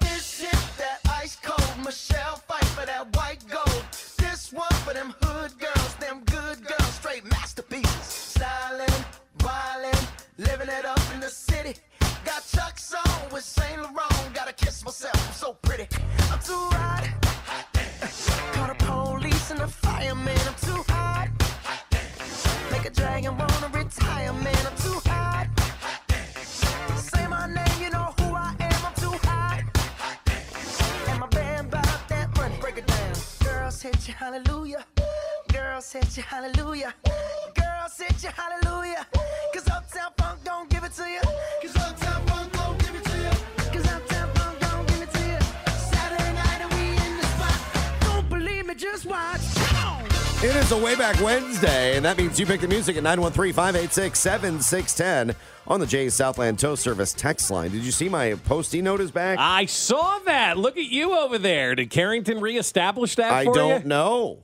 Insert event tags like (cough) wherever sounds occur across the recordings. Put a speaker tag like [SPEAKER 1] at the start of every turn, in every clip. [SPEAKER 1] This is that ice cold Michelle fight for that white gold. This one for them hood girls, them good girls, straight masterpieces. Stylin', wildin', living it up in the city. Got Chuck's on with Saint Laurent, gotta kiss myself, I'm so pretty. I'm too hot. Call the police and the fireman, I'm too hot. Make a dragon wanna retire, man, I'm too hot. Say my name, you know who I am, I'm too hot. And my band bought that money, break it down. Girls hit you, hallelujah. Girls hit you, hallelujah. Girls hit you, hallelujah. Cause Uptown Funk don't give it to you. Cause Uptown Funk don't give it to you. Cause Uptown Funk don't give it to you. Saturday night and we in the spot. Don't believe me, just watch.
[SPEAKER 2] It is a Wayback Wednesday, and that means you pick the music at 913 586 7610 on the Jay's Southland Tow Service text line. Did you see my postie note is back?
[SPEAKER 3] I saw that. Look at you over there. Did Carrington reestablish that?
[SPEAKER 2] I
[SPEAKER 3] for
[SPEAKER 2] don't
[SPEAKER 3] you?
[SPEAKER 2] know.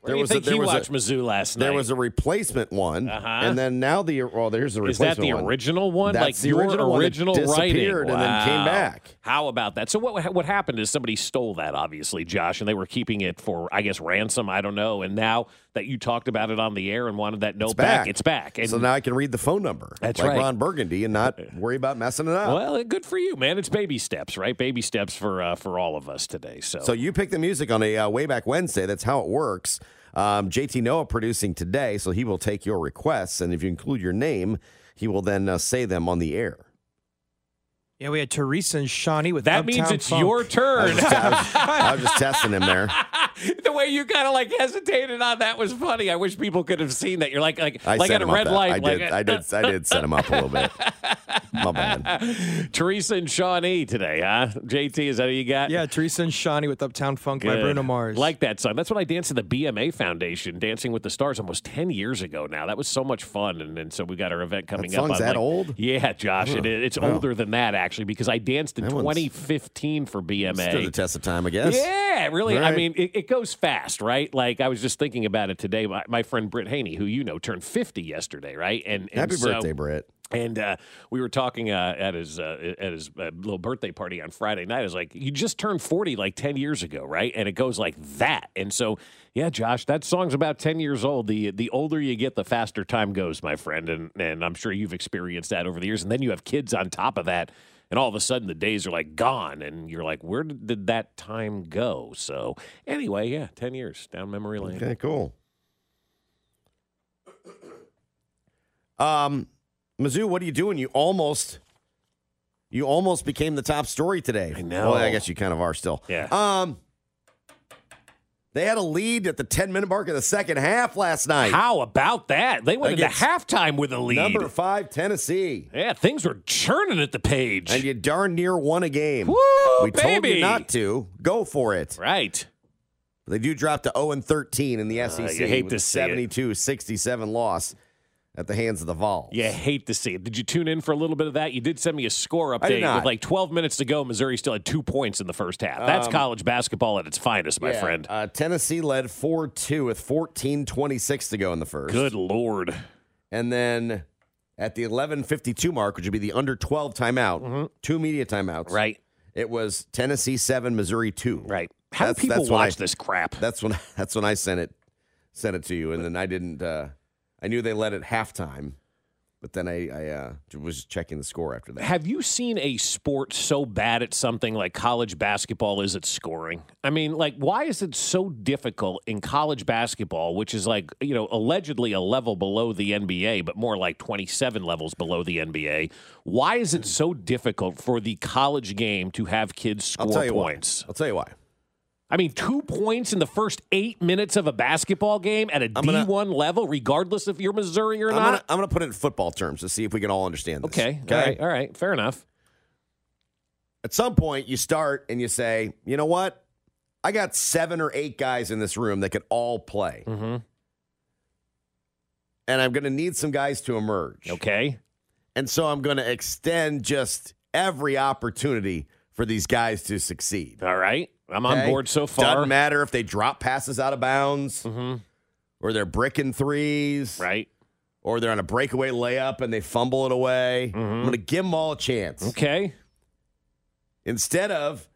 [SPEAKER 3] Where do you think he watched Mizzou last night?
[SPEAKER 2] there was a replacement one,
[SPEAKER 3] Uh-huh.
[SPEAKER 2] and then now the well, there's the
[SPEAKER 3] Is that
[SPEAKER 2] replacement
[SPEAKER 3] the
[SPEAKER 2] one.
[SPEAKER 3] original one?
[SPEAKER 2] That's
[SPEAKER 3] like
[SPEAKER 2] the
[SPEAKER 3] your
[SPEAKER 2] original one that
[SPEAKER 3] original
[SPEAKER 2] disappeared
[SPEAKER 3] writing?
[SPEAKER 2] and then came
[SPEAKER 3] Wow.
[SPEAKER 2] back.
[SPEAKER 3] How about that? So what what happened is somebody stole that, obviously, Josh, and they were keeping it for, I guess, ransom. I don't know. And now that you talked about it on the air and wanted that note back. it's back. And
[SPEAKER 2] so now I can read the phone number,
[SPEAKER 3] That's
[SPEAKER 2] like
[SPEAKER 3] right.
[SPEAKER 2] Ron Burgundy, and not worry about messing it up.
[SPEAKER 3] well, good for you, man. It's baby steps, right? Baby steps for uh, for all of us today. So,
[SPEAKER 2] So you pick the music on a uh, way back Wednesday. That's how it works. Um, JT Noah producing today, so he will take your requests, and if you include your name, he will then uh, say them on the air.
[SPEAKER 4] Yeah, we had Teresa and Shawnee with
[SPEAKER 3] that
[SPEAKER 4] Uptown
[SPEAKER 3] means it's
[SPEAKER 4] Funk.
[SPEAKER 3] your
[SPEAKER 2] I
[SPEAKER 3] turn.
[SPEAKER 2] was, just, I
[SPEAKER 3] (laughs)
[SPEAKER 2] was- I was just testing him there.
[SPEAKER 3] the way you kind of like hesitated on that was funny. I wish people could have seen that. You're like like
[SPEAKER 2] I
[SPEAKER 3] like
[SPEAKER 2] set
[SPEAKER 3] at a
[SPEAKER 2] him up
[SPEAKER 3] red
[SPEAKER 2] that-
[SPEAKER 3] light.
[SPEAKER 2] I
[SPEAKER 3] like,
[SPEAKER 2] did. I did. I did set him up a
[SPEAKER 3] (laughs)
[SPEAKER 2] little bit. My bad.
[SPEAKER 3] Teresa and Shawnee today, huh? JT, is that who you got?
[SPEAKER 4] Yeah, Teresa and Shawnee with Uptown Funk by
[SPEAKER 3] Good.
[SPEAKER 4] Bruno Mars.
[SPEAKER 3] Like that song. That's when I danced at the BMA Foundation, Dancing with the Stars, almost 10 years ago now. That was so much fun. And, and so we got our event coming up.
[SPEAKER 2] song's
[SPEAKER 3] on,
[SPEAKER 2] that
[SPEAKER 3] like-
[SPEAKER 2] old?
[SPEAKER 3] Yeah, Josh. It, is- it's older than that, actually, because I danced in
[SPEAKER 2] That one's-
[SPEAKER 3] 2015 for BMA.
[SPEAKER 2] Stood the test of time, I guess.
[SPEAKER 3] Yeah, it really. I
[SPEAKER 2] Right.
[SPEAKER 3] mean, it, it goes fast, right? Like I was just thinking about it today. My, my friend Britt Haney, who you know, turned fifty yesterday, right? And, and
[SPEAKER 2] Happy
[SPEAKER 3] so-
[SPEAKER 2] birthday, Britt.
[SPEAKER 3] And uh, we were talking uh, at his uh, at his uh, little birthday party on Friday night. I was like, "You just turned forty like ten years ago, right?" And it goes like that. And so, yeah, Josh, that song's about ten years old. the The older you get, the faster time goes, my friend. And and I'm sure you've experienced that over the years. And then you have kids on top of that, and all of a sudden the days are like gone, and you're like, "Where did, did that time go?" So anyway, yeah, ten years down memory lane.
[SPEAKER 2] Okay, cool. Um, Mizzou, what are you doing? You almost, you almost became the top story today.
[SPEAKER 3] I know.
[SPEAKER 2] Well, I guess you kind of are still.
[SPEAKER 3] Yeah.
[SPEAKER 2] Um, they had a lead at the ten minute mark of the second half last night.
[SPEAKER 3] How about that? They went into
[SPEAKER 2] Against
[SPEAKER 3] halftime with a lead.
[SPEAKER 2] Number five, Tennessee,
[SPEAKER 3] Yeah, things were churning at the page.
[SPEAKER 2] and you darn near won a game.
[SPEAKER 3] Woo,
[SPEAKER 2] we told
[SPEAKER 3] baby.
[SPEAKER 2] you not to. Go for it.
[SPEAKER 3] right. Uh,
[SPEAKER 2] They do drop to 0 and 13 oh in the SEC.
[SPEAKER 3] you hate
[SPEAKER 2] with
[SPEAKER 3] to see it.
[SPEAKER 2] 72 67 loss at the hands of the Vols.
[SPEAKER 3] You hate to see it. Did you tune in for a little bit of that? You did send me a score update
[SPEAKER 2] I did not.
[SPEAKER 3] with like 12 minutes to go. Missouri still had two points in the first half. That's
[SPEAKER 2] Um,
[SPEAKER 3] college basketball at its finest, my
[SPEAKER 2] Yeah,
[SPEAKER 3] friend.
[SPEAKER 2] Uh, Tennessee led 4 2 with 14 26 to go in the first.
[SPEAKER 3] Good lord.
[SPEAKER 2] And then at the 11.52 mark, which would be the under 12 timeout, two media timeouts.
[SPEAKER 3] Mm-hmm. Right.
[SPEAKER 2] It was Tennessee 7, Missouri 2.
[SPEAKER 3] Right. How
[SPEAKER 2] That's-
[SPEAKER 3] do people
[SPEAKER 2] that's what
[SPEAKER 3] watch
[SPEAKER 2] I-
[SPEAKER 3] this crap?
[SPEAKER 2] That's when (laughs) that's when I sent it sent it to you, and then I didn't. Uh, I knew they led at halftime, but then I, I uh, was just checking the score after that.
[SPEAKER 3] Have you seen a sport so bad at something like college basketball is at scoring? I mean, like, why is it so difficult in college basketball, which is like, you know, allegedly a level below the NBA, but more like 27 levels below the NBA? Why is it so difficult for the college game to have kids score
[SPEAKER 2] I'll tell you
[SPEAKER 3] points?
[SPEAKER 2] why. I'll tell you why.
[SPEAKER 3] I mean, two points in the first eight minutes of a basketball game at a
[SPEAKER 2] I'm gonna-
[SPEAKER 3] one level, regardless if you're Missouri or
[SPEAKER 2] I'm
[SPEAKER 3] not?
[SPEAKER 2] gonna, I'm gonna put it in football terms to see if we can all understand this.
[SPEAKER 3] Okay. All right. All right. Fair enough.
[SPEAKER 2] At some point, you start and you say, you know what? I got seven or eight guys in this room that could all play,
[SPEAKER 3] Mhm.
[SPEAKER 2] and I'm gonna need some guys to emerge.
[SPEAKER 3] Okay.
[SPEAKER 2] And so I'm gonna extend just every opportunity for these guys to succeed.
[SPEAKER 3] All right. I'm on
[SPEAKER 2] okay?
[SPEAKER 3] board so far.
[SPEAKER 2] Doesn't matter if they drop passes out of bounds
[SPEAKER 3] Mhm.
[SPEAKER 2] or they're bricking threes
[SPEAKER 3] Right.
[SPEAKER 2] or they're on a breakaway layup and they fumble it away. I'm going to give them all a chance.
[SPEAKER 3] Mm-hmm. Okay.
[SPEAKER 2] Instead of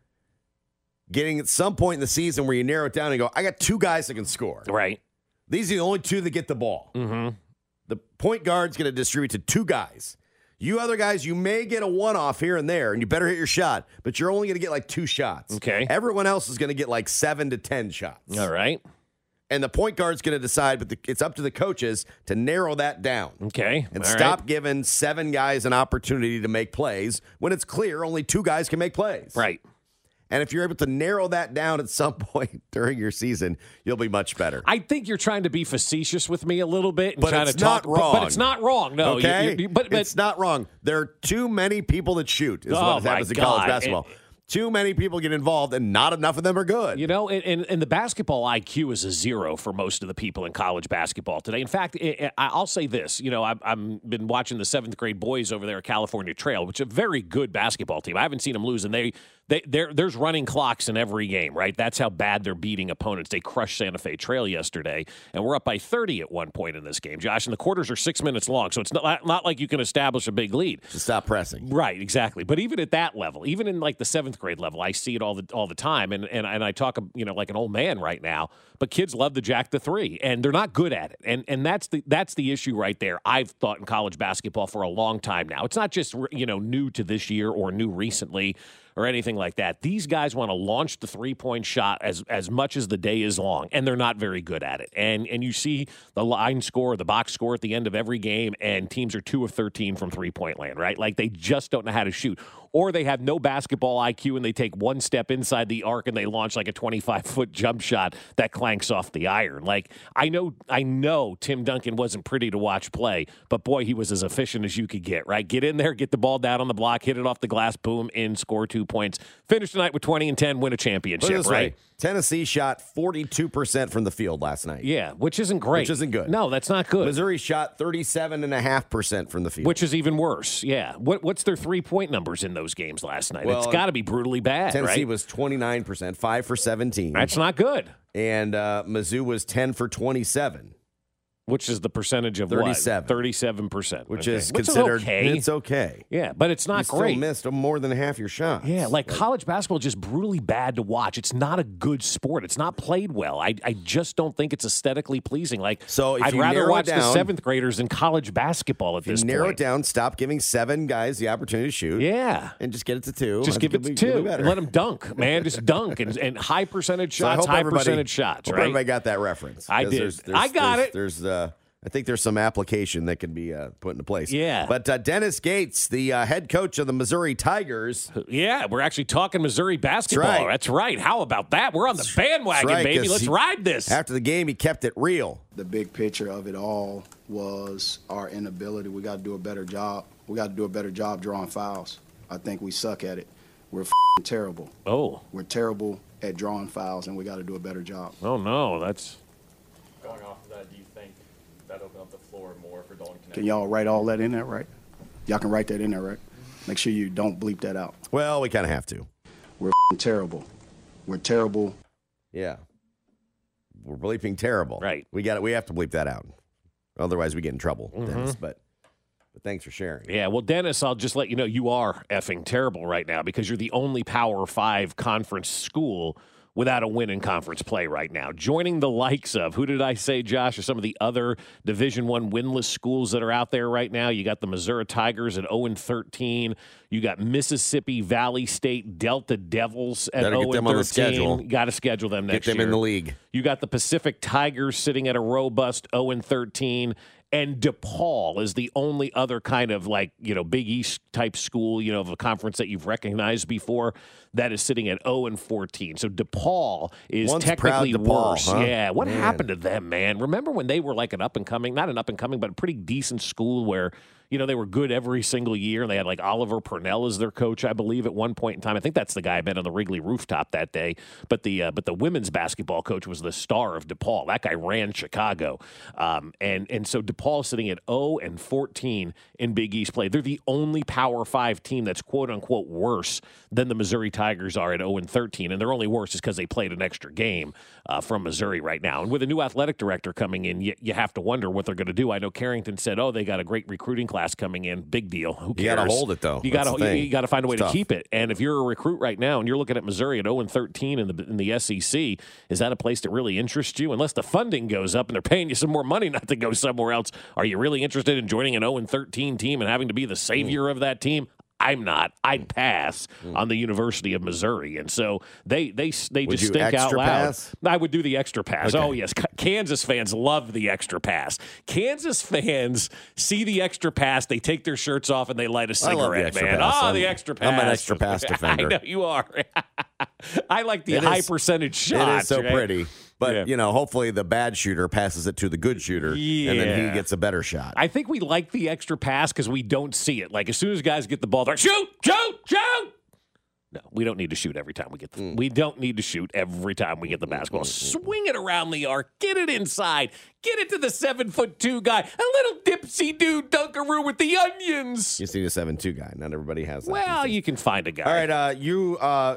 [SPEAKER 2] getting at some point in the season where you narrow it down and go, I got two guys that can score.
[SPEAKER 3] Right.
[SPEAKER 2] These are the only two that get the ball.
[SPEAKER 3] Mm-hmm.
[SPEAKER 2] The point guard's going to distribute to two guys. You other guys, you may get a one off here and there, and you better hit your shot, but you're only going to get like two shots.
[SPEAKER 3] Okay.
[SPEAKER 2] Everyone else is going to get like seven to 10 shots.
[SPEAKER 3] All right.
[SPEAKER 2] and the point guard's going to decide, but the, it's up to the coaches to narrow that down
[SPEAKER 3] Okay.
[SPEAKER 2] and
[SPEAKER 3] All right.
[SPEAKER 2] stop giving seven guys an opportunity to make plays when it's clear only two guys can make plays.
[SPEAKER 3] Right.
[SPEAKER 2] And if you're able to narrow that down at some (laughs) point during your season, you'll be much better.
[SPEAKER 3] I think you're trying to be facetious with me a little bit, and
[SPEAKER 2] But
[SPEAKER 3] trying
[SPEAKER 2] it's
[SPEAKER 3] to talk,
[SPEAKER 2] not
[SPEAKER 3] but- But,
[SPEAKER 2] wrong.
[SPEAKER 3] it's not wrong. No. you-
[SPEAKER 2] okay,
[SPEAKER 3] you- you- but but
[SPEAKER 2] it's not wrong. There are too many people that shoot. Is
[SPEAKER 3] Oh,
[SPEAKER 2] what happens
[SPEAKER 3] my
[SPEAKER 2] in college
[SPEAKER 3] God.
[SPEAKER 2] basketball. too many people get involved, and not enough of them are good.
[SPEAKER 3] You know, and, and, and the basketball IQ is a zero for most of the people in college basketball today. In fact, i I- I'll say this. You know, I've, I've been watching the seventh grade boys over there at California Trail, which is a very good basketball team. I haven't seen them lose, and they, they they're, there's running clocks in every game, right? That's how bad they're beating opponents. They crushed Santa Fe Trail yesterday, and we're up by 30 at one point in this game, Josh. And the quarters are six minutes long, so it's not, not like you can establish a big lead.
[SPEAKER 2] Just stop pressing.
[SPEAKER 3] Right, exactly. But even at that level, even in like the seventh grade level, I see it all the all the time, and and and I talk, you know, like an old man right now. But kids love to jack the three, and they're not good at it, and and that's the that's the issue right there. I've thought in college basketball for a long time now. It's not just you know new to this year or new recently or anything like that. These guys want to launch the three point shot as as much as the day is long, and they're not very good at it. And and you see the line score, the box score at the end of every game, and teams are two of thirteen from three point land, right? Like they just don't know how to shoot, or they have no basketball IQ and they take one step inside the arc and they launch like a twenty five foot jump shot that clanks off the iron. Like I know, I know Tim Duncan wasn't pretty to watch play, but boy, he was as efficient as you could get. Right, get in there, get the ball down on the block, hit it off the glass, boom, in, score two points, finish tonight with twenty and ten, win a
[SPEAKER 2] Put it
[SPEAKER 3] championship.
[SPEAKER 2] this way,
[SPEAKER 3] Right.
[SPEAKER 2] Tennessee shot 42% from the field last night.
[SPEAKER 3] Yeah, which isn't great.
[SPEAKER 2] Which isn't good.
[SPEAKER 3] No, that's not good.
[SPEAKER 2] Missouri shot 37.5% from the field.
[SPEAKER 3] Which is even worse. Yeah. What what's their three point numbers in those games last night? it's
[SPEAKER 2] Well,
[SPEAKER 3] got to be brutally bad,
[SPEAKER 2] Tennessee
[SPEAKER 3] right?
[SPEAKER 2] was 29%, 5 for 17.
[SPEAKER 3] That's not good.
[SPEAKER 2] And uh, Mizzou was 10 for 27,
[SPEAKER 3] Which is the percentage of
[SPEAKER 2] 37.
[SPEAKER 3] Thirty-seven percent,
[SPEAKER 2] which is considered It's okay.
[SPEAKER 3] yeah, but it's
[SPEAKER 2] you
[SPEAKER 3] not
[SPEAKER 2] still
[SPEAKER 3] great.
[SPEAKER 2] missed more than half your shots.
[SPEAKER 3] Yeah, like college basketball is just brutally bad to watch. It's not a good sport. It's not played well. I, I just don't think it's aesthetically pleasing. Like,
[SPEAKER 2] So if
[SPEAKER 3] I'd
[SPEAKER 2] you
[SPEAKER 3] rather
[SPEAKER 2] narrow it
[SPEAKER 3] watch the
[SPEAKER 2] down-
[SPEAKER 3] seventh graders in college basketball at
[SPEAKER 2] If you
[SPEAKER 3] this
[SPEAKER 2] narrow
[SPEAKER 3] point.
[SPEAKER 2] it down, stop giving seven guys the opportunity to shoot.
[SPEAKER 3] Yeah.
[SPEAKER 2] And just get it to two.
[SPEAKER 3] Just
[SPEAKER 2] I
[SPEAKER 3] give
[SPEAKER 2] think
[SPEAKER 3] it to
[SPEAKER 2] it'll be-
[SPEAKER 3] two.
[SPEAKER 2] it'll be better.
[SPEAKER 3] Let them dunk, man. Just dunk and, and high percentage
[SPEAKER 2] So I
[SPEAKER 3] shots,
[SPEAKER 2] hope
[SPEAKER 3] high
[SPEAKER 2] everybody-
[SPEAKER 3] percentage shots,
[SPEAKER 2] hope
[SPEAKER 3] right?
[SPEAKER 2] Everybody got that reference.
[SPEAKER 3] I
[SPEAKER 2] 'Cause
[SPEAKER 3] did. I got
[SPEAKER 2] there's-
[SPEAKER 3] it.
[SPEAKER 2] There's uh, I think there's some application that can be uh, put into place.
[SPEAKER 3] Yeah.
[SPEAKER 2] But uh, Dennis Gates, the uh, head coach of the Missouri Tigers,
[SPEAKER 3] Yeah, we're actually talking Missouri basketball. That's
[SPEAKER 2] right.
[SPEAKER 3] right. How about that? We're on the bandwagon,
[SPEAKER 2] right,
[SPEAKER 3] baby.
[SPEAKER 2] 'cause
[SPEAKER 3] Let's
[SPEAKER 2] he-
[SPEAKER 3] ride this.
[SPEAKER 2] after the game, he kept it real.
[SPEAKER 5] the big picture of it all was our inability. We got to do a better job. We got to do a better job drawing fouls. I think we suck at it. We're fing terrible.
[SPEAKER 3] oh,
[SPEAKER 5] We're terrible at drawing fouls, and we got to do a better job.
[SPEAKER 3] oh no, that's.
[SPEAKER 6] that open up the floor more for Dalton Connect.
[SPEAKER 5] Can y'all write all that in there, right? Y'all can write that in there, right? Make sure you don't bleep that out.
[SPEAKER 2] Well, we kind of have to.
[SPEAKER 5] We're f***ing terrible. We're terrible.
[SPEAKER 2] Yeah. We're bleeping terrible.
[SPEAKER 3] Right.
[SPEAKER 2] We got it. We have to bleep that out. Otherwise, we get in trouble,
[SPEAKER 3] Mm-hmm.
[SPEAKER 2] Dennis. But, but thanks for sharing.
[SPEAKER 3] Yeah, well, Dennis, I'll just let you know you are effing terrible right now because you're the only Power Five conference school without a win in conference play right now. Joining the likes of who did I say, Josh, or some of the other Division One winless schools that are out there right now. You got the Missouri Tigers at 0 and 13. You got Mississippi Valley State Delta Devils at
[SPEAKER 2] Better
[SPEAKER 3] 0
[SPEAKER 2] get them
[SPEAKER 3] and
[SPEAKER 2] on
[SPEAKER 3] 13.
[SPEAKER 2] the schedule.
[SPEAKER 3] Got to schedule them
[SPEAKER 2] Get
[SPEAKER 3] next
[SPEAKER 2] them
[SPEAKER 3] year.
[SPEAKER 2] in the league.
[SPEAKER 3] You got the Pacific Tigers sitting at a robust 0 and 13. And DePaul is the only other kind of like, you know, Big East type school, you know, of a conference that you've recognized before that is sitting at 0 and 14. So DePaul is
[SPEAKER 2] Once proud
[SPEAKER 3] technically
[SPEAKER 2] DePaul,
[SPEAKER 3] worse.
[SPEAKER 2] huh?
[SPEAKER 3] Yeah. What
[SPEAKER 2] Man.
[SPEAKER 3] happened to them, man? Remember when they were like an up and coming, not an up and coming, but a pretty decent school where, you know, they were good every single year. And they had like Oliver Purnell as their coach, I believe, at one point in time. I think that's the guy I met on the Wrigley rooftop that day. But the uh, but the women's basketball coach was the star of DePaul. That guy ran Chicago, um, and and so DePaul sitting at 0 and 14 in Big East play. They're the only Power Five team that's quote unquote worse than the Missouri Tigers are at 0 and 13, and they're only worse is because they played an extra game uh, from Missouri right now. And with a new athletic director coming in, you, you have to wonder what they're going to do. I know Carrington said, "Oh, they got a great recruiting class coming in. Big deal. Who
[SPEAKER 2] You
[SPEAKER 3] cares?
[SPEAKER 2] gotta hold it, though.
[SPEAKER 3] You
[SPEAKER 2] That's
[SPEAKER 3] got
[SPEAKER 2] the
[SPEAKER 3] to
[SPEAKER 2] thing.
[SPEAKER 3] you got to find a way
[SPEAKER 2] It's
[SPEAKER 3] to
[SPEAKER 2] tough.
[SPEAKER 3] keep it. And if you're a recruit right now and you're looking at Missouri at 0 and 13 in the in the SEC, is that a place that really interests you? Unless the funding goes up and they're paying you some more money (laughs) not to go somewhere else, are you really interested in joining an 0 and 13 team and having to be the savior of that team? I'm not.
[SPEAKER 2] Mm.
[SPEAKER 3] I'd pass on the University of Missouri, and so they they they
[SPEAKER 2] Would
[SPEAKER 3] just
[SPEAKER 2] you
[SPEAKER 3] stink out
[SPEAKER 2] extra
[SPEAKER 3] loud.
[SPEAKER 2] pass?
[SPEAKER 3] I would do the extra pass.
[SPEAKER 2] Okay.
[SPEAKER 3] Oh yes, K- Kansas fans love the extra pass. Kansas fans see the extra pass, they take their shirts off and they light a
[SPEAKER 2] I
[SPEAKER 3] cigarette,
[SPEAKER 2] love the extra
[SPEAKER 3] man.
[SPEAKER 2] pass.
[SPEAKER 3] Ah,
[SPEAKER 2] I'm-
[SPEAKER 3] the extra
[SPEAKER 2] I'm
[SPEAKER 3] pass.
[SPEAKER 2] an extra pass defender.
[SPEAKER 3] (laughs) I know you are. (laughs) I like the
[SPEAKER 2] It
[SPEAKER 3] high
[SPEAKER 2] is-
[SPEAKER 3] percentage shot.
[SPEAKER 2] It is so pretty. But
[SPEAKER 3] Yeah.
[SPEAKER 2] you know, hopefully the bad shooter passes it to the good shooter, and then
[SPEAKER 3] Yeah.
[SPEAKER 2] he gets a better shot.
[SPEAKER 3] I think we like the extra pass because we don't see it. Like as soon as guys get the ball, they're like, shoot, shoot, shoot. No, we don't need to shoot every time we get the.
[SPEAKER 2] Mm.
[SPEAKER 3] We don't need to shoot every time we get the basketball. Swing it around the arc, get it inside, get it to the seven foot two guy, a little dipsy dude dunkaroo with the onions.
[SPEAKER 2] you see the seven-two guy. Not everybody has that.
[SPEAKER 3] Well, you can find a guy.
[SPEAKER 2] All right, uh, you uh,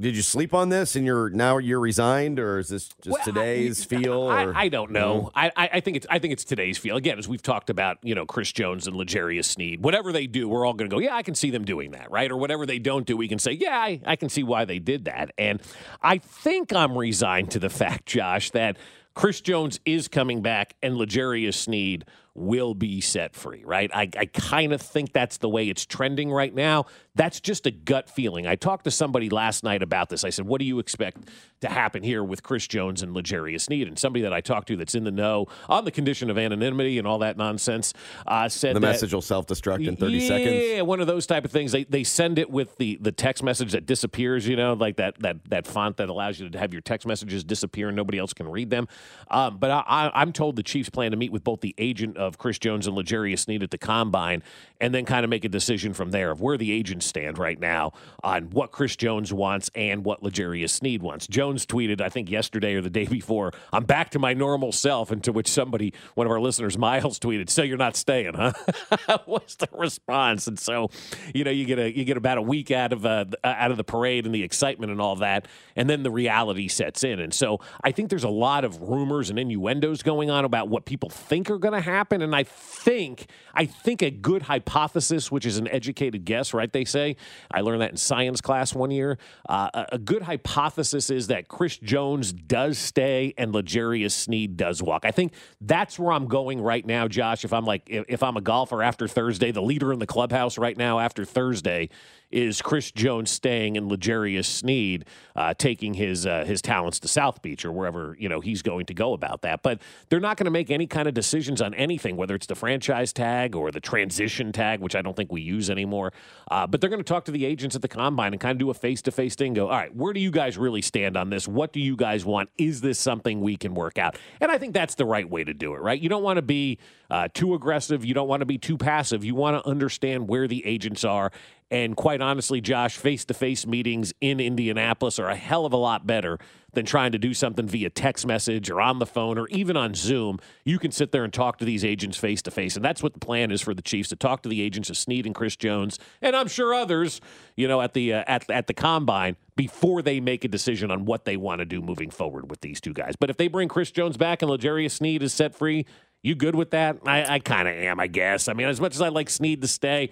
[SPEAKER 2] did you sleep on this, and you're now you're resigned, or is this just
[SPEAKER 3] Well, I-
[SPEAKER 2] today's feel?
[SPEAKER 3] I,
[SPEAKER 2] Or
[SPEAKER 3] I don't know. I I, I think it's I think it's today's feel. Again, as we've talked about, you know, Chris Jones and Legarius Sneed, whatever they do, we're all going to go, yeah, I can see them doing that, right? Or whatever they don't do, we can say, yeah, I, I can see why they did that. And I think I'm resigned to the (laughs) fact, Josh, that Chris Jones is coming back and Legarius Sneed will be set free, right? I, I kind of think that's the way it's trending right now. That's just a gut feeling. I talked to somebody last night about this. I said, What do you expect to happen here with Chris Jones and Legarius Sneed? And somebody that I talked to that's in the know on the condition of anonymity and all that nonsense uh, said
[SPEAKER 2] The
[SPEAKER 3] that-
[SPEAKER 2] message will self-destruct in thirty
[SPEAKER 3] yeah,
[SPEAKER 2] seconds.
[SPEAKER 3] one of those type of things. They they send it with the the text message that disappears. You know, like that that that font that allows you to have your text messages disappear and nobody else can read them. Um, but I, I, I'm told the Chiefs plan to meet with both the agent of Chris Jones and Legarius Sneed at the combine, and then kind of make a decision from there of where the agents stand right now on what Chris Jones wants and what Legarius Sneed wants. Jones tweeted, I think yesterday or the day before, "I'm back to my normal self." And to which somebody, one of our listeners, Miles, (laughs) tweeted, "So you're not staying, huh?" (laughs) was the response. And so, you know, you get a you get about a week out of uh, th- out of the parade and the excitement and all that, and then the reality sets in. And so, I think there's a lot of rumors and innuendos going on about what people think are going to happen. And I think I think a good hypothesis, which is an educated guess, right? They say I learned that in science class one year. Uh, a, a good hypothesis is that Chris Jones does stay and Legarius Sneed does walk. I think that's where I'm going right now, Josh. If I'm like, if, if I'm a golfer after Thursday, the leader in the clubhouse right now after Thursday is Chris Jones staying and Legarius Sneed uh, taking his uh, his talents to South Beach or wherever you know he's going to go about that. But they're not going to make any kind of decisions on anything, whether it's the franchise tag or the transition tag, which I don't think we use anymore. Uh, but they're going to talk to the agents at the combine and kind of do a face to face thing. Go, all right, where do you guys really stand on this? What do you guys want? Is this something we can work out? And I think that's the right way to do it, right? You don't want to be uh, too aggressive. You don't want to be too passive. You want to understand where the agents are And quite honestly, Josh, face to face meetings in Indianapolis are a hell of a lot better than trying to do something via text message or on the phone or even on Zoom. You can sit there and talk to these agents face to face. And that's what the plan is for the Chiefs to talk to the agents of Snead and Chris Jones, and I'm sure others, you know, at the, uh, at, at the combine before they make a decision on what they want to do moving forward with these two guys. But if they bring Chris Jones back and Legarius Sneed is set free, you good with that? I, I kind of am, I guess. I mean, as much as I like Sneed to stay,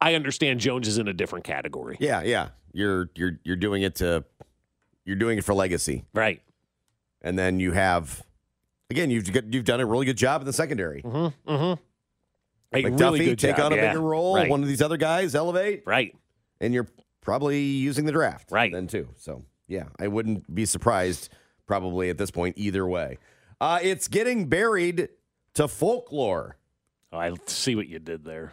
[SPEAKER 3] I understand Jones is in a different category.
[SPEAKER 2] Yeah, yeah. You're you're you're doing it to you're doing it for legacy.
[SPEAKER 3] Right.
[SPEAKER 2] And then you have again, you've got, you've done a really good job in the secondary.
[SPEAKER 3] Mm-hmm. Mm-hmm.
[SPEAKER 2] Like Duffy, take on a bigger role.
[SPEAKER 3] Right.
[SPEAKER 2] One of these other guys elevate,
[SPEAKER 3] right.
[SPEAKER 2] and you're probably using the draft,
[SPEAKER 3] Right.
[SPEAKER 2] Then too. So yeah, I wouldn't be surprised probably at this point either way. Uh, it's getting buried to folklore.
[SPEAKER 3] Oh, I see what you did there.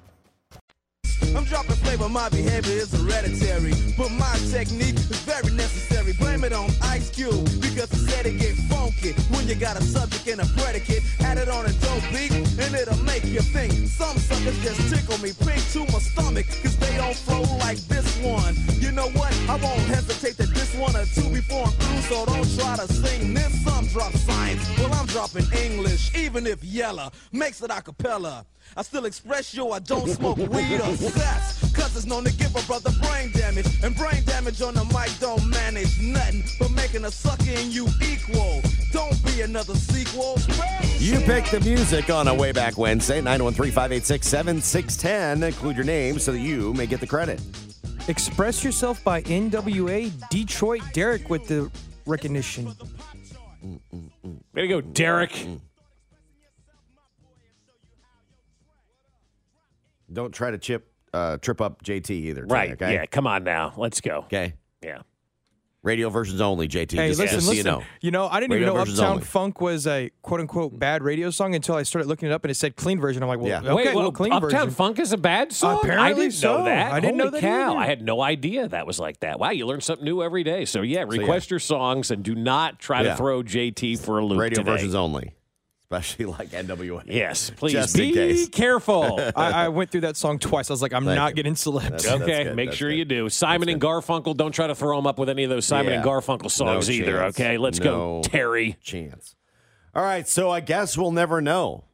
[SPEAKER 7] I'm dropping flavor, my behavior is hereditary. But my technique is very necessary. Blame it on Ice Cube, because he said it get funky. When you got a subject and a predicate, add it on a dope beat, and it'll make you think. Some suckers just tickle me pink to my stomach, cause they don't flow like this one. You know what? I won't hesitate to diss one or two before I'm through, so don't try to sing this. Some drop science, well, I'm dropping English, even if Yella makes it a cappella. I still express yo, I don't smoke weed or sex. Cause it's known to give a brother brain damage. And brain damage on the mic don't manage nothing but making a sucker and you equal. Don't be another sequel.
[SPEAKER 2] You pick the music on a way back Wednesday, 913 586 7610. Include your name so that you may get the credit.
[SPEAKER 4] Express yourself by NWA Detroit Derek with the recognition.
[SPEAKER 3] Way to go, Derek.
[SPEAKER 2] Don't try to chip uh, trip up JT either. today,
[SPEAKER 3] Right.
[SPEAKER 2] Okay?
[SPEAKER 3] Yeah. Come on now. Let's go.
[SPEAKER 2] Okay.
[SPEAKER 3] Yeah.
[SPEAKER 2] Radio versions only, JT.
[SPEAKER 4] Hey,
[SPEAKER 2] just,
[SPEAKER 4] listen,
[SPEAKER 2] just so
[SPEAKER 4] listen.
[SPEAKER 2] you know.
[SPEAKER 4] I didn't
[SPEAKER 2] Radio
[SPEAKER 4] even know
[SPEAKER 2] versions
[SPEAKER 4] Uptown
[SPEAKER 2] only.
[SPEAKER 4] Funk was a quote unquote bad radio song until I started looking it up and it said clean version. I'm like, well,
[SPEAKER 2] Yeah.
[SPEAKER 4] okay,
[SPEAKER 3] Wait, well,
[SPEAKER 4] well, clean
[SPEAKER 3] Uptown
[SPEAKER 4] version.
[SPEAKER 3] Funk is a bad song. I
[SPEAKER 4] Apparently
[SPEAKER 3] didn't
[SPEAKER 4] so.
[SPEAKER 3] know that.
[SPEAKER 4] I didn't
[SPEAKER 3] Holy
[SPEAKER 4] know that
[SPEAKER 3] cow!
[SPEAKER 4] either.
[SPEAKER 3] I had no idea that was like that. Wow, you learn something new every day. So yeah,
[SPEAKER 2] yeah.
[SPEAKER 3] request your songs and do not try
[SPEAKER 2] Yeah.
[SPEAKER 3] to throw JT for a loop.
[SPEAKER 2] Radio
[SPEAKER 3] today.
[SPEAKER 2] versions only, especially (laughs) like NWA.
[SPEAKER 3] Yes, please
[SPEAKER 2] Just in
[SPEAKER 3] be
[SPEAKER 2] case.
[SPEAKER 3] careful.
[SPEAKER 4] (laughs) I, I went through that song twice. I was like, I'm
[SPEAKER 2] Thank
[SPEAKER 4] not
[SPEAKER 2] you.
[SPEAKER 4] getting celebs.
[SPEAKER 2] That's
[SPEAKER 3] okay,
[SPEAKER 2] good,
[SPEAKER 3] make
[SPEAKER 2] that's
[SPEAKER 3] sure
[SPEAKER 2] good.
[SPEAKER 3] you do. Simon and Garfunkel, don't try to throw them up with any of those Simon and
[SPEAKER 2] Yeah.
[SPEAKER 3] Garfunkel songs
[SPEAKER 2] No
[SPEAKER 3] either.
[SPEAKER 2] chance.
[SPEAKER 3] Okay, let's
[SPEAKER 2] No.
[SPEAKER 3] go, Terry.
[SPEAKER 2] Chance. All right, so I guess we'll never know.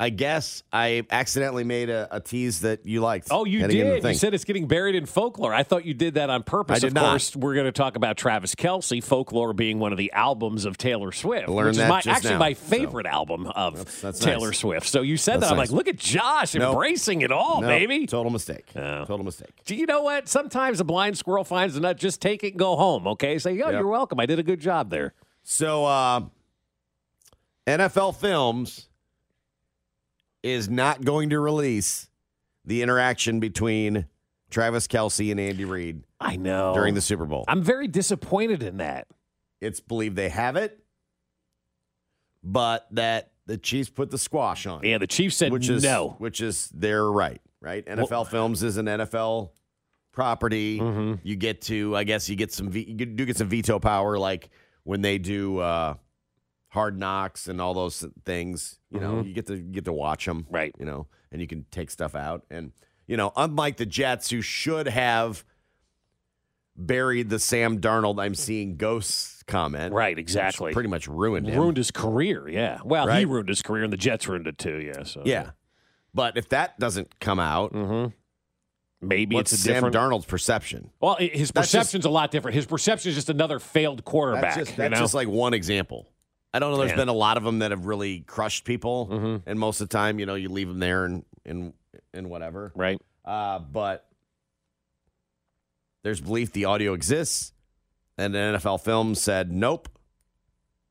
[SPEAKER 2] I guess I accidentally made a, a tease that you liked.
[SPEAKER 3] Oh, you
[SPEAKER 2] Heading into the
[SPEAKER 3] did. You
[SPEAKER 2] thing.
[SPEAKER 3] said it's getting buried in folklore. I thought you did that on purpose.
[SPEAKER 2] I did
[SPEAKER 3] of
[SPEAKER 2] not.
[SPEAKER 3] course, we're going to talk about Travis Kelsey, folklore being one of the albums of Taylor Swift.
[SPEAKER 2] Learned
[SPEAKER 3] which is
[SPEAKER 2] that
[SPEAKER 3] my,
[SPEAKER 2] just
[SPEAKER 3] actually
[SPEAKER 2] now,
[SPEAKER 3] my
[SPEAKER 2] so.
[SPEAKER 3] favorite album of
[SPEAKER 2] that's
[SPEAKER 3] Taylor
[SPEAKER 2] nice.
[SPEAKER 3] Swift. So you said
[SPEAKER 2] That's
[SPEAKER 3] that. I'm
[SPEAKER 2] nice.
[SPEAKER 3] like, look at Josh
[SPEAKER 2] Nope.
[SPEAKER 3] embracing it all,
[SPEAKER 2] No,
[SPEAKER 3] baby.
[SPEAKER 2] Total mistake. Total mistake.
[SPEAKER 3] Do you know what? Sometimes a blind squirrel finds a nut. Just take it and go home, okay? Say, oh,
[SPEAKER 2] Yep.
[SPEAKER 3] you're welcome. I did a good job there.
[SPEAKER 2] So uh, NFL Films is not going to release the interaction between Travis Kelsey and Andy Reid
[SPEAKER 3] I know.
[SPEAKER 2] during the Super Bowl.
[SPEAKER 3] I'm very disappointed in that.
[SPEAKER 2] It's believed they have it, but that the Chiefs put the squash on. it,
[SPEAKER 3] Yeah, the Chiefs said
[SPEAKER 2] which is
[SPEAKER 3] no.
[SPEAKER 2] which is their right, right? NFL Films is an NFL property.
[SPEAKER 3] Mm-hmm.
[SPEAKER 2] You get to, I guess, you get some, ve- you do get some veto power, like when they do uh, Hard Knocks and all those things. You know,
[SPEAKER 3] Mhm.
[SPEAKER 2] you get to you get to watch them,
[SPEAKER 3] Right.
[SPEAKER 2] You know, and you can take stuff out, and you know, unlike the Jets, who should have buried the Sam Darnold "I'm seeing ghosts" comment,
[SPEAKER 3] Right,
[SPEAKER 2] which
[SPEAKER 3] exactly.
[SPEAKER 2] Pretty much ruined him.
[SPEAKER 3] Ruined his career, yeah. Well, he
[SPEAKER 2] Right.
[SPEAKER 3] ruined his career, and the Jets ruined it too, yeah. So Mm-hmm.
[SPEAKER 2] Yeah. But if that doesn't come out,
[SPEAKER 3] maybe
[SPEAKER 2] what's
[SPEAKER 3] it's a
[SPEAKER 2] Sam
[SPEAKER 3] different.
[SPEAKER 2] Darnold's perception?
[SPEAKER 3] Well, i- his
[SPEAKER 2] That's just-
[SPEAKER 3] perception's a lot different. His perception is just another failed quarterback.
[SPEAKER 2] That's, just,
[SPEAKER 3] you
[SPEAKER 2] that's
[SPEAKER 3] know?
[SPEAKER 2] just like one example. I don't know. There's
[SPEAKER 3] Yeah. Mm-hmm.
[SPEAKER 2] been a lot of them that have really crushed people, and most of the time, you know, you leave them there and and and whatever.
[SPEAKER 3] right.
[SPEAKER 2] Uh, but there's belief the audio exists, and the NFL film said nope,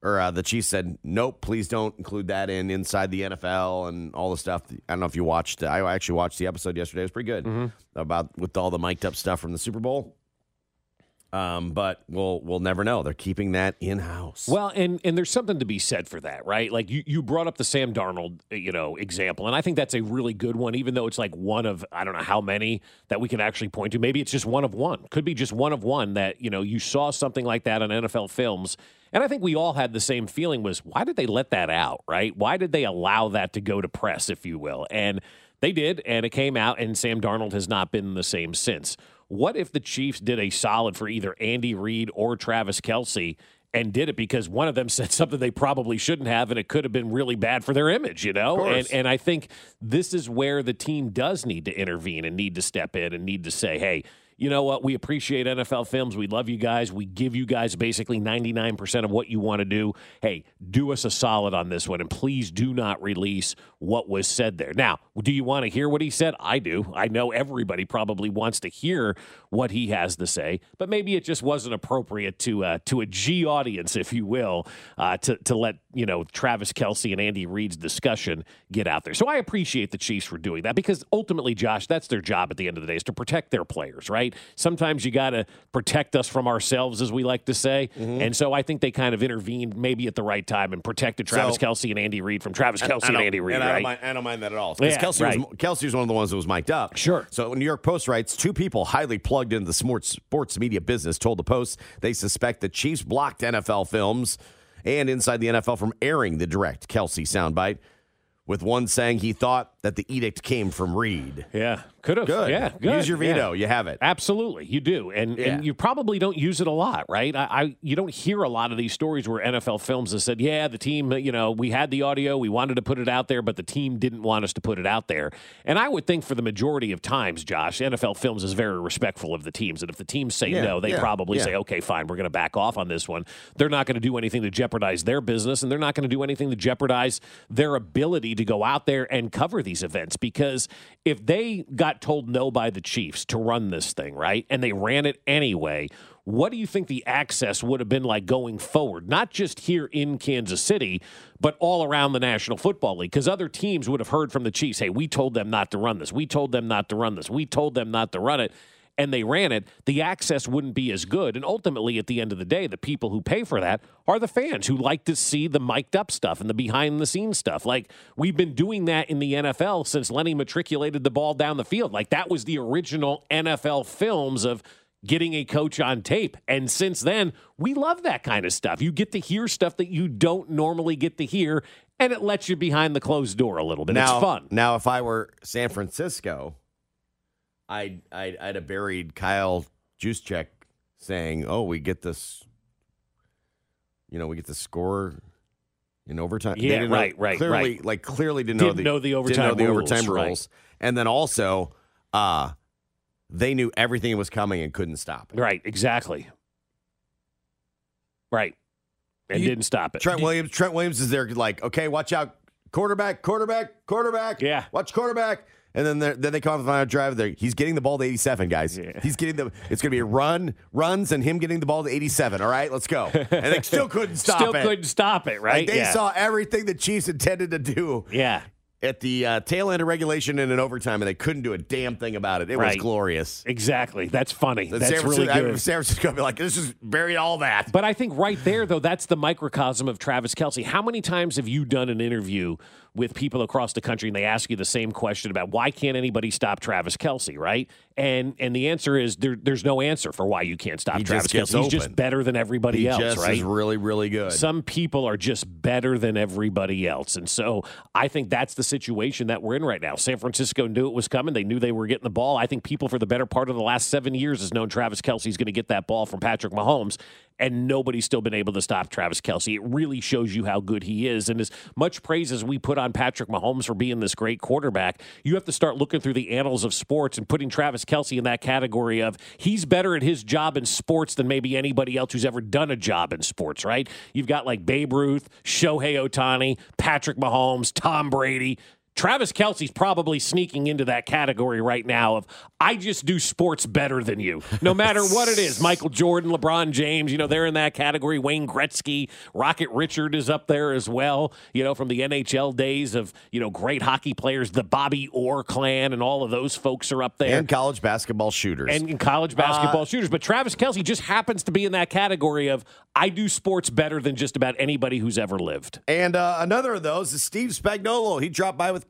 [SPEAKER 2] or uh, the Chiefs said nope. Please don't include that in inside the NFL and all the stuff. I don't know if you watched. I actually watched the episode yesterday. It was pretty good
[SPEAKER 3] Mm-hmm.
[SPEAKER 2] about with all the mic'd up stuff from the Super Bowl. Um, but we'll we'll never know. They're keeping that in house.
[SPEAKER 3] Well, and and there's something to be said for that, right? Like you, you brought up the Sam Darnold, uh, you know, example, and I think that's a really good one, even though it's like one of I don't know how many that we can actually point to. Maybe it's just one of one. Could be just one of one that you know you saw something like that on NFL films, and I think we all had the same feeling: was why did they let that out, right? Why did they allow that to go to press, if you will? And they did, and it came out, and Sam Darnold has not been the same since. What if the Chiefs did a solid for either Andy Reid or Travis Kelsey and did it because one of them (laughs) said something they probably shouldn't have, and it could have been really bad for their image, you know?
[SPEAKER 2] course.
[SPEAKER 3] And, and I think this is where the team does need to intervene and need to step in and need to say, hey, you know what? We appreciate NFL films. We love you guys. We give you guys basically 99% of what you want to do. Hey, do us a solid on this one, and please do not release what was said there. Now, do you want to hear what he said? I do. I know everybody probably wants to hear what he has to say, but maybe it just wasn't appropriate to uh, to a G audience, if you will, uh, to to let you know Travis Kelsey and Andy Reid's discussion get out there. So I appreciate the Chiefs for doing that because ultimately, Josh, that's their job at the end of the day is to protect their players, right? Sometimes you got to protect us from ourselves, as we like to say,
[SPEAKER 2] Mm-hmm.
[SPEAKER 3] and so I think they kind of intervened maybe at the right time and protected Travis
[SPEAKER 2] So-
[SPEAKER 3] Kelsey and Andy Reid from Travis Kelsey and
[SPEAKER 2] don't-
[SPEAKER 3] Andy Reid,
[SPEAKER 2] and I,
[SPEAKER 3] right?
[SPEAKER 2] don't mind, I don't mind that at all. 'Cause
[SPEAKER 3] Yeah,
[SPEAKER 2] Kelsey, was,
[SPEAKER 3] right.
[SPEAKER 2] Kelsey was one of the ones that was mic'd up.
[SPEAKER 3] Sure.
[SPEAKER 2] So New York Post writes, two people highly plugged into the sports, sports media business told the Post they suspect the Chiefs blocked NFL films and inside the NFL from airing the direct Kelsey soundbite, with one saying he thought that the edict came from Reed.
[SPEAKER 3] Yeah, could have.
[SPEAKER 2] Good.
[SPEAKER 3] Yeah, good.
[SPEAKER 2] Use your
[SPEAKER 3] yeah.
[SPEAKER 2] veto. You have it.
[SPEAKER 3] Absolutely, you do, and
[SPEAKER 2] Yeah.
[SPEAKER 3] and you probably don't use it a lot, right? I, I you don't hear a lot of these stories where NFL films have said, "Yeah, the team, you know, we had the audio, we wanted to put it out there, but the team didn't want us to put it out there." And I would think for the majority of times, Josh, NFL films is very respectful of the teams, and if the teams say
[SPEAKER 2] Yeah,
[SPEAKER 3] no, they
[SPEAKER 2] yeah,
[SPEAKER 3] probably
[SPEAKER 2] yeah.
[SPEAKER 3] say, "Okay, fine, we're going to back off on this one." They're not going to do anything to jeopardize their business, and they're not going to do anything to jeopardize their ability to go out there and cover these events because if they got told no by the Chiefs to run this thing, right? And they ran it anyway, what do you think the access would have been like going forward? Not just here in Kansas City, but all around the National Football League because other teams would have heard from the Chiefs, "Hey, we told them not to run this. We told them not to run this. We told them not to run it." and they ran it, the access wouldn't be as good. And ultimately, at the end of the day, the people who pay for that are the fans who like to see the mic'd up stuff and the behind the scenes stuff. Like we've been doing that in the NFL since Lenny matriculated the ball down the field. Like that was the original NFL films of getting a coach on tape. And since then, we love that kind of stuff. You get to hear stuff that you don't normally get to hear, and it lets you behind the closed door a little bit.
[SPEAKER 2] now,
[SPEAKER 3] it's fun.
[SPEAKER 2] Now, if I were San Francisco, I'd I'd, I'd have buried Kyle Juicecheck saying, "Oh, we get this, you know, we get the score in overtime.
[SPEAKER 3] Yeah,
[SPEAKER 2] didn't know-
[SPEAKER 3] right, right,
[SPEAKER 2] Clearly,
[SPEAKER 3] right.
[SPEAKER 2] like clearly didn't,
[SPEAKER 3] Didn't know the overtime
[SPEAKER 2] didn't know the
[SPEAKER 3] rules,
[SPEAKER 2] overtime
[SPEAKER 3] right.
[SPEAKER 2] rules, and then also, uh they knew everything was coming and couldn't stop it.
[SPEAKER 3] Right, exactly. Right. And didn't stop it.
[SPEAKER 2] Trent Williams. Trent Williams is there, like, okay, watch out, quarterback, quarterback, quarterback. Yeah, watch quarterback. And then they're- then they come off the final drive. There, he's getting the ball to eighty-seven, guys. He's getting the. It's going to be a run, runs, and him getting the ball to eighty-seven. All right, let's go. (laughs) And they still couldn't stop
[SPEAKER 3] Still
[SPEAKER 2] it.
[SPEAKER 3] couldn't stop it, right?
[SPEAKER 2] Like, they
[SPEAKER 3] Yeah.
[SPEAKER 2] saw everything the Chiefs intended to do.
[SPEAKER 3] Yeah.
[SPEAKER 2] At the uh, tail end of regulation and in overtime, and they couldn't do a damn thing about it. It
[SPEAKER 3] Right.
[SPEAKER 2] was glorious.
[SPEAKER 3] Exactly. That's funny.
[SPEAKER 2] And
[SPEAKER 3] That's
[SPEAKER 2] San
[SPEAKER 3] really
[SPEAKER 2] Francisco,
[SPEAKER 3] good.
[SPEAKER 2] San Francisco be like, this is buried all that.
[SPEAKER 3] But I think right there, though, that's the microcosm of Travis Kelsey. How many times have you done an interview with people across the country and they ask you the same question about why can't anybody stop Travis Kelsey, right? And and the answer is there, there's no answer for why you can't stop
[SPEAKER 2] He just
[SPEAKER 3] Travis
[SPEAKER 2] gets
[SPEAKER 3] Kelsey. He's
[SPEAKER 2] open.
[SPEAKER 3] just better than everybody
[SPEAKER 2] he
[SPEAKER 3] else,
[SPEAKER 2] just
[SPEAKER 3] right?
[SPEAKER 2] is really, really good.
[SPEAKER 3] Some people are just better than everybody else. And so I think that's the situation that we're in right now. San Francisco knew it was coming. They knew they were getting the ball. I think people for the better part of the last seven years has known Travis Kelsey's going to get that ball from Patrick Mahomes. And nobody's still been able to stop Travis Kelsey. It really shows you how good he is. And as much praise as we put on Patrick Mahomes for being this great quarterback, you have to start looking through the annals of sports and putting Travis Kelsey in that category of he's better at his job in sports than maybe anybody else who's ever done a job in sports, right? You've got like Babe Ruth, Shohei Otani, Patrick Mahomes, Tom Brady. Travis Kelsey's probably sneaking into that category right now of I just do sports better than you. No matter what it is, Michael Jordan, LeBron James, you know, they're in that category. Wayne Gretzky, Rocket Richard is up there as well, you know, from the NHL days of, you know, great hockey players, the Bobby Orr clan and all of those folks are up there.
[SPEAKER 2] and college basketball shooters.
[SPEAKER 3] And in college basketball shooters. But Travis Kelsey just happens to be in that category of I do sports better than just about anybody who's ever lived.
[SPEAKER 2] And uh, another of those is Steve Spagnolo. He dropped by with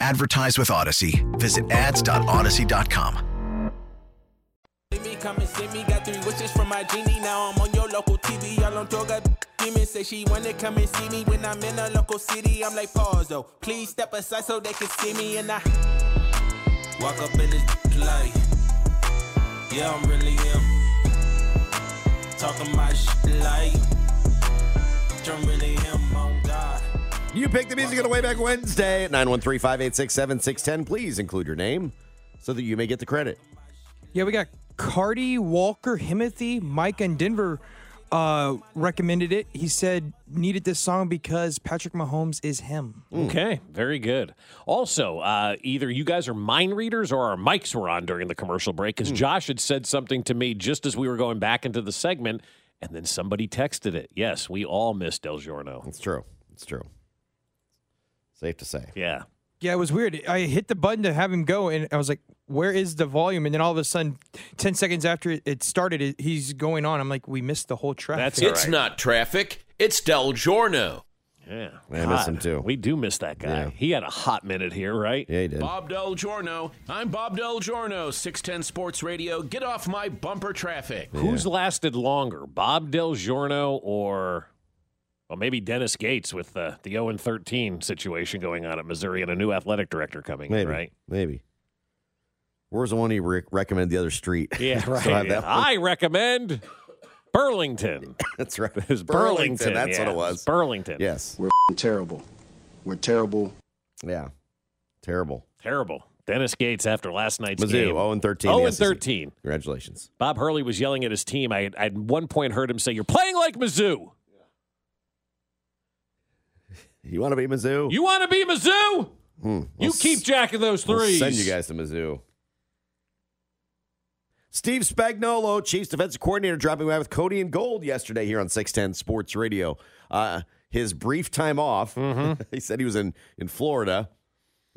[SPEAKER 8] Advertise with Odyssey. Visit ads.odyssey.com.
[SPEAKER 9] me, come and see me. Got three wishes from my genie. Now I'm on your local TV. Y'all on toga. Demon say she wanna come and see me when I'm in a local city. I'm like pause though. Please step aside so they can see me. And I walk up in this like, yeah, I'm really him. Talking my shit like, I'm really him. On God.
[SPEAKER 2] You pick the music on the way back Wednesday at 913 586 7610. Please include your name so that you may get the credit.
[SPEAKER 4] Yeah, we got Cardi, Walker, Himothy, Mike, and Denver uh, recommended it. He said needed this song because Patrick Mahomes is him.
[SPEAKER 2] Hmm.
[SPEAKER 3] Mm. Okay, very good. Also, uh, either you guys are mind readers or our mics were on during the commercial break
[SPEAKER 2] Hmm.
[SPEAKER 3] because Josh had said something to me just as we were going back into the segment, and then somebody texted it. Yes, we all missed Del Giorno.
[SPEAKER 2] It's true. It's true. Safe to say.
[SPEAKER 3] Yeah.
[SPEAKER 4] Yeah, it was weird. I hit the button to have him go, and I was like, "Where is the volume?" And then all of a sudden, ten seconds after it- it started, it, he's going on. I'm like, "We missed the whole track."
[SPEAKER 10] it's not traffic. It's Del Giorno.
[SPEAKER 3] Yeah.
[SPEAKER 2] I miss him too.
[SPEAKER 3] We do miss that guy. He had a hot minute here, right?
[SPEAKER 2] Yeah, he did.
[SPEAKER 10] Bob Del Giorno. I'm Bob Del Giorno, 610 Sports Radio. Get off my bumper traffic.
[SPEAKER 3] Who's lasted longer, Bob Del Giorno or, well, maybe Dennis Gates with uh, the 0 and 13 situation going on at Missouri and a new athletic director coming in,
[SPEAKER 2] Maybe. (laughs)
[SPEAKER 3] right?
[SPEAKER 2] Maybe. Where's the one he re- recommended the other street?
[SPEAKER 3] Yeah,
[SPEAKER 2] (laughs) So
[SPEAKER 3] right. Ah,
[SPEAKER 2] I have that one.
[SPEAKER 3] I recommend Burlington.
[SPEAKER 2] (laughs) That's right.
[SPEAKER 3] It was Burlington.
[SPEAKER 2] Burlington, that's what
[SPEAKER 3] yeah.
[SPEAKER 2] it was.
[SPEAKER 3] was Burlington.
[SPEAKER 2] Yes.
[SPEAKER 5] We're f***ing terrible. We're terrible.
[SPEAKER 2] Yeah. Terrible.
[SPEAKER 3] Terrible. Dennis Gates after last night's
[SPEAKER 2] Mizzou,
[SPEAKER 3] game.
[SPEAKER 2] 0 and 13.
[SPEAKER 3] 0
[SPEAKER 2] the
[SPEAKER 3] and
[SPEAKER 2] SEC.
[SPEAKER 3] 13.
[SPEAKER 2] Congratulations.
[SPEAKER 3] Bob Hurley was yelling at his team. I I at one point heard him say, "You're playing like Mizzou.
[SPEAKER 2] (laughs) You want to be Mizzou?
[SPEAKER 3] You want to be Mizzou?
[SPEAKER 2] Hmm.
[SPEAKER 3] you keep jacking those
[SPEAKER 2] We'll
[SPEAKER 3] threes. (laughs)
[SPEAKER 2] send you guys to Mizzou. Steve Spagnolo, Chiefs defensive coordinator, dropping by with Cody and Gold yesterday here on 610 Sports Radio. Uh, his brief time off,
[SPEAKER 3] Mm-hmm.
[SPEAKER 2] (laughs) he said he was in, in Florida,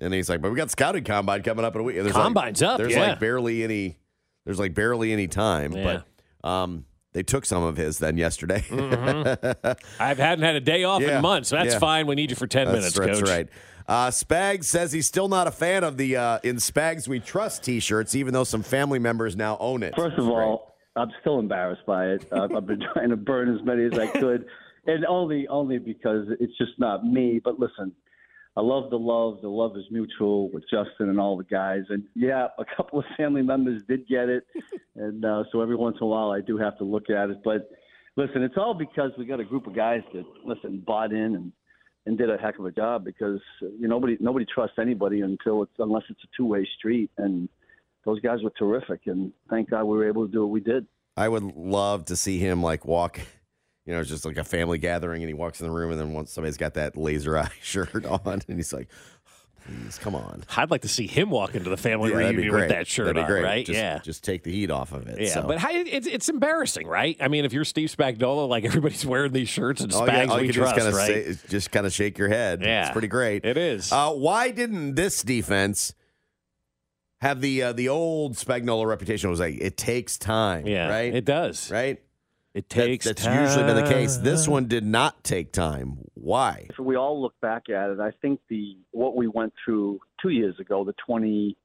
[SPEAKER 2] and he's like, but we got scouting combine coming up in a week. There's like-
[SPEAKER 3] Combine's up,
[SPEAKER 2] There's
[SPEAKER 3] yeah.
[SPEAKER 2] like barely any, there's like barely any time,
[SPEAKER 3] Yeah.
[SPEAKER 2] but um, they took some of his then yesterday. (laughs)
[SPEAKER 3] Mhm. I've hadn't had a day off
[SPEAKER 2] Yeah,
[SPEAKER 3] in months. That's
[SPEAKER 2] yeah.
[SPEAKER 3] fine. We need you for ten minutes,
[SPEAKER 2] That's- that's
[SPEAKER 3] coach.
[SPEAKER 2] right. Uh, Spags says he's still not a fan of the uh, "In Spags We Trust" T-shirts, even though some family members now own it.
[SPEAKER 11] First of all, I'm still embarrassed by it. Uh, I've been (laughs) trying to burn as many as I could, and only only because it's just not me. But listen, I love the love. The love is mutual with Justin and all the guys. And yeah, a couple of family members did get it, and uh, so every once in a while I do have to look at it. But listen, it's all because we got a group of guys that listen bought in and and did a heck of a job because uh, you know, nobody nobody trusts anybody until it's unless it's a two way street and. Those guys were terrific, and thank God we were able to do what we did.
[SPEAKER 2] (laughs) I would love to see him like walk. You know, it's just like a family gathering, and he walks in the room, and then once somebody's got that laser eye (laughs) shirt on, and he's like, "Oh, "Please, come on."
[SPEAKER 3] I'd like to see him walk into the family
[SPEAKER 2] Yeah, that'd be
[SPEAKER 3] reunion with
[SPEAKER 2] great.
[SPEAKER 3] that shirt
[SPEAKER 2] That'd be
[SPEAKER 3] on,
[SPEAKER 2] great.
[SPEAKER 3] right?
[SPEAKER 2] Just-
[SPEAKER 3] yeah.
[SPEAKER 2] just take the heat off of it.
[SPEAKER 3] Yeah,
[SPEAKER 2] so.
[SPEAKER 3] but how, it's it's embarrassing, right? I mean, if you're Steve Spagnuolo, like everybody's wearing these shirts and
[SPEAKER 2] All you-
[SPEAKER 3] Spags
[SPEAKER 2] Oh, all
[SPEAKER 3] we
[SPEAKER 2] you can do is
[SPEAKER 3] trust,
[SPEAKER 2] kinda
[SPEAKER 3] right?
[SPEAKER 2] say- is just kind of shake your head.
[SPEAKER 3] Yeah.
[SPEAKER 2] it's pretty great.
[SPEAKER 3] It is.
[SPEAKER 2] Uh, why didn't this defense have the uh, the old Spagnuolo reputation? It was like it takes time.
[SPEAKER 3] Yeah,
[SPEAKER 2] right.
[SPEAKER 3] it does.
[SPEAKER 2] Right.
[SPEAKER 3] It takes.
[SPEAKER 2] That's usually been the case. This one did not take time. Why?
[SPEAKER 11] If we all look back at it, I think the what we went through two years ago, the 2022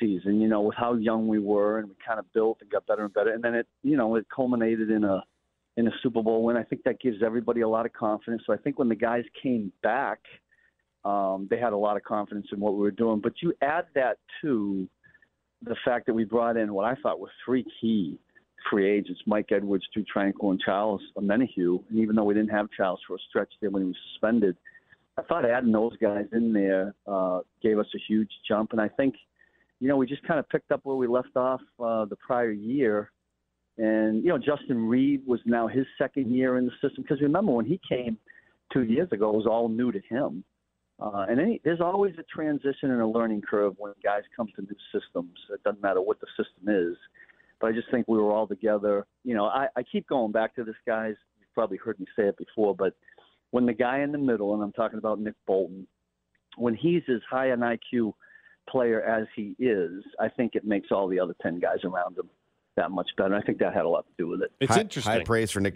[SPEAKER 11] season, you know, with how young we were, and we kind of built and got better and better, and then it, you know, it culminated in a in a Super Bowl win. I think that gives everybody a lot of confidence. So I think when the guys came back, um, they had a lot of confidence in what we were doing. But you add that to the fact that we brought in what I thought were three key free agents Mike Edwards, Drew Tranquil, and Charles Menahue. And even though we didn't have Charles for a stretch there when he was suspended, I thought adding those guys in there uh, gave us a huge jump. And I think, you know, we just kind of picked up where we left off uh, the prior year. And, you know, Justin Reed was now his second year in the system. Because remember, when he came two years ago, it was all new to him. Uh, and any, there's always a transition and a learning curve when guys come to new systems. It doesn't matter what the system is. But I just think we were all together. You know, I, I keep going back to this, guys. You've probably heard me say it before, but when the guy in the middle, and I'm talking about Nick Bolton, when he's as high an IQ player as he is, I think it makes all the other 10 guys around him that much better. I think that had a lot to do with it.
[SPEAKER 3] It's interesting.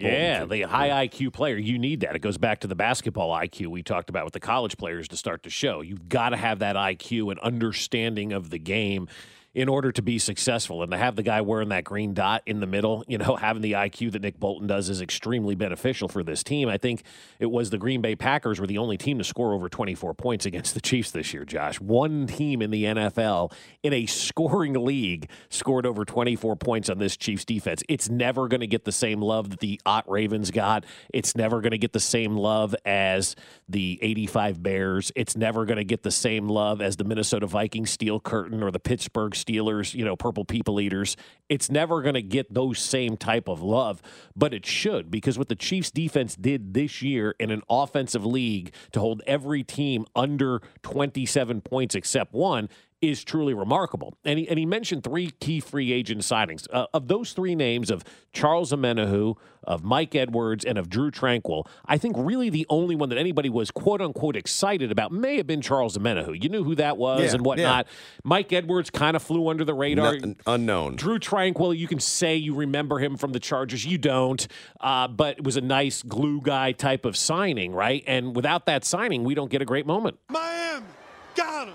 [SPEAKER 3] Yeah, the high IQ player, you need that. It goes back to the basketball IQ we talked about with the college players to start the show. You've got to have that IQ and understanding of the game in order to be successful. And to have the guy wearing that green dot in the middle, you know, (laughs) having the IQ that Nick Bolton does is extremely beneficial for this team. I think it was the Green Bay Packers were the only team to score over 24 points against the Chiefs this year, Josh. One team in the NFL in a scoring league scored over 24 points on this Chiefs defense. It's never going to get the same love that the Ott Ravens got. It's never going to get the same love as the 85 Bears. It's never going to get the same love as the Minnesota Vikings Steel Curtain or the Pittsburgh Steelers, you know, Purple People Eaters. It's never going to get those same type of love, but it should because what the Chiefs defense did this year in an offensive league to hold every team under 27 points except one is truly remarkable. And he, and he mentioned three key free agent signings. Uh, of those three names of Charles Amenahu, of Mike Edwards, and of Drew Tranquil, I think really the only one that anybody was quote unquote excited about may have been Charles Amenahu. You knew who that was
[SPEAKER 2] Yeah,
[SPEAKER 3] and whatnot. Mike Edwards kind of flew under the radar.
[SPEAKER 2] N- unknown.
[SPEAKER 3] Drew Tranquil, you can say you remember him from the Chargers. You don't, uh, but it was a nice glue guy type of signing, right? And without that signing, we don't get a great moment.
[SPEAKER 12] Miami, got him.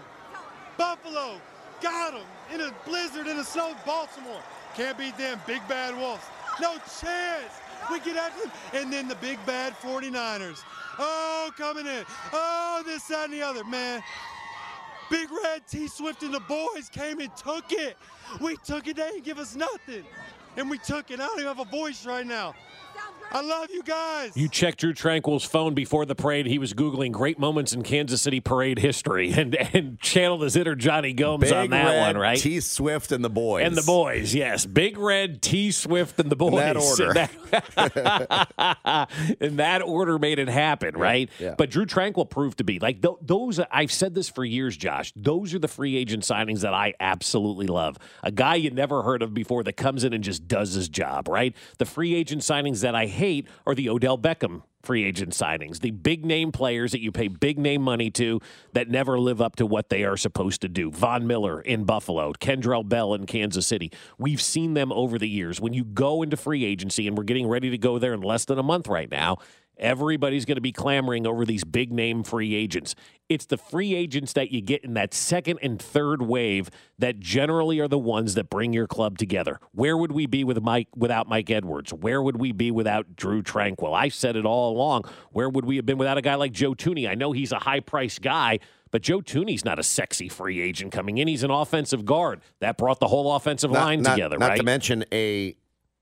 [SPEAKER 12] Buffalo, got him. In a blizzard, in the snow, Baltimore. Can't beat them, big bad wolves. No chance. We get after them. And then the big bad 49ers. Oh, coming in. Oh, this, that, and the other. Man, Big Red, T Swift, and the boys came and took it. We took it. They didn't give us nothing. And we took it. I don't even have a voice right now. I love you guys.
[SPEAKER 3] You checked Drew Tranquil's phone before the parade. He was Googling great moments in Kansas City parade history (laughs) and, and channeled his inner Johnny Gomes
[SPEAKER 2] Big
[SPEAKER 3] on that
[SPEAKER 2] Red,
[SPEAKER 3] one, right?
[SPEAKER 2] T Swift and the boys.
[SPEAKER 3] And the boys, yes. Big Red, T Swift, and the boys. (laughs)
[SPEAKER 2] that order.
[SPEAKER 3] that, (laughs) in that order made it happen, right?
[SPEAKER 2] yeah.
[SPEAKER 3] But Drew Tranquil proved to be like th- those. I've said this for years, Josh. Those are the free agent signings that I absolutely love. A guy you never heard of before that comes in and just does his job, right? The free agent signings that I hate are the Odell Beckham free agent signings, the big name players that you pay big name money to that never live up to what they are supposed to do. Von Miller in Buffalo, Kendrell Bell in Kansas City. We've seen them over the years. When you go into free agency, and we're getting ready to go there in less than a month right now, Everybody's going to be clamoring over these big name free agents. It's the free agents that you get in that second and third wave that generally are the ones that bring your club together. Where would we be with Mike without Mike Edwards? Where would we be without Drew Tranquil? I said it all along. Where would we have been without a guy like Joe Tooney? I know he's a high price guy, but Joe Tooney's not a sexy free agent coming in. He's an offensive guard. That brought the whole offensive
[SPEAKER 2] Not-
[SPEAKER 3] line
[SPEAKER 2] not-
[SPEAKER 3] together,
[SPEAKER 2] Not
[SPEAKER 3] right?
[SPEAKER 2] to mention a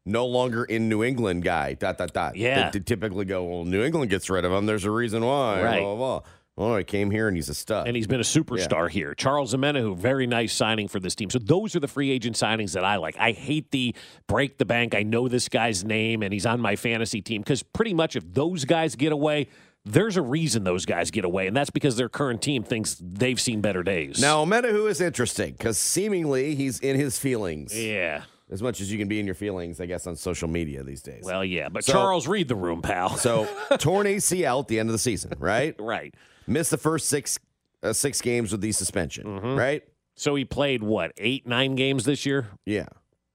[SPEAKER 2] no longer in New England guy. Dot dot dot.
[SPEAKER 3] Yeah.
[SPEAKER 2] They, they typically go, well, New England gets rid of him. There's a reason why.
[SPEAKER 3] Right.
[SPEAKER 2] Blah, blah, blah. Oh, he came here and he's a stud.
[SPEAKER 3] and he's been a superstar here. Charles Amenahu, very nice signing for this team. So those are the free agent signings that I like. I hate the break the bank. I know this guy's name and he's on my fantasy team because pretty much if those guys get away, there's a reason those guys get away, and that's because their current team thinks they've seen better days.
[SPEAKER 2] Now, Menahu is interesting because seemingly he's in his feelings.
[SPEAKER 3] Yeah.
[SPEAKER 2] As much as you can be in your feelings, I guess, on social media these days.
[SPEAKER 3] Well, yeah, but
[SPEAKER 2] So-
[SPEAKER 3] Charles, read the room, pal.
[SPEAKER 2] So
[SPEAKER 3] (laughs)
[SPEAKER 2] torn ACL at the end of the season, right?
[SPEAKER 3] right.
[SPEAKER 2] Missed the first six uh, six games with the suspension, right?
[SPEAKER 3] Mm-hmm. So he played what eight, nine games this year?
[SPEAKER 2] Yeah,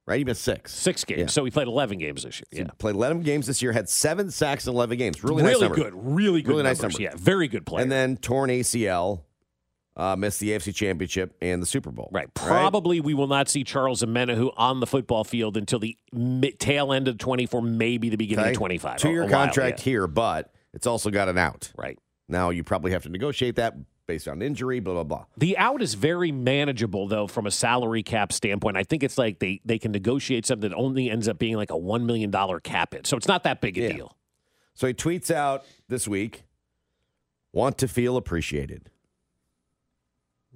[SPEAKER 2] right. He missed six,
[SPEAKER 3] six games.
[SPEAKER 2] Yeah.
[SPEAKER 3] So he played eleven games this year. Yeah,
[SPEAKER 2] Played 11 games this year, had seven sacks in 11 games. Really, nice
[SPEAKER 3] Really
[SPEAKER 2] number.
[SPEAKER 3] good, really good
[SPEAKER 2] Really nice
[SPEAKER 3] numbers.
[SPEAKER 2] number.
[SPEAKER 3] Yeah, very good player.
[SPEAKER 2] And then torn ACL, uh, missed the AFC Championship and the Super Bowl. Right.
[SPEAKER 3] Probably we will not see Charles Amenahu on the football field until the mid, tail end of 24, maybe the beginning of
[SPEAKER 2] Okay?
[SPEAKER 3] 25.
[SPEAKER 2] Two
[SPEAKER 3] A- a
[SPEAKER 2] year
[SPEAKER 3] while,
[SPEAKER 2] contract
[SPEAKER 3] yeah.
[SPEAKER 2] here, but it's also got an out.
[SPEAKER 3] Right.
[SPEAKER 2] Now you probably have to negotiate that based on injury, blah, blah, blah.
[SPEAKER 3] The out is very manageable, though, from a salary cap standpoint. I think it's like they, they can negotiate something that only ends up being like a $1 million cap hit. So it's not that big a deal.
[SPEAKER 2] So he tweets out this week, want to feel appreciated.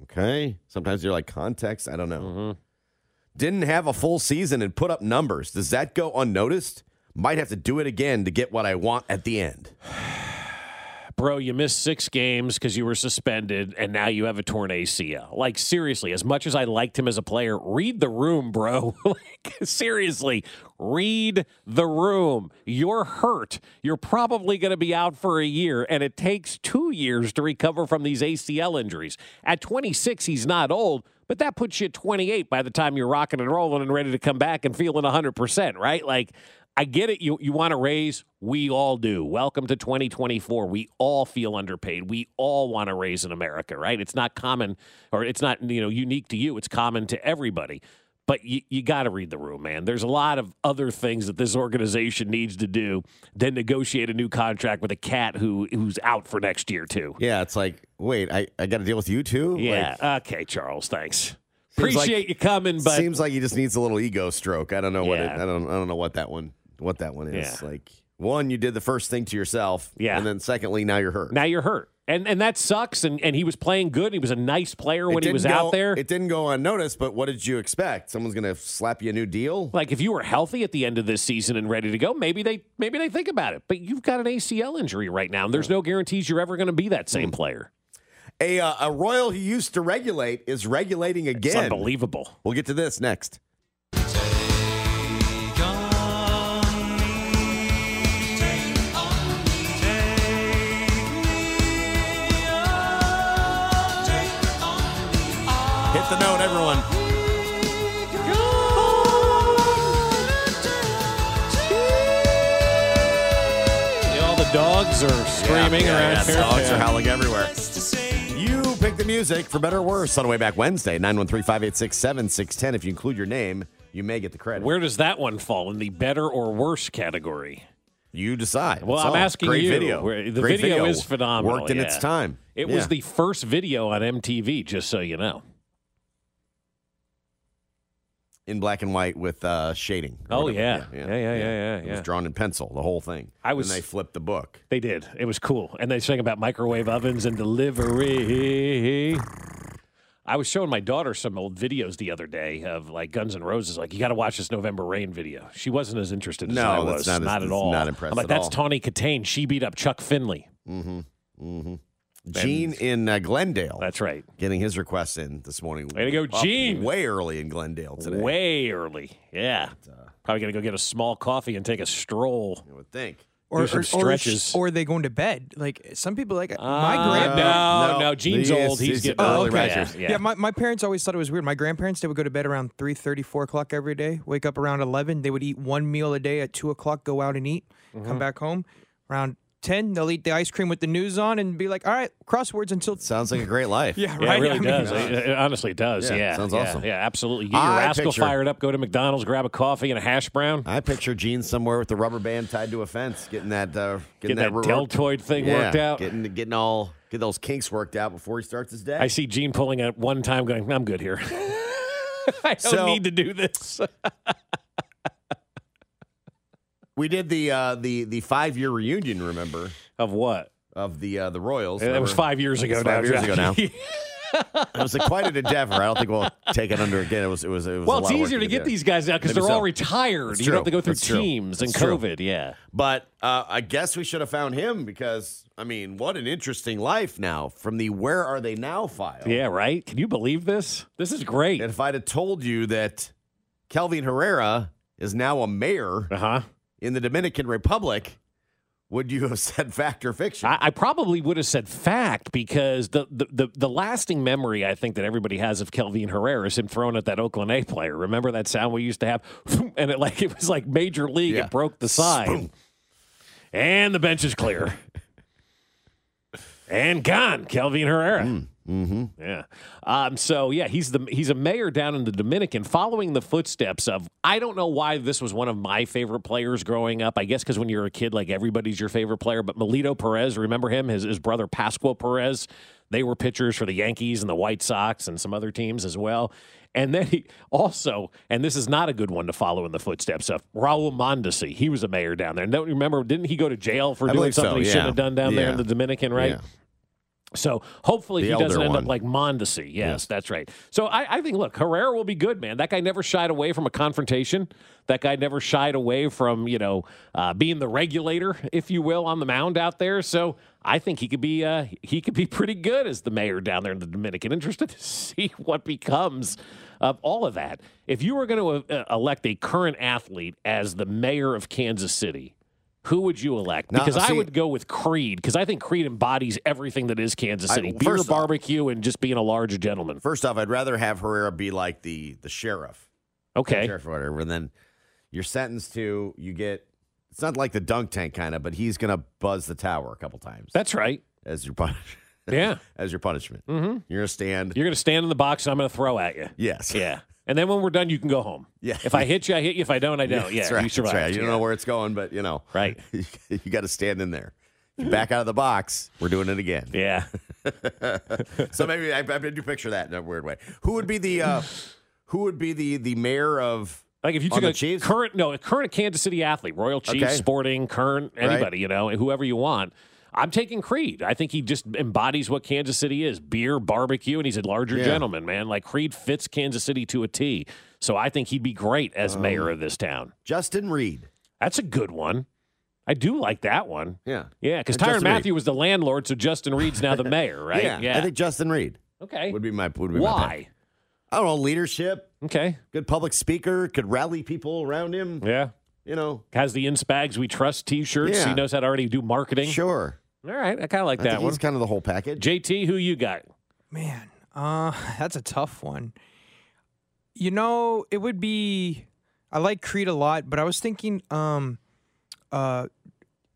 [SPEAKER 2] Okay. Sometimes you're like, context, I don't know.
[SPEAKER 3] Mm-hmm.
[SPEAKER 2] Didn't have a full season and put up numbers. Does that go unnoticed? Might have to do it again to get what I want at the end.
[SPEAKER 3] Bro, you missed six games because you were suspended, and now you have a torn ACL. Like, seriously, as much as I liked him as a player, read the room, bro. (laughs) like, seriously, read the room. You're hurt. You're probably going to be out for a year, and it takes two years to recover from these ACL injuries. At 26, he's not old, but that puts you at 28 by the time you're rocking and rolling and ready to come back and feeling 100%, right? Like, I get it. You you want to raise? We all do. Welcome to 2024. We all feel underpaid. We all want to raise in America, right? It's not common, or it's not you know unique to you. It's common to everybody. But you, you got to read the room, man. There's a lot of other things that this organization needs to do than negotiate a new contract with a cat who who's out for next year too.
[SPEAKER 2] Yeah, it's like, wait, I, I got to deal with you too?
[SPEAKER 3] Yeah.
[SPEAKER 2] Like,
[SPEAKER 3] okay, Charles. Thanks.
[SPEAKER 2] Seems like-
[SPEAKER 3] Appreciate you coming, but
[SPEAKER 2] seems like he just needs a little ego stroke. I don't know what it,
[SPEAKER 3] Yeah.
[SPEAKER 2] I don't I don't know what that one what that one is.
[SPEAKER 3] Yeah.
[SPEAKER 2] Like one, you did the first thing to yourself. Yeah. And then secondly, now you're hurt.
[SPEAKER 3] now you're hurt, and and that sucks. And and he was playing good. He was a nice player
[SPEAKER 2] It
[SPEAKER 3] when he
[SPEAKER 2] didn't
[SPEAKER 3] was
[SPEAKER 2] go-
[SPEAKER 3] out there.
[SPEAKER 2] It didn't go unnoticed, but what did you expect? Someone's going to slap you a new deal?
[SPEAKER 3] Like if you were healthy at the end of this season and ready to go, maybe they maybe they think about it. But you've got an ACL injury right now, and there's no guarantees you're ever going to be that
[SPEAKER 2] Mm-hmm.
[SPEAKER 3] same player.
[SPEAKER 2] A, uh, a royal he used to regulate is regulating again.
[SPEAKER 3] unbelievable.
[SPEAKER 2] We'll get to this next. Hit the note, everyone.
[SPEAKER 3] All the dogs are screaming
[SPEAKER 2] yeah,
[SPEAKER 3] around
[SPEAKER 2] yeah,
[SPEAKER 3] here.
[SPEAKER 2] Dogs
[SPEAKER 3] Yeah.
[SPEAKER 2] are howling everywhere. You pick the music for better or worse on Way Back Wednesday, 913 586 7610. If you include your name, you may get the credit.
[SPEAKER 3] Where does that one fall in the better or worse category?
[SPEAKER 2] You decide.
[SPEAKER 3] Well,
[SPEAKER 2] It's
[SPEAKER 3] I'm
[SPEAKER 2] all
[SPEAKER 3] asking
[SPEAKER 2] great
[SPEAKER 3] you.
[SPEAKER 2] Video.
[SPEAKER 3] The
[SPEAKER 2] Great
[SPEAKER 3] video, is phenomenal.
[SPEAKER 2] Worked in
[SPEAKER 3] yeah.
[SPEAKER 2] its time.
[SPEAKER 3] It
[SPEAKER 2] Yeah.
[SPEAKER 3] was the first video on MTV, just so you know.
[SPEAKER 2] in black and white with uh, shading. or
[SPEAKER 3] Oh,
[SPEAKER 2] whatever.
[SPEAKER 3] yeah. Yeah, yeah, yeah, yeah,
[SPEAKER 2] It was
[SPEAKER 3] yeah.
[SPEAKER 2] drawn in pencil, the whole thing.
[SPEAKER 3] I was-
[SPEAKER 2] And they flipped the book.
[SPEAKER 3] They did. It was cool. And they sang about microwave ovens and delivery. I was showing my daughter some old videos the other day of like Guns N' Roses. Like, you got to watch this November Rain video. She wasn't as interested as
[SPEAKER 2] No,
[SPEAKER 3] I
[SPEAKER 2] that's
[SPEAKER 3] was.
[SPEAKER 2] not as-
[SPEAKER 3] at
[SPEAKER 2] it's
[SPEAKER 3] all.
[SPEAKER 2] not impressed
[SPEAKER 3] I'm like,
[SPEAKER 2] at
[SPEAKER 3] that's
[SPEAKER 2] all."
[SPEAKER 3] Tawny Catane. She beat up Chuck Finley.
[SPEAKER 2] Mm-hmm. Mm-hmm. Gene in uh, Glendale.
[SPEAKER 3] That's right.
[SPEAKER 2] Getting his request in this morning.
[SPEAKER 3] Way to go,
[SPEAKER 2] Up
[SPEAKER 3] Gene.
[SPEAKER 2] Way early in Glendale today.
[SPEAKER 3] Way early. Yeah. Probably going to go get a small coffee and take a stroll.
[SPEAKER 2] I would think.
[SPEAKER 3] Or, some stretches.
[SPEAKER 4] Or, they going to bed. Like some people, like
[SPEAKER 3] Uh,
[SPEAKER 4] my grandparents.
[SPEAKER 3] no,
[SPEAKER 2] no,
[SPEAKER 3] no, Gene's
[SPEAKER 2] these-
[SPEAKER 3] old. He's
[SPEAKER 2] these
[SPEAKER 3] getting
[SPEAKER 2] early
[SPEAKER 3] okay.
[SPEAKER 2] risers.
[SPEAKER 3] Yeah, yeah.
[SPEAKER 4] my, my parents always thought it was weird. My grandparents, they would go to bed around 3 4 o'clock every day, wake
[SPEAKER 2] Mm-hmm.
[SPEAKER 4] up around 11. They would eat one meal a day at 2 o'clock, go out and eat, come back home around 10, they'll eat the ice cream with the news on and be like, all right, crosswords until.
[SPEAKER 2] Sounds like a great
[SPEAKER 4] (laughs)
[SPEAKER 2] life.
[SPEAKER 4] yeah, right.
[SPEAKER 3] Yeah, it really
[SPEAKER 4] I mean,
[SPEAKER 3] does. It, it honestly does.
[SPEAKER 2] Yeah,
[SPEAKER 3] Yeah,
[SPEAKER 2] sounds
[SPEAKER 3] yeah,
[SPEAKER 2] awesome.
[SPEAKER 3] Yeah, absolutely. You get your
[SPEAKER 2] I
[SPEAKER 3] rascal
[SPEAKER 2] picture-
[SPEAKER 3] fired up. Go to McDonald's, grab a coffee and a hash brown.
[SPEAKER 2] I picture Gene somewhere with the rubber band tied to a fence, getting that uh,
[SPEAKER 3] Getting
[SPEAKER 2] getting,
[SPEAKER 3] that deltoid thing
[SPEAKER 2] Yeah,
[SPEAKER 3] worked out.
[SPEAKER 2] getting getting all get those kinks worked out before he starts his day.
[SPEAKER 3] I see Gene pulling at one time, going, "I'm good
[SPEAKER 2] (laughs)
[SPEAKER 3] here. (laughs) I don't
[SPEAKER 2] So-
[SPEAKER 3] need to do this." (laughs)
[SPEAKER 2] We did the uh, the the five year reunion. Remember
[SPEAKER 3] of what?
[SPEAKER 2] Of the uh, the Royals.
[SPEAKER 3] Yeah, that was
[SPEAKER 2] Remember?
[SPEAKER 3] five years ago
[SPEAKER 2] It's
[SPEAKER 3] now,
[SPEAKER 2] Five years
[SPEAKER 3] Jack.
[SPEAKER 2] ago now.
[SPEAKER 3] (laughs)
[SPEAKER 2] it was a, quite an endeavor. I don't think we'll take it under again. It was it was it was.
[SPEAKER 3] well,
[SPEAKER 2] a lot
[SPEAKER 3] it's
[SPEAKER 2] of work
[SPEAKER 3] easier to
[SPEAKER 2] do
[SPEAKER 3] get
[SPEAKER 2] there.
[SPEAKER 3] these guys out because
[SPEAKER 2] Maybe
[SPEAKER 3] they're all
[SPEAKER 2] so.
[SPEAKER 3] retired.
[SPEAKER 2] That's
[SPEAKER 3] You
[SPEAKER 2] true.
[SPEAKER 3] don't have to go through
[SPEAKER 2] That's true.
[SPEAKER 3] teams and
[SPEAKER 2] That's true.
[SPEAKER 3] COVID. Yeah.
[SPEAKER 2] But uh, I guess we should have found him because I mean, what an interesting life now from the "Where Are They Now" file.
[SPEAKER 3] Yeah. Right. Can you believe this? This is great.
[SPEAKER 2] And if I'd have told you that Kelvin Herrera is now a mayor
[SPEAKER 3] uh-huh.
[SPEAKER 2] in the Dominican Republic, would you have (laughs) said fact or fiction?
[SPEAKER 3] I, I probably would have said fact because the, the, the, the lasting memory I think that everybody has of Kelvin Herrera is him throwing at that Oakland A player. Remember that sound we used to have? (laughs) And it like it was like major league.
[SPEAKER 2] Yeah.
[SPEAKER 3] It broke the side. And the bench is clear. and gone, Kelvin Herrera.
[SPEAKER 2] mm-hmm.
[SPEAKER 3] Yeah. Um, so yeah, he's the he's a mayor down in the Dominican, following the footsteps of. I don't know why this was one of my favorite players growing up. I guess because when you're a kid, like everybody's your favorite player. But Melito Perez, remember him? His his brother Pascual Perez. They were pitchers for the Yankees and the White Sox and some other teams as well. And then he (laughs) also, and this is not a good one to follow in the footsteps of Raul Mondesi. He was a mayor down there. Don't remember? Didn't he go to jail for
[SPEAKER 2] I
[SPEAKER 3] doing
[SPEAKER 2] believe so,
[SPEAKER 3] something he
[SPEAKER 2] yeah.
[SPEAKER 3] shouldn't have done down there
[SPEAKER 2] Yeah.
[SPEAKER 3] in the Dominican, right?
[SPEAKER 2] Yeah.
[SPEAKER 3] So hopefully
[SPEAKER 2] The
[SPEAKER 3] he doesn't
[SPEAKER 2] elder
[SPEAKER 3] end
[SPEAKER 2] one.
[SPEAKER 3] up like Mondesi. Yes,
[SPEAKER 2] Yes.
[SPEAKER 3] that's right. So I, I think look, Herrera will be good, man. That guy never shied away from a confrontation. That guy never shied away from you know uh, being the regulator, if you will, on the mound out there. So I think he could be uh, he could be (laughs) pretty good as the mayor down there in the Dominican. Interested to (laughs) see what becomes of all of that. If you were going to uh, elect a current athlete as the mayor of Kansas City, who would you elect?
[SPEAKER 2] Now,
[SPEAKER 3] Because I
[SPEAKER 2] see-
[SPEAKER 3] would go with Creed because I think Creed embodies everything that is Kansas
[SPEAKER 2] I-
[SPEAKER 3] City:
[SPEAKER 2] well,
[SPEAKER 3] beer,
[SPEAKER 2] first off-
[SPEAKER 3] barbecue, and just being a large gentleman.
[SPEAKER 2] First off, I'd rather have Herrera be like the the sheriff,
[SPEAKER 3] Okay,
[SPEAKER 2] sheriff or whatever, and then you're sentenced to you get. It's not like the dunk tank kind of, but he's gonna buzz the tower a couple times
[SPEAKER 3] that's right.
[SPEAKER 2] as your punishment.
[SPEAKER 3] Yeah.
[SPEAKER 2] (laughs) as your punishment.
[SPEAKER 3] Mhm.
[SPEAKER 2] You're gonna stand.
[SPEAKER 3] You're going to stand in the box, and I'm going to throw at you.
[SPEAKER 2] yes.
[SPEAKER 3] Yeah, and then when we're done, you can go home.
[SPEAKER 2] Yeah.
[SPEAKER 3] If I hit you, I hit you. If I don't, I don't. Yeah,
[SPEAKER 2] That's right.
[SPEAKER 3] you survived.
[SPEAKER 2] That's right. You don't
[SPEAKER 3] Yeah.
[SPEAKER 2] know where it's going, but you know,
[SPEAKER 3] Right.
[SPEAKER 2] (laughs) you got to stand in there. If you back out of the box, we're doing it again.
[SPEAKER 3] Yeah.
[SPEAKER 2] (laughs) so maybe I, I do picture that in a weird way. Who would be the uh, who would be the the mayor of
[SPEAKER 3] Like if you
[SPEAKER 2] on
[SPEAKER 3] took
[SPEAKER 2] the
[SPEAKER 3] a
[SPEAKER 2] Chiefs?
[SPEAKER 3] current no a current Kansas City athlete, Royal Chiefs,
[SPEAKER 2] Okay.
[SPEAKER 3] Sporting, current anybody you know, whoever you want. I'm taking Creed. I think he just embodies what Kansas City is: beer, barbecue, and he's a larger
[SPEAKER 2] Yeah.
[SPEAKER 3] gentleman, man. Like Creed fits Kansas City to a T. So I think he'd be great as mayor of this town.
[SPEAKER 2] Um, Justin Reed?
[SPEAKER 3] That's a good one. I do like that one.
[SPEAKER 2] Yeah,
[SPEAKER 3] Yeah, because
[SPEAKER 2] And
[SPEAKER 3] Tyron
[SPEAKER 2] Uh, Justin
[SPEAKER 3] Matthew was the landlord, so Justin Reed's
[SPEAKER 2] (laughs)
[SPEAKER 3] now the mayor, right?
[SPEAKER 2] Yeah, I think Justin Reed
[SPEAKER 3] okay.
[SPEAKER 2] would be my would be my pick.
[SPEAKER 3] Why?
[SPEAKER 2] I don't know leadership,
[SPEAKER 3] Okay.
[SPEAKER 2] good public speaker, could rally people around him.
[SPEAKER 3] Yeah.
[SPEAKER 2] You know,
[SPEAKER 3] Has the Inspags We Trust T-shirts.
[SPEAKER 2] Yeah.
[SPEAKER 3] He knows how to already do marketing.
[SPEAKER 2] sure.
[SPEAKER 3] All right, I kind of like
[SPEAKER 2] I
[SPEAKER 3] that
[SPEAKER 2] think
[SPEAKER 3] one.
[SPEAKER 2] he's kind of the whole package.
[SPEAKER 3] JT, who you got?
[SPEAKER 4] Man, uh, (laughs) that's a tough one. You know, it would be. I like Creed a lot, but I was thinking, um, uh,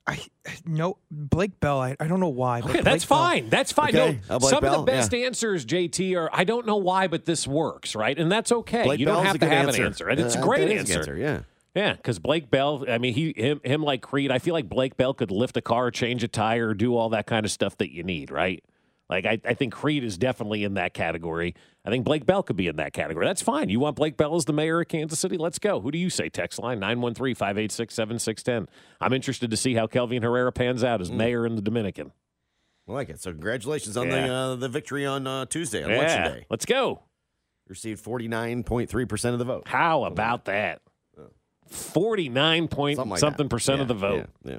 [SPEAKER 4] I (sighs) no Blake Bell. I, I don't know why. but
[SPEAKER 3] Okay, that's
[SPEAKER 4] Blake Bell-
[SPEAKER 3] fine. That's fine.
[SPEAKER 2] Okay,
[SPEAKER 3] No,
[SPEAKER 2] uh, Blake
[SPEAKER 3] some
[SPEAKER 2] Bell,
[SPEAKER 3] of the best
[SPEAKER 2] yeah.
[SPEAKER 3] answers, JT, are I don't know why, but this works, right? And that's okay.
[SPEAKER 2] Blake
[SPEAKER 3] you
[SPEAKER 2] Bell's
[SPEAKER 3] don't
[SPEAKER 2] a
[SPEAKER 3] have to
[SPEAKER 2] good
[SPEAKER 3] have an answer, and it's
[SPEAKER 2] Uh,
[SPEAKER 3] a great
[SPEAKER 2] that is a good
[SPEAKER 3] answer.
[SPEAKER 2] Yeah.
[SPEAKER 3] Yeah, because Blake Bell, I mean, he him him like Creed. I feel like Blake Bell could lift a car, change a tire, do all that kind of stuff that you need, right? Like I, I think Creed is definitely in that category. I think Blake Bell could be in that category. That's fine. You want Blake Bell as the mayor of Kansas City? Let's go. Who do you say? Text line 913-586-7610. I'm interested to see how Kelvin Herrera pans out as
[SPEAKER 2] Mm.
[SPEAKER 3] mayor in the Dominican.
[SPEAKER 2] I like it. So congratulations on the
[SPEAKER 3] Yeah.
[SPEAKER 2] uh, the victory on uh, Tuesday on election day.
[SPEAKER 3] Let's go.
[SPEAKER 2] Received forty nine point three percent of the vote.
[SPEAKER 3] How about that? 49 point something,
[SPEAKER 2] like that.
[SPEAKER 3] percent of
[SPEAKER 2] Yeah,
[SPEAKER 3] the vote.
[SPEAKER 2] Yeah. yeah.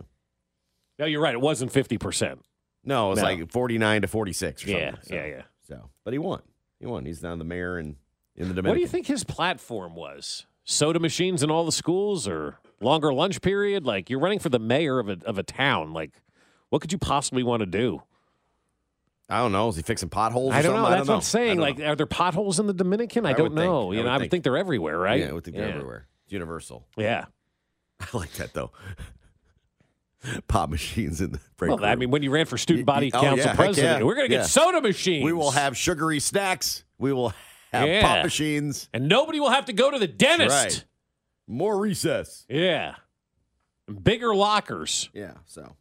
[SPEAKER 3] No, you're right. It wasn't 50%.
[SPEAKER 2] No, it was
[SPEAKER 3] No.
[SPEAKER 2] like forty nine to forty six or something.
[SPEAKER 3] Yeah,
[SPEAKER 2] So-
[SPEAKER 3] yeah, yeah.
[SPEAKER 2] So, but he won. He won. He's now the mayor in in the Dominican.
[SPEAKER 3] What do you think his platform was? Soda machines in all the schools or longer lunch period? Like you're running for the mayor of a of a town. Like what could you possibly want to do?
[SPEAKER 2] I don't know. Is he fixing potholes? Or
[SPEAKER 3] I don't know.
[SPEAKER 2] something?
[SPEAKER 3] That's what I'm
[SPEAKER 2] I
[SPEAKER 3] saying.
[SPEAKER 2] don't
[SPEAKER 3] Like
[SPEAKER 2] know.
[SPEAKER 3] are there potholes in the Dominican? I,
[SPEAKER 2] I
[SPEAKER 3] don't
[SPEAKER 2] would think-
[SPEAKER 3] know.
[SPEAKER 2] I
[SPEAKER 3] you know,
[SPEAKER 2] would
[SPEAKER 3] I would
[SPEAKER 2] think-
[SPEAKER 3] think they're everywhere, right?
[SPEAKER 2] yeah, (laughs) I would think they're everywhere. It's universal.
[SPEAKER 3] Yeah.
[SPEAKER 2] I like that though. (laughs) pop machines in the break
[SPEAKER 3] Well, I
[SPEAKER 2] room.
[SPEAKER 3] mean, when you ran for student body
[SPEAKER 2] Oh,
[SPEAKER 3] council
[SPEAKER 2] yeah, heck
[SPEAKER 3] president,
[SPEAKER 2] yeah.
[SPEAKER 3] we're going to
[SPEAKER 2] Yeah.
[SPEAKER 3] get soda machines.
[SPEAKER 2] We will have sugary snacks. We will have
[SPEAKER 3] Yeah.
[SPEAKER 2] pop machines.
[SPEAKER 3] and nobody will have to go to the dentist.
[SPEAKER 2] Right. More recess.
[SPEAKER 3] Yeah. Bigger lockers.
[SPEAKER 2] Yeah. So.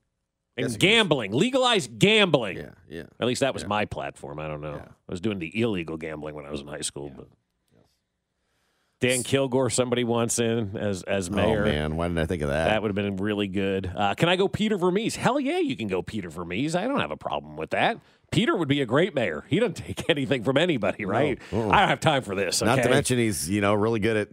[SPEAKER 3] And gambling, legalized gambling.
[SPEAKER 2] Yeah, yeah.
[SPEAKER 3] At least that was my platform. I don't know. I was doing the illegal gambling when I was in high school. But Dan Kilgore, somebody wants in as as mayor.
[SPEAKER 2] Oh man, why didn't I think of that?
[SPEAKER 3] That would have been really good. Uh, can I go Peter Vermees? Hell yeah, you can go Peter Vermees. I don't have a problem with that. Peter would be a great mayor. He doesn't take (laughs) anything from anybody, right?
[SPEAKER 2] uh-uh.
[SPEAKER 3] I don't have time for this.
[SPEAKER 2] Not to
[SPEAKER 3] okay?
[SPEAKER 2] mention he's you know really good at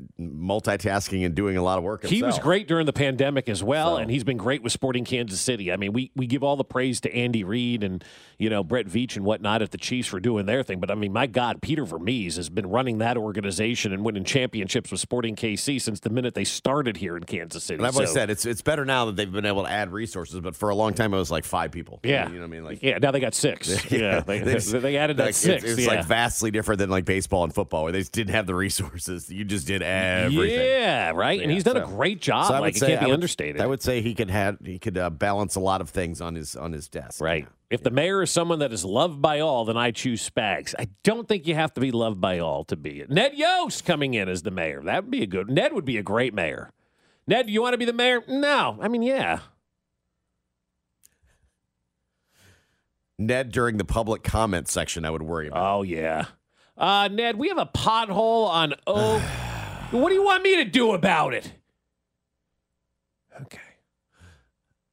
[SPEAKER 2] multitasking and doing a lot of work. Himself.
[SPEAKER 3] He was great during the pandemic as well, and he's been great with Sporting Kansas City. I mean, we we give all the praise to Andy Reid and you know Brett Veach and whatnot at the Chiefs for doing their thing, but I mean, my God, Peter Vermees has been running that organization and winning championships with Sporting KC since the minute they started here in Kansas City.
[SPEAKER 2] And I've always
[SPEAKER 3] So-
[SPEAKER 2] said it's it's better now that they've been able to add resources, but for a long time it was like five people.
[SPEAKER 3] yeah,
[SPEAKER 2] you know what I mean. Like
[SPEAKER 3] yeah, now they got
[SPEAKER 2] (laughs)
[SPEAKER 3] six. (laughs) yeah, they, (laughs) they added that
[SPEAKER 2] like, it's-
[SPEAKER 3] six.
[SPEAKER 2] It's,
[SPEAKER 3] yeah.
[SPEAKER 2] like vastly different than like baseball and football, where they just didn't have the resources. You just did everything.
[SPEAKER 3] Yeah, right. And he's done a great job.
[SPEAKER 2] I would
[SPEAKER 3] Like, it can't be
[SPEAKER 2] I would-
[SPEAKER 3] understated.
[SPEAKER 2] I would say he could had he could uh, balance a lot of things on his on his desk.
[SPEAKER 3] Right. If the mayor is someone that is loved by all, then I choose Spags. I don't think you have to be loved by all to be it. Ned Yost coming in as the mayor. That would be a good. Ned would be a great mayor. Ned, do you want to be the mayor? No. I mean, yeah.
[SPEAKER 2] Ned during the public comment section, I would worry about.
[SPEAKER 3] Oh yeah. Uh, Ned, we have a pothole on Oak. (sighs) what do you want me to do about it?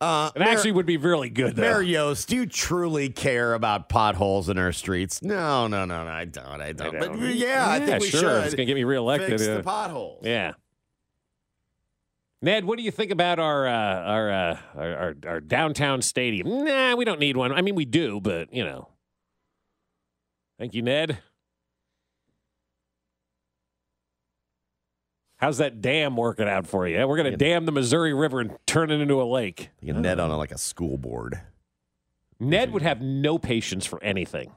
[SPEAKER 2] Uh,
[SPEAKER 3] It actually would be really good though.
[SPEAKER 2] Mayor Yost, do you truly care about potholes in our streets? No, no, no, no. I don't. I don't. But uh, yeah, I think we
[SPEAKER 3] sure.
[SPEAKER 2] should.
[SPEAKER 3] It's gonna get me reelected.
[SPEAKER 2] Fix the
[SPEAKER 3] yeah.
[SPEAKER 2] potholes.
[SPEAKER 3] Yeah. Ned, what do you think about our uh, our, uh, our our our downtown stadium? Nah, we don't need one. I mean, we do, but you know. Thank you, Ned. How's that dam working out for you? We're gonna dam the Missouri River and turn it into a lake.
[SPEAKER 2] You get Ned on a, like a school board.
[SPEAKER 3] Ned would have no patience for anything.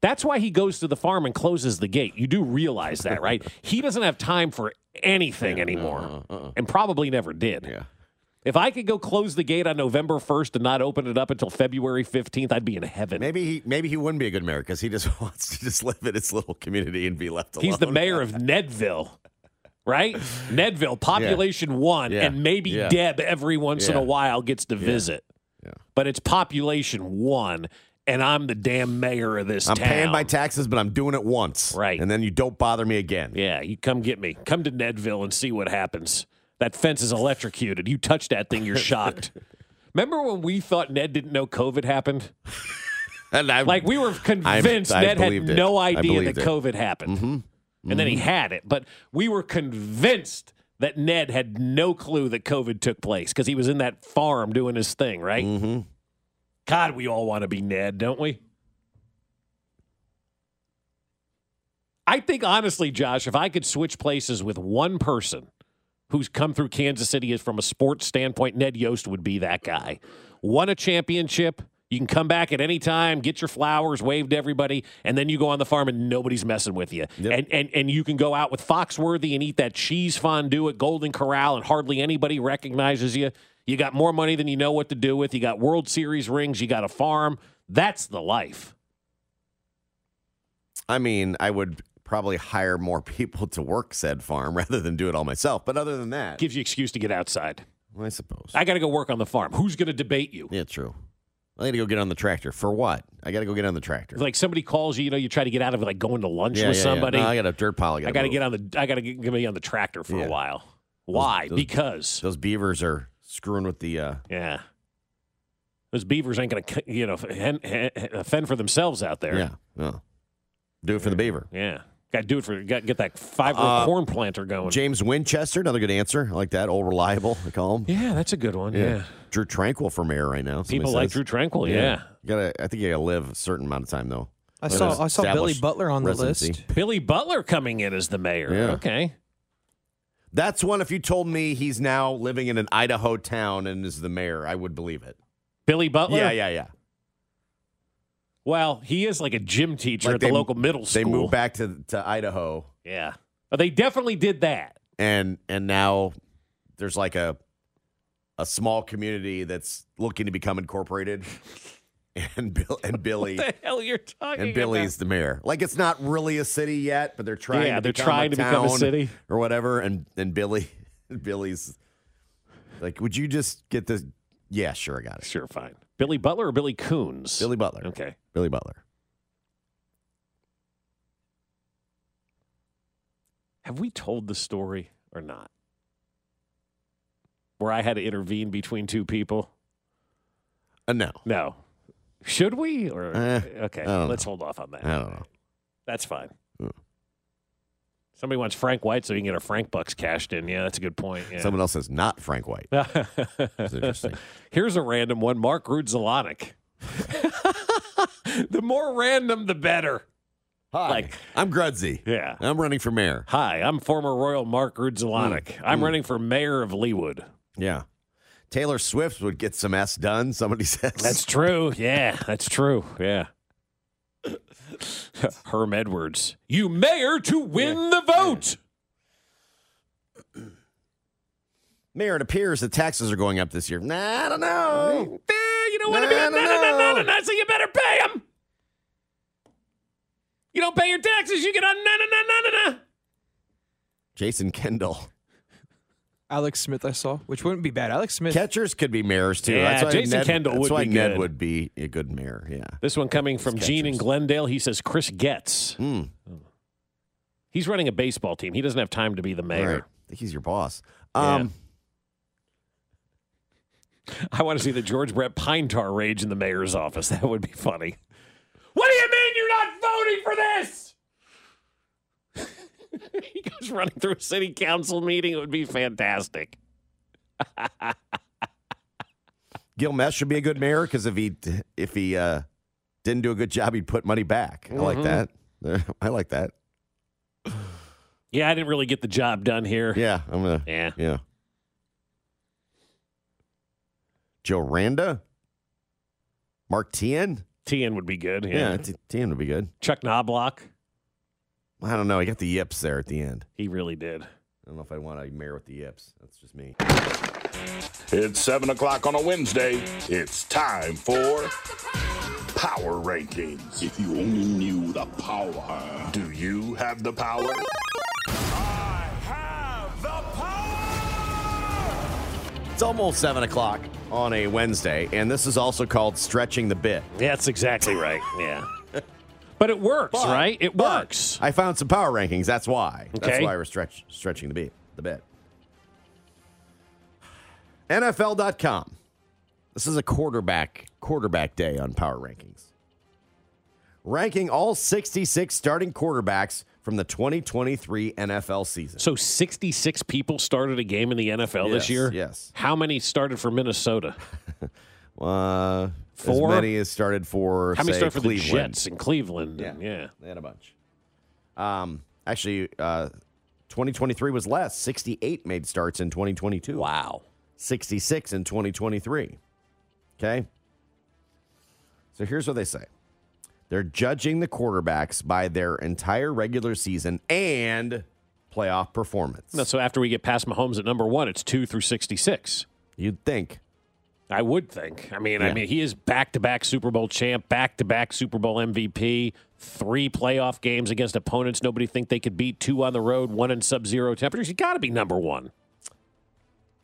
[SPEAKER 3] That's why he goes to the farm and closes the gate. You do realize that,
[SPEAKER 2] (laughs)
[SPEAKER 3] right? he doesn't have time for anything anymore and probably never did.
[SPEAKER 2] uh-uh, Yeah.
[SPEAKER 3] If I could go close the gate on November 1st and not open it up until February 15th, I'd be in heaven.
[SPEAKER 2] Maybe he maybe he wouldn't be a good mayor because he just (laughs) wants to just live in his little community and be left alone.
[SPEAKER 3] He's the mayor of Nedville, right? Nedville, population one,
[SPEAKER 2] Yeah.
[SPEAKER 3] and maybe
[SPEAKER 2] Yeah.
[SPEAKER 3] Deb every once in a
[SPEAKER 2] Yeah.
[SPEAKER 3] while gets to visit. But it's population one, and I'm the damn mayor of this
[SPEAKER 2] I'm
[SPEAKER 3] town.
[SPEAKER 2] paying my taxes, but I'm doing it once. Right. And then you don't bother me again.
[SPEAKER 3] Yeah, you come get me. Come to Nedville and see what happens. That fence is electrocuted. You touch that thing, you're
[SPEAKER 2] (laughs)
[SPEAKER 3] shocked. Remember when we thought Ned didn't know COVID happened?
[SPEAKER 2] And I,
[SPEAKER 3] like we were convinced
[SPEAKER 2] I
[SPEAKER 3] Ned had
[SPEAKER 2] believed it.
[SPEAKER 3] no
[SPEAKER 2] I
[SPEAKER 3] idea that
[SPEAKER 2] believed it. Mm-hmm.
[SPEAKER 3] COVID happened, and then he had it. But we were convinced that Ned had no clue that COVID took place because he was in that farm doing his thing, right? Mm-hmm. God, we all want to be Ned, don't we? I think honestly, Josh, if I could switch places with one person who's come through Kansas City is from a sports standpoint, Ned Yost would be that guy. Won a championship. You can come back at any time, get your flowers, wave to everybody, and then you go on the farm and nobody's messing with you. And, and and you can go out with Foxworthy and eat that cheese fondue at Golden Corral and hardly anybody recognizes you. You got more money than you know what to do with. You got World Series rings, you got a farm. That's the life.
[SPEAKER 2] I mean, I would probably hire more (laughs) people to work said farm rather than do it all myself. But other than that,
[SPEAKER 3] Gives you excuse to get outside.
[SPEAKER 2] well, I suppose.
[SPEAKER 3] I got to go work on the farm. Who's going to debate you?
[SPEAKER 2] Yeah, true. I got to go get on the tractor. For what? I got to go get on the tractor.
[SPEAKER 3] If, like somebody calls you, you know, you try to get out of like going to lunch
[SPEAKER 2] Yeah,
[SPEAKER 3] with
[SPEAKER 2] yeah, yeah.
[SPEAKER 3] somebody.
[SPEAKER 2] No, I got a dirt pile.
[SPEAKER 3] I got to get on the. I got to get, get me on the tractor for a while. Why? because
[SPEAKER 2] those beavers are screwing with the. Uh,
[SPEAKER 3] yeah. Those beavers ain't going to you know hen- hen- hen- fend for themselves out there.
[SPEAKER 2] Yeah. No. Do it for the beaver.
[SPEAKER 3] Yeah. Got to do it for. Got to get that five row
[SPEAKER 2] Uh,
[SPEAKER 3] corn planter going.
[SPEAKER 2] James Winchester, another good answer. I like that. Old reliable, I call him.
[SPEAKER 3] yeah, that's a good one. Yeah.
[SPEAKER 2] Drew Tranquil for mayor right now. somebody
[SPEAKER 3] People like
[SPEAKER 2] says.
[SPEAKER 3] Drew Tranquil, yeah.
[SPEAKER 2] You gotta I think you gotta live a certain amount of time though.
[SPEAKER 4] I saw- I saw Billy
[SPEAKER 2] Establish
[SPEAKER 4] Butler on the list.
[SPEAKER 3] Billy Butler coming in as the mayor.
[SPEAKER 2] Yeah.
[SPEAKER 3] Okay.
[SPEAKER 2] That's one if you told me he's now living in an Idaho town and is the mayor, I would believe it.
[SPEAKER 3] Billy Butler.
[SPEAKER 2] Yeah, yeah, yeah.
[SPEAKER 3] Well, he is like a gym teacher
[SPEAKER 2] Like
[SPEAKER 3] at the
[SPEAKER 2] they-
[SPEAKER 3] local middle school.
[SPEAKER 2] They moved back to to Idaho
[SPEAKER 3] Yeah. But they definitely did that.
[SPEAKER 2] and and now there's like a a small community that's looking to become incorporated. (laughs) And Bill and Billy
[SPEAKER 3] What the hell you're talking
[SPEAKER 2] and Billy's the mayor. Like it's not really a city yet, but they're trying.
[SPEAKER 3] Yeah,
[SPEAKER 2] to
[SPEAKER 3] they're
[SPEAKER 2] become
[SPEAKER 3] trying
[SPEAKER 2] a
[SPEAKER 3] to become a
[SPEAKER 2] town
[SPEAKER 3] city.
[SPEAKER 2] or whatever. And and Billy, (laughs) Billy's like, would you just get this? Yeah, sure, I got it.
[SPEAKER 3] Sure, fine. Billy Butler or Billy Coons?
[SPEAKER 2] Billy Butler.
[SPEAKER 3] Okay.
[SPEAKER 2] Billy Butler.
[SPEAKER 3] Have we told the story or not? Where I had to intervene between two people?
[SPEAKER 2] Uh, no.
[SPEAKER 3] No. Should we? Or
[SPEAKER 2] Eh, I
[SPEAKER 3] okay,
[SPEAKER 2] don't
[SPEAKER 3] let's
[SPEAKER 2] know.
[SPEAKER 3] hold off on that.
[SPEAKER 2] I don't know.
[SPEAKER 3] That's fine.
[SPEAKER 2] Hmm.
[SPEAKER 3] Somebody wants Frank White so he can get our Frank bucks cashed in. Yeah, that's a good point. Yeah.
[SPEAKER 2] Someone else says not Frank White.
[SPEAKER 3] (laughs)
[SPEAKER 2] That's interesting.
[SPEAKER 3] Here's a random one Mark Rudzilonic. (laughs) the more random, the better.
[SPEAKER 2] Hi, I'm Grudzy.
[SPEAKER 3] Yeah.
[SPEAKER 2] I'm running for mayor.
[SPEAKER 3] (laughs) Hi, I'm former Royal Mark Rudzilonic.
[SPEAKER 2] Mm,
[SPEAKER 3] I'm
[SPEAKER 2] mm.
[SPEAKER 3] running for mayor of Leewood.
[SPEAKER 2] Hmm. Yeah. Taylor Swift would get some S done. Somebody (laughs) says
[SPEAKER 3] That's true. Yeah, that's true. Yeah. (laughs) Herm Edwards, you mayor to win the vote.
[SPEAKER 2] Mayor, it appears the taxes are going up this year. Nah, I don't know.
[SPEAKER 3] Eh, you don't want to be
[SPEAKER 2] No,
[SPEAKER 3] a
[SPEAKER 2] no,
[SPEAKER 3] no, no, no,
[SPEAKER 2] no.
[SPEAKER 3] no, no, so you better pay them. You don't pay your taxes, you get a no, no, no, no, no, no.
[SPEAKER 2] Jason Kendall.
[SPEAKER 4] Alex Smith, I saw, which wouldn't be bad. Alex Smith.
[SPEAKER 2] Catchers could be mayors too.
[SPEAKER 3] Yeah,
[SPEAKER 2] that's why
[SPEAKER 3] Jason
[SPEAKER 2] Ned,
[SPEAKER 3] Kendall
[SPEAKER 2] that's
[SPEAKER 3] would
[SPEAKER 2] why
[SPEAKER 3] be
[SPEAKER 2] Ned
[SPEAKER 3] good.
[SPEAKER 2] would be a good mayor. Yeah.
[SPEAKER 3] This one coming from Gene in Glendale. He says Chris Getz.
[SPEAKER 2] Mm.
[SPEAKER 3] He's running a baseball team. He doesn't have time to be the
[SPEAKER 2] All
[SPEAKER 3] mayor.
[SPEAKER 2] right. I think he's your boss.
[SPEAKER 3] Yeah.
[SPEAKER 2] Um,
[SPEAKER 3] (laughs) I want to see the George Brett Pine Tar rage in the mayor's office. That would be funny. What do you mean you're not voting for this? he goes running through a city council meeting. It would be fantastic. (laughs)
[SPEAKER 2] Gil Mesh should be a good mayor because if he if he uh, didn't do a good job, he'd put money back. I like
[SPEAKER 3] Mhm.
[SPEAKER 2] that. (laughs) I like that.
[SPEAKER 3] Yeah, I didn't really get the job done here.
[SPEAKER 2] Yeah, I'm gonna.
[SPEAKER 3] Yeah.
[SPEAKER 2] yeah. Joe Randa, Mark Tien.
[SPEAKER 3] Tien would be good. Yeah.
[SPEAKER 2] Yeah, T- Tien would be good.
[SPEAKER 3] Chuck Knobloch.
[SPEAKER 2] I don't know. He got the yips there at the end.
[SPEAKER 3] He really did.
[SPEAKER 2] I don't know if I want a mayor with the yips. That's just me.
[SPEAKER 13] It's 7 o'clock on a Wednesday. It's time for Power Rankings. If you only knew the power, do you have the power?
[SPEAKER 2] It's almost seven o'clock on a Wednesday, and this is also called stretching the bit.
[SPEAKER 3] Yeah, that's exactly right. Yeah. But it works, right? It works.
[SPEAKER 2] I found some power rankings. That's why. That's
[SPEAKER 3] Okay.
[SPEAKER 2] why we're stretch, stretching the bit. The bit. NFL.com. This is a quarterback quarterback day on power rankings. Ranking all 66 starting quarterbacks from the 2023 NFL season.
[SPEAKER 3] So 66 people started a game in the NFL
[SPEAKER 2] Yes,
[SPEAKER 3] this year?
[SPEAKER 2] yes.
[SPEAKER 3] How many started for Minnesota?
[SPEAKER 2] Uh,
[SPEAKER 3] Four?
[SPEAKER 2] As many as started for
[SPEAKER 3] How many
[SPEAKER 2] say,
[SPEAKER 3] started for the
[SPEAKER 2] Cleveland.
[SPEAKER 3] Jets in Cleveland?
[SPEAKER 2] Yeah.
[SPEAKER 3] And- yeah.
[SPEAKER 2] They had a bunch. Um, actually, uh, 2023 was less. 68 made starts in 2022.
[SPEAKER 3] Wow.
[SPEAKER 2] 66 in 2023. Okay. So here's what they say they're judging the quarterbacks by their entire regular season and playoff performance.
[SPEAKER 3] No, so after we get past Mahomes at number one, it's two through 66.
[SPEAKER 2] You'd think.
[SPEAKER 3] I would think. I mean,
[SPEAKER 2] Yeah.
[SPEAKER 3] I mean, he is back to back Super Bowl champ, back to back Super Bowl MVP, three playoff games against opponents nobody think they could beat, two on the road, one in sub zero temperatures. You got to be number one.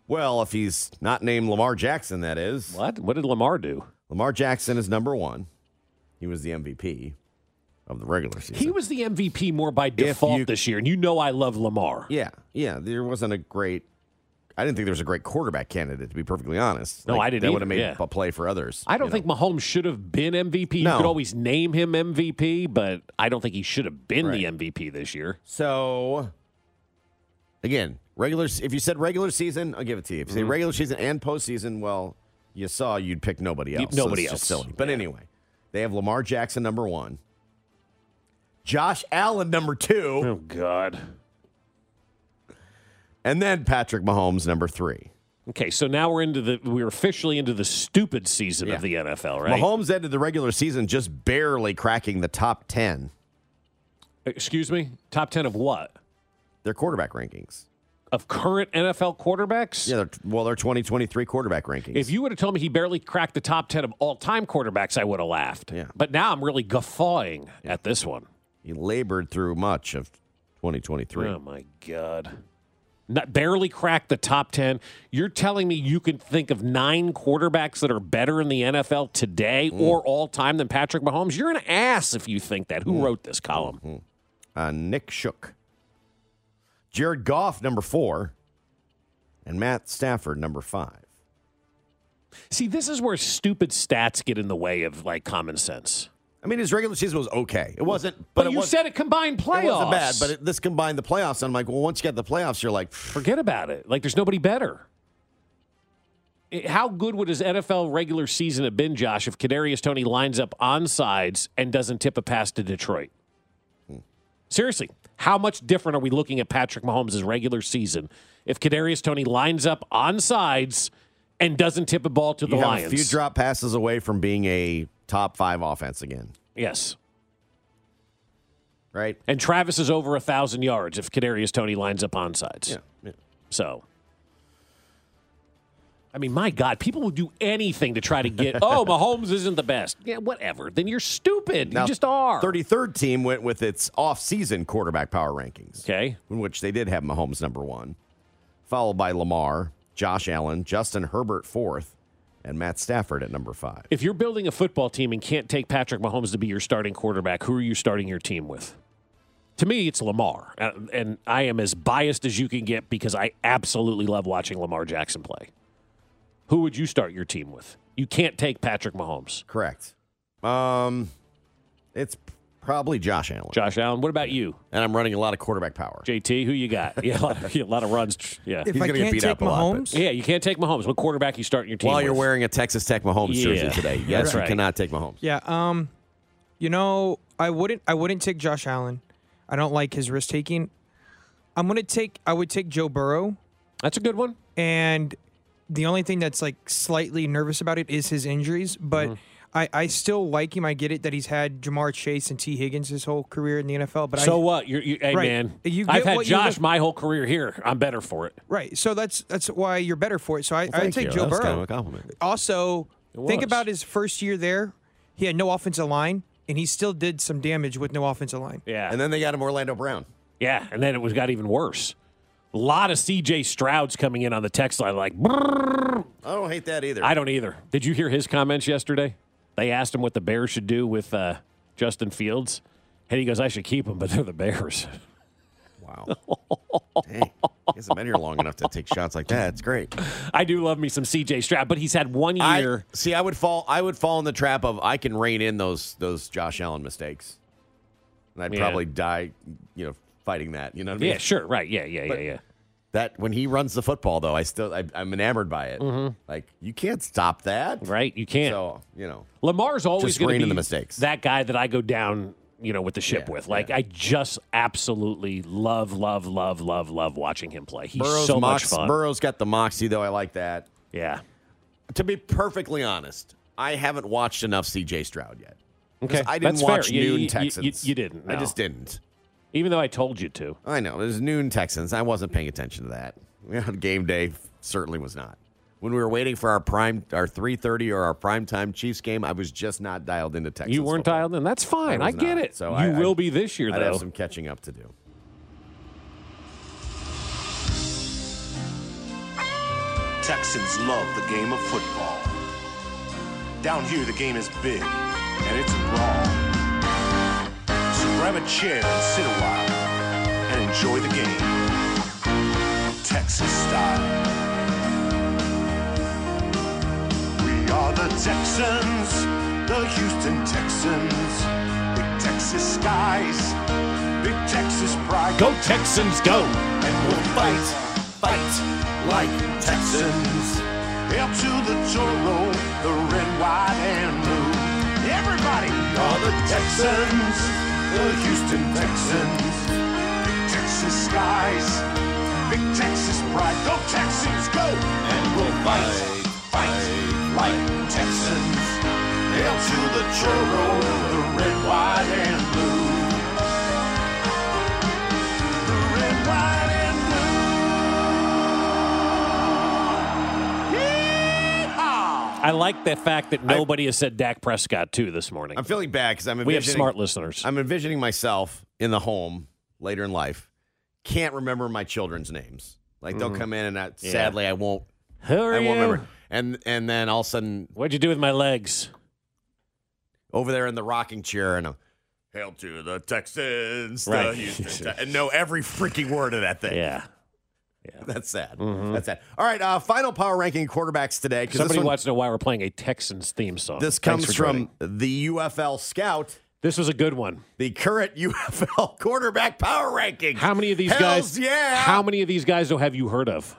[SPEAKER 2] Well, if he's not named Lamar Jackson, that is.
[SPEAKER 3] What? What did Lamar do?
[SPEAKER 2] Lamar Jackson is number one. He was the MVP of the regular season.
[SPEAKER 3] He was the MVP more by default
[SPEAKER 2] you-
[SPEAKER 3] this year, and you know I love Lamar.
[SPEAKER 2] Yeah, yeah. There wasn't a great. I didn't think there was a great quarterback candidate, to be perfectly honest.
[SPEAKER 3] No, I didn't
[SPEAKER 2] That would have
[SPEAKER 3] either, yeah.
[SPEAKER 2] made a play for others.
[SPEAKER 3] I don't think Mahomes should have been MVP.
[SPEAKER 2] No.
[SPEAKER 3] You could always name him MVP, but I don't think he should have been
[SPEAKER 2] Right.
[SPEAKER 3] the MVP this year.
[SPEAKER 2] So, again, regular. If you said regular season, I'll give it to you. If you
[SPEAKER 3] Mm-hmm.
[SPEAKER 2] say regular season and postseason, well, you saw you'd pick nobody
[SPEAKER 3] You-
[SPEAKER 2] else. so
[SPEAKER 3] nobody
[SPEAKER 2] it's just
[SPEAKER 3] else.
[SPEAKER 2] silly. But anyway, they have Lamar Jackson number one, Josh Allen number two,
[SPEAKER 3] Oh God.
[SPEAKER 2] and then Patrick Mahomes number three.
[SPEAKER 3] Okay, so now we're into the we're officially into the stupid season of the
[SPEAKER 2] Yeah.
[SPEAKER 3] NFL, right?
[SPEAKER 2] Mahomes ended the regular season just barely cracking the top ten.
[SPEAKER 3] Excuse me. Top ten of what?
[SPEAKER 2] Their quarterback rankings.
[SPEAKER 3] of current NFL quarterbacks.
[SPEAKER 2] Yeah, they're, well, they're 2023 quarterback rankings.
[SPEAKER 3] If you would have told me he barely cracked the top 10 of all time quarterbacks, I would have laughed.
[SPEAKER 2] Yeah.
[SPEAKER 3] But now I'm really guffawing at this one.
[SPEAKER 2] He labored through much of 2023.
[SPEAKER 3] Oh, my God. Not, barely cracked the top 10. You're telling me you can think of nine quarterbacks that are better in the NFL today
[SPEAKER 2] Mm-hmm.
[SPEAKER 3] or all time than Patrick Mahomes? You're an ass if you think that. Who
[SPEAKER 2] Mm-hmm.
[SPEAKER 3] wrote this column?
[SPEAKER 2] Uh, Nick Shook. Jared Goff, number four. And Matt Stafford, number five.
[SPEAKER 3] See, this is where stupid stats get in the way of like common sense.
[SPEAKER 2] I mean, his regular season was okay. It wasn't,
[SPEAKER 3] But,
[SPEAKER 2] but, it
[SPEAKER 3] you
[SPEAKER 2] was,
[SPEAKER 3] said it combined playoffs.
[SPEAKER 2] It wasn't bad, but it, this combined the playoffs. And I'm like, well, once you get the playoffs, you're like,
[SPEAKER 3] forget about it. Like, there's nobody better. It- how good would his NFL regular season have been, Josh, if Kadarius Tony lines up on sides and doesn't tip a pass to Detroit?
[SPEAKER 2] Hmm.
[SPEAKER 3] Seriously, how much different are we looking at Patrick Mahomes' regular season if Kadarius Tony lines up on sides and doesn't tip a ball to the
[SPEAKER 2] you have
[SPEAKER 3] Lions?
[SPEAKER 2] a few drop passes away from being a top five offense again.
[SPEAKER 3] yes.
[SPEAKER 2] Right.
[SPEAKER 3] And Travis is over a thousand yards if Kadarius Tony lines up on sides.
[SPEAKER 2] yeah.
[SPEAKER 3] So, I mean, my God, people will do anything to try to
[SPEAKER 2] (laughs)
[SPEAKER 3] get. oh, Mahomes isn't the best. Yeah, whatever. Then you're stupid.
[SPEAKER 2] Now,
[SPEAKER 3] you just are.
[SPEAKER 2] 33rd team went with its off-season quarterback power rankings.
[SPEAKER 3] Okay.
[SPEAKER 2] In which they did have Mahomes number one, followed by Lamar, Josh Allen, Justin Herbert fourth, and Matt Stafford at number five.
[SPEAKER 3] If you're building a football team and can't take Patrick Mahomes to be your starting quarterback, who are you starting your team with? To me, it's Lamar, Uh, and I am as biased as you can get because I absolutely love watching Lamar Jackson play. Who would you start your team with? You can't take Patrick Mahomes.
[SPEAKER 2] Correct. Um, it's probably Josh Allen.
[SPEAKER 3] Josh Allen. What about you?
[SPEAKER 2] And I'm running a lot of quarterback power.
[SPEAKER 3] JT, who you got? (laughs) (laughs) Yeah, a lot of, yeah, a lot of runs. Yeah,
[SPEAKER 2] If He's I gonna get can't beat take up a lot, but- Mahomes?
[SPEAKER 3] yeah, you can't take Mahomes. What quarterback you starting your team?
[SPEAKER 2] While you're
[SPEAKER 3] with?
[SPEAKER 2] wearing a Texas Tech Mahomes jersey
[SPEAKER 3] Yeah.
[SPEAKER 2] today,
[SPEAKER 3] That's
[SPEAKER 2] yes,
[SPEAKER 3] right.
[SPEAKER 2] you cannot take Mahomes.
[SPEAKER 4] Yeah. Um, you know, I wouldn't. I wouldn't take Josh Allen. I don't like his risk taking. I'm gonna take. I would take Joe Burrow.
[SPEAKER 3] That's a good one.
[SPEAKER 4] And the only thing that's like slightly nervous about it is his injuries, but.
[SPEAKER 3] Mm-hmm.
[SPEAKER 4] I, I still like him. I get it that he's had Jamar Chase and T. Higgins his whole career in the NFL. But
[SPEAKER 3] so
[SPEAKER 4] I,
[SPEAKER 3] what? You're, you, hey
[SPEAKER 4] Right.
[SPEAKER 3] man,
[SPEAKER 4] You
[SPEAKER 3] I've
[SPEAKER 4] get
[SPEAKER 3] had
[SPEAKER 4] what you
[SPEAKER 3] Josh
[SPEAKER 4] look-
[SPEAKER 3] my whole career here. I'm better for it.
[SPEAKER 4] Right. So that's that's why you're better for it. So I, I
[SPEAKER 2] Thank
[SPEAKER 4] take
[SPEAKER 2] you.
[SPEAKER 4] Joe
[SPEAKER 2] That was
[SPEAKER 4] Burrow.
[SPEAKER 2] kind of a compliment.
[SPEAKER 4] Also, think
[SPEAKER 2] was.
[SPEAKER 4] about his first year there. He had no offensive line, and he still did some damage with no offensive line.
[SPEAKER 3] Yeah,
[SPEAKER 2] And then they got him Orlando Brown.
[SPEAKER 3] yeah, and then it was got even worse. A lot of C.J. Strouds coming in on the text line, like "Brrr."
[SPEAKER 2] I don't hate that either.
[SPEAKER 3] I don't either. Did you hear his comments yesterday? They asked him what the Bears should do with uh, Justin Fields, and he goes, "I should keep him, but they're the Bears."
[SPEAKER 2] Wow. (laughs) Dang. He hasn't been here long enough to take shots like that. It's great.
[SPEAKER 3] I do love me some C.J. Stroud, but he's had one year.
[SPEAKER 2] I, see, I would fall. I would fall in the trap of I can rein in those those Josh Allen mistakes, and I'd
[SPEAKER 3] Yeah.
[SPEAKER 2] probably die. You know, fighting that. You know what I mean?
[SPEAKER 3] yeah, sure, right, yeah, yeah,
[SPEAKER 2] But-
[SPEAKER 3] yeah, yeah.
[SPEAKER 2] That when he runs the football, though, I still I, I'm enamored by it.
[SPEAKER 3] Mhm.
[SPEAKER 2] Like you can't stop that,
[SPEAKER 3] Right, you can't.
[SPEAKER 2] So you know,
[SPEAKER 3] Lamar's always
[SPEAKER 2] Just
[SPEAKER 3] going to
[SPEAKER 2] reining
[SPEAKER 3] be
[SPEAKER 2] the mistakes.
[SPEAKER 3] that guy that I go down, you know, with the ship with. Like I just absolutely love, love, love, love, love watching him play. He's
[SPEAKER 2] Burrow's
[SPEAKER 3] so
[SPEAKER 2] mox,
[SPEAKER 3] much fun.
[SPEAKER 2] Burrow's got the moxie, though. I like that.
[SPEAKER 3] Yeah.
[SPEAKER 2] To be perfectly honest, I haven't watched enough C.J. Stroud yet. 'Cause
[SPEAKER 3] Okay,
[SPEAKER 2] I didn't
[SPEAKER 3] that's fair.
[SPEAKER 2] watch
[SPEAKER 3] You- you-
[SPEAKER 2] noon
[SPEAKER 3] you- you-
[SPEAKER 2] Texans.
[SPEAKER 3] you didn't,
[SPEAKER 2] I
[SPEAKER 3] no.
[SPEAKER 2] just didn't.
[SPEAKER 3] Even though I told you to.
[SPEAKER 2] I know. It was noon Texans. I wasn't paying attention to that. (laughs) Yeah, Game day certainly was not. When we were waiting for our prime, our three thirty or our primetime Chiefs game, I was just not dialed into Texans.
[SPEAKER 3] you weren't
[SPEAKER 2] football.
[SPEAKER 3] dialed in. That's fine. I,
[SPEAKER 2] was
[SPEAKER 3] get
[SPEAKER 2] not.
[SPEAKER 3] it.
[SPEAKER 2] So
[SPEAKER 3] you
[SPEAKER 2] I- I-
[SPEAKER 3] will be this year
[SPEAKER 2] I'd
[SPEAKER 3] though.
[SPEAKER 2] have some catching up to do.
[SPEAKER 14] Texans love the game of football. Down here, the game is big and it's raw. So grab a chair and sit a while and enjoy the game. Texas style. We are the Texans, the Houston Texans. Big Texas skies, big Texas pride.
[SPEAKER 3] Go Texans, go!
[SPEAKER 14] And we'll fight, fight like Texans. Hail to the Toro, the red, white, and blue. Everybody, we are the Texans, the Houston Texans. Big Texas skies, big Texas pride. Go Texans, go! And we'll fight, fight like Texans. Hail to the Churro, the red, white, and blue. The red, white, and blue.
[SPEAKER 3] I like the fact that nobody has said Dak Prescott too this morning.
[SPEAKER 2] I'm feeling bad because I'm.
[SPEAKER 3] We have
[SPEAKER 2] envisioning-
[SPEAKER 3] smart listeners.
[SPEAKER 2] I'm envisioning myself in the home later in life. Can't remember my children's names. Like they'll
[SPEAKER 3] Mhm.
[SPEAKER 2] come in and I,
[SPEAKER 3] Yeah.
[SPEAKER 2] sadly I won't.
[SPEAKER 3] Who are
[SPEAKER 2] I won't
[SPEAKER 3] you?
[SPEAKER 2] remember. And and then all of a sudden,
[SPEAKER 3] what'd you do with my legs?
[SPEAKER 2] Over there in the rocking chair, and I'm, hail to the Texans, the
[SPEAKER 3] Right.
[SPEAKER 2] Houston
[SPEAKER 3] (laughs)
[SPEAKER 2] Te-" and know every freaking word of that thing. Yeah. Yeah. (laughs) That's sad.
[SPEAKER 3] Mm-hmm.
[SPEAKER 2] That's sad. All right, uh, final power ranking quarterbacks today. 'cause this
[SPEAKER 3] Somebody
[SPEAKER 2] one-
[SPEAKER 3] wants to know why we're playing a Texans theme song. Thanks
[SPEAKER 2] This comes
[SPEAKER 3] for joining.
[SPEAKER 2] from the UFL scout.
[SPEAKER 3] This was a good one.
[SPEAKER 2] The current (laughs) UFL quarterback power ranking.
[SPEAKER 3] How many of these
[SPEAKER 2] Hells
[SPEAKER 3] guys?
[SPEAKER 2] Yeah.
[SPEAKER 3] How many of these guys though have you heard of?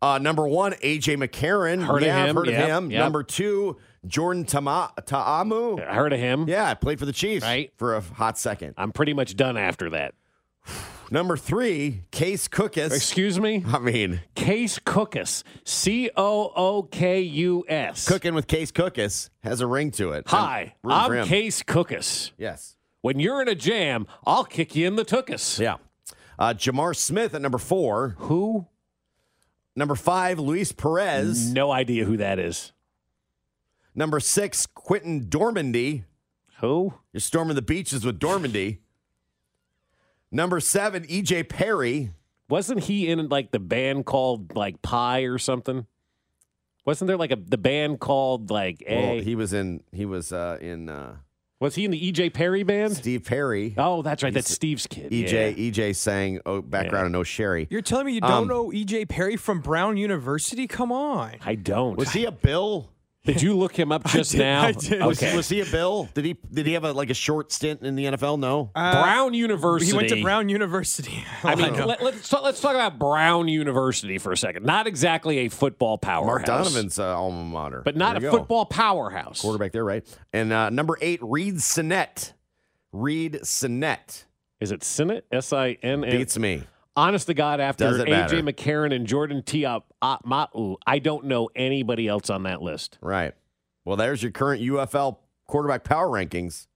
[SPEAKER 2] Uh, number one, AJ McCarron.
[SPEAKER 3] Heard of
[SPEAKER 2] yeah, I've
[SPEAKER 3] him,
[SPEAKER 2] Heard
[SPEAKER 3] yep,
[SPEAKER 2] of him.
[SPEAKER 3] yep.
[SPEAKER 2] Number two, Jordan Tama- Taamu.
[SPEAKER 3] I heard of him.
[SPEAKER 2] Yeah, played for the Chiefs
[SPEAKER 3] Right.
[SPEAKER 2] for a hot second.
[SPEAKER 3] I'm pretty much done after that.
[SPEAKER 2] (sighs) Number three, Case Cookus.
[SPEAKER 3] Excuse me?
[SPEAKER 2] I mean,
[SPEAKER 3] Case Cookus. C O O K U S.
[SPEAKER 2] Cooking with Case Cookus has a ring to it.
[SPEAKER 3] Hi,
[SPEAKER 2] rooting for
[SPEAKER 3] I'm
[SPEAKER 2] him.
[SPEAKER 3] Case Cookus.
[SPEAKER 2] Yes.
[SPEAKER 3] When you're in a jam, I'll kick you in the tookus.
[SPEAKER 2] Yeah. Uh, Jamar Smith at number four.
[SPEAKER 3] Who?
[SPEAKER 2] Number five, Luis Perez.
[SPEAKER 3] No idea who that is.
[SPEAKER 2] Number six, Quentin Dormandy.
[SPEAKER 3] Who?
[SPEAKER 2] You're storming the beaches with Dormandy. Number seven, EJ Perry.
[SPEAKER 3] Wasn't he in like the band called like Pie or something? Wasn't there like a the band called like
[SPEAKER 2] Well,
[SPEAKER 3] A?
[SPEAKER 2] he was in. He was uh, in. Uh,
[SPEAKER 3] was he in the EJ Perry band?
[SPEAKER 2] Steve Perry.
[SPEAKER 3] Oh,
[SPEAKER 2] (laughs)
[SPEAKER 3] that's right. That's
[SPEAKER 2] He's- E
[SPEAKER 3] Steve's kid.
[SPEAKER 2] EJ
[SPEAKER 3] Yeah.
[SPEAKER 2] EJ sang oh, background and oh Sherry.
[SPEAKER 4] You're telling me you don't
[SPEAKER 2] Um,
[SPEAKER 4] know EJ Perry from Brown University? Come on.
[SPEAKER 3] I don't. (laughs)
[SPEAKER 2] Was he a Bill?
[SPEAKER 3] Did you look him up just
[SPEAKER 4] did,
[SPEAKER 3] now?
[SPEAKER 4] (laughs) I did.
[SPEAKER 2] Was,
[SPEAKER 3] Okay.
[SPEAKER 2] he, was he a Bill? Did he did he have a, like a short stint in the NFL? No.
[SPEAKER 4] Uh,
[SPEAKER 3] Brown University.
[SPEAKER 4] He went to Brown University. (laughs)
[SPEAKER 3] I mean,
[SPEAKER 4] Like,
[SPEAKER 3] let, us talk, let's talk about Brown University for a second. Not exactly a football
[SPEAKER 2] Mark
[SPEAKER 3] powerhouse,
[SPEAKER 2] Donovan's uh, alma mater,
[SPEAKER 3] but not a
[SPEAKER 2] There you go.
[SPEAKER 3] football powerhouse.
[SPEAKER 2] quarterback there, right? And uh, number eight, Reed Sinet. Reed Sinet
[SPEAKER 3] Is it Sinet? S I N N.
[SPEAKER 2] beats me.
[SPEAKER 3] Honest to God, after
[SPEAKER 2] Doesn't
[SPEAKER 3] AJ
[SPEAKER 2] matter.
[SPEAKER 3] McCarron and Jordan Tiamatu, I don't know anybody else on that list.
[SPEAKER 2] Right. Well, there's your current UFL quarterback power rankings.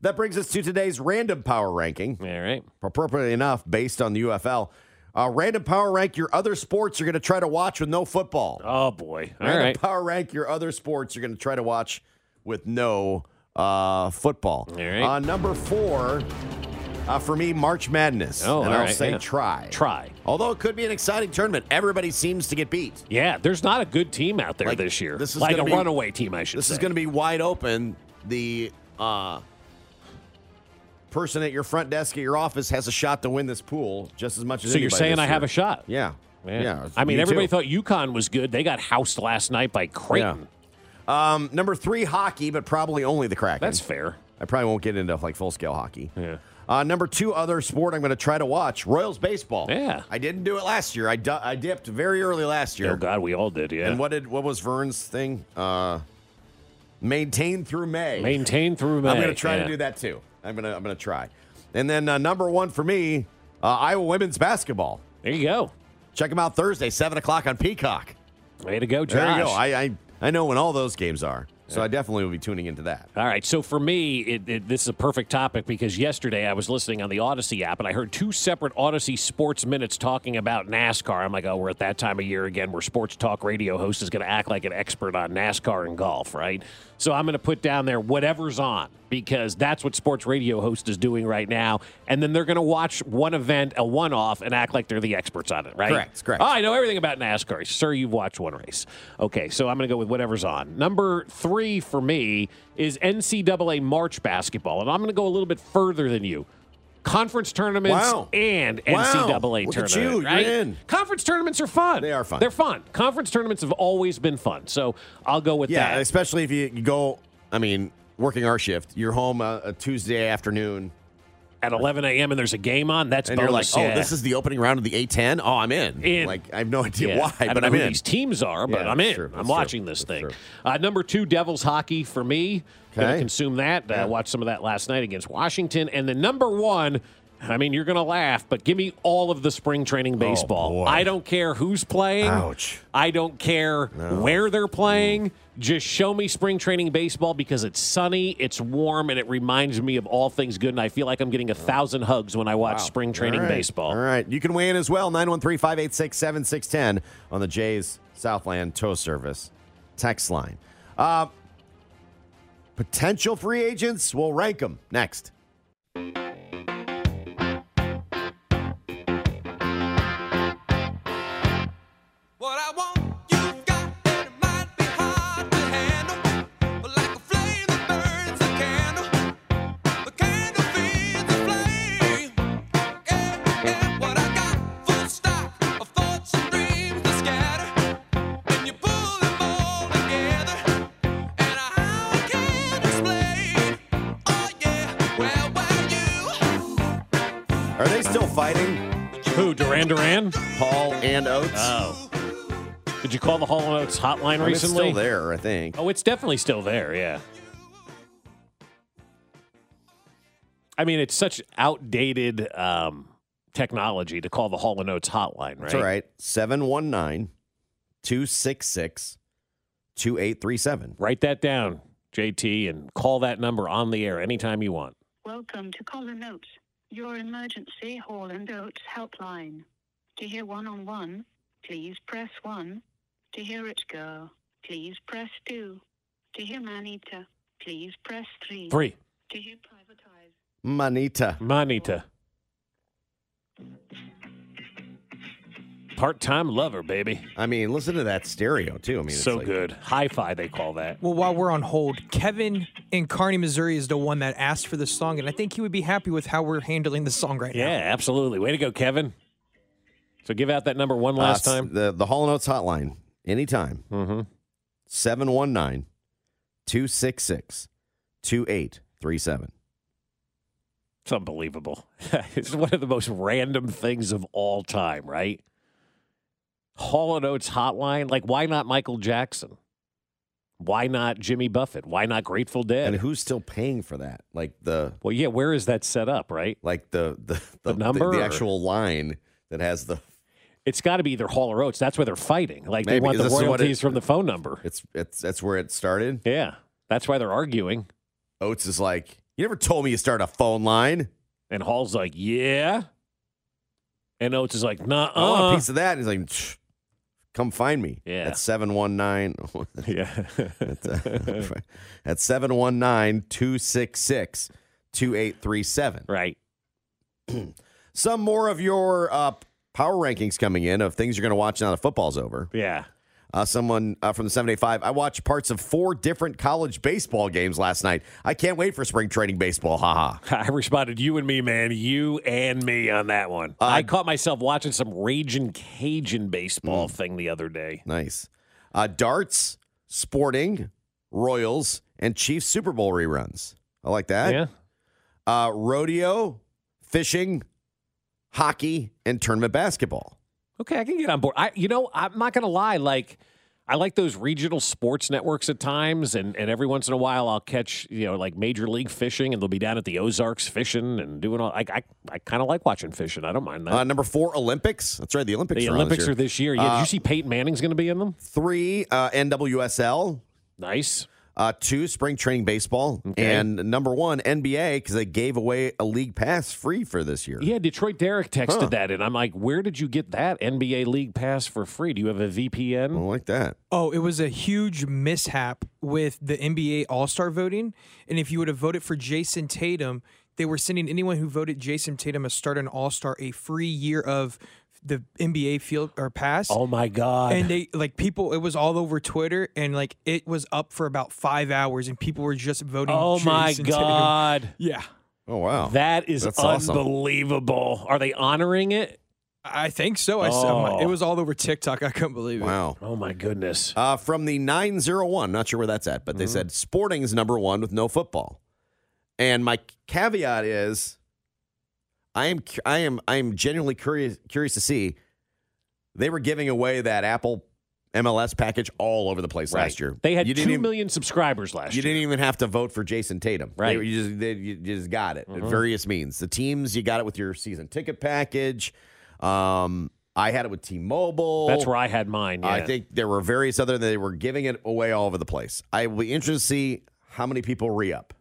[SPEAKER 2] That brings us to today's random power ranking.
[SPEAKER 3] All right.
[SPEAKER 2] appropriately enough, based on the UFL. Uh, random power rank your other sports you're going to try to watch with no football.
[SPEAKER 3] Oh boy. All
[SPEAKER 2] random
[SPEAKER 3] right.
[SPEAKER 2] power rank your other sports you're going to try to watch with no uh, football.
[SPEAKER 3] All right.
[SPEAKER 2] Uh, number four, uh, for me, March Madness.
[SPEAKER 3] Oh,
[SPEAKER 2] and
[SPEAKER 3] all
[SPEAKER 2] I'll
[SPEAKER 3] right,
[SPEAKER 2] say
[SPEAKER 3] yeah.
[SPEAKER 2] try.
[SPEAKER 3] Try.
[SPEAKER 2] Although it could be an exciting tournament, everybody seems to get beat.
[SPEAKER 3] Yeah, there's not a good team out there
[SPEAKER 2] Like,
[SPEAKER 3] this year.
[SPEAKER 2] this is
[SPEAKER 3] like a
[SPEAKER 2] gonna be-
[SPEAKER 3] runaway team, I should
[SPEAKER 2] This
[SPEAKER 3] say.
[SPEAKER 2] is going to be wide open. The uh, person at your front desk at your office has a shot to win this pool just as much as
[SPEAKER 3] so you're
[SPEAKER 2] anybody
[SPEAKER 3] saying
[SPEAKER 2] this
[SPEAKER 3] I have
[SPEAKER 2] year.
[SPEAKER 3] a shot?
[SPEAKER 2] Yeah. Yeah.
[SPEAKER 3] I mean,
[SPEAKER 2] me
[SPEAKER 3] everybody
[SPEAKER 2] too.
[SPEAKER 3] thought UConn was good. They got housed last night by Creighton.
[SPEAKER 2] Um, number three, hockey, but probably only the Kraken.
[SPEAKER 3] That's fair.
[SPEAKER 2] I probably won't get into like full scale hockey.
[SPEAKER 3] Yeah.
[SPEAKER 2] Uh, number two, other sport I'm going to try to watch Royals baseball.
[SPEAKER 3] Yeah.
[SPEAKER 2] I didn't do it last year. I, du- I dipped very early last year.
[SPEAKER 3] Oh God, we all did. Yeah.
[SPEAKER 2] And what did what was Vern's thing? Uh, maintain through May.
[SPEAKER 3] Maintain through May.
[SPEAKER 2] I'm going to try
[SPEAKER 3] yeah.
[SPEAKER 2] to do that too. I'm going to I'm going to try. And then uh, number one for me, uh, Iowa women's basketball.
[SPEAKER 3] There you go.
[SPEAKER 2] Check them out Thursday, seven o'clock on Peacock.
[SPEAKER 3] Way to go, Josh.
[SPEAKER 2] There you go. I, I I know when all those games are, so I definitely will be tuning into that.
[SPEAKER 3] All right. So for me, it, it, this is a perfect topic because yesterday I was listening on the Odyssey app and I heard two separate Odyssey sports minutes talking about NASCAR. I'm like, oh, we're at that time of year again where sports talk radio host is going to act like an expert on NASCAR and golf, right? So I'm going to put down there whatever's on because that's what sports radio host is doing right now. And then they're going to watch one event, a one off, and act like they're the experts on it, right?
[SPEAKER 2] Correct, correct.
[SPEAKER 3] Oh, I know everything about NASCAR. Sir, you've watched one race. Okay, so I'm going to go with whatever's on. Number three for me is NCAA March basketball. And I'm going to go a little bit further than you. Conference tournaments
[SPEAKER 2] Wow.
[SPEAKER 3] and
[SPEAKER 2] Wow.
[SPEAKER 3] NCAA
[SPEAKER 2] Look at
[SPEAKER 3] tournament.
[SPEAKER 2] you. You're
[SPEAKER 3] right?
[SPEAKER 2] in.
[SPEAKER 3] Conference tournaments are fun.
[SPEAKER 2] They are fun.
[SPEAKER 3] They're fun. Conference tournaments have always been fun. So I'll go with
[SPEAKER 2] Yeah,
[SPEAKER 3] that.
[SPEAKER 2] especially if you, you go. I mean, working our shift, you're home uh, a Tuesday afternoon,
[SPEAKER 3] At 11 a.m. and there's a game on. That's
[SPEAKER 2] and you're like,
[SPEAKER 3] bonus.
[SPEAKER 2] "Oh,
[SPEAKER 3] yeah.
[SPEAKER 2] this is the opening round of the A10. Oh, I'm in.
[SPEAKER 3] In.
[SPEAKER 2] Like, I have no idea
[SPEAKER 3] Yeah.
[SPEAKER 2] why,
[SPEAKER 3] I don't
[SPEAKER 2] but
[SPEAKER 3] know
[SPEAKER 2] I'm
[SPEAKER 3] who
[SPEAKER 2] in.
[SPEAKER 3] these teams are, but
[SPEAKER 2] Yeah,
[SPEAKER 3] I'm
[SPEAKER 2] that's
[SPEAKER 3] in.
[SPEAKER 2] true.
[SPEAKER 3] I'm
[SPEAKER 2] That's
[SPEAKER 3] watching
[SPEAKER 2] true.
[SPEAKER 3] this
[SPEAKER 2] That's
[SPEAKER 3] thing.
[SPEAKER 2] true.
[SPEAKER 3] Uh, number two, Devils hockey for me. Going
[SPEAKER 2] Okay.
[SPEAKER 3] to consume that. Uh, watched some of that last night against Washington, and then number one. I mean, you're going to laugh, but give me all of the spring
[SPEAKER 2] Oh,
[SPEAKER 3] training baseball. I don't care who's playing.
[SPEAKER 2] Ouch.
[SPEAKER 3] I don't care where
[SPEAKER 2] Mm.
[SPEAKER 3] they're playing. Just show me spring training baseball because it's sunny, it's warm, and it reminds me of all things good. And I feel like I'm getting a thousand hugs when I watch spring training
[SPEAKER 2] All right.
[SPEAKER 3] baseball.
[SPEAKER 2] All right. You can weigh in as well. 913 586 7610 on the Jays Southland Tow Service text line. Uh, potential free agents, we'll rank them next. Are they still fighting?
[SPEAKER 3] Who, Duran Duran?
[SPEAKER 2] Hall and Oates.
[SPEAKER 3] Oh. Did you call the Hall and Oates hotline
[SPEAKER 2] I mean, it's
[SPEAKER 3] recently?
[SPEAKER 2] still there, I think.
[SPEAKER 3] Oh, it's definitely still there, yeah. I mean, it's such outdated um, technology to call the Hall & Oates hotline, right?
[SPEAKER 2] That's all right. 719 266 2837.
[SPEAKER 3] Write that down, JT, and call that number on the air anytime you want.
[SPEAKER 15] Welcome to Call and Notes, your emergency Hall and Oates helpline. To hear one on one, please press 1. To hear it go, please press 2. To hear Manita, please press 3.
[SPEAKER 3] Three.
[SPEAKER 15] To hear private.
[SPEAKER 2] Manita.
[SPEAKER 3] Manita. Part-time lover, baby.
[SPEAKER 2] I mean, listen to that stereo, too. I mean, it's
[SPEAKER 3] so
[SPEAKER 2] like-
[SPEAKER 3] good. Hi-fi, they call that.
[SPEAKER 4] Well, while we're on hold, Kevin in Kearney, Missouri is the one that asked for this song, and I think he would be happy with how we're handling the song right
[SPEAKER 3] Yeah, absolutely. Way to go, Kevin. So give out that number one last
[SPEAKER 2] Uh, s-
[SPEAKER 3] time.
[SPEAKER 2] The the Hall & Oates hotline, anytime. Mm-hmm. 719-266-2837.
[SPEAKER 3] It's unbelievable. (laughs) it's one of the most random things of all time, right? Hall and Oates hotline. Like, why not Michael Jackson? Why not Jimmy Buffett? Why not Grateful Dead?
[SPEAKER 2] And who's still paying for that? Like the
[SPEAKER 3] Well, yeah, where is that set up, right?
[SPEAKER 2] Like the the,
[SPEAKER 3] The number
[SPEAKER 2] the,
[SPEAKER 3] or-
[SPEAKER 2] actual line that has the
[SPEAKER 3] It's got to be either Hall or Oates. That's where they're fighting. Like, they
[SPEAKER 2] Maybe.
[SPEAKER 3] want the
[SPEAKER 2] This is what it-
[SPEAKER 3] royalties from the phone number.
[SPEAKER 2] it's it's that's where it started.
[SPEAKER 3] Yeah. That's why they're arguing.
[SPEAKER 2] Oates is like, "You never told me you started a phone line."
[SPEAKER 3] And Hall's like, "Yeah." And Oates is like, "Nah,
[SPEAKER 2] I want
[SPEAKER 3] uh."
[SPEAKER 2] a piece of that." And he's like, "Tch, "Come find me."
[SPEAKER 3] Yeah.
[SPEAKER 2] At (laughs) 719
[SPEAKER 3] Yeah.
[SPEAKER 2] at, uh, (laughs) at 719-266-2837.
[SPEAKER 3] Right.
[SPEAKER 2] (clears throat) Some more of your uh, power rankings coming in of things you're going to watch now that football's over.
[SPEAKER 3] Yeah.
[SPEAKER 2] Uh, someone uh, from the 785. I watched parts of four different college baseball games last night. I can't wait for spring training baseball. Haha.
[SPEAKER 3] (laughs) I responded, you and me, man. You and me on that one. I caught myself watching some Raging Cajun baseball thing the other day.
[SPEAKER 2] Mm. Nice. Uh, darts, Sporting, Royals, and Chiefs Super Bowl reruns. I like that.
[SPEAKER 3] Yeah.
[SPEAKER 2] Uh, rodeo, fishing, hockey, and tournament basketball.
[SPEAKER 3] Okay, I can get on board. I, you know, I'm not gonna lie. Like, I like those regional sports networks at times, and and every once in a while, I'll catch you know like Major League Fishing, and they'll be down at the Ozarks fishing and doing all. I I, I kind of like watching fishing. I don't mind that.
[SPEAKER 2] Uh, number four, Olympics. That's right. The Olympics.
[SPEAKER 3] the
[SPEAKER 2] are on
[SPEAKER 3] Olympics are this year. Yeah, did
[SPEAKER 2] Uh,
[SPEAKER 3] you see Peyton Manning's gonna be in them?
[SPEAKER 2] Three, uh, NWSL.
[SPEAKER 3] Nice.
[SPEAKER 2] Uh, two, spring training baseball. And number one, NBA, because they gave away a league pass free for this year.
[SPEAKER 3] Yeah, Detroit Derek texted
[SPEAKER 2] Huh.
[SPEAKER 3] that, and I'm like, where did you get that NBA League Pass for free? Do you have a VPN?
[SPEAKER 2] I like that.
[SPEAKER 4] Oh, it was a huge mishap with the NBA All Star voting. And if you would have voted for Jason Tatum, they were sending anyone who voted Jason Tatum as starter and All Star a free year of the NBA field or pass.
[SPEAKER 3] Oh my god!
[SPEAKER 4] And they like people. It was all over Twitter, and like it was up for about five hours, and people were just voting.
[SPEAKER 3] oh my
[SPEAKER 4] Jason Tatum.
[SPEAKER 3] god!
[SPEAKER 4] Yeah,
[SPEAKER 2] Oh, wow.
[SPEAKER 3] That is
[SPEAKER 2] That's awesome.
[SPEAKER 3] unbelievable. Are they honoring it?
[SPEAKER 4] I think so. I saw
[SPEAKER 3] Oh.
[SPEAKER 4] it was all over TikTok. I couldn't believe it.
[SPEAKER 2] Wow.
[SPEAKER 3] Oh my goodness. Mm-hmm.
[SPEAKER 2] Uh, from the 901, not sure where that's at, but they said Sporting's number one with no football. And my caveat is I am cu- I am I am genuinely curious curious to see they were giving away that Apple MLS package all over the place
[SPEAKER 3] Right.
[SPEAKER 2] last year.
[SPEAKER 3] They had
[SPEAKER 2] You
[SPEAKER 3] two
[SPEAKER 2] didn't
[SPEAKER 3] million
[SPEAKER 2] even-
[SPEAKER 3] subscribers last
[SPEAKER 2] you
[SPEAKER 3] year.
[SPEAKER 2] didn't even have to vote for Jason Tatum. They-
[SPEAKER 3] Right.
[SPEAKER 2] you, just, they- you just got it
[SPEAKER 3] Mhm.
[SPEAKER 2] at various means. The teams, you got it with your season ticket package. Um, I had it with T Mobile.
[SPEAKER 3] That's where I had mine.
[SPEAKER 2] I
[SPEAKER 3] yeah.
[SPEAKER 2] think there were various other, they were giving it away all over the place. I will be interested to see how many people re up.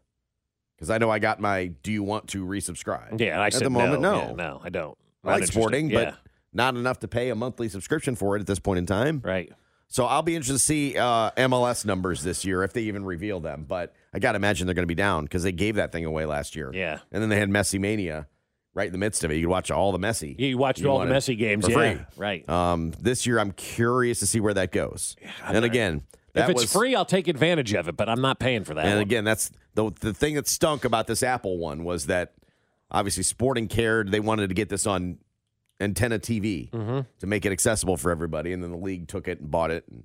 [SPEAKER 2] Because I know I got my do you want to resubscribe?
[SPEAKER 3] Yeah, and I
[SPEAKER 2] At
[SPEAKER 3] said
[SPEAKER 2] the moment,
[SPEAKER 3] no.
[SPEAKER 2] no.
[SPEAKER 3] Yeah, no, I don't.
[SPEAKER 2] I like
[SPEAKER 3] Not
[SPEAKER 2] sporting,
[SPEAKER 3] interested.
[SPEAKER 2] but not enough to pay a monthly subscription for it at this point in time.
[SPEAKER 3] Right.
[SPEAKER 2] So I'll be interested to see uh, MLS numbers this year if they even reveal them. But I got to imagine they're going to be down because they gave that thing away last year.
[SPEAKER 3] Yeah.
[SPEAKER 2] And then they had Messi Mania right in the midst of it. You could watch all the Messi.
[SPEAKER 3] Yeah, you watched all the
[SPEAKER 2] wanted
[SPEAKER 3] Messi games,
[SPEAKER 2] For
[SPEAKER 3] yeah,
[SPEAKER 2] free.
[SPEAKER 3] right.
[SPEAKER 2] Um, this year, I'm curious to see where that goes. and again,
[SPEAKER 3] if
[SPEAKER 2] that
[SPEAKER 3] it's
[SPEAKER 2] was,
[SPEAKER 3] free, I'll take advantage of it, but I'm not paying for that.
[SPEAKER 2] and
[SPEAKER 3] one.
[SPEAKER 2] again, that's the the thing that stunk about this Apple one was that obviously Sporting cared they wanted to get this on antenna TV
[SPEAKER 4] Mm-hmm.
[SPEAKER 3] Mhm.
[SPEAKER 2] to make it accessible for everybody, and then the league took it and bought it and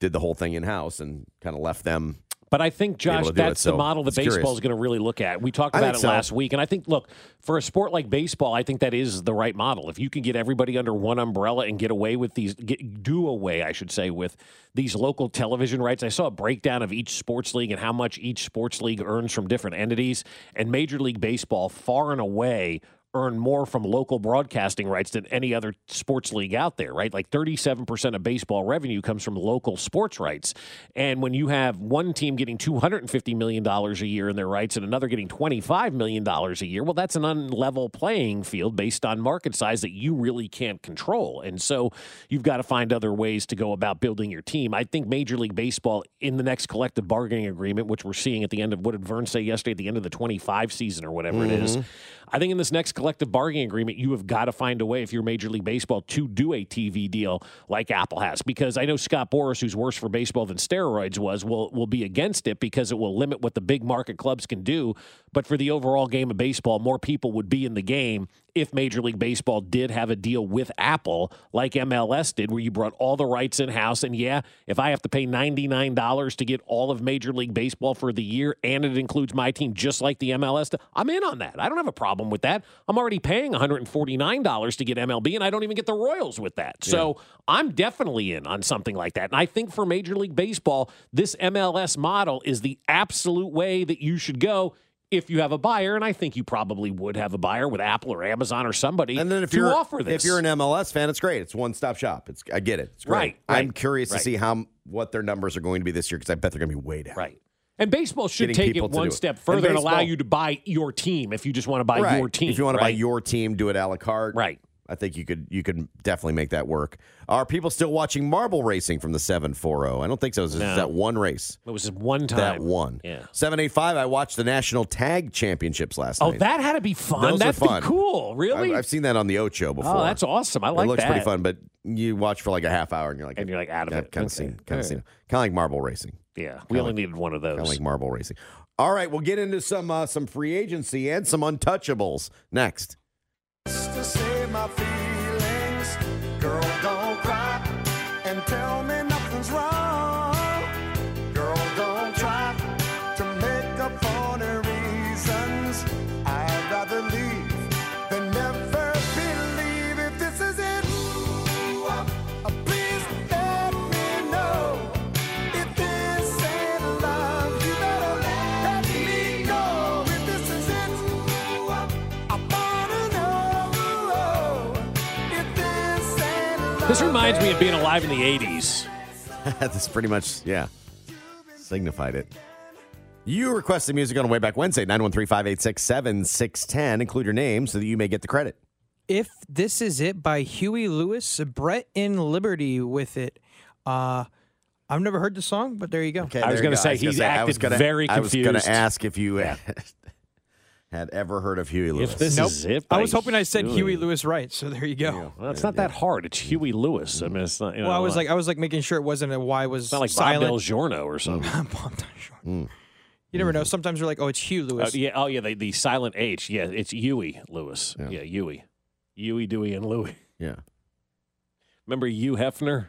[SPEAKER 2] did the whole thing in house and kind of left them.
[SPEAKER 3] But I think,
[SPEAKER 2] able
[SPEAKER 3] Josh,
[SPEAKER 2] to do
[SPEAKER 3] that's
[SPEAKER 2] it. So
[SPEAKER 3] the model that
[SPEAKER 2] it's curious.
[SPEAKER 3] baseball is going to really look at. We talked
[SPEAKER 2] I
[SPEAKER 3] about
[SPEAKER 2] think
[SPEAKER 3] it
[SPEAKER 2] so.
[SPEAKER 3] last week, and I think, look, for a sport like baseball, I think that is the right model. If you can get everybody under one umbrella and get away with these, get, do away, I should say, with these local television rights. I saw a breakdown of each sports league and how much each sports league earns from different entities, and Major League Baseball, far and away, earn more from local broadcasting rights than any other sports league out there, right? Like 37% of baseball revenue comes from local sports rights. And when you have one team getting $250 million a year in their rights and another getting $25 million a year, well, that's an unlevel playing field based on market size that you really can't control. And so you've got to find other ways to go about building your team. I think Major League Baseball in the next collective bargaining agreement, which we're seeing at the end of what did Vern say yesterday, at the end of the 25 season or whatever it is,
[SPEAKER 2] Mhm.
[SPEAKER 3] I think in this next collective bargaining agreement, you have got to find a way if you're Major League Baseball to do a TV deal like Apple has, because I know Scott Boris, who's worse for baseball than steroids was, will will be against it because it will limit what the big market clubs can do. But for the overall game of baseball, more people would be in the game if Major League Baseball did have a deal with Apple like MLS did, where you brought all the rights in house. And yeah, if I have to pay $99 to get all of Major League Baseball for the year and it includes my team just like the MLS, I'm in on that. I don't have a problem with that. I'm already paying $149 to get MLB and I don't even get the Royals with that. So I'm definitely in on something like that. And I think for Major League Baseball, this MLS model is the absolute way that you should go if you have a buyer, and I think you probably would have a buyer with Apple or Amazon or somebody. And then
[SPEAKER 2] if
[SPEAKER 3] to
[SPEAKER 2] you're
[SPEAKER 3] offer this,
[SPEAKER 2] if you're an MLS fan, it's great. It's one stop shop. It's I get it. It's great.
[SPEAKER 3] Right,
[SPEAKER 2] I'm
[SPEAKER 3] right,
[SPEAKER 2] curious
[SPEAKER 3] right.
[SPEAKER 2] to see how what their numbers are going to be this year because I bet they're going to be way down.
[SPEAKER 3] Right. and baseball should
[SPEAKER 2] getting
[SPEAKER 3] take it
[SPEAKER 2] people to
[SPEAKER 3] one
[SPEAKER 2] do it.
[SPEAKER 3] step
[SPEAKER 2] And
[SPEAKER 3] further and, allow
[SPEAKER 2] baseball-
[SPEAKER 3] you to buy your team if you just want to buy
[SPEAKER 2] Right.
[SPEAKER 3] your team.
[SPEAKER 2] If you want to
[SPEAKER 3] right?
[SPEAKER 2] buy your team, do it a la carte.
[SPEAKER 3] Right.
[SPEAKER 2] I think you could you could definitely make that work. Are people still watching marble racing from the seven four zero? I don't think so. It's just
[SPEAKER 3] No.
[SPEAKER 2] that one race.
[SPEAKER 3] it was just one time
[SPEAKER 2] That one.
[SPEAKER 3] Yeah.
[SPEAKER 2] Seven eight five. I watched the national tag championships last
[SPEAKER 3] Oh,
[SPEAKER 2] night.
[SPEAKER 3] that had to be fun.
[SPEAKER 2] Those
[SPEAKER 3] That's
[SPEAKER 2] are fun.
[SPEAKER 3] cool. Really.
[SPEAKER 2] I've, I've seen that on the Ocho before.
[SPEAKER 3] Oh, that's awesome. I like
[SPEAKER 2] it looks
[SPEAKER 3] that.
[SPEAKER 2] pretty fun, but you watch for like a half hour and you're like,
[SPEAKER 3] And you're like, out of it.
[SPEAKER 2] Kind of
[SPEAKER 3] Okay. All
[SPEAKER 2] seen, kind
[SPEAKER 3] right.
[SPEAKER 2] of seen, kind of like marble racing.
[SPEAKER 3] yeah, we only needed one of those.
[SPEAKER 2] Kind of like marble racing. All right, we'll get into some uh, some free agency and some untouchables next.
[SPEAKER 7] to save my feelings. Girl, don't cry and tell me nothing's wrong. Girl, don't try to make up for the reasons. I'd rather leave than never believe if this is it. Uh, Please let me know if this ain't love. You better let me go if this is it. Uh,
[SPEAKER 3] This reminds me of being alive in the '80s.
[SPEAKER 2] (laughs) That's pretty much, yeah, signified it. You requested music on Way Back Wednesday, 913 586 7610. Include your name so that you may get the credit.
[SPEAKER 4] If This Is It by Huey Lewis, Brett in Liberty with it. Uh, I've never heard the song, but there you go.
[SPEAKER 2] Okay, there you go. I was gonna I was gonna- I was going to ask if you
[SPEAKER 4] Yeah.
[SPEAKER 2] (laughs) had ever heard of Huey Lewis.
[SPEAKER 4] Nope. I was hoping I said Huey Lewis right, so there you go.
[SPEAKER 3] Well, it's not that hard. It's Huey Lewis. I mean, it's not. You know, uh,
[SPEAKER 4] well, I was like, I was like making sure it wasn't a why was
[SPEAKER 3] it's not like
[SPEAKER 4] silent.
[SPEAKER 3] Bob Del Giorno
[SPEAKER 4] (laughs)
[SPEAKER 3] or something.
[SPEAKER 2] Mm.
[SPEAKER 4] You never know. Sometimes you're like, oh, it's Hugh Lewis.
[SPEAKER 3] Uh, yeah. Oh, yeah. The, the silent H. Yeah. It's Huey Lewis. Yeah. Huey. Huey, Dewey, and Louie.
[SPEAKER 2] Yeah.
[SPEAKER 3] Remember Hugh Hefner?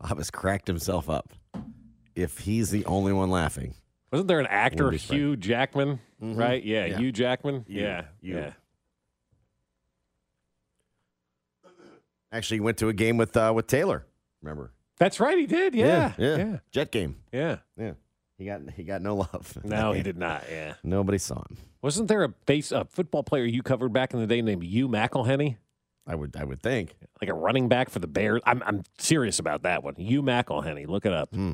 [SPEAKER 2] Bob has cracked himself up. If he's the only one laughing,
[SPEAKER 3] Wasn't there an actor,
[SPEAKER 2] Wouldn't be surprised.
[SPEAKER 3] Hugh Jackman?
[SPEAKER 2] Mhm.
[SPEAKER 3] Right? Yeah,
[SPEAKER 2] Yeah.
[SPEAKER 3] Hugh Jackman.
[SPEAKER 2] Hugh,
[SPEAKER 3] yeah,
[SPEAKER 2] Hugh.
[SPEAKER 3] yeah.
[SPEAKER 2] Actually, went to a game with uh, with Taylor. Remember?
[SPEAKER 3] That's right, he did. Yeah,
[SPEAKER 2] yeah, Jet game.
[SPEAKER 3] yeah.
[SPEAKER 2] Yeah, he got he got no love. (laughs)
[SPEAKER 3] No, he did not. Yeah.
[SPEAKER 2] Nobody saw him.
[SPEAKER 3] Wasn't there a base a football player you covered back in the day named Hugh McElhenney?
[SPEAKER 2] I would I would think
[SPEAKER 3] like a running back for the Bears. I'm I'm serious about that one. Hugh McElhenney, look it up.
[SPEAKER 2] Hmm.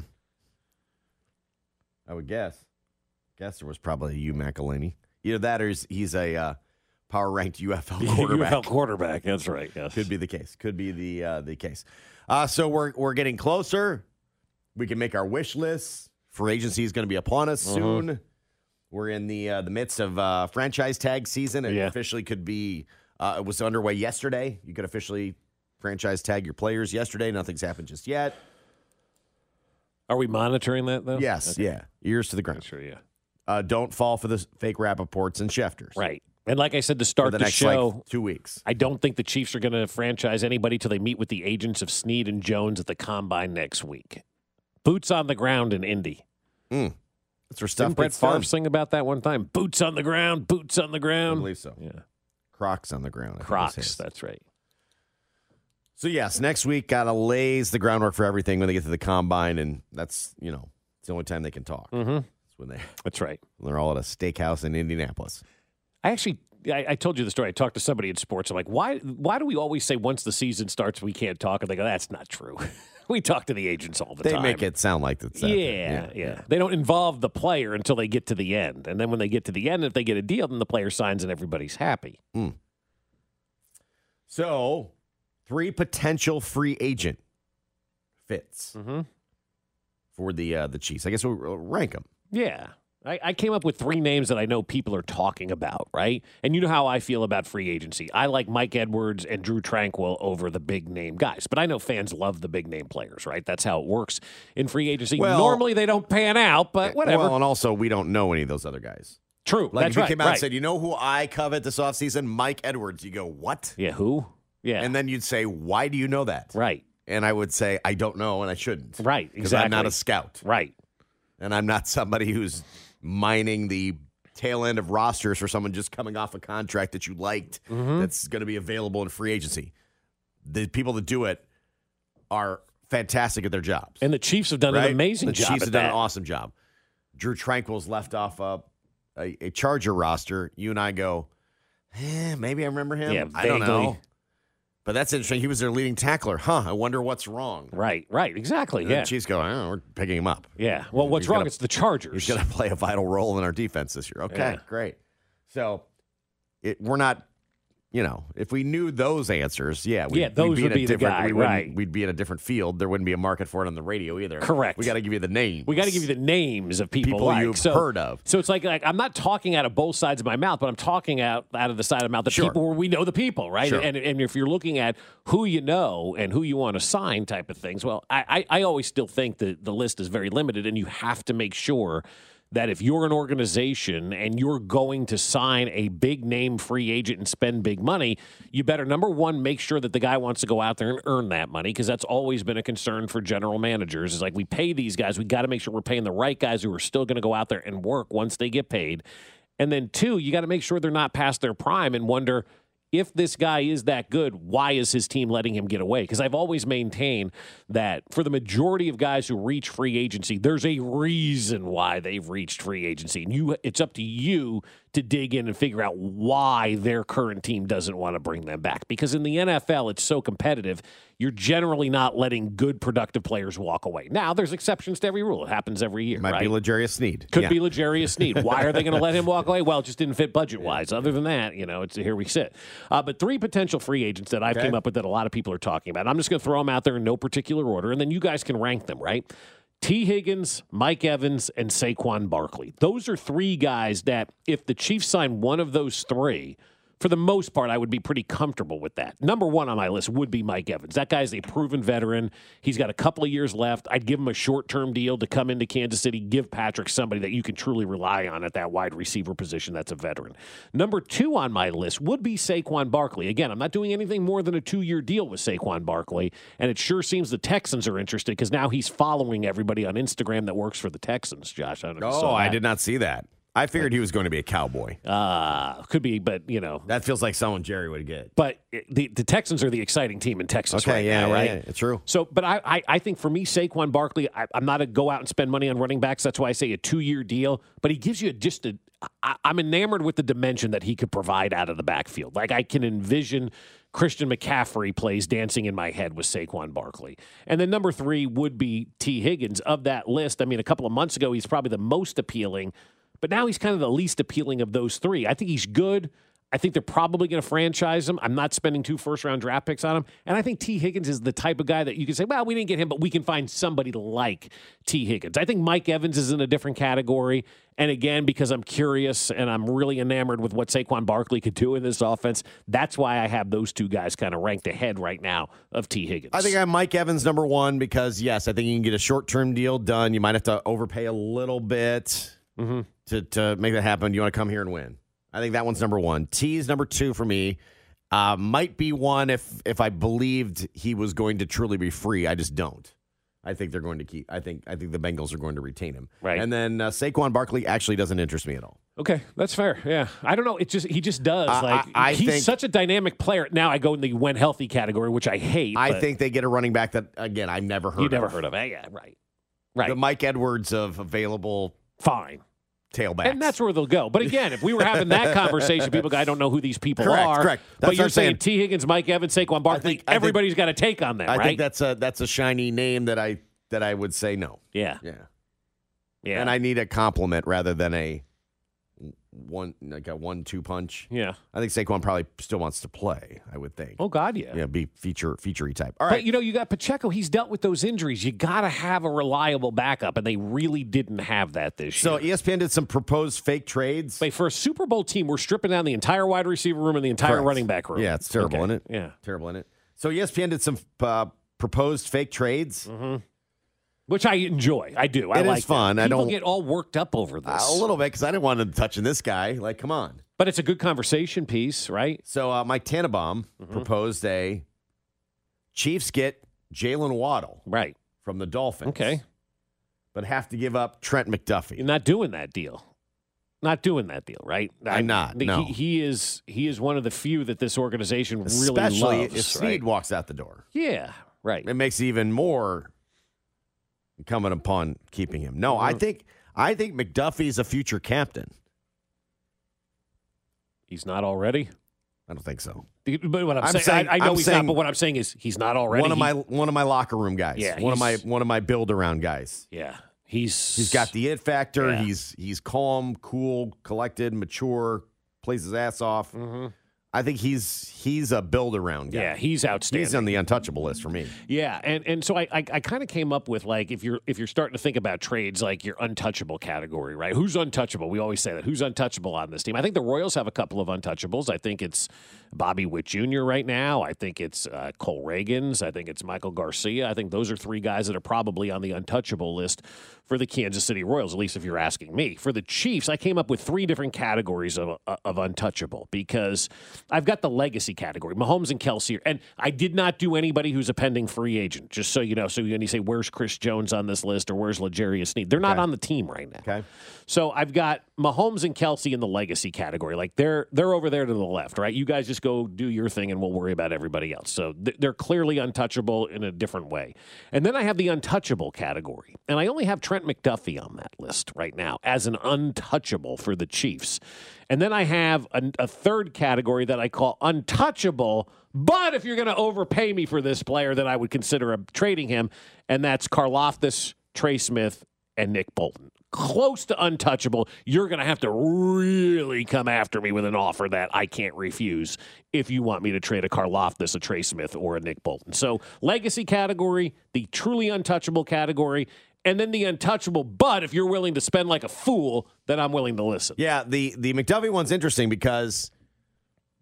[SPEAKER 2] I would guess. Guess there was probably a Hugh McElhaney. Either that or he's, he's a uh, power
[SPEAKER 3] (laughs)
[SPEAKER 2] ranked UFL quarterback.
[SPEAKER 3] UFL quarterback. That's right. Yes.
[SPEAKER 2] Could be the case. Could be the uh, the case. Uh, so we're we're getting closer. We can make our wish list. Free agency is going to be upon us
[SPEAKER 3] Uh-huh.
[SPEAKER 2] soon. We're in the uh, the midst of uh, franchise tag season. It officially could be. Uh, it was underway yesterday. You could officially franchise tag your players yesterday. Nothing's happened just yet.
[SPEAKER 3] Are we monitoring that though?
[SPEAKER 2] Yes.
[SPEAKER 3] Okay.
[SPEAKER 2] Yeah. Ears to the ground.
[SPEAKER 3] Sure. Yeah.
[SPEAKER 2] Uh, don't fall for the s- fake Rappaports and Schefters.
[SPEAKER 3] Right. And like I said to start
[SPEAKER 2] the
[SPEAKER 3] the,
[SPEAKER 2] next, like,
[SPEAKER 3] show,
[SPEAKER 2] two weeks.
[SPEAKER 3] I don't think the Chiefs are going to franchise anybody till they meet with the agents of Snead and Jones at the combine next week. Boots on the ground in Indy.
[SPEAKER 2] Mm. That's where stuff
[SPEAKER 3] Didn't Brett
[SPEAKER 2] gets done.
[SPEAKER 3] Favre sing about that one time? Boots on the ground, boots on the
[SPEAKER 2] I
[SPEAKER 3] ground.
[SPEAKER 2] believe so.
[SPEAKER 3] Yeah.
[SPEAKER 2] Crocs on the ground. I think was
[SPEAKER 3] Crocs.
[SPEAKER 2] his.
[SPEAKER 3] That's right.
[SPEAKER 2] So yes, next week gotta lays the groundwork for everything when they get to the combine, and that's you know it's the only time they can talk.
[SPEAKER 3] Mm-hmm.
[SPEAKER 2] That's when they
[SPEAKER 3] (laughs) That's right.
[SPEAKER 2] they're all at a steakhouse in Indianapolis.
[SPEAKER 3] I actually, I, I told you the story. I talked to somebody in sports. I'm like, why, why do we always say once the season starts we can't talk? And they go, that's not true. (laughs) we talk to the agents all the
[SPEAKER 2] they
[SPEAKER 3] time.
[SPEAKER 2] make it sound like it's
[SPEAKER 3] Yeah,
[SPEAKER 2] that.
[SPEAKER 3] yeah, They don't involve the player until they get to the end, and then when they get to the end, if they get a deal, then the player signs and everybody's happy.
[SPEAKER 2] Mm. So three potential free agent fits
[SPEAKER 3] Mm-hmm.
[SPEAKER 2] for the uh, the Chiefs. I guess we'll we'll rank them.
[SPEAKER 3] Yeah. I, I came up with three names that I know people are talking about, right? And you know how I feel about free agency. I like Mike Edwards and Drew Tranquil over the big name guys, but I know fans love the big name players, right? That's how it works in free agency.
[SPEAKER 2] Well-
[SPEAKER 3] Normally they don't pan out, but whatever.
[SPEAKER 2] Well, and also we don't know any of those other guys.
[SPEAKER 3] True.
[SPEAKER 2] Like
[SPEAKER 3] that's
[SPEAKER 2] if you
[SPEAKER 3] right,
[SPEAKER 2] came out
[SPEAKER 3] right.
[SPEAKER 2] and said, you know who I covet this offseason? Mike Edwards. You go, what?
[SPEAKER 3] Yeah, who? Yeah.
[SPEAKER 2] And then you'd say, why do you know that?
[SPEAKER 3] Right.
[SPEAKER 2] And I would say, I don't know, and I shouldn't.
[SPEAKER 3] Right,
[SPEAKER 2] Because I'm not
[SPEAKER 3] exactly.
[SPEAKER 2] a scout.
[SPEAKER 3] Right.
[SPEAKER 2] And I'm not somebody who's mining the tail end of rosters for someone just coming off a contract that you liked
[SPEAKER 3] Mm-hmm.
[SPEAKER 2] that's going to be available in free agency. The people that do it are fantastic at their jobs.
[SPEAKER 3] and the Chiefs have done
[SPEAKER 2] right?
[SPEAKER 3] an amazing
[SPEAKER 2] the
[SPEAKER 3] job.
[SPEAKER 2] Chiefs
[SPEAKER 3] at
[SPEAKER 2] have done
[SPEAKER 3] that.
[SPEAKER 2] an awesome job. Drew Tranquil's left off a, a, a Charger roster. You and I go, eh, maybe I remember him.
[SPEAKER 3] Yeah,
[SPEAKER 2] I don't know.
[SPEAKER 3] vaguely.
[SPEAKER 2] But that's interesting. He was their leading tackler. Huh. I wonder what's wrong.
[SPEAKER 3] Right, right, exactly.
[SPEAKER 2] And then
[SPEAKER 3] Yeah.
[SPEAKER 2] Chiefs go, I don't know, we're picking him up.
[SPEAKER 3] Yeah. Well, what's
[SPEAKER 2] He's
[SPEAKER 3] wrong?
[SPEAKER 2] gonna- (laughs)
[SPEAKER 3] it's the Chargers.
[SPEAKER 2] He's going to play a vital role in our defense this year. Okay,
[SPEAKER 3] Yeah.
[SPEAKER 2] great. So it, we're not, you know, if we knew those answers, yeah,
[SPEAKER 3] Yeah,
[SPEAKER 2] we'd
[SPEAKER 3] those
[SPEAKER 2] be in
[SPEAKER 3] would
[SPEAKER 2] a
[SPEAKER 3] be the
[SPEAKER 2] different-
[SPEAKER 3] guy,
[SPEAKER 2] we wouldn't-
[SPEAKER 3] right.
[SPEAKER 2] We'd be in a different field. There wouldn't be a market for it on the radio either.
[SPEAKER 3] Correct.
[SPEAKER 2] We got to give you the name.
[SPEAKER 3] We got to give you the names of people,
[SPEAKER 2] People
[SPEAKER 3] like.
[SPEAKER 2] you've
[SPEAKER 3] so,
[SPEAKER 2] heard of.
[SPEAKER 3] So it's like like I'm not talking out of both sides of my mouth, but I'm talking out out of the side of my mouth the
[SPEAKER 2] Sure.
[SPEAKER 3] people where we know the people, right?
[SPEAKER 2] Sure.
[SPEAKER 3] And and if you're looking at who you know and who you want to sign type of things, well, I I, I always still think that the list is very limited, and you have to make sure. That if you're an organization and you're going to sign a big name free agent and spend big money, you better number one make sure that the guy wants to go out there and earn that money because that's always been a concern for general managers. Is like we pay these guys, we got to make sure we're paying the right guys who are still going to go out there and work once they get paid. And then two, you got to make sure they're not past their prime and wonder if this guy is that good, why is his team letting him get away? Because I've always maintained that for the majority of guys who reach free agency, there's a reason why they've reached free agency. And you it's up to you to dig in and figure out why their current team doesn't want to bring them back. Because in the NFL, it's so competitive, you're generally not letting good productive players walk away. Now there's exceptions to every rule. It happens every year.
[SPEAKER 2] Might
[SPEAKER 3] right?
[SPEAKER 2] be Legarius Sneed.
[SPEAKER 3] Could
[SPEAKER 2] Yeah.
[SPEAKER 3] be Legarius Sneed. Why are they going to let him walk away? Well, it just didn't fit budget wise. Other than that, you know, it's here we sit. Uh, but three potential free agents that I've
[SPEAKER 2] Okay.
[SPEAKER 3] came up with that a lot of people are talking about. I'm just going to throw them out there in no particular order, and then you guys can rank them, right? T. Higgins, Mike Evans, and Saquon Barkley. Those are three guys that if the Chiefs sign one of those three, for the most part, I would be pretty comfortable with that. Number one on my list would be Mike Evans. That guy's a proven veteran. He's got a couple of years left. I'd give him a short term deal to come into Kansas City, give Patrick somebody that you can truly rely on at that wide receiver position that's a veteran. Number two on my list would be Saquon Barkley. Again, I'm not doing anything more than a two year deal with Saquon Barkley, and it sure seems the Texans are interested because now he's following everybody on Instagram that works for the Texans, Josh. I don't know if you
[SPEAKER 2] Oh,
[SPEAKER 3] saw
[SPEAKER 2] I
[SPEAKER 3] that.
[SPEAKER 2] did not see that. I figured he was going to be a cowboy.
[SPEAKER 3] Ah, could be, but you know
[SPEAKER 2] that feels like someone Jerry would get.
[SPEAKER 3] But it- the, the Texans are the exciting team in Texas
[SPEAKER 2] Okay,
[SPEAKER 3] right
[SPEAKER 2] yeah,
[SPEAKER 3] now,
[SPEAKER 2] yeah,
[SPEAKER 3] right?
[SPEAKER 2] yeah, it's true.
[SPEAKER 3] So, but I, I, I think for me, Saquon Barkley, I, I'm not a go out and spend money on running backs. That's why I say a two year deal. But he gives you just a. I, I'm enamored with the dimension that he could provide out of the backfield. Like I can envision Christian McCaffrey plays dancing in my head with Saquon Barkley. And then number three would be T. Higgins of that list. I mean, a couple of months ago, he's probably the most appealing. But now he's kind of the least appealing of those three. I think he's good. I think they're probably going to franchise him. I'm not spending two first round draft picks on him. And I think T. Higgins is the type of guy that you can say, well, we didn't get him, but we can find somebody like T. Higgins. I think Mike Evans is in a different category. And again, because I'm curious and I'm really enamored with what Saquon Barkley could do in this offense, that's why I have those two guys kind of ranked ahead right now of T. Higgins.
[SPEAKER 2] I think I'm Mike Evans number one because yes, I think you can get a short term deal done. You might have to overpay a little bit
[SPEAKER 3] Mm-hmm.
[SPEAKER 2] to to make that happen. You want to come here and win. I think that one's number one. T is number two for me. Uh, might be one if if I believed he was going to truly be free. I just don't. I think they're going to keep. I think I think the Bengals are going to retain him. Right. And then uh, Saquon Barkley actually doesn't interest me at all.
[SPEAKER 3] Okay, that's fair. Yeah, I don't know. It just he just does.
[SPEAKER 2] I-
[SPEAKER 3] like
[SPEAKER 2] I- I
[SPEAKER 3] he's
[SPEAKER 2] think-
[SPEAKER 3] such a dynamic player. Now I go in the when healthy category, which I hate.
[SPEAKER 2] I
[SPEAKER 3] but
[SPEAKER 2] think they get a running back that again I've never heard.
[SPEAKER 3] you never
[SPEAKER 2] of.
[SPEAKER 3] heard of. it. Yeah, right. Right.
[SPEAKER 2] The Mike Edwards of available.
[SPEAKER 3] Fine.
[SPEAKER 2] Tailback.
[SPEAKER 3] And that's where they'll go. But again, if we were having that conversation, people go, I don't know who these people
[SPEAKER 2] Correct,
[SPEAKER 3] are.
[SPEAKER 2] correct. That's
[SPEAKER 3] but
[SPEAKER 2] what
[SPEAKER 3] you're
[SPEAKER 2] I'm
[SPEAKER 3] saying, T.
[SPEAKER 2] saying.
[SPEAKER 3] Higgins, Mike Evans, Saquon Barkley,
[SPEAKER 2] I think-
[SPEAKER 3] everybody's got a take on them,
[SPEAKER 2] I
[SPEAKER 3] right?
[SPEAKER 2] think that's a that's a shiny name that I that I would say no.
[SPEAKER 3] Yeah.
[SPEAKER 2] Yeah.
[SPEAKER 3] Yeah.
[SPEAKER 2] And I need a compliment rather than a one like a one two punch.
[SPEAKER 3] Yeah.
[SPEAKER 2] I think Saquon probably still wants to play, I would think.
[SPEAKER 3] Oh God, yeah.
[SPEAKER 2] Yeah, be feature featurey type. All
[SPEAKER 3] But
[SPEAKER 2] right.
[SPEAKER 3] you know, you got Pacheco. He's dealt with those injuries. You got to have a reliable backup, and they really didn't have that this year.
[SPEAKER 2] So E ESPN did some proposed fake trades.
[SPEAKER 3] Wait, for a Super Bowl team, we're stripping down the entire wide receiver room and the entire
[SPEAKER 2] Correct.
[SPEAKER 3] running back room.
[SPEAKER 2] Yeah, it's terrible,
[SPEAKER 3] Okay.
[SPEAKER 2] isn't it?
[SPEAKER 3] Yeah.
[SPEAKER 2] Terrible, isn't it? So E ESPN did some uh, proposed fake trades.
[SPEAKER 3] Mm-hmm. Which I enjoy. I do. I
[SPEAKER 2] It is
[SPEAKER 3] like that.
[SPEAKER 2] fun. I
[SPEAKER 3] People
[SPEAKER 2] don't-
[SPEAKER 3] get all worked up over this.
[SPEAKER 2] A little bit because I didn't want him touching this guy. Like, come on.
[SPEAKER 3] But it's a good conversation piece, right? Mm-hmm.
[SPEAKER 2] So uh, Mike Tannenbaum proposed a Chiefs get Jalen Waddle
[SPEAKER 3] right
[SPEAKER 2] from the Dolphins.
[SPEAKER 3] Okay.
[SPEAKER 2] but have to give up Trent McDuffie.
[SPEAKER 3] You're not doing that deal. Not doing that deal, right?
[SPEAKER 2] I'm not,
[SPEAKER 3] the-
[SPEAKER 2] no.
[SPEAKER 3] he, he is. He is one of the few that this organization really
[SPEAKER 2] Especially
[SPEAKER 3] loves.
[SPEAKER 2] if Snead
[SPEAKER 3] right?
[SPEAKER 2] walks out the door.
[SPEAKER 3] Yeah, right.
[SPEAKER 2] It makes it even more incumbent upon keeping him. No,
[SPEAKER 3] Mm-hmm.
[SPEAKER 2] I think I think McDuffie's a future captain.
[SPEAKER 3] He's not already.
[SPEAKER 2] I don't think so.
[SPEAKER 3] But what I'm,
[SPEAKER 2] I'm
[SPEAKER 3] saying,
[SPEAKER 2] saying-
[SPEAKER 3] I, I know
[SPEAKER 2] I'm
[SPEAKER 3] he's
[SPEAKER 2] saying-
[SPEAKER 3] not. But what I'm saying is, he's not already.
[SPEAKER 2] One of
[SPEAKER 3] He-
[SPEAKER 2] my one of my locker room guys.
[SPEAKER 3] Yeah,
[SPEAKER 2] one of my
[SPEAKER 3] he's-
[SPEAKER 2] one of my build around guys.
[SPEAKER 3] Yeah, he's
[SPEAKER 2] He's got the it factor.
[SPEAKER 3] Yeah.
[SPEAKER 2] He's he's calm, cool, collected, mature, plays his ass off. I think he's he's a build around guy.
[SPEAKER 3] Mm-hmm. Yeah, he's
[SPEAKER 2] He's
[SPEAKER 3] outstanding.
[SPEAKER 2] on the untouchable list for me.
[SPEAKER 3] Yeah, and and so I I, I kind of came up with like if you're if you're starting to think about trades like your untouchable category, right? Who's untouchable? We always say that. Who's untouchable on this team? I think the Royals have a couple of untouchables. I think it's Bobby Witt Jr. right now. I think it's uh, Cole Reagans. I think it's Michael Garcia. I think those are three guys that are probably on the untouchable list for the Kansas City Royals. At least if you're asking me. For the Chiefs, I came up with three different categories of uh, of untouchable because I've got the legacy category, Mahomes and Kelsey, and I did not do anybody who's a pending free agent. Just so you know, so when you say where's Chris Jones on this list or where's Legarius Sneed, they're not on the team right now.
[SPEAKER 2] Okay,
[SPEAKER 3] so I've got Mahomes and Kelsey in the legacy category, like they're they're over there to the left, right? You guys just go do your thing, and we'll worry about everybody else. So th- they're clearly untouchable in a different way. And then I have the untouchable category, and I only have Trent McDuffie on that list right now as an untouchable for the Chiefs. And then I have a, a third category that I call untouchable. But if you're going to overpay me for this player, then I would consider uh, trading him, and that's Karloftis, Trey Smith, and Nick Bolton. Close to untouchable. You're going to have to really come after me with an offer that I can't refuse if you want me to trade a Karloftis, a Trey Smith, or a Nick Bolton. So, legacy category, the truly untouchable category, and then the untouchable. But if you're willing to spend like a fool, then I'm willing to listen.
[SPEAKER 2] Yeah, the the McDuffie one's interesting because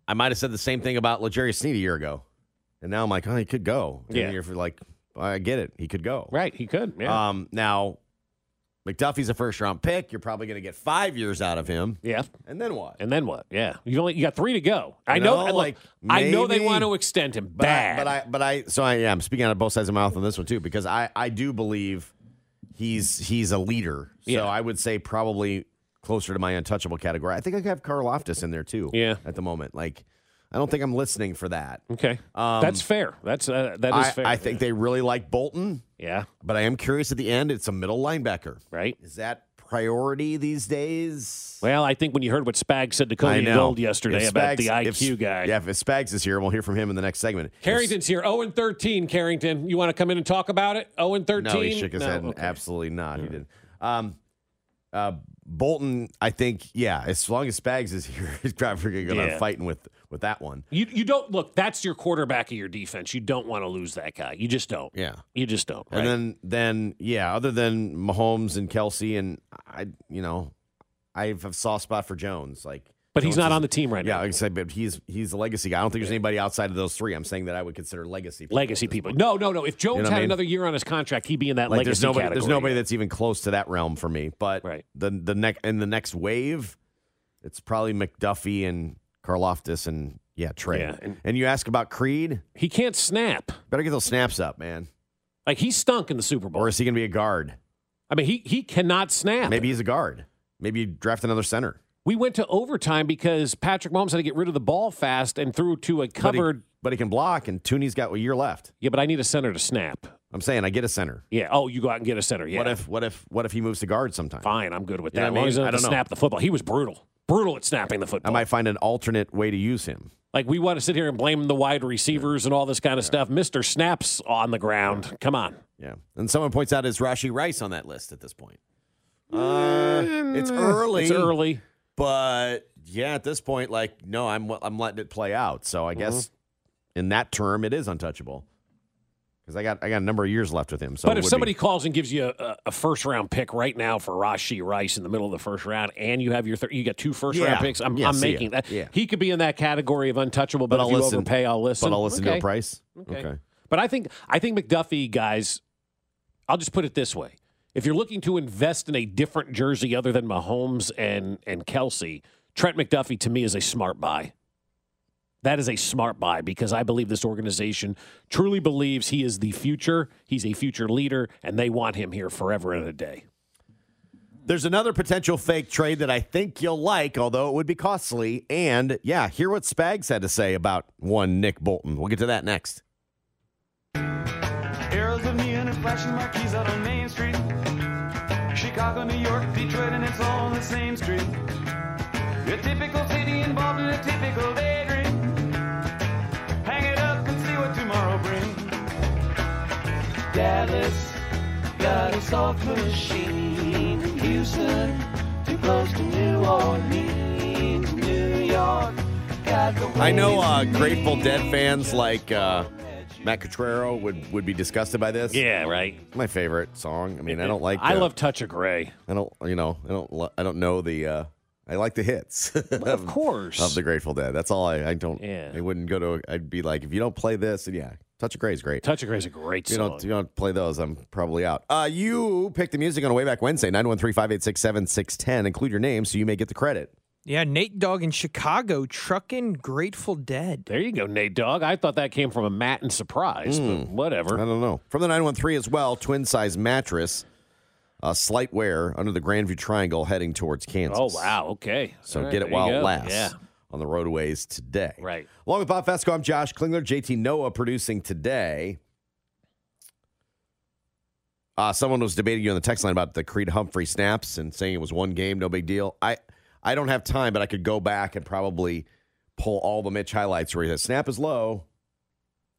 [SPEAKER 2] I might have said the same thing about Legarius Sneed a year ago, and now I'm like, oh, he could go. And
[SPEAKER 3] Yeah.
[SPEAKER 2] you're like, I get it, he could go.
[SPEAKER 3] Right, he could. Yeah.
[SPEAKER 2] Um, now, McDuffie's a first round pick. You're probably going to get five years out of him.
[SPEAKER 3] Yeah.
[SPEAKER 2] And then what?
[SPEAKER 3] And then what? Yeah. You only you got three to go. I know,
[SPEAKER 2] No,
[SPEAKER 3] like
[SPEAKER 2] like,
[SPEAKER 3] I know they
[SPEAKER 2] maybe-
[SPEAKER 3] want to extend him
[SPEAKER 2] But I,
[SPEAKER 3] bad.
[SPEAKER 2] but I, but I, so I am yeah, I'm speaking out of both sides of my mouth on this one too, because I, I do believe he's he's a leader. So
[SPEAKER 3] Yeah.
[SPEAKER 2] I would say probably closer to my untouchable category. I think I could have Carl Loftus in there too.
[SPEAKER 3] Yeah.
[SPEAKER 2] At the moment, like I don't think I'm listening for that.
[SPEAKER 3] okay.
[SPEAKER 2] Um,
[SPEAKER 3] That's fair. That's uh, that is
[SPEAKER 2] I,
[SPEAKER 3] fair.
[SPEAKER 2] I think they really like Bolton.
[SPEAKER 3] Yeah.
[SPEAKER 2] But I am curious at the end. It's a middle linebacker,
[SPEAKER 3] right?
[SPEAKER 2] Is that priority these days?
[SPEAKER 3] Well, I think when you heard what Spag said to Cody Gold yesterday
[SPEAKER 2] If
[SPEAKER 3] about the
[SPEAKER 2] Spags- if-
[SPEAKER 3] IQ guy.
[SPEAKER 2] Yeah, if Spags is here, we'll hear from him in the next segment.
[SPEAKER 3] (laughs) Carrington's here. 0 and 13, Carrington. You want to come in and talk about it? 0 and 13?
[SPEAKER 2] No, he shook his head. and
[SPEAKER 3] okay.
[SPEAKER 2] Absolutely not. He didn't. Um, uh, Bolton, I think, yeah, as long as Spags is here, (laughs) he's probably going to
[SPEAKER 3] Yeah.
[SPEAKER 2] yeah. fighting with, with that one.
[SPEAKER 3] You, you don't look, that's your quarterback of your defense. You don't want to lose that guy. You just don't.
[SPEAKER 2] Yeah.
[SPEAKER 3] You just don't.
[SPEAKER 2] And then, then yeah, other than Mahomes and Kelsey, and I, you know, I have a soft spot for Jones. Like,
[SPEAKER 3] But he's
[SPEAKER 2] Jones
[SPEAKER 3] not
[SPEAKER 2] is-
[SPEAKER 3] on the team right
[SPEAKER 2] yeah,
[SPEAKER 3] now.
[SPEAKER 2] like I said, but he's he's a legacy guy. I don't think there's anybody outside of those three. I'm saying that I would consider legacy. people.
[SPEAKER 3] Legacy people. No, no, no. If Jones
[SPEAKER 2] what I
[SPEAKER 3] had
[SPEAKER 2] mean?
[SPEAKER 3] another year on his contract, he'd be in that
[SPEAKER 2] Like
[SPEAKER 3] legacy
[SPEAKER 2] there's nobody
[SPEAKER 3] category.
[SPEAKER 2] there's nobody that's even close to that realm for me. But the the next in the next wave, it's probably McDuffie and Karloftis and yeah Trey.
[SPEAKER 3] Yeah,
[SPEAKER 2] and, you ask about Creed,
[SPEAKER 3] he can't snap.
[SPEAKER 2] Better get those snaps up, man.
[SPEAKER 3] Like he stunk in the Super Bowl.
[SPEAKER 2] Or is he going to be a guard?
[SPEAKER 3] I mean, he he cannot snap.
[SPEAKER 2] Maybe he's a guard. Maybe you draft another center.
[SPEAKER 3] We went to overtime because Patrick Mahomes had to get rid of the ball fast and threw to a
[SPEAKER 2] But he-
[SPEAKER 3] covered.
[SPEAKER 2] but he, can block, and Tooney's got a year left.
[SPEAKER 3] Yeah, but I need a center to snap.
[SPEAKER 2] I'm saying I get a center.
[SPEAKER 3] Yeah. Oh, you go out and get a center. Yeah.
[SPEAKER 2] What if what if what if he moves to guard sometime?
[SPEAKER 3] Fine, I'm good with
[SPEAKER 2] You
[SPEAKER 3] that. As
[SPEAKER 2] know what I
[SPEAKER 3] long as he
[SPEAKER 2] mean? I
[SPEAKER 3] doesn't
[SPEAKER 2] don't know.
[SPEAKER 3] snap the football. He was brutal. Brutal at snapping the
[SPEAKER 2] I
[SPEAKER 3] football.
[SPEAKER 2] might find an alternate way to use him.
[SPEAKER 3] Like we want to sit here and blame the wide receivers and all this kind of stuff. Mister snaps on the ground. Come on.
[SPEAKER 2] Yeah. And someone points out it's Rashi Rice on that list at this point. Uh, it's early.
[SPEAKER 3] Mm. It's early.
[SPEAKER 2] But yeah, at this point, like, no, I'm I'm letting it play out. So I guess
[SPEAKER 3] Mm-hmm.
[SPEAKER 2] in that term, it is untouchable because I got I got a number of years left with him. So
[SPEAKER 3] but
[SPEAKER 2] it
[SPEAKER 3] if
[SPEAKER 2] would
[SPEAKER 3] somebody
[SPEAKER 2] be,
[SPEAKER 3] calls and gives you a- a, a first round pick right now for Rashi Rice in the middle of the first round, and you have your thir- you got two first round
[SPEAKER 2] Yeah.
[SPEAKER 3] picks, I'm,
[SPEAKER 2] Yeah,
[SPEAKER 3] I'm
[SPEAKER 2] see ya.
[SPEAKER 3] making that.
[SPEAKER 2] Yeah.
[SPEAKER 3] He could be in that category of untouchable, but,
[SPEAKER 2] But
[SPEAKER 3] if
[SPEAKER 2] I'll
[SPEAKER 3] you
[SPEAKER 2] listen.
[SPEAKER 3] overpay, I'll listen.
[SPEAKER 2] but I'll listen to
[SPEAKER 3] Okay.
[SPEAKER 2] a price.
[SPEAKER 3] Okay. But I think I think McDuffie guys. I'll just put it this way: if you're looking to invest in a different jersey other than Mahomes and and Kelsey, Trent McDuffie to me is a smart buy. That is a smart buy because I believe this organization truly believes he is the future. He's a future leader, and they want him here forever and a day.
[SPEAKER 2] There's another potential fake trade that I think you'll like, although it would be costly. And yeah, hear what Spags had to say about one Nick Bolton. We'll get to that next.
[SPEAKER 16] Arrows of neon and flashing marquees out on Main Street. Chicago, New York, Detroit, and it's all on the same street. A typical city involved in a typical daydream. Hang it up and see what tomorrow brings. Dallas got a soft machine. Houston, too close to New Orleans. New York got the
[SPEAKER 2] I know uh, Grateful Dead fans like uh, Matt Cottrero would, would be disgusted by this.
[SPEAKER 3] Yeah, right.
[SPEAKER 2] My favorite song. I mean, I don't like.
[SPEAKER 3] I
[SPEAKER 2] uh,
[SPEAKER 3] love Touch of Gray.
[SPEAKER 2] I don't. You know. I don't. lo- I don't know the. Uh, I like the hits. (laughs)
[SPEAKER 3] of course.
[SPEAKER 2] Of the Grateful Dead. That's all. I, I don't.
[SPEAKER 3] Yeah.
[SPEAKER 2] I wouldn't go to. I'd be like, if you don't play this, and yeah, Touch of Grey is great.
[SPEAKER 3] Touch of Gray's a great
[SPEAKER 2] If you
[SPEAKER 3] song.
[SPEAKER 2] don't. You don't play those. I'm probably out. Uh, you pick the music on a way back Wednesday. 913-586-7610. Include your name so you may get the credit.
[SPEAKER 4] Yeah, Nate Dogg in Chicago trucking Grateful Dead.
[SPEAKER 3] There you go, Nate Dog. I thought that came from a Matt and Surprise,
[SPEAKER 2] Mm,
[SPEAKER 3] but whatever.
[SPEAKER 2] Hmm. I don't know. From the 913 as well, twin size mattress, uh, slight wear under the Grandview Triangle heading towards Kansas.
[SPEAKER 3] Oh wow! Okay.
[SPEAKER 2] So
[SPEAKER 3] All right,
[SPEAKER 2] get
[SPEAKER 3] there
[SPEAKER 2] it
[SPEAKER 3] you
[SPEAKER 2] while
[SPEAKER 3] go.
[SPEAKER 2] it lasts
[SPEAKER 3] Yeah.
[SPEAKER 2] on the roadways today.
[SPEAKER 3] Right.
[SPEAKER 2] Along with Bob Fesco, I'm Josh Klingler, JT Noah producing today. Uh, someone was debating you on the text line about the Creed Humphrey snaps and saying it was one game, no big deal. I, I don't have time, but I could go back and probably pull all the Mitch highlights where he says, snap is low.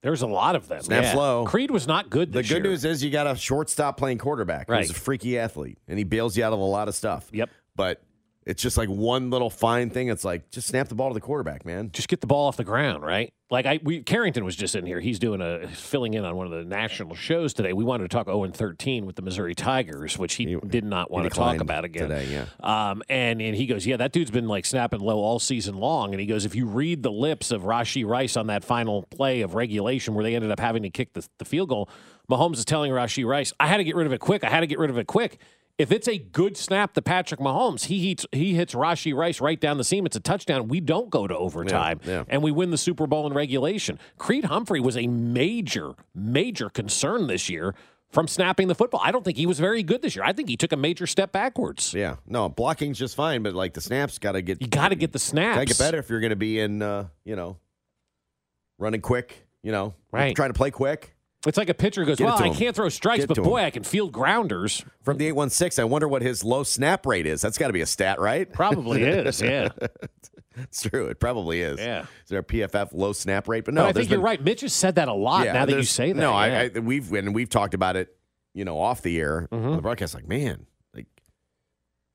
[SPEAKER 3] There's a lot of them.
[SPEAKER 2] Snap
[SPEAKER 3] yeah.
[SPEAKER 2] slow.
[SPEAKER 3] Creed was not good.
[SPEAKER 2] The
[SPEAKER 3] This
[SPEAKER 2] good
[SPEAKER 3] year.
[SPEAKER 2] news is you got a shortstop playing quarterback.
[SPEAKER 3] Right.
[SPEAKER 2] He's a freaky athlete, and he bails you out of a lot of stuff.
[SPEAKER 3] Yep.
[SPEAKER 2] But It's just like one little fine thing. It's like just snap the ball to the quarterback, man.
[SPEAKER 3] Just get the ball off the ground, right? Like I, we, Carrington was just in here. He's doing a filling in on one of the national shows today. We wanted to talk 0 and 13 with the Missouri Tigers, which he, did not want to talk
[SPEAKER 2] declined
[SPEAKER 3] about again
[SPEAKER 2] today, yeah.
[SPEAKER 3] Um, and and he goes, yeah, that dude's been like snapping low all season long. And he goes, if you read the lips of Rashi Rice on that final play of regulation where they ended up having to kick the, the field goal, Mahomes is telling Rashi Rice, I had to get rid of it quick. I had to get rid of it quick. If it's a good snap to Patrick Mahomes, he hits he hits Rashi Rice right down the seam. It's a touchdown. We don't go to overtime,
[SPEAKER 2] yeah.
[SPEAKER 3] and we win the Super Bowl in regulation. Creed Humphrey was a major major concern this year from snapping the football. I don't think he was very good this year. I think he took a major step backwards.
[SPEAKER 2] Yeah, no, blocking's just fine, but like the snaps got to get you
[SPEAKER 3] got to get the snaps.
[SPEAKER 2] Got to get better if you're going to be in, uh, you know, running quick. You know,
[SPEAKER 3] Right.
[SPEAKER 2] Trying to play quick.
[SPEAKER 3] It's like a pitcher goes,
[SPEAKER 2] Get it
[SPEAKER 3] well,
[SPEAKER 2] to
[SPEAKER 3] I
[SPEAKER 2] him.
[SPEAKER 3] can't throw strikes,
[SPEAKER 2] Get
[SPEAKER 3] but
[SPEAKER 2] to
[SPEAKER 3] boy,
[SPEAKER 2] him."
[SPEAKER 3] I can field grounders.
[SPEAKER 2] From the eight one six, I wonder what his low snap rate is. That's got to be a stat, right?
[SPEAKER 3] Probably is, yeah.
[SPEAKER 2] (laughs) it's true. It probably is.
[SPEAKER 3] Yeah.
[SPEAKER 2] Is there a PFF low snap rate? But no,
[SPEAKER 3] but I
[SPEAKER 2] there's
[SPEAKER 3] think you're
[SPEAKER 2] been-
[SPEAKER 3] right. Mitch has said that a lot. now that you
[SPEAKER 2] there's-
[SPEAKER 3] say that,
[SPEAKER 2] No,
[SPEAKER 3] yeah. Mm-hmm.
[SPEAKER 2] I, I we've and we've talked about it, you know, off the air on the broadcast. Like, man, like,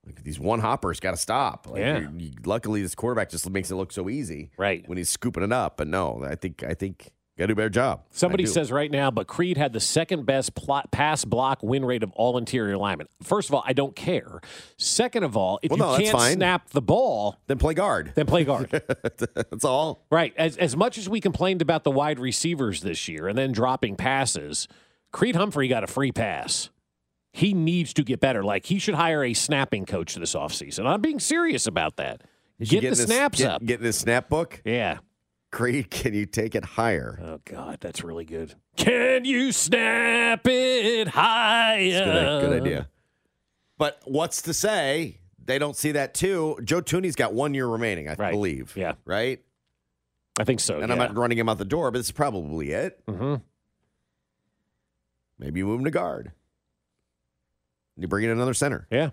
[SPEAKER 2] like these one hoppers got to stop. Like,
[SPEAKER 3] Yeah.
[SPEAKER 2] you- you- luckily, this quarterback just makes it look so easy,
[SPEAKER 3] right?
[SPEAKER 2] When he's scooping it up, but no, I think I think got to do a better job. I
[SPEAKER 3] Somebody
[SPEAKER 2] do.
[SPEAKER 3] says right now, but Creed had the second best plot, pass block win rate of all interior linemen. First of all, I don't care. Second of all, if
[SPEAKER 2] Well, no, that's
[SPEAKER 3] you can't
[SPEAKER 2] fine.
[SPEAKER 3] snap the ball,
[SPEAKER 2] then play guard.
[SPEAKER 3] Then play guard.
[SPEAKER 2] (laughs) that's all.
[SPEAKER 3] Right. As as much as we complained about the wide receivers this year and then dropping passes, Creed Humphrey got a free pass. He needs to get better. Like he should hire a snapping coach this offseason. I'm being serious about that.
[SPEAKER 2] Is
[SPEAKER 3] Get
[SPEAKER 2] she
[SPEAKER 3] the
[SPEAKER 2] getting this-
[SPEAKER 3] snaps
[SPEAKER 2] get-
[SPEAKER 3] up.
[SPEAKER 2] Getting his snap book.
[SPEAKER 3] Yeah.
[SPEAKER 2] Creed, can you take it higher?
[SPEAKER 3] Oh God, that's really good. Can you snap it higher?
[SPEAKER 2] It's a good, good idea. But what's to say they don't see that too? Joe Tooney's got one year remaining, I believe. Yeah. Right?
[SPEAKER 3] I think so.
[SPEAKER 2] And I'm
[SPEAKER 3] yeah.
[SPEAKER 2] not running him out the door, but it's probably it.
[SPEAKER 3] Mm-hmm.
[SPEAKER 2] Maybe you move him to guard. You bring in another center.
[SPEAKER 3] Yeah.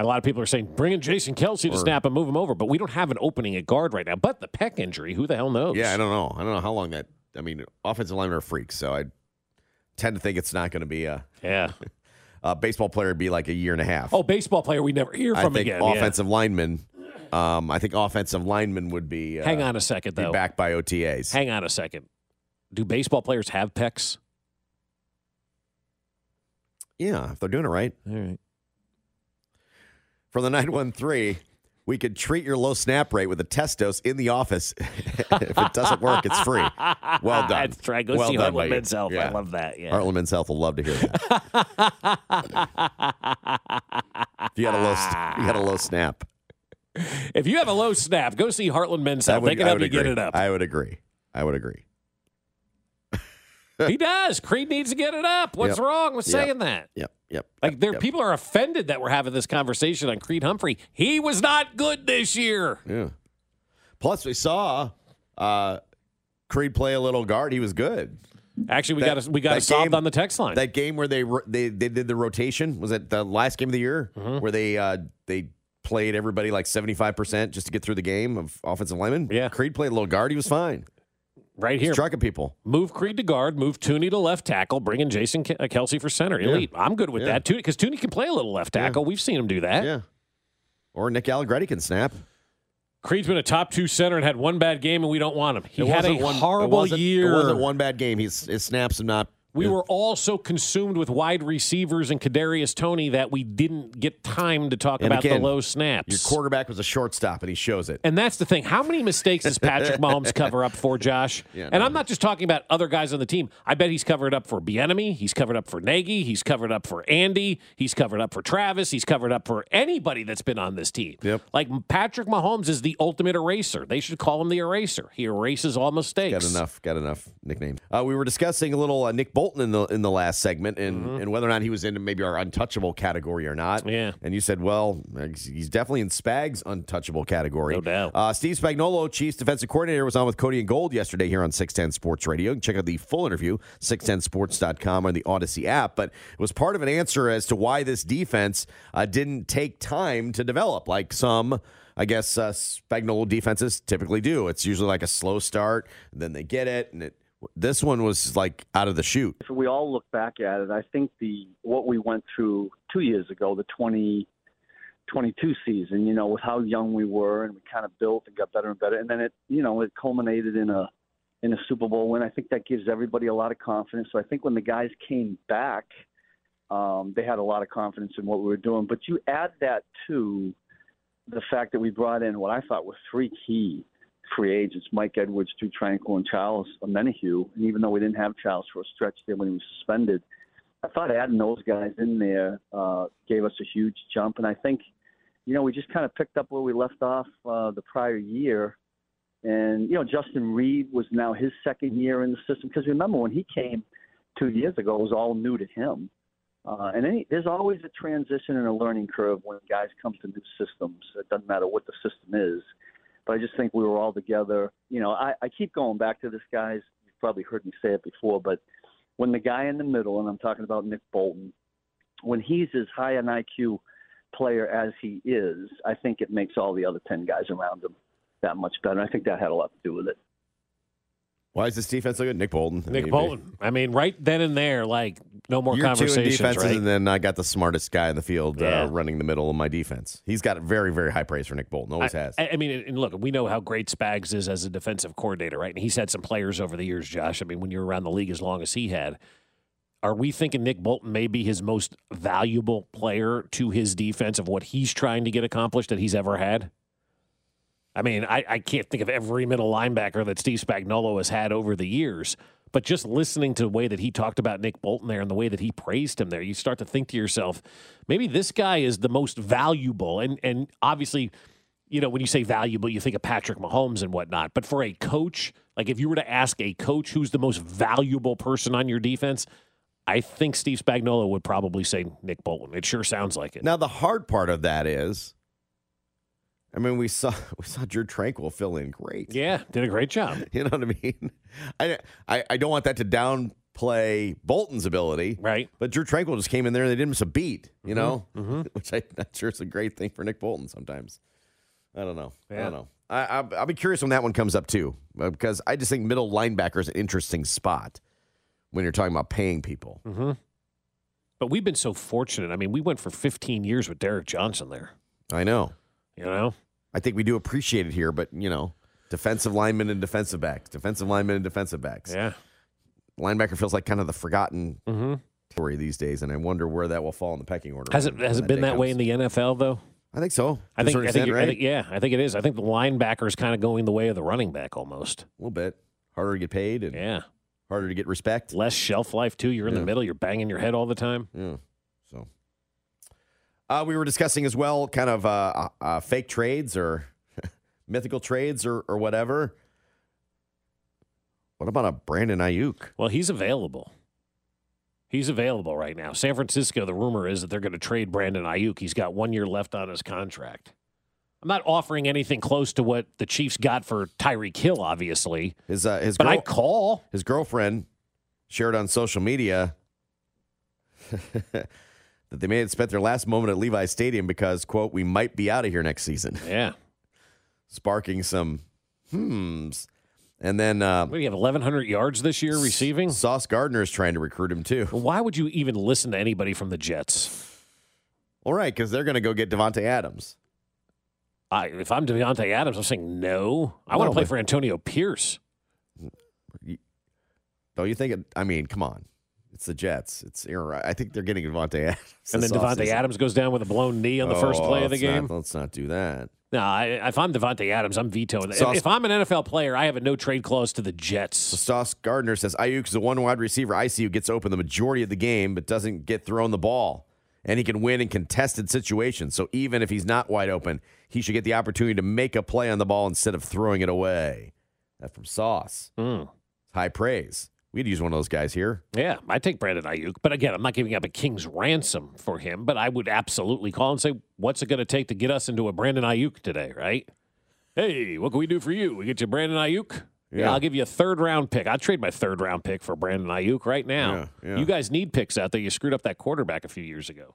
[SPEAKER 3] A lot of people are saying bring in Jason Kelsey to
[SPEAKER 2] Or-
[SPEAKER 3] snap and move him over, but we don't have an opening at guard right now. But the peck injury, who the hell knows?
[SPEAKER 2] Yeah, I don't know. I don't know how long that. I mean, offensive linemen are freaks, so I tend to think it's not going to be a.
[SPEAKER 3] Yeah.
[SPEAKER 2] (laughs) a baseball player would be like a year and a half.
[SPEAKER 3] Oh, baseball player we never hear
[SPEAKER 2] I
[SPEAKER 3] from
[SPEAKER 2] think
[SPEAKER 3] again. yeah.
[SPEAKER 2] offensive linemen. Um, I think offensive linemen would be. Uh,
[SPEAKER 3] Hang on a second,
[SPEAKER 2] be
[SPEAKER 3] though.
[SPEAKER 2] back by OTAs.
[SPEAKER 3] Hang on a second. Do baseball players have pecs?
[SPEAKER 2] Yeah, if they're doing it right.
[SPEAKER 3] All right.
[SPEAKER 2] From the (laughs) 913, we could treat your low snap rate with a test dose in the office. (laughs) if it doesn't work, it's
[SPEAKER 3] (laughs)
[SPEAKER 2] free. Well done.
[SPEAKER 3] That's right. Go
[SPEAKER 2] well
[SPEAKER 3] see
[SPEAKER 2] done
[SPEAKER 3] Heartland
[SPEAKER 2] by you.
[SPEAKER 3] Men's Health. I
[SPEAKER 2] Yeah.
[SPEAKER 3] love that, yeah.
[SPEAKER 2] Heartland Men's Health will love to hear that.
[SPEAKER 3] (laughs)
[SPEAKER 2] if you had a low, you had a low snap.
[SPEAKER 3] If you have a low snap, go see Heartland Men's Health. They can help you
[SPEAKER 2] agree.
[SPEAKER 3] get it up.
[SPEAKER 2] I (laughs) would agree. I would agree.
[SPEAKER 3] he does. Creed needs to get it up. What's
[SPEAKER 2] Yep.
[SPEAKER 3] wrong with
[SPEAKER 2] Yep.
[SPEAKER 3] saying that?
[SPEAKER 2] Yep. Yep.
[SPEAKER 3] Like there,
[SPEAKER 2] Yep.
[SPEAKER 3] people are offended that we're having this conversation on Creed Humphrey. He was not good this year.
[SPEAKER 2] Yeah. Plus, we saw uh, Creed play a little guard. He was good.
[SPEAKER 3] Actually, we got a- we got a solved on the text line.
[SPEAKER 2] That game where they ro- they they did the rotation was it the last game of the year
[SPEAKER 3] Mm-hmm.
[SPEAKER 2] where they uh, they played everybody like seventy five percent just to get through the game of offensive linemen. Yeah, Creed played a little guard. He was fine.
[SPEAKER 3] Right here,
[SPEAKER 2] trucking people.
[SPEAKER 3] Move Creed to guard, move Tooney to left tackle, bring in Jason Ke- uh, Kelsey for center.
[SPEAKER 2] Yeah.
[SPEAKER 3] Elite. I'm good with
[SPEAKER 2] Yeah.
[SPEAKER 3] that too because Tooney can play a little left tackle. We've seen him do that.
[SPEAKER 2] Yeah. Or Nick Allegretti can snap.
[SPEAKER 3] Creed's been a top two center and had one bad game, and we don't want him. He
[SPEAKER 2] It
[SPEAKER 3] had a
[SPEAKER 2] wasn't one- it
[SPEAKER 3] horrible
[SPEAKER 2] wasn't-
[SPEAKER 3] year.
[SPEAKER 2] It wasn't one bad game. He's his snaps and not.
[SPEAKER 3] We were all so consumed with wide receivers and Kadarius Tony that we didn't get time to talk
[SPEAKER 2] And
[SPEAKER 3] about
[SPEAKER 2] again,
[SPEAKER 3] the low snaps.
[SPEAKER 2] Your quarterback was a shortstop, and he shows it.
[SPEAKER 3] And that's the thing. How many mistakes does
[SPEAKER 2] (laughs)
[SPEAKER 3] Patrick Mahomes cover up for, Josh?
[SPEAKER 2] Yeah,
[SPEAKER 3] and
[SPEAKER 2] no.
[SPEAKER 3] I'm not just talking about other guys on the team. I bet he's covered up for Bienemy. He's covered up for Nagy. He's covered up for Andy. He's covered up for Travis. He's covered up for anybody that's been on this team. Yep. Like Patrick Mahomes is the ultimate eraser. They should call him the eraser. He erases all mistakes.
[SPEAKER 2] Got enough. Got enough nicknames. Uh, we were discussing a little uh, Nick Bolton in the in the last segment, and
[SPEAKER 3] Mm-hmm.
[SPEAKER 2] and whether or not he was in maybe our untouchable category or not. Yeah. And you said, well, he's definitely in Spag's untouchable category, no doubt. Uh, Steve Spagnolo, Chiefs defensive coordinator, was on with Cody and Gold yesterday here on Six Ten Sports Radio. You can check out the full interview 610sports.com on the Odyssey app. But it was part of an answer as to why this defense uh, didn't take time to develop, like some. I guess uh, Spagnuolo defenses typically do. It's usually like a slow start, and then they get it, and it. This one was like out of the chute.
[SPEAKER 11] If we all look back at it, I think the what we went through two years ago, the 20, 22 season, you know, with how young we were and we kind of built and got better and better. And then it, you know, it culminated in a, in a Super Bowl win. I think that gives everybody a lot of confidence. So I think when the guys came back, um, they had a lot of confidence in what we were doing. But you add that to the fact that we brought in what I thought were three key free agents Mike Edwards, Drew Tranquil, and Charles Menahue. And even though we didn't have Charles for a stretch there when he was suspended, I thought adding those guys in there uh, gave us a huge jump. And I think, you know, we just kind of picked up where we left off uh, the prior year. And, you know, Justin Reed was now his second year in the system. Because remember, when he came two years ago, it was all new to him. Uh, and any, there's always a transition and a learning curve when guys come to new systems. It doesn't matter what the system is. But I just think we were all together. You know, I, I keep going back to this, guys. You've probably heard me say it before, but when the guy in the middle, and I'm talking about Nick Bolton, when he's as high an IQ player as he is, I think it makes all the other 10 guys around him that much better. I think that had a lot to do with it.
[SPEAKER 2] Why is this defense so good? Nick Bolton. I
[SPEAKER 3] Nick
[SPEAKER 2] mean,
[SPEAKER 3] Bolton. I mean, right then and there, like no more
[SPEAKER 2] Year two in
[SPEAKER 3] conversations,
[SPEAKER 2] defenses,
[SPEAKER 3] right?
[SPEAKER 2] and then I got the smartest guy in the field
[SPEAKER 3] Yeah.
[SPEAKER 2] uh, running the middle of my defense. He's got very, very high praise for Nick Bolton. Always
[SPEAKER 3] I,
[SPEAKER 2] has.
[SPEAKER 3] I, I mean, and look, we know how great Spags is as a defensive coordinator, right? And he's had some players over the years, Josh. I mean, when you're around the league as long as he had, are we thinking Nick Bolton may be his most valuable player to his defense of what he's trying to get accomplished that he's ever had? I mean, I, I can't think of every middle linebacker that Steve Spagnuolo has had over the years. But just listening to the way that he talked about Nick Bolton there and the way that he praised him there, you start to think to yourself, maybe this guy is the most valuable. And and obviously, you know, when you say valuable, you think of Patrick Mahomes and whatnot. But for a coach, like if you were to ask a coach who's the most valuable person on your defense, I think Steve Spagnuolo would probably say Nick Bolton. It sure sounds like it.
[SPEAKER 2] Now the hard part of that is, I mean, we saw (laughs) we saw Drew Tranquil fill in great.
[SPEAKER 3] Yeah, did a great job.
[SPEAKER 2] (laughs) you know what I mean? I, I I don't want that to downplay Bolton's ability,
[SPEAKER 3] right?
[SPEAKER 2] But Drew Tranquil just came in there and they didn't miss a beat. You
[SPEAKER 3] Mhm,
[SPEAKER 2] know, (laughs)
[SPEAKER 3] mhm.
[SPEAKER 2] which I, I'm sure is a great thing for Nick Bolton sometimes. I don't know. I
[SPEAKER 3] Yeah.
[SPEAKER 2] don't know. I, I I'll be curious when that one comes up too, uh, because I just think middle linebacker is an interesting spot when you're talking about paying people.
[SPEAKER 3] Mm-hmm. But we've been so fortunate. I mean, we went for 15 years with Derek Johnson there.
[SPEAKER 2] I know.
[SPEAKER 3] You know?
[SPEAKER 2] I think we do appreciate it here, but you know, defensive linemen and defensive backs, defensive linemen and defensive backs.
[SPEAKER 3] Yeah.
[SPEAKER 2] Linebacker feels like kind of the forgotten
[SPEAKER 3] Mhm.
[SPEAKER 2] story these days, and I wonder where that will fall in the pecking order.
[SPEAKER 3] Has it
[SPEAKER 2] when-
[SPEAKER 3] has
[SPEAKER 2] when
[SPEAKER 3] it been
[SPEAKER 2] day
[SPEAKER 3] that way
[SPEAKER 2] comes.
[SPEAKER 3] in the NFL though?
[SPEAKER 2] I think so.
[SPEAKER 3] I
[SPEAKER 2] To a
[SPEAKER 3] think,
[SPEAKER 2] certain
[SPEAKER 3] I think,
[SPEAKER 2] extent,
[SPEAKER 3] I think-
[SPEAKER 2] right?
[SPEAKER 3] yeah, I think it is. I think the linebacker is kind of going the way of the running back almost.
[SPEAKER 2] A little bit harder to get paid and
[SPEAKER 3] yeah,
[SPEAKER 2] harder to get respect.
[SPEAKER 3] Less shelf life too. You're in
[SPEAKER 2] Yeah.
[SPEAKER 3] the middle. You're banging your head all the time.
[SPEAKER 2] Yeah. So Uh, we were discussing as well, kind of uh, uh, uh, fake trades or (laughs) mythical trades or, or whatever. What about a Brandon Ayuk?
[SPEAKER 3] Well, he's available. He's available right now. San Francisco. The rumor is that they're going to trade Brandon Ayuk. He's got one year left on his contract. I'm not offering anything close to what the Chiefs got for Tyreek Hill, obviously.
[SPEAKER 2] His uh, his
[SPEAKER 3] But I
[SPEAKER 2] call his girlfriend shared on social media (laughs) that they may have spent their last moment at Levi's Stadium because quote we might be out of here next season. (laughs)
[SPEAKER 3] Yeah,
[SPEAKER 2] sparking some hmms. And then uh,
[SPEAKER 3] what do you have? 1,100 yards this year receiving.
[SPEAKER 2] Sauce Gardner is trying to recruit him too.
[SPEAKER 3] Why would you even listen to anybody from the Jets?
[SPEAKER 2] All right, because they're going to go get Devonte Adams.
[SPEAKER 3] I, if I'm Deontay Adams, I'm saying no. I want
[SPEAKER 2] No,
[SPEAKER 3] to play
[SPEAKER 2] but-
[SPEAKER 3] for Antonio Pierce.
[SPEAKER 2] Don't you think? It, I mean, come on, it's the Jets. It's Aaron. Rod- I think they're getting Devonte Adams.
[SPEAKER 3] and then
[SPEAKER 2] this
[SPEAKER 3] Devontae
[SPEAKER 2] offseason.
[SPEAKER 3] Adams goes down with a blown knee on the first
[SPEAKER 2] Oh,
[SPEAKER 3] play of the
[SPEAKER 2] let's not-
[SPEAKER 3] game.
[SPEAKER 2] let's not do that.
[SPEAKER 3] no, I, if I'm Devontae Adams, I'm vetoing that.
[SPEAKER 2] Sauce-
[SPEAKER 3] If, if I'm an NFL player, I have a no trade clause to the Jets.
[SPEAKER 2] Sauce Gardner says Ayuk's the one wide receiver I see who gets open the majority of the game, but doesn't get thrown the ball. And he can win in contested situations. So even if he's not wide open, he should get the opportunity to make a play on the ball instead of throwing it away. That from Sauce.
[SPEAKER 3] Hmm.
[SPEAKER 2] High praise. We'd use one of those guys here.
[SPEAKER 3] Yeah, I take Brandon Ayuk, but again, I'm not giving up a king's ransom for him. But I would absolutely call and say, "What's it going to take to get us into a Brandon Ayuk today?" Right? Hey, what can we do for you? We get you Brandon Ayuk. Yeah,
[SPEAKER 2] Yeah.
[SPEAKER 3] I'll give you a third round pick. I'd trade my third round pick for Brandon Ayuk right now.
[SPEAKER 2] Yeah, yeah.
[SPEAKER 3] You guys need picks out there. You screwed up that quarterback a few years ago.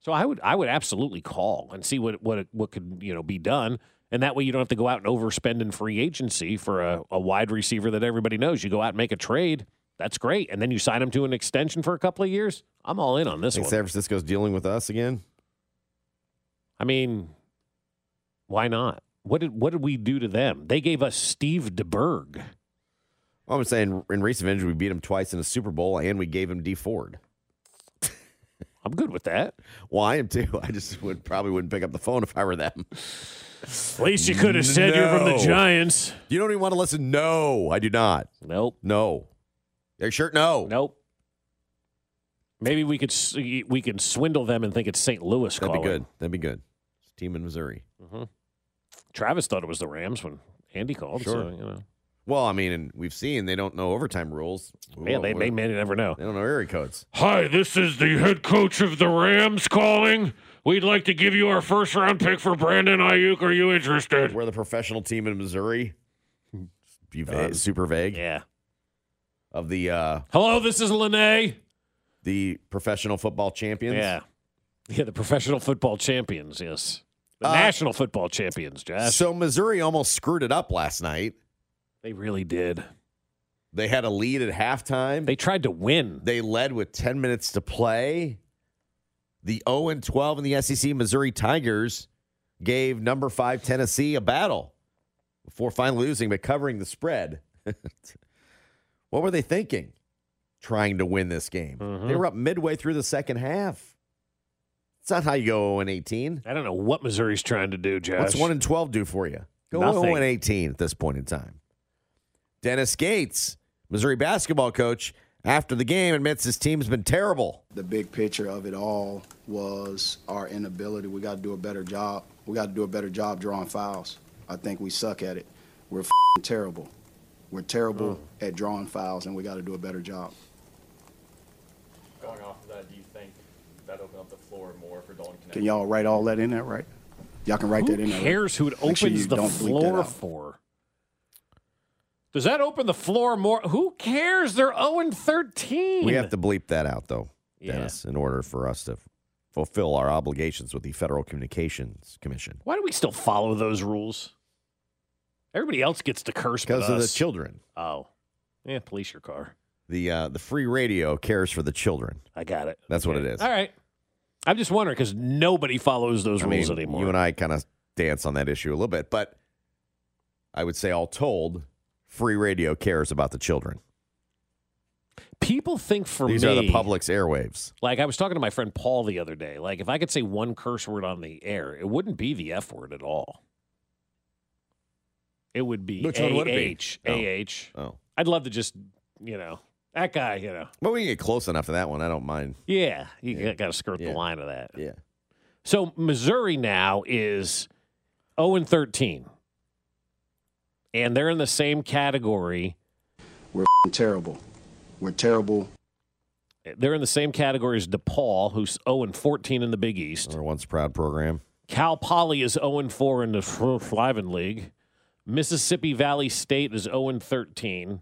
[SPEAKER 3] So I would I would absolutely call and see what what what could you know be done, and that way you don't have to go out and overspend in free agency for a, a wide receiver that everybody knows. You go out and make a trade. That's great, and then you sign him to an extension for a couple of years. I'm all in on this
[SPEAKER 2] Think
[SPEAKER 3] one.
[SPEAKER 2] San Francisco's dealing with us again.
[SPEAKER 3] I mean, why not? What did what did we do to them? They gave us Steve DeBerg.
[SPEAKER 2] Well, I'm saying in recent vintage, we beat him twice in a Super Bowl, and we gave him D Ford.
[SPEAKER 3] I'm good with that.
[SPEAKER 2] Well, I am too. I just would probably wouldn't pick up the phone if I were them.
[SPEAKER 3] At least you could have said you're from the
[SPEAKER 2] No.
[SPEAKER 3] Giants.
[SPEAKER 2] You don't even want to listen. No, I do not.
[SPEAKER 3] Nope.
[SPEAKER 2] No. Their shirt. No.
[SPEAKER 3] Nope. Maybe we could s- we can swindle them and think it's St. Louis
[SPEAKER 2] That'd
[SPEAKER 3] calling.
[SPEAKER 2] be good. That'd be good. It's a team in Missouri.
[SPEAKER 3] Mhm. Travis thought it was the Rams when Andy called.
[SPEAKER 2] Sure.
[SPEAKER 3] So, you know.
[SPEAKER 2] Well, I mean, and we've seen they don't know overtime rules.
[SPEAKER 3] Yeah, they- they may never know.
[SPEAKER 2] They don't know area codes.
[SPEAKER 3] Hi, this is the head coach of the Rams calling. We'd like to give you our first round pick for Brandon Ayuk. Are you interested?
[SPEAKER 2] We're the professional team in Missouri. (laughs) Be va- super vague.
[SPEAKER 3] Uh, Yeah.
[SPEAKER 2] Of the uh
[SPEAKER 3] Hello, this is Lene.
[SPEAKER 2] the professional football champions.
[SPEAKER 3] Yeah. (laughs) Yeah, the professional football champions, yes. The
[SPEAKER 2] Uh,
[SPEAKER 3] national football champions, Josh.
[SPEAKER 2] So Missouri almost screwed it up last night.
[SPEAKER 3] They really did.
[SPEAKER 2] They had a lead at halftime.
[SPEAKER 3] They tried to win.
[SPEAKER 2] They led with 10 minutes to play. The 0 and 12 in the SEC Missouri Tigers gave number 5 Tennessee a battle before finally losing but covering the spread. (laughs) what were they thinking? Trying to win this game.
[SPEAKER 3] Mm-hmm.
[SPEAKER 2] They were up midway through the second half. It's not how you go 0 and 18.
[SPEAKER 3] I don't know what Missouri's trying to do, Josh.
[SPEAKER 2] What's 1 and 12 do for you? Go
[SPEAKER 3] Nothing.
[SPEAKER 2] 0 and 18 at this point in time. Dennis Gates, Missouri basketball coach, after the game admits his team's been terrible.
[SPEAKER 5] The big picture of it all was our inability. We got to do a better job. We got to do a better job drawing fouls. I think we suck at it. We're fing terrible. We're terrible
[SPEAKER 3] Mm.
[SPEAKER 5] at drawing fouls, and we got to do a better job.
[SPEAKER 6] Going off of that, do you think that opened up the floor more for Dalton Connect?
[SPEAKER 5] Can y'all write all that in there, right? Y'all can write
[SPEAKER 3] Who
[SPEAKER 5] that in there. right?
[SPEAKER 3] cares who it
[SPEAKER 5] Make
[SPEAKER 3] opens
[SPEAKER 5] sure you
[SPEAKER 3] the
[SPEAKER 5] don't bleep that
[SPEAKER 3] floor
[SPEAKER 5] out.
[SPEAKER 3] for? Does that open the floor more? Who cares? They're 0 and 13.
[SPEAKER 2] We have to bleep that out, though,
[SPEAKER 3] Yeah.
[SPEAKER 2] Dennis, in order for us to fulfill our obligations with the Federal Communications Commission
[SPEAKER 3] Why do we still follow those rules? Everybody else gets to curse but
[SPEAKER 2] because of the
[SPEAKER 3] us.
[SPEAKER 2] children.
[SPEAKER 3] Oh, yeah. Police your car.
[SPEAKER 2] The uh, the free radio cares for the children.
[SPEAKER 3] I got it.
[SPEAKER 2] That's what it is.
[SPEAKER 3] All right. I'm just wondering because nobody follows those
[SPEAKER 2] I
[SPEAKER 3] rules
[SPEAKER 2] mean,
[SPEAKER 3] anymore.
[SPEAKER 2] you and I kind of dance on that issue a little bit, but I would say, all told, free radio cares about the children.
[SPEAKER 3] People think for
[SPEAKER 2] These
[SPEAKER 3] me,
[SPEAKER 2] are the public's airwaves.
[SPEAKER 3] like I was talking to my friend Paul the other day. Like if I could say one curse word on the air, it wouldn't be the F word at all. It would be
[SPEAKER 2] Which one would it be?
[SPEAKER 3] AH,
[SPEAKER 2] Oh.
[SPEAKER 3] AH.
[SPEAKER 2] Oh,
[SPEAKER 3] I'd love to just you know that guy. You know,
[SPEAKER 2] but we can get close enough to that one. I don't mind.
[SPEAKER 3] yeah, you got to skirt the line of that.
[SPEAKER 2] Yeah.
[SPEAKER 3] So Missouri now is 0 and 13. And they're in the same category.
[SPEAKER 5] We're fing terrible. We're terrible.
[SPEAKER 3] They're in the same category as DePaul, who's 0 and 14 in the Big East.
[SPEAKER 2] Another once proud program.
[SPEAKER 3] Cal Poly is 0 and 4 in the Fliven League. Mississippi Valley State is 0 and 13.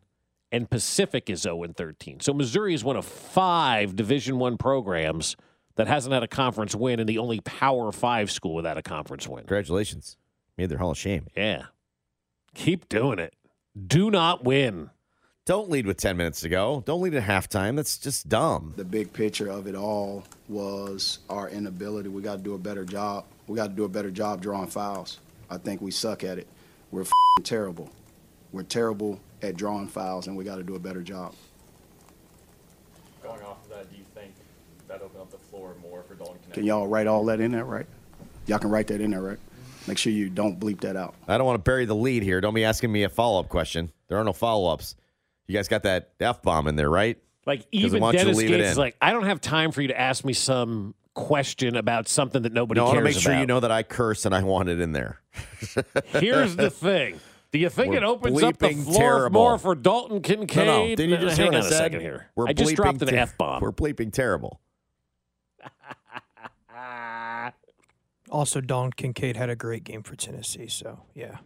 [SPEAKER 3] And Pacific is 0 and 13. So Missouri is one of five Division One programs that hasn't had a conference win and the only Power Five school without a conference win.
[SPEAKER 2] Congratulations. Made their Hall of Shame.
[SPEAKER 3] Yeah. Keep doing it. Do not win.
[SPEAKER 2] Don't lead with 10 minutes to go. Don't lead at halftime. That's just dumb.
[SPEAKER 5] The big picture of it all was our inability. We got to do a better job. We got to do a better job drawing fouls. I think we suck at it. We're fing terrible. We're terrible at drawing fouls, and we got to do a better job.
[SPEAKER 6] Going off of that, do you think that opened up the floor more for Dalton Connect?
[SPEAKER 5] Can y'all write all that in there, right? Y'all can write that in there, right? Make sure you don't bleep that out.
[SPEAKER 2] I don't want to bury the lead here. Don't be asking me a follow up question. There are no follow ups. You guys got that f bomb in there, right?
[SPEAKER 3] Like
[SPEAKER 2] 'Cause I
[SPEAKER 3] even
[SPEAKER 2] want you to
[SPEAKER 3] Dennis
[SPEAKER 2] leave it
[SPEAKER 3] Gates is
[SPEAKER 2] in.
[SPEAKER 3] like, I don't have time for you to ask me some question about something that nobody
[SPEAKER 2] no, I
[SPEAKER 3] cares
[SPEAKER 2] want to make sure
[SPEAKER 3] about.
[SPEAKER 2] you know that I curse and I want it in there. (laughs)
[SPEAKER 3] Here's the thing. Do you think
[SPEAKER 2] We're
[SPEAKER 3] it opens up the
[SPEAKER 2] bleeping
[SPEAKER 3] floor
[SPEAKER 2] terrible.
[SPEAKER 3] more for Dalton
[SPEAKER 2] No,
[SPEAKER 3] Kincaid?
[SPEAKER 2] no. Did you just
[SPEAKER 3] Hang
[SPEAKER 2] hear
[SPEAKER 3] on
[SPEAKER 2] what I
[SPEAKER 3] a
[SPEAKER 2] said?
[SPEAKER 3] second here.
[SPEAKER 2] We're
[SPEAKER 3] I just
[SPEAKER 2] bleeping
[SPEAKER 3] dropped an
[SPEAKER 2] ter-
[SPEAKER 3] f bomb.
[SPEAKER 2] We're bleeping terrible.
[SPEAKER 4] Also, Don Kincaid had a great game for Tennessee. So yeah,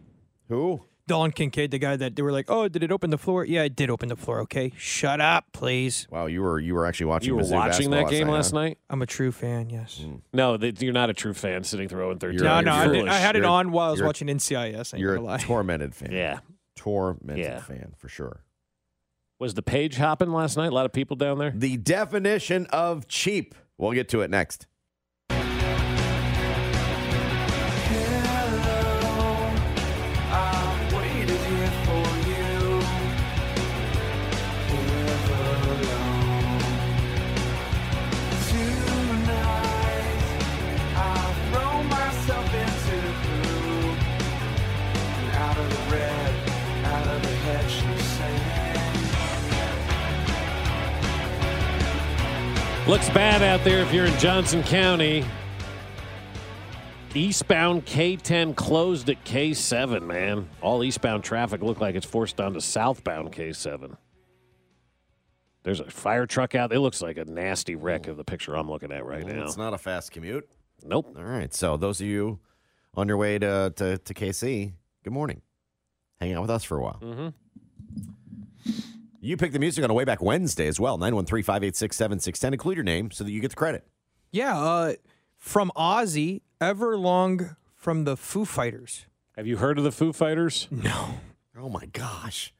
[SPEAKER 2] Who?
[SPEAKER 4] Don Kincaid, the guy that they were like, "Oh, did it open the floor?" Yeah, it did open the floor. Okay, shut up, please.
[SPEAKER 2] Wow, you were you were actually watching.
[SPEAKER 3] You were
[SPEAKER 2] Mizzou
[SPEAKER 3] watching
[SPEAKER 2] basketball
[SPEAKER 3] that game last
[SPEAKER 2] huh? Hmm.
[SPEAKER 3] night?
[SPEAKER 4] I'm a true fan. Yes.
[SPEAKER 3] No, that you're not a true fan sitting through 0 and 13.
[SPEAKER 2] You're-
[SPEAKER 4] Oh, no, no, I,
[SPEAKER 2] you're-
[SPEAKER 4] did- I had it
[SPEAKER 2] you're-
[SPEAKER 4] on while I was
[SPEAKER 2] you're-
[SPEAKER 4] watching NCIS. I ain't
[SPEAKER 2] You're
[SPEAKER 4] gonna lie.
[SPEAKER 2] a tormented fan.
[SPEAKER 3] Yeah.
[SPEAKER 2] tormented
[SPEAKER 3] Yeah.
[SPEAKER 2] fan for sure.
[SPEAKER 3] Was the page hopping last night? A lot of people down there?
[SPEAKER 2] The definition of cheap. We'll get to it next.
[SPEAKER 3] Looks bad out there if you're in Johnson County. Eastbound K10 closed at K7, man. All eastbound traffic looked like it's forced onto southbound K7. There's a fire truck out. It looks like a nasty wreck of the picture I'm looking at right now.
[SPEAKER 2] It's not a fast commute.
[SPEAKER 3] Nope.
[SPEAKER 2] All right. So those of you on your way to to, to KC, good morning. Hang out with us for a while.
[SPEAKER 3] Mm-hmm.
[SPEAKER 2] You pick the music on a way back Wednesday as well. 913 586 7610. Include your name so that you get the credit.
[SPEAKER 4] Yeah, uh, from Ozzy, Everlong from the Foo Fighters.
[SPEAKER 3] Have you heard of the Foo Fighters?
[SPEAKER 4] No.
[SPEAKER 2] Oh my gosh.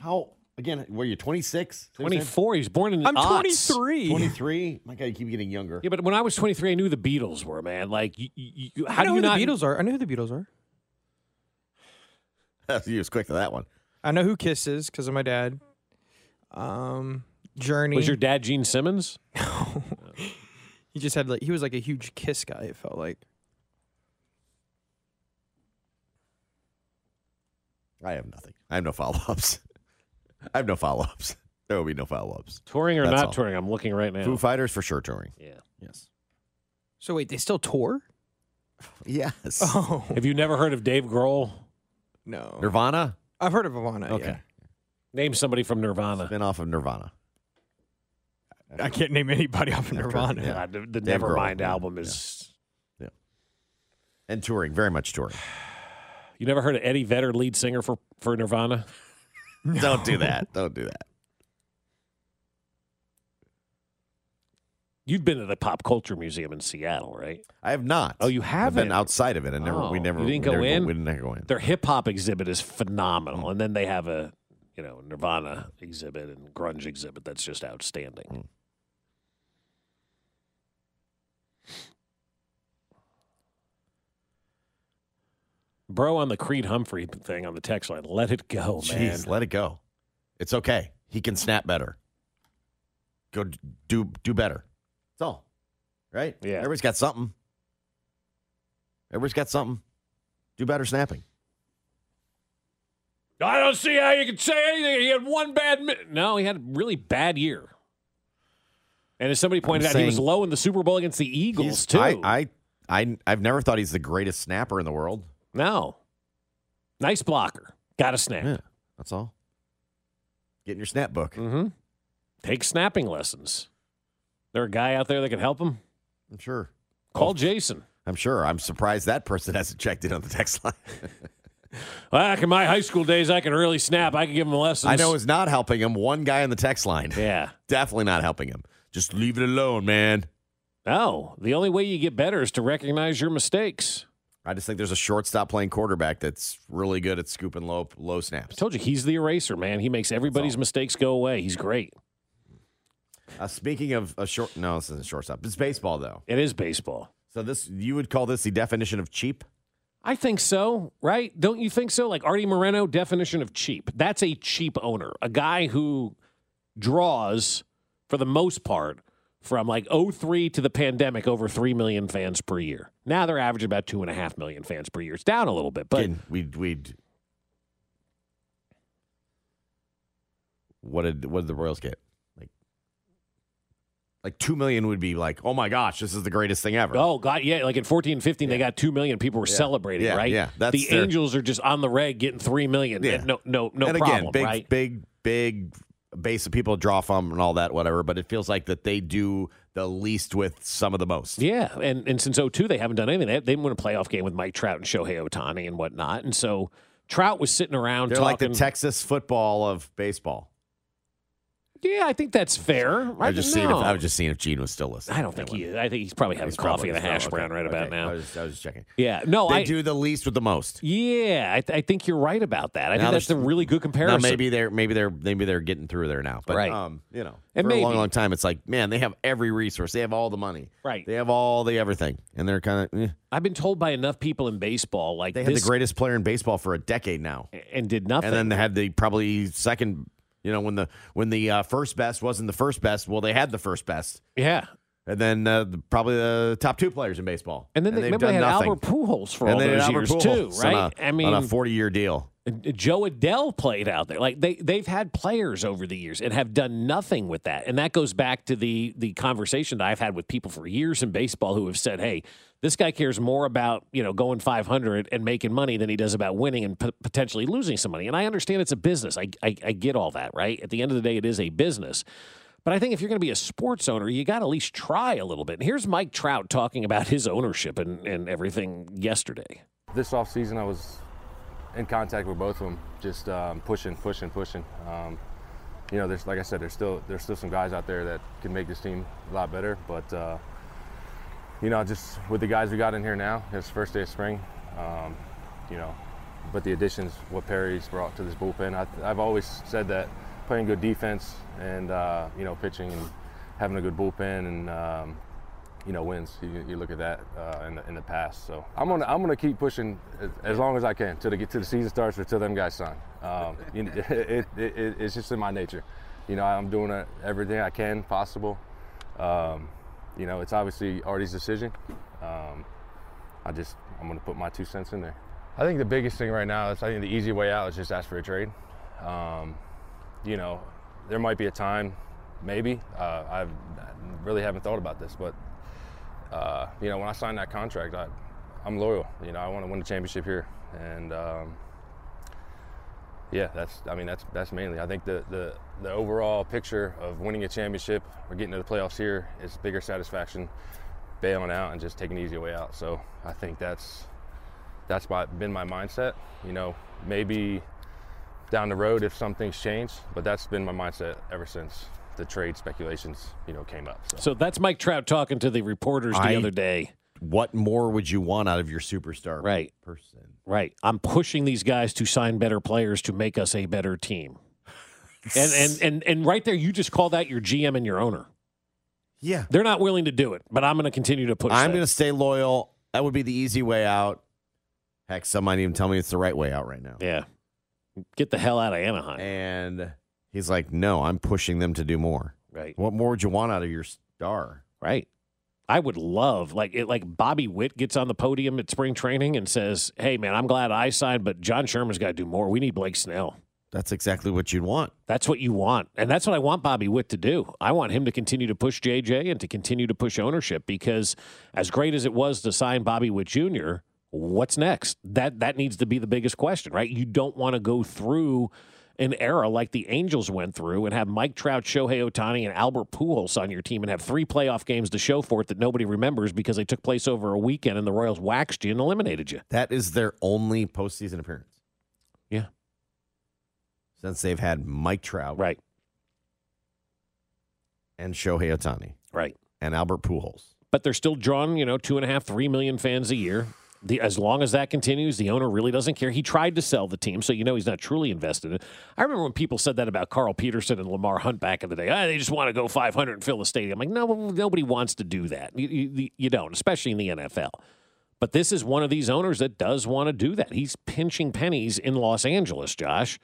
[SPEAKER 2] How again, were you 26?
[SPEAKER 3] 24. He was born in
[SPEAKER 4] I'm
[SPEAKER 3] Ots.
[SPEAKER 4] 23.
[SPEAKER 2] 23? My God, you keep getting younger.
[SPEAKER 3] Yeah, but when I was 23, I knew the Beatles were, man. Like, you, you, you- how
[SPEAKER 4] I know
[SPEAKER 3] do you
[SPEAKER 4] who
[SPEAKER 3] not?
[SPEAKER 4] the Beatles are. I know who the Beatles are.
[SPEAKER 2] you was quick to that one.
[SPEAKER 4] I know who Kisses because of my dad. Um, Journey.
[SPEAKER 3] Was your dad Gene
[SPEAKER 4] (laughs)
[SPEAKER 3] Simmons?
[SPEAKER 4] He just had like he was like a huge Kiss guy. It felt like.
[SPEAKER 2] I have nothing. I have no follow ups. (laughs) I have no follow ups. There will be no follow ups.
[SPEAKER 3] Touring or
[SPEAKER 2] That's
[SPEAKER 3] not
[SPEAKER 2] all.
[SPEAKER 3] touring? I'm looking right now.
[SPEAKER 2] Foo Fighters for sure touring.
[SPEAKER 3] Yeah.
[SPEAKER 2] Yes.
[SPEAKER 4] So wait, they still tour?
[SPEAKER 2] Yes.
[SPEAKER 4] Oh
[SPEAKER 3] (laughs) Have you never heard of Dave Grohl?
[SPEAKER 4] no.
[SPEAKER 2] Nirvana?
[SPEAKER 4] I've heard of Ivana.
[SPEAKER 2] Okay.
[SPEAKER 4] Yeah.
[SPEAKER 3] Name somebody from Nirvana.
[SPEAKER 2] Spin off of Nirvana.
[SPEAKER 4] I can't name anybody off of Nirvana.
[SPEAKER 2] yeah.
[SPEAKER 3] God, the the
[SPEAKER 2] Dave Grohl,
[SPEAKER 3] Nevermind
[SPEAKER 2] yeah,
[SPEAKER 3] album is.
[SPEAKER 2] And touring, very much touring.
[SPEAKER 3] You never heard of Eddie Vedder, lead singer for, for Nirvana?
[SPEAKER 2] (laughs) Don't do that. Don't do that.
[SPEAKER 3] You've been to the Pop Culture Museum in Seattle, right?
[SPEAKER 2] I have not.
[SPEAKER 3] Oh, you
[SPEAKER 2] I've been
[SPEAKER 3] haven't?
[SPEAKER 2] outside of it and never we
[SPEAKER 3] Oh,
[SPEAKER 2] never
[SPEAKER 3] you didn't
[SPEAKER 2] we
[SPEAKER 3] go
[SPEAKER 2] never
[SPEAKER 3] in?
[SPEAKER 2] we didn't never go in.
[SPEAKER 3] Their hip hop exhibit is phenomenal,
[SPEAKER 2] Mm.
[SPEAKER 3] and then they have a you know Nirvana exhibit and grunge exhibit that's just outstanding.
[SPEAKER 2] Mm.
[SPEAKER 3] Bro, on the Creed Humphrey thing on the text line, let it go, man.
[SPEAKER 2] Jeez, let it go. It's okay. He can snap better. Go d- do do better. That's all. Right?
[SPEAKER 3] Yeah.
[SPEAKER 2] Everybody's got something. Everybody's got something. Do better snapping.
[SPEAKER 3] I don't see how you can say anything. He had one bad. Mi- no, he had a really bad year. And as somebody pointed out, he was
[SPEAKER 2] saying-
[SPEAKER 3] low in the Super Bowl against the Eagles
[SPEAKER 2] He's-
[SPEAKER 3] too.
[SPEAKER 2] I, I I I've never thought he's the greatest snapper in the world.
[SPEAKER 3] no, nice blocker. Got a snap.
[SPEAKER 2] Yeah. That's all. Get in your snap book.
[SPEAKER 3] Mm-hmm. Take snapping lessons. There a guy out there that can help him.
[SPEAKER 2] I'm sure.
[SPEAKER 3] Call Jason.
[SPEAKER 2] I'm sure. I'm surprised that person hasn't checked in on the text line. (laughs)
[SPEAKER 3] Back in my high school days, I could really snap. I could give him lessons.
[SPEAKER 2] I know it's not helping him. One guy on the text line. (laughs)
[SPEAKER 3] Yeah.
[SPEAKER 2] Definitely not helping him. Just leave it alone, man.
[SPEAKER 3] No, the only way you get better is to recognize your mistakes.
[SPEAKER 2] I just think there's a shortstop playing quarterback that's really good at scooping low low snaps.
[SPEAKER 3] I told you he's the eraser, man. He makes everybody's mistakes go away. He's great.
[SPEAKER 2] Uh, speaking of a short, no, this isn't shortstop. It's baseball though.
[SPEAKER 3] It is baseball.
[SPEAKER 2] So this you would call this the definition of cheap?
[SPEAKER 3] I think so, right? Don't you think so? Like Artie Moreno, definition of cheap. That's a cheap owner, a guy who draws for the most part from like 03 to the pandemic over 3 million fans per year. Now they're averaging about 2.5 million fans per year. It's down a little bit, but
[SPEAKER 2] Again, we'd we'd. What did what did the Royals get? Like, like two million would be like, oh my gosh, this is the greatest thing ever.
[SPEAKER 3] Oh God, yeah! Like in fourteen, fifteen, they got two million. People were
[SPEAKER 2] Yeah.
[SPEAKER 3] celebrating,
[SPEAKER 2] Yeah,
[SPEAKER 3] right?
[SPEAKER 2] yeah. That's
[SPEAKER 3] the
[SPEAKER 2] their-
[SPEAKER 3] Angels are just on the reg, getting three million.
[SPEAKER 2] Yeah.
[SPEAKER 3] no, no, no
[SPEAKER 2] and
[SPEAKER 3] problem,
[SPEAKER 2] again, big,
[SPEAKER 3] right?
[SPEAKER 2] big, big base of people to draw from and all that, whatever. But it feels like that they do the least with some of the most.
[SPEAKER 3] Yeah, and and since 02, they haven't done anything. They, they didn't win a playoff game with Mike Trout and Shohei Otani and whatnot. And so Trout was sitting around
[SPEAKER 2] They're like
[SPEAKER 3] talking.
[SPEAKER 2] the Texas football of baseball.
[SPEAKER 3] yeah, I think that's fair.
[SPEAKER 2] I was just seeing if
[SPEAKER 3] no.
[SPEAKER 2] I was just seeing if Gene was still listening.
[SPEAKER 3] I don't think he. is. I think Oh, he's probably having
[SPEAKER 2] He's
[SPEAKER 3] coffee
[SPEAKER 2] probably
[SPEAKER 3] and a
[SPEAKER 2] still-
[SPEAKER 3] hash
[SPEAKER 2] okay,
[SPEAKER 3] brown right about
[SPEAKER 2] okay.
[SPEAKER 3] now.
[SPEAKER 2] I was, I was just checking.
[SPEAKER 3] yeah, no,
[SPEAKER 2] they
[SPEAKER 3] I
[SPEAKER 2] do the least with the most.
[SPEAKER 3] Yeah, I, th- I think you're right about that. I
[SPEAKER 2] Now
[SPEAKER 3] think that's a
[SPEAKER 2] there's-
[SPEAKER 3] really good comparison.
[SPEAKER 2] Now maybe they're maybe they're maybe they're getting through there now. But
[SPEAKER 3] Right.
[SPEAKER 2] um, you know,
[SPEAKER 3] And
[SPEAKER 2] for a long,
[SPEAKER 3] maybe.
[SPEAKER 2] long time, it's like man, they have every resource. They have all the money.
[SPEAKER 3] Right.
[SPEAKER 2] They have all the everything, and they're kind of. Eh.
[SPEAKER 3] I've been told by enough people in baseball like
[SPEAKER 2] They had
[SPEAKER 3] this
[SPEAKER 2] the greatest player in baseball for a decade now,
[SPEAKER 3] and did nothing.
[SPEAKER 2] and then they had the probably second. You know, when the when the uh, first best wasn't the first best, well, they had the first best,
[SPEAKER 3] yeah.
[SPEAKER 2] and then uh, the, probably the top two players in baseball.
[SPEAKER 3] And then they,
[SPEAKER 2] they've
[SPEAKER 3] remember they
[SPEAKER 2] done
[SPEAKER 3] had
[SPEAKER 2] nothing.
[SPEAKER 3] Albert Pujols for
[SPEAKER 2] and
[SPEAKER 3] all
[SPEAKER 2] then
[SPEAKER 3] those
[SPEAKER 2] Albert
[SPEAKER 3] years
[SPEAKER 2] Pujols
[SPEAKER 3] too,
[SPEAKER 2] on
[SPEAKER 3] right?
[SPEAKER 2] a-
[SPEAKER 3] I mean,
[SPEAKER 2] on a forty-year deal.
[SPEAKER 3] uh, Joe Adele played out there. Like they they've had players over the years and have done nothing with that. And that goes back to the the conversation that I've had with people for years in baseball who have said, "Hey, this guy cares more about you know going 500 and making money than he does about winning and p- potentially losing some money." And I understand it's a business. I, I I get all that, right? At the end of the day, it is a business. But I think if you're going to be a sports owner, you got to at least try a little bit. And here's Mike Trout talking about his ownership and, and everything yesterday.
[SPEAKER 17] This offseason, I was in contact with both of them, just um, pushing, pushing, pushing. Um, you know, there's like I said, there's still there's still some guys out there that can make this team a lot better, but uh, you know, just with the guys we got in here now, it's first day of spring. Um, you know, but the additions, what Perry's brought to this bullpen, I, I've always said that playing good defense and uh, you know pitching and having a good bullpen and um, you know wins. You, you look at that uh, in, the, in the past. So I'm gonna I'm gonna keep pushing as, as long as I can till the get to the season starts or till them guys sign. Um, (laughs) you know, it, it, it, it's just in my nature. You know I'm doing uh, everything I can possible. Um, you know it's obviously Artie's decision. Um, I just I'm gonna put my two cents in there. I think the biggest thing right now is I think the easy way out is just ask for a trade. Um, you know, there might be a time, maybe. Uh, I've, I really haven't thought about this, but uh, you know, when I signed that contract, I, I'm loyal. You know, I want to win the championship here, and um, yeah, that's. I mean, that's that's mainly. I think the, the the overall picture of winning a championship or getting to the playoffs here is bigger satisfaction, bailing out and just taking the easy way out. So I think that's that's my, been my mindset. You know, maybe down the road if something's changed. But that's been my mindset ever since the trade speculations, you know, came up.
[SPEAKER 3] So that's Mike Trout talking to the reporters the
[SPEAKER 2] I-
[SPEAKER 3] other day.
[SPEAKER 2] What more would you want out of your superstar?
[SPEAKER 3] Right.
[SPEAKER 2] Person.
[SPEAKER 3] Right. I'm pushing these guys to sign better players to make us a better
[SPEAKER 2] (laughs)
[SPEAKER 3] team. and, and and and right there, you just call that your GM and your owner.
[SPEAKER 2] Yeah.
[SPEAKER 3] They're not willing to do it, but I'm going to continue to push.
[SPEAKER 2] I'm
[SPEAKER 3] that.
[SPEAKER 2] going to stay loyal. That would be the easy way out. Heck, some might even tell me it's the right way out right now.
[SPEAKER 3] Yeah. Get the hell out of Anaheim.
[SPEAKER 2] And he's like, no, I'm pushing them to do more.
[SPEAKER 3] Right.
[SPEAKER 2] What more would you want out of your star?
[SPEAKER 3] Right. I would love like it like Bobby Witt gets on the podium at spring training and says, "Hey man, I'm glad I signed, but John Sherman's got to do more. We need Blake Snell."
[SPEAKER 2] That's exactly what you'd want.
[SPEAKER 3] That's what you want. And that's what I want Bobby Witt to do. I want him to continue to push JJ and to continue to push ownership because as great as it was to sign Bobby Witt Jr., what's next? That that needs to be the biggest question, right? You don't want to go through an era like the Angels went through and have Mike Trout, Shohei Otani, and Albert Pujols on your team and have three playoff games to show for it that nobody remembers because they took place over a weekend and the Royals waxed you and eliminated you.
[SPEAKER 2] That is their only postseason appearance.
[SPEAKER 3] Yeah.
[SPEAKER 2] Since they've had Mike Trout.
[SPEAKER 3] Right.
[SPEAKER 2] And Shohei Otani.
[SPEAKER 3] Right.
[SPEAKER 2] And Albert Pujols.
[SPEAKER 3] but they're still drawing, you know, two and a half, three million fans a year. The, as long as that continues, the owner really doesn't care. He tried to sell the team, so you know he's not truly invested in it. I remember when people said that about Carl Peterson and Lamar Hunt back in the day. Ah, they just want to go 500 and fill the stadium. Like, no, nobody wants to do that. You, you, you don't, especially in the NFL. But this is one of these owners that does want to do that. He's pinching pennies in Los Angeles, Josh,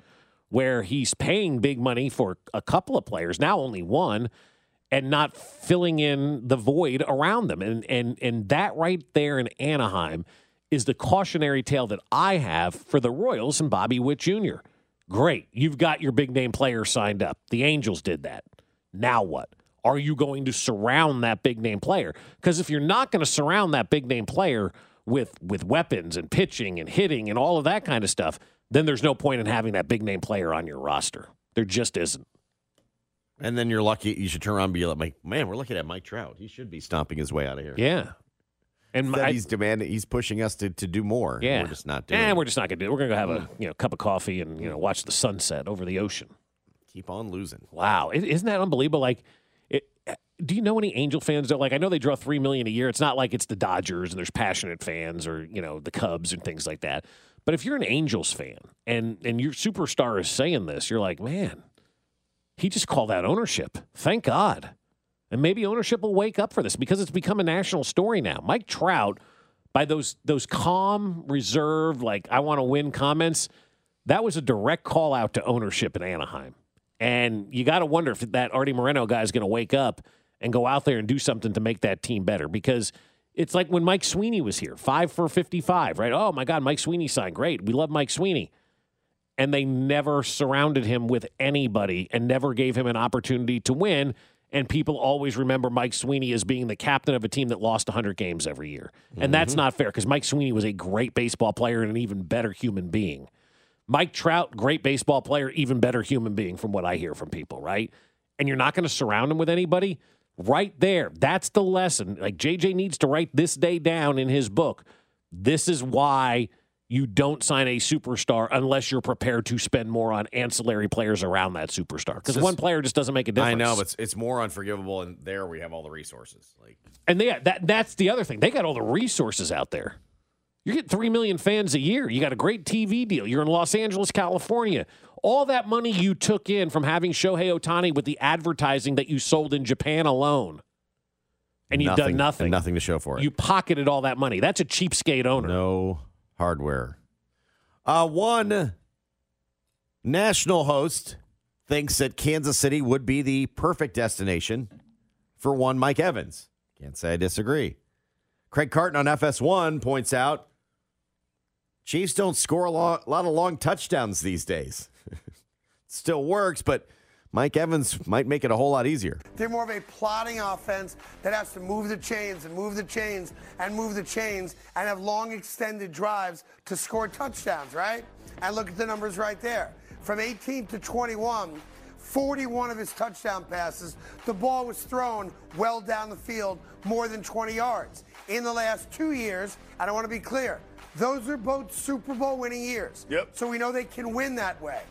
[SPEAKER 3] where he's paying big money for a couple of players, now only one, and not filling in the void around them. And and and that right there in Anaheim is the cautionary tale that I have for the Royals and Bobby Witt Jr. Great, you've got your big name player signed up. The Angels did that. Now what? Are you going to surround that big name player? Because if you're not going to surround that big name player with with weapons and pitching and hitting and all of that kind of stuff, then there's no point in having that big name player on your roster. There just isn't.
[SPEAKER 2] And then you're lucky. You should turn around and be like, man, we're looking at Mike Trout. He should be stomping his way out of here.
[SPEAKER 3] Yeah. And
[SPEAKER 2] Instead,
[SPEAKER 3] I-
[SPEAKER 2] he's demanding, he's pushing us to, to do more.
[SPEAKER 3] Yeah,
[SPEAKER 2] We're just not doing
[SPEAKER 3] Eh,
[SPEAKER 2] it.
[SPEAKER 3] we're just not gonna do it. We're gonna go have a you know cup of coffee and you know watch the sunset over the ocean.
[SPEAKER 2] Keep on losing.
[SPEAKER 3] Wow, is isn't that unbelievable? Like, it, do you know any Angel fans that like? I know they draw three million a year. It's not like it's the Dodgers and there's passionate fans or you know the Cubs and things like that. But if you're an Angels fan and and your superstar is saying this, you're like, man, he just called out ownership. Thank God. And maybe ownership will wake up for this because it's become a national story now. Mike Trout, by those those calm, reserved, like I want to win comments, that was a direct call out to ownership in Anaheim. And you got to wonder if that Artie Moreno guy is going to wake up and go out there and do something to make that team better because it's like when Mike Sweeney was here, five for 55, right? Oh my God, Mike Sweeney signed. Great. We love Mike Sweeney. and they never surrounded him with anybody and never gave him an opportunity to win. And people always remember Mike Sweeney as being the captain of a team that lost 100 games every year. And that's not fair because Mike Sweeney was a great baseball player and an even better human being. Mike Trout, great baseball player, even better human being, from what I hear from people, right? And you're not going to surround him with anybody? Right there. That's the lesson. Like JJ needs to write this day down in his book. This is why you don't sign a superstar unless you're prepared to spend more on ancillary players around that superstar. Because
[SPEAKER 2] Just-
[SPEAKER 3] one player just doesn't make a difference.
[SPEAKER 2] I know, but it's, it's more unforgivable, and there we have all the resources. Like
[SPEAKER 3] And they that that's the other thing. They got all the resources out there. You get three million fans a year. You got a great TV deal. You're in Los Angeles, California. All that money you took in from having Shohei Otani with the advertising that you sold in Japan alone, and you've done nothing.
[SPEAKER 2] and nothing to show for it.
[SPEAKER 3] You pocketed all that money. That's a cheapskate owner.
[SPEAKER 2] No hardware. Uh, one national host thinks that Kansas City would be the perfect destination for one Mike Evans. Can't say I disagree. Craig Carton on FS1 points out Chiefs don't score a lo- lot of long touchdowns these days. (laughs) Still works, but Mike Evans might make it a whole lot easier.
[SPEAKER 18] They're more of a plotting offense that has to move the chains and move the chains and move the chains and have long extended drives to score touchdowns, right? And look at the numbers right there. From 18 to 21, 41 of his touchdown passes, the ball was thrown well down the field, more than 20 yards. In the last two years, and I want to be clear, those are both Super Bowl winning years. Yep. So we know they can win that way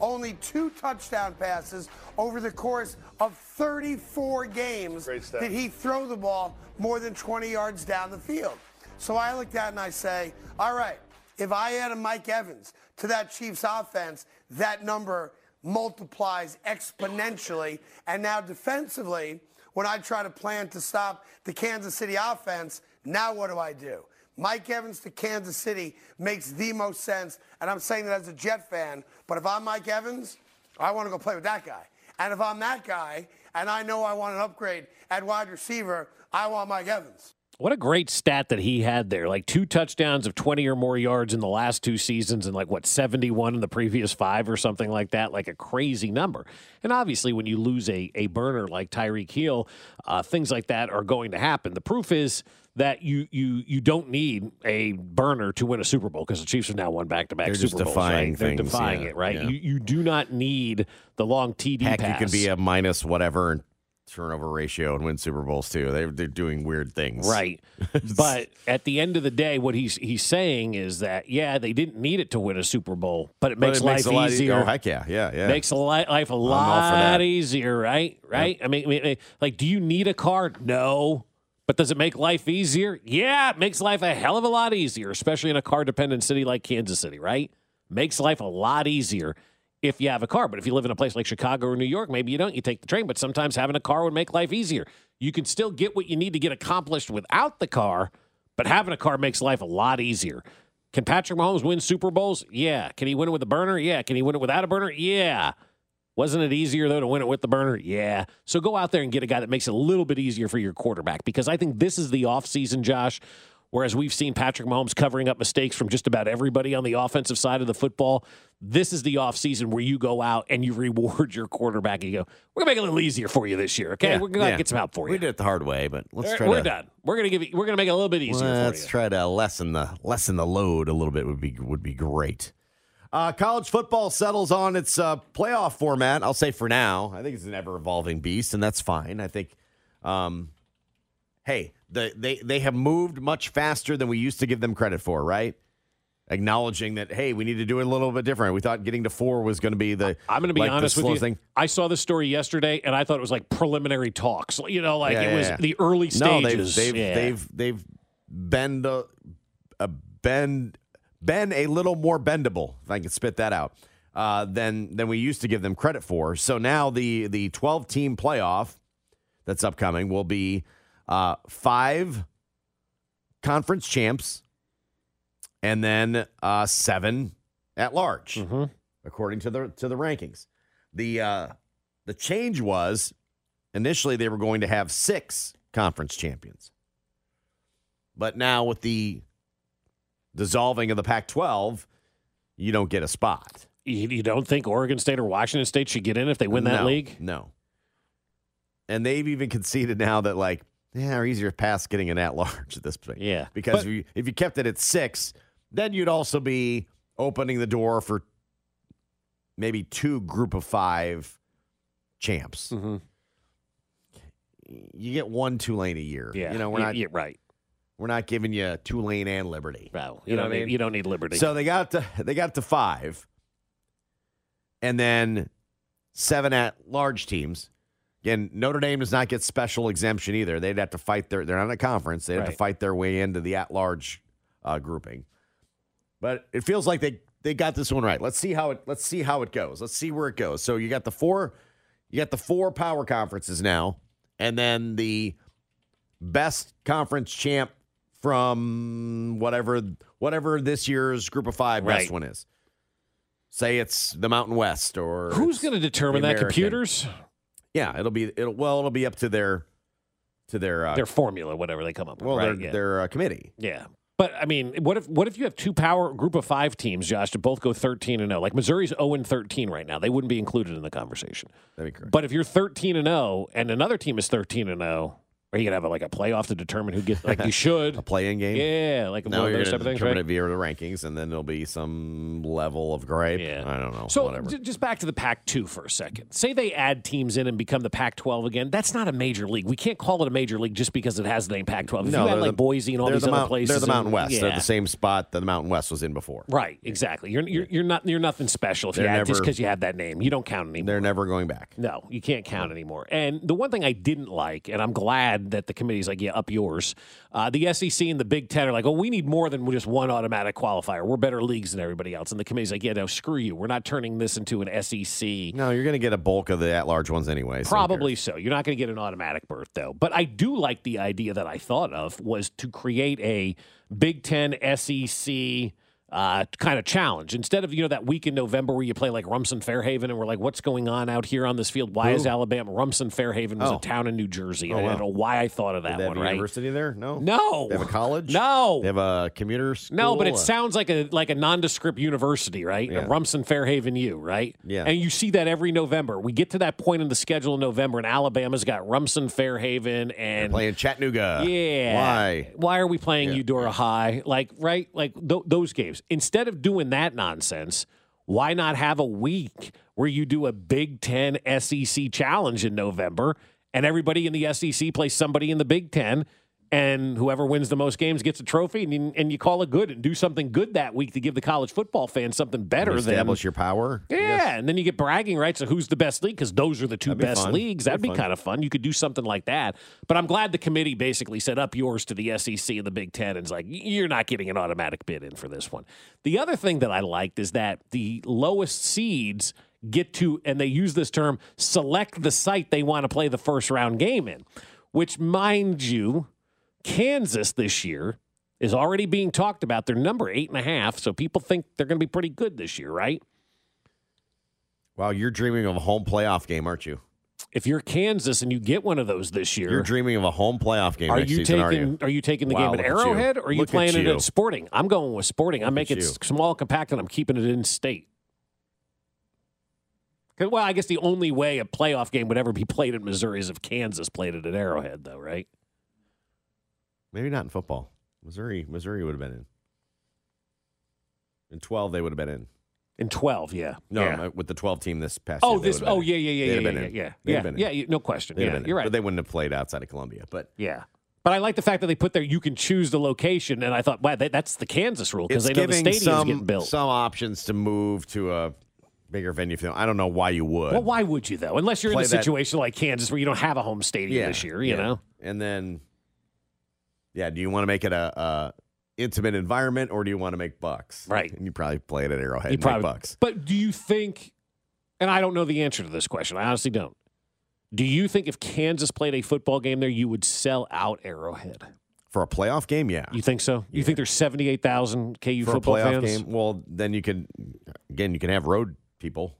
[SPEAKER 18] only two touchdown passes over the course of 34 games
[SPEAKER 19] stat.
[SPEAKER 18] did he throw the ball more than 20 yards down the field. So I look at it and I say, all right, if I add a Mike Evans to that Chiefs offense, that number multiplies exponentially. And now defensively, when I try to plan to stop the Kansas City offense, now what do I do? Mike Evans to Kansas City makes the most sense, and I'm saying that as a Jet fan. But if I'm Mike Evans, I want to go play with that guy. And if I'm that guy, and I know I want an upgrade at wide receiver, I want Mike Evans.
[SPEAKER 3] What a great stat that he had there. Like two touchdowns of 20 or more yards in the last two seasons and like what 71 in the previous 5 or something like that, like a crazy number. And obviously when you lose a a burner like Tyreek Hill, uh, things like that are going to happen. The proof is that you you you don't need a burner to win a Super Bowl because the Chiefs have now won back-to-back
[SPEAKER 2] They're
[SPEAKER 3] Super
[SPEAKER 2] just
[SPEAKER 3] Bowls.
[SPEAKER 2] defying
[SPEAKER 3] right? They're
[SPEAKER 2] things,
[SPEAKER 3] defying
[SPEAKER 2] yeah,
[SPEAKER 3] it, right?
[SPEAKER 2] yeah.
[SPEAKER 3] You you do not need the long TD
[SPEAKER 2] Heck,
[SPEAKER 3] pass.
[SPEAKER 2] you can be a minus whatever turnover ratio and win Super Bowls too. They're they're doing weird things, (laughs)
[SPEAKER 3] Right. but at the end of the day, what he's he's saying is that yeah, they didn't need it to win a Super Bowl, but it
[SPEAKER 2] But
[SPEAKER 3] makes
[SPEAKER 2] it
[SPEAKER 3] life
[SPEAKER 2] makes a lot e-
[SPEAKER 3] easier.
[SPEAKER 2] oh, heck yeah. Yeah, yeah.
[SPEAKER 3] Makes a li- life a
[SPEAKER 2] all for that.
[SPEAKER 3] lot easier, right? Right. I, mean, I mean, like, do you need a car? No. But does it make life easier? Yeah, it makes life a hell of a lot easier, especially in a car dependent city like Kansas City, right? Makes life a lot easier if you have a car. But if you live in a place like Chicago or New York, maybe you don't. You take the train, but sometimes having a car would make life easier. You can still get what you need to get accomplished without the car, but having a car makes life a lot easier. Can Patrick Mahomes win Super Bowls? Yeah. Can he win it with a burner? Yeah. Can he win it without a burner? Yeah. Wasn't it easier though to win it with the burner? Yeah. So go out there and get a guy that makes it a little bit easier for your quarterback because I think this is the offseason, Josh. Whereas we've seen Patrick Mahomes covering up mistakes from just about everybody on the offensive side of the football, this is the offseason where you go out and you reward your quarterback and you go, we're going to make it a little easier for you this year, okay?
[SPEAKER 2] Yeah,
[SPEAKER 3] we're going to
[SPEAKER 2] yeah.
[SPEAKER 3] get some help for you.
[SPEAKER 2] We did it the hard way, but let's
[SPEAKER 3] All
[SPEAKER 2] try
[SPEAKER 3] right, we're
[SPEAKER 2] to,
[SPEAKER 3] done. We're going to give you, we're going to make it a little bit easier for you.
[SPEAKER 2] Let's try to lessen the lessen the load a little bit would be would be great. Uh, college football settles on its uh, playoff format. I'll say for now, I think it's an ever evolving beast, and that's fine. I think, um, hey, the, they they have moved much faster than we used to give them credit for, right? Acknowledging that, hey, we need to do it a little bit different. We thought getting to four was going to be the
[SPEAKER 3] I'm going to be
[SPEAKER 2] like the
[SPEAKER 3] honest with you.
[SPEAKER 2] slowest thing.
[SPEAKER 3] I saw this story yesterday, and I thought it was like preliminary talks. You know, like
[SPEAKER 2] Yeah,
[SPEAKER 3] it
[SPEAKER 2] yeah,
[SPEAKER 3] was
[SPEAKER 2] yeah.
[SPEAKER 3] the early
[SPEAKER 2] No,
[SPEAKER 3] stages.
[SPEAKER 2] they've they've
[SPEAKER 3] Yeah.
[SPEAKER 2] they've, they've been the a bend been a little more bendable. If I can spit that out, uh, than than we used to give them credit for. So now the the twelve team playoff that's upcoming will be uh, five conference champs and then uh, seven at large, according to the to the rankings. The uh, the change was initially they were going to have six conference champions, but now with the dissolving of the Pac-12, you don't get a spot.
[SPEAKER 3] you, you don't think Oregon State or Washington State should get in if they win that
[SPEAKER 2] No,
[SPEAKER 3] league?
[SPEAKER 2] No. And they've even conceded now that like yeah, our easier path's getting an at large at this point. Yeah, because if, you, if you kept it at six, then you'd also be opening the door for maybe two group of five champs.
[SPEAKER 3] Mm-hmm.
[SPEAKER 2] You get one Tulane a year.
[SPEAKER 3] Yeah,
[SPEAKER 2] you know we're
[SPEAKER 3] y-
[SPEAKER 2] not
[SPEAKER 3] yeah, right.
[SPEAKER 2] We're not giving you Tulane and Liberty. No,
[SPEAKER 3] you don't need- you don't need Liberty.
[SPEAKER 2] So they got to they got to five, and then seven at large teams. Again, Notre Dame does not get special exemption either. They'd have to fight their they're not a conference. They'd have to
[SPEAKER 3] Right.
[SPEAKER 2] fight their way into the at large uh, grouping. But it feels like they they got this one right. Let's see how it let's see how it goes. Let's see where it goes. So you got the four you got the four power conferences now, and then the best conference champ from whatever whatever this year's group of five best
[SPEAKER 3] Right.
[SPEAKER 2] one is. Say it's the Mountain West or
[SPEAKER 3] Who's
[SPEAKER 2] it's
[SPEAKER 3] going to determine
[SPEAKER 2] the
[SPEAKER 3] that?
[SPEAKER 2] American.
[SPEAKER 3] Computers?
[SPEAKER 2] Yeah, it'll be it'll well it'll be up to their to their uh,
[SPEAKER 3] Their formula, whatever they come up with.
[SPEAKER 2] well
[SPEAKER 3] right?
[SPEAKER 2] their
[SPEAKER 3] yeah.
[SPEAKER 2] their uh, committee.
[SPEAKER 3] Yeah. But I mean, what if what if you have two power group of five teams, Josh, to both go thirteen and zero? Like Missouri's zero and thirteen right now; they wouldn't be included in the conversation.
[SPEAKER 2] That'd be correct.
[SPEAKER 3] But if you're thirteen and zero, and another team is thirteen and zero, are you gonna have like a playoff to determine who gets?
[SPEAKER 2] (laughs)
[SPEAKER 3] Like you should
[SPEAKER 2] a play-in game.
[SPEAKER 3] Yeah, like
[SPEAKER 2] No,
[SPEAKER 3] one of
[SPEAKER 2] you're
[SPEAKER 3] those type
[SPEAKER 2] going to
[SPEAKER 3] of things,
[SPEAKER 2] determine
[SPEAKER 3] right?
[SPEAKER 2] it via the rankings, and then there'll be some level of gripe. Yeah, I don't know.
[SPEAKER 3] So
[SPEAKER 2] whatever.
[SPEAKER 3] j- just back to the Pac 2 for a second. Say they add teams in and become the Pac 12 again. That's not a major league. We can't call it a major league just because it has the name Pac 12. If you
[SPEAKER 2] they're
[SPEAKER 3] had like Boise and all
[SPEAKER 2] they're
[SPEAKER 3] these
[SPEAKER 2] the
[SPEAKER 3] other
[SPEAKER 2] Mount-
[SPEAKER 3] places.
[SPEAKER 2] They're the
[SPEAKER 3] and-
[SPEAKER 2] Mountain West. They're
[SPEAKER 3] yeah.
[SPEAKER 2] the same spot that the Mountain West was in before.
[SPEAKER 3] Right, exactly. You're, you're, you're not you're nothing special if you
[SPEAKER 2] They're
[SPEAKER 3] add, just
[SPEAKER 2] never-
[SPEAKER 3] because you have that name. You don't count anymore.
[SPEAKER 2] They're never going back.
[SPEAKER 3] No, you can't count anymore. And the one thing I didn't like, and I'm glad that the committee's like, yeah, up yours. Uh, the SEC and the Big Ten are like, oh, we need more than just one automatic qualifier. We're better leagues than everybody else. And the committee's like, yeah, no, screw you. We're not turning this into an E SEC
[SPEAKER 2] No, you're going to get a bulk of the at-large ones anyway. so who
[SPEAKER 3] Probably so. You're not going to get an automatic berth, though. But I do like the idea that I thought of was to create a Big Ten SEC uh, kind of challenge instead of you know that week in November where you play like Rumson Fairhaven and we're like, what's going on out here on this field? Why is
[SPEAKER 2] Who?
[SPEAKER 3] Alabama? Rumson Fairhaven was
[SPEAKER 2] Oh.
[SPEAKER 3] a town in New Jersey.
[SPEAKER 2] Oh,
[SPEAKER 3] I
[SPEAKER 2] wow.
[SPEAKER 3] don't know why I thought of
[SPEAKER 2] Did
[SPEAKER 3] that
[SPEAKER 2] they have
[SPEAKER 3] one.
[SPEAKER 2] a
[SPEAKER 3] right?
[SPEAKER 2] university there? No.
[SPEAKER 3] No.
[SPEAKER 2] They have a college?
[SPEAKER 3] No.
[SPEAKER 2] They have a commuter school?
[SPEAKER 3] No, but
[SPEAKER 2] Uh,
[SPEAKER 3] it sounds like a like a nondescript university, right?
[SPEAKER 2] Yeah.
[SPEAKER 3] Rumson Fairhaven U, right?
[SPEAKER 2] Yeah.
[SPEAKER 3] And you see that every November. We get to that point in the schedule in November, and Alabama's got Rumson Fairhaven and
[SPEAKER 2] playing Chattanooga.
[SPEAKER 3] Yeah.
[SPEAKER 2] Why?
[SPEAKER 3] Why are we playing Eudora High? Like right? Like th- those games. Instead of doing that nonsense, why not have a week where you do a Big Ten SEC challenge in November, and everybody in the SEC plays somebody in the Big Ten? and whoever wins the most games gets a trophy, and you, and you call it good and do something good that week to give the college football fans something better than.
[SPEAKER 2] Establish your power.
[SPEAKER 3] Yeah, and then you get bragging rights of who's the best league because those are the 2
[SPEAKER 2] That'd be
[SPEAKER 3] best
[SPEAKER 2] fun.
[SPEAKER 3] leagues.
[SPEAKER 2] That'd
[SPEAKER 3] That'd
[SPEAKER 2] be
[SPEAKER 3] be,
[SPEAKER 2] fun.
[SPEAKER 3] kind of fun. You could do something like that. But I'm glad the committee basically set up yours to the SEC and the Big Ten and is like, you're not getting an automatic bid in for this one. The other thing that I liked is that the lowest seeds get to, and they use this term, select the site they want to play the first round game in, which, mind you, Kansas this year is already being talked about. They're number eight and a half, so people think they're going to be pretty good this year, right?
[SPEAKER 2] Wow, you're dreaming of a home playoff game, aren't you?
[SPEAKER 3] If you're Kansas and you get one of those this year,
[SPEAKER 2] You're dreaming of a home playoff game
[SPEAKER 3] are
[SPEAKER 2] next
[SPEAKER 3] you
[SPEAKER 2] season,
[SPEAKER 3] taking
[SPEAKER 2] are you?
[SPEAKER 3] taking the
[SPEAKER 2] Wow,
[SPEAKER 3] game at
[SPEAKER 2] look at you.
[SPEAKER 3] Arrowhead or are you
[SPEAKER 2] Look at
[SPEAKER 3] playing it
[SPEAKER 2] you.
[SPEAKER 3] at Sporting? I'm going with Sporting. I
[SPEAKER 2] Look
[SPEAKER 3] make
[SPEAKER 2] at
[SPEAKER 3] it
[SPEAKER 2] you.
[SPEAKER 3] s- small, and compact, and I'm keeping it in state. 'Cause- Well, I guess the only way a playoff game would ever be (laughs) played in Missouri is if Kansas played it at Arrowhead, though, right?
[SPEAKER 2] Maybe not in football. Missouri, Missouri would have been in. In 12, they would have been in.
[SPEAKER 3] In 12, yeah.
[SPEAKER 2] No,
[SPEAKER 3] Yeah.
[SPEAKER 2] my- with the 12 team this past
[SPEAKER 3] Oh,
[SPEAKER 2] year, they
[SPEAKER 3] this-
[SPEAKER 2] would have been
[SPEAKER 3] oh,
[SPEAKER 2] in.
[SPEAKER 3] yeah, yeah, yeah,
[SPEAKER 2] They'd have
[SPEAKER 3] yeah,
[SPEAKER 2] been
[SPEAKER 3] yeah,
[SPEAKER 2] in.
[SPEAKER 3] yeah.
[SPEAKER 2] They'd have
[SPEAKER 3] Yeah,
[SPEAKER 2] been in.
[SPEAKER 3] yeah, you- no question.
[SPEAKER 2] They'd have
[SPEAKER 3] Yeah,
[SPEAKER 2] been in.
[SPEAKER 3] you're right.
[SPEAKER 2] But they wouldn't have played outside of Columbia. But
[SPEAKER 3] Yeah. But I like the fact that they put there you can choose the location, and I thought, wow, that, that's the Kansas rule because
[SPEAKER 2] it's
[SPEAKER 3] they know the
[SPEAKER 2] giving
[SPEAKER 3] stadium's
[SPEAKER 2] some,
[SPEAKER 3] getting built.
[SPEAKER 2] some options to move to a bigger venue. I don't know why you would.
[SPEAKER 3] Well, why would you though? Unless you're in
[SPEAKER 2] Play
[SPEAKER 3] a
[SPEAKER 2] that-
[SPEAKER 3] situation like Kansas where you don't have a home stadium this year, you
[SPEAKER 2] yeah.
[SPEAKER 3] know.
[SPEAKER 2] And then, yeah, do you want to make it a, a intimate environment or do you want to make bucks? Right. And you probably play it at Arrowhead.
[SPEAKER 3] You
[SPEAKER 2] and
[SPEAKER 3] probably-
[SPEAKER 2] make bucks.
[SPEAKER 3] But do you think? And I don't know the answer to this question. I honestly don't. Do you think if Kansas played a football game there, you would sell out Arrowhead?
[SPEAKER 2] For a playoff game, yeah.
[SPEAKER 3] You think so? You think there's seventy-eight thousand KU
[SPEAKER 2] For
[SPEAKER 3] football
[SPEAKER 2] a playoff
[SPEAKER 3] fans?
[SPEAKER 2] game, well, then you can again you can have road people.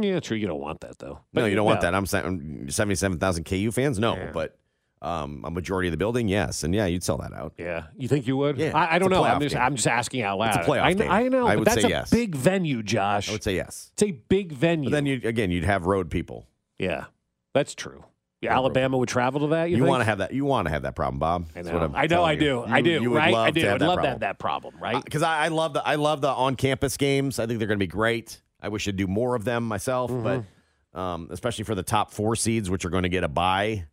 [SPEAKER 3] Yeah, true. You don't want that though.
[SPEAKER 2] no,
[SPEAKER 3] But
[SPEAKER 2] you don't want that. I'm saying seventy seven thousand KU fans. No, but um, a majority of the building, yes, and yeah, you'd sell that out.
[SPEAKER 3] Yeah, you think you would?
[SPEAKER 2] Yeah,
[SPEAKER 3] I, I
[SPEAKER 2] it's a
[SPEAKER 3] don't know. I'm
[SPEAKER 2] playoff
[SPEAKER 3] just,
[SPEAKER 2] game.
[SPEAKER 3] I'm just asking out loud.
[SPEAKER 2] It's a playoff
[SPEAKER 3] I,
[SPEAKER 2] game.
[SPEAKER 3] I know.
[SPEAKER 2] I
[SPEAKER 3] but
[SPEAKER 2] would
[SPEAKER 3] that's
[SPEAKER 2] say
[SPEAKER 3] a
[SPEAKER 2] yes.
[SPEAKER 3] big venue, Josh.
[SPEAKER 2] I would say yes.
[SPEAKER 3] It's a big venue.
[SPEAKER 2] But then you again, you'd have road people.
[SPEAKER 3] Yeah, that's true. Yeah, Alabama would travel to that. You,
[SPEAKER 2] You
[SPEAKER 3] think?
[SPEAKER 2] want to have that. You want to have that problem, Bob.
[SPEAKER 3] I
[SPEAKER 2] That's
[SPEAKER 3] know.
[SPEAKER 2] what I'm
[SPEAKER 3] I, know
[SPEAKER 2] telling
[SPEAKER 3] I do.
[SPEAKER 2] you.
[SPEAKER 3] I
[SPEAKER 2] You-
[SPEAKER 3] do.
[SPEAKER 2] you would
[SPEAKER 3] right. I
[SPEAKER 2] love to
[SPEAKER 3] do.
[SPEAKER 2] have
[SPEAKER 3] I'd
[SPEAKER 2] that
[SPEAKER 3] love
[SPEAKER 2] problem.
[SPEAKER 3] that that problem. Right.
[SPEAKER 2] because I, I love the I love the on campus games. I think they're going to be great. I wish I'd do more of them myself,
[SPEAKER 3] Mm-hmm.
[SPEAKER 2] but um, especially for the top four seeds, which are going to get a bye,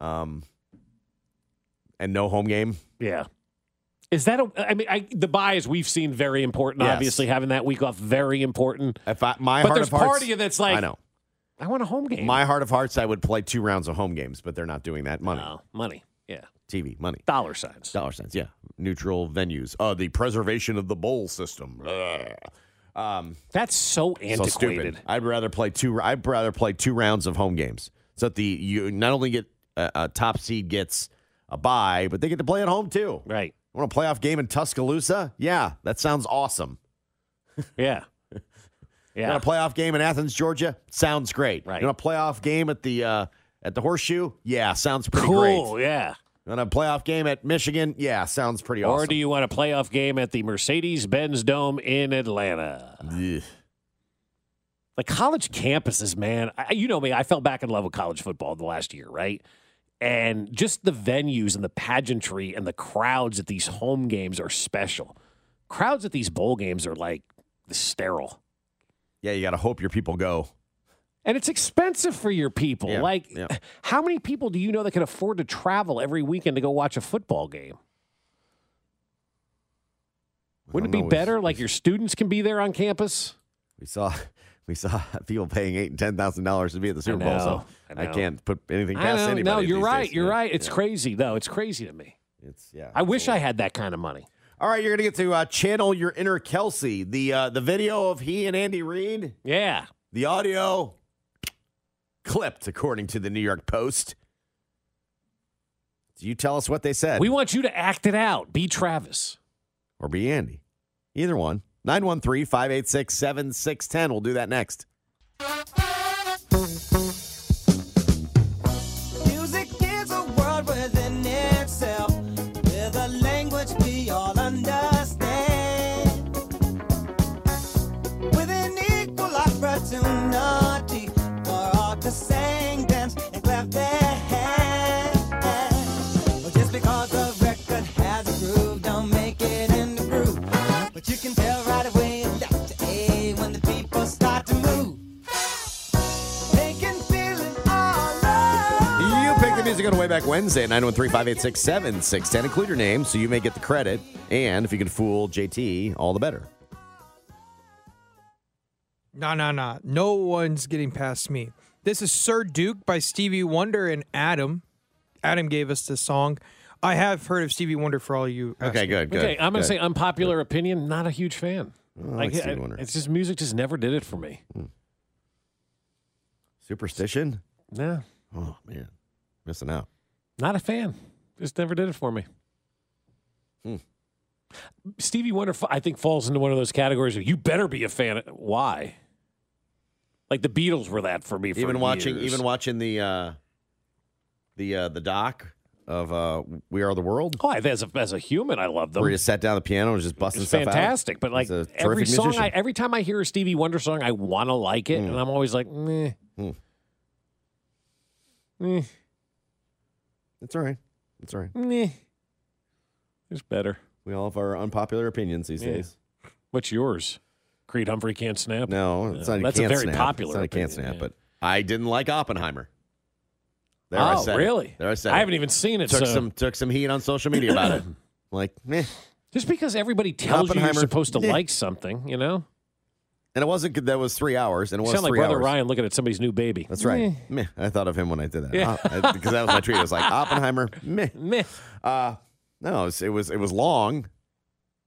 [SPEAKER 2] um, and no home game.
[SPEAKER 3] Yeah. Is that a? I mean, I, the buys we've seen very important.
[SPEAKER 2] Yes.
[SPEAKER 3] Obviously, having that week off very important.
[SPEAKER 2] If I, my
[SPEAKER 3] but
[SPEAKER 2] heart
[SPEAKER 3] there's
[SPEAKER 2] of hearts,
[SPEAKER 3] part of you that's like,
[SPEAKER 2] I know.
[SPEAKER 3] I want a home game.
[SPEAKER 2] My heart of hearts, I would play two rounds of home games, but they're not doing that. Money,
[SPEAKER 3] money. Yeah.
[SPEAKER 2] TV, money,
[SPEAKER 3] dollar signs,
[SPEAKER 2] dollar signs. Yeah, neutral venues. Uh, the preservation of the bowl system. Blah. Um,
[SPEAKER 3] that's so
[SPEAKER 2] So stupid.
[SPEAKER 3] antiquated.
[SPEAKER 2] I'd rather play two. I'd rather play two rounds of home games. So that the you not only get a, a top seed gets a bye, but they get to play at home too.
[SPEAKER 3] Right.
[SPEAKER 2] Want a playoff game in Tuscaloosa? Yeah, that sounds awesome.
[SPEAKER 3] (laughs)
[SPEAKER 2] (laughs)
[SPEAKER 3] yeah. Yeah.
[SPEAKER 2] Want a playoff game in Athens, Georgia? Sounds great.
[SPEAKER 3] Right.
[SPEAKER 2] You want a playoff game at the uh, at the Horseshoe? Yeah, sounds pretty
[SPEAKER 3] cool.
[SPEAKER 2] great.
[SPEAKER 3] Yeah.
[SPEAKER 2] You want a playoff game at Michigan? Yeah, sounds pretty awesome.
[SPEAKER 3] Or do you want a playoff game at the Mercedes Benz Dome in Atlanta? Like college campuses, man. I, you know me. I fell back in love with college football the last year, right? And just the venues and the pageantry and the crowds at these home games are special. Crowds at these bowl games are like sterile.
[SPEAKER 2] yeah, you got to hope your people go.
[SPEAKER 3] And it's expensive for your people.
[SPEAKER 2] Yeah,
[SPEAKER 3] like,
[SPEAKER 2] yeah.
[SPEAKER 3] how many people do you know that can afford to travel every weekend to go watch a football game? Wouldn't it
[SPEAKER 2] don't
[SPEAKER 3] be
[SPEAKER 2] know.
[SPEAKER 3] better? Like, your students can be there on campus?
[SPEAKER 2] We saw (laughs) we saw people paying eight and ten thousand dollars to be at the Super Bowl, so
[SPEAKER 3] know, I
[SPEAKER 2] I,
[SPEAKER 3] know.
[SPEAKER 2] can't put anything
[SPEAKER 3] I
[SPEAKER 2] past
[SPEAKER 3] don't
[SPEAKER 2] anybody.
[SPEAKER 3] know. No, you're
[SPEAKER 2] these
[SPEAKER 3] right.
[SPEAKER 2] days,
[SPEAKER 3] You're
[SPEAKER 2] yeah.
[SPEAKER 3] right. It's crazy, though. It's crazy to me.
[SPEAKER 2] It's yeah.
[SPEAKER 3] I wish I had that kind of money.
[SPEAKER 2] All right, you're gonna get to uh, channel your inner Kelsey. The uh, the video of he and Andy Reid.
[SPEAKER 3] Yeah.
[SPEAKER 2] The audio clipped, according to the New York Post. Do you tell us what they said?
[SPEAKER 3] We want you to act it out. Be Travis.
[SPEAKER 2] or be Andy. Either one. 913 586 7610. We'll do that next.
[SPEAKER 20] Music is a world within itself, with a language we all understand. With an equal opportunity for all to sing, dance, and clap their hands. But just because the record has a groove, don't make it in the groove. But you can tell right away, left to A, when the people start to move. They can feel it all over.
[SPEAKER 2] You pick the music on Wayback Wednesday, 913 586 7610. Include your name so you may get the credit. And if you can fool JT, all the better.
[SPEAKER 4] No, no, no. No one's getting past me. This is Sir Duke by Stevie Wonder and Adam. Adam gave us this song. I have heard of Stevie Wonder for all you.
[SPEAKER 2] Okay, good, good.
[SPEAKER 3] okay, I'm going
[SPEAKER 2] good.
[SPEAKER 3] to say unpopular opinion. Not a huge fan.
[SPEAKER 2] like Stevie Wonder.
[SPEAKER 3] It's just music just never did it for me.
[SPEAKER 2] Hmm. Superstition?
[SPEAKER 3] No,
[SPEAKER 2] Oh, man. Missing out.
[SPEAKER 3] not a fan. Just never did it for me.
[SPEAKER 2] Hmm.
[SPEAKER 3] Stevie Wonder, fa- I think, falls into one of those categories of you better be a fan. Why? Like the Beatles were that for me. For
[SPEAKER 2] even watching
[SPEAKER 3] years.
[SPEAKER 2] even watching the uh the uh the doc of uh we are the world
[SPEAKER 3] Oh, I- as a, as a human, I love them.
[SPEAKER 2] where he just sat down at the piano and was just busting
[SPEAKER 3] It's
[SPEAKER 2] stuff out.
[SPEAKER 3] fantastic, but like
[SPEAKER 2] He's a
[SPEAKER 3] every
[SPEAKER 2] terrific
[SPEAKER 3] song,
[SPEAKER 2] musician. Mm.
[SPEAKER 3] I, every time I hear a Stevie Wonder song, I want to like it, and I'm always like, meh.
[SPEAKER 2] Hmm.
[SPEAKER 3] meh,
[SPEAKER 2] it's all right it's all right
[SPEAKER 3] meh. It's better.
[SPEAKER 2] we all have our unpopular opinions these
[SPEAKER 3] Yeah.
[SPEAKER 2] days
[SPEAKER 3] What's yours? Creed Humphrey can't snap.
[SPEAKER 2] no it's not you
[SPEAKER 3] that's a
[SPEAKER 2] can't
[SPEAKER 3] very
[SPEAKER 2] snap.
[SPEAKER 3] popular.
[SPEAKER 2] it's not a can't
[SPEAKER 3] opinion,
[SPEAKER 2] snap
[SPEAKER 3] yeah.
[SPEAKER 2] but i didn't like oppenheimer there I
[SPEAKER 3] Oh,
[SPEAKER 2] said it.
[SPEAKER 3] really?
[SPEAKER 2] there i said
[SPEAKER 3] I
[SPEAKER 2] it.
[SPEAKER 3] haven't even seen it,
[SPEAKER 2] took
[SPEAKER 3] so-
[SPEAKER 2] some took some heat on social media about
[SPEAKER 3] (clears throat)
[SPEAKER 2] it like meh.
[SPEAKER 3] Just because everybody tells you you're
[SPEAKER 2] Oppenheimer,
[SPEAKER 3] supposed to
[SPEAKER 2] meh.
[SPEAKER 3] like something, you know,
[SPEAKER 2] and it wasn't good that was three hours and it
[SPEAKER 3] you
[SPEAKER 2] was
[SPEAKER 3] sound like
[SPEAKER 2] three
[SPEAKER 3] Brother
[SPEAKER 2] hours
[SPEAKER 3] Ryan looking at somebody's new baby.
[SPEAKER 2] That's right.
[SPEAKER 3] Meh.
[SPEAKER 2] Meh. I thought of him when I did that
[SPEAKER 3] Yeah.
[SPEAKER 2] Uh, I- because that
[SPEAKER 3] (laughs)
[SPEAKER 2] was my treat. It was like Oppenheimer. Meh.
[SPEAKER 3] Meh.
[SPEAKER 2] Uh, no, it was, it was it was long.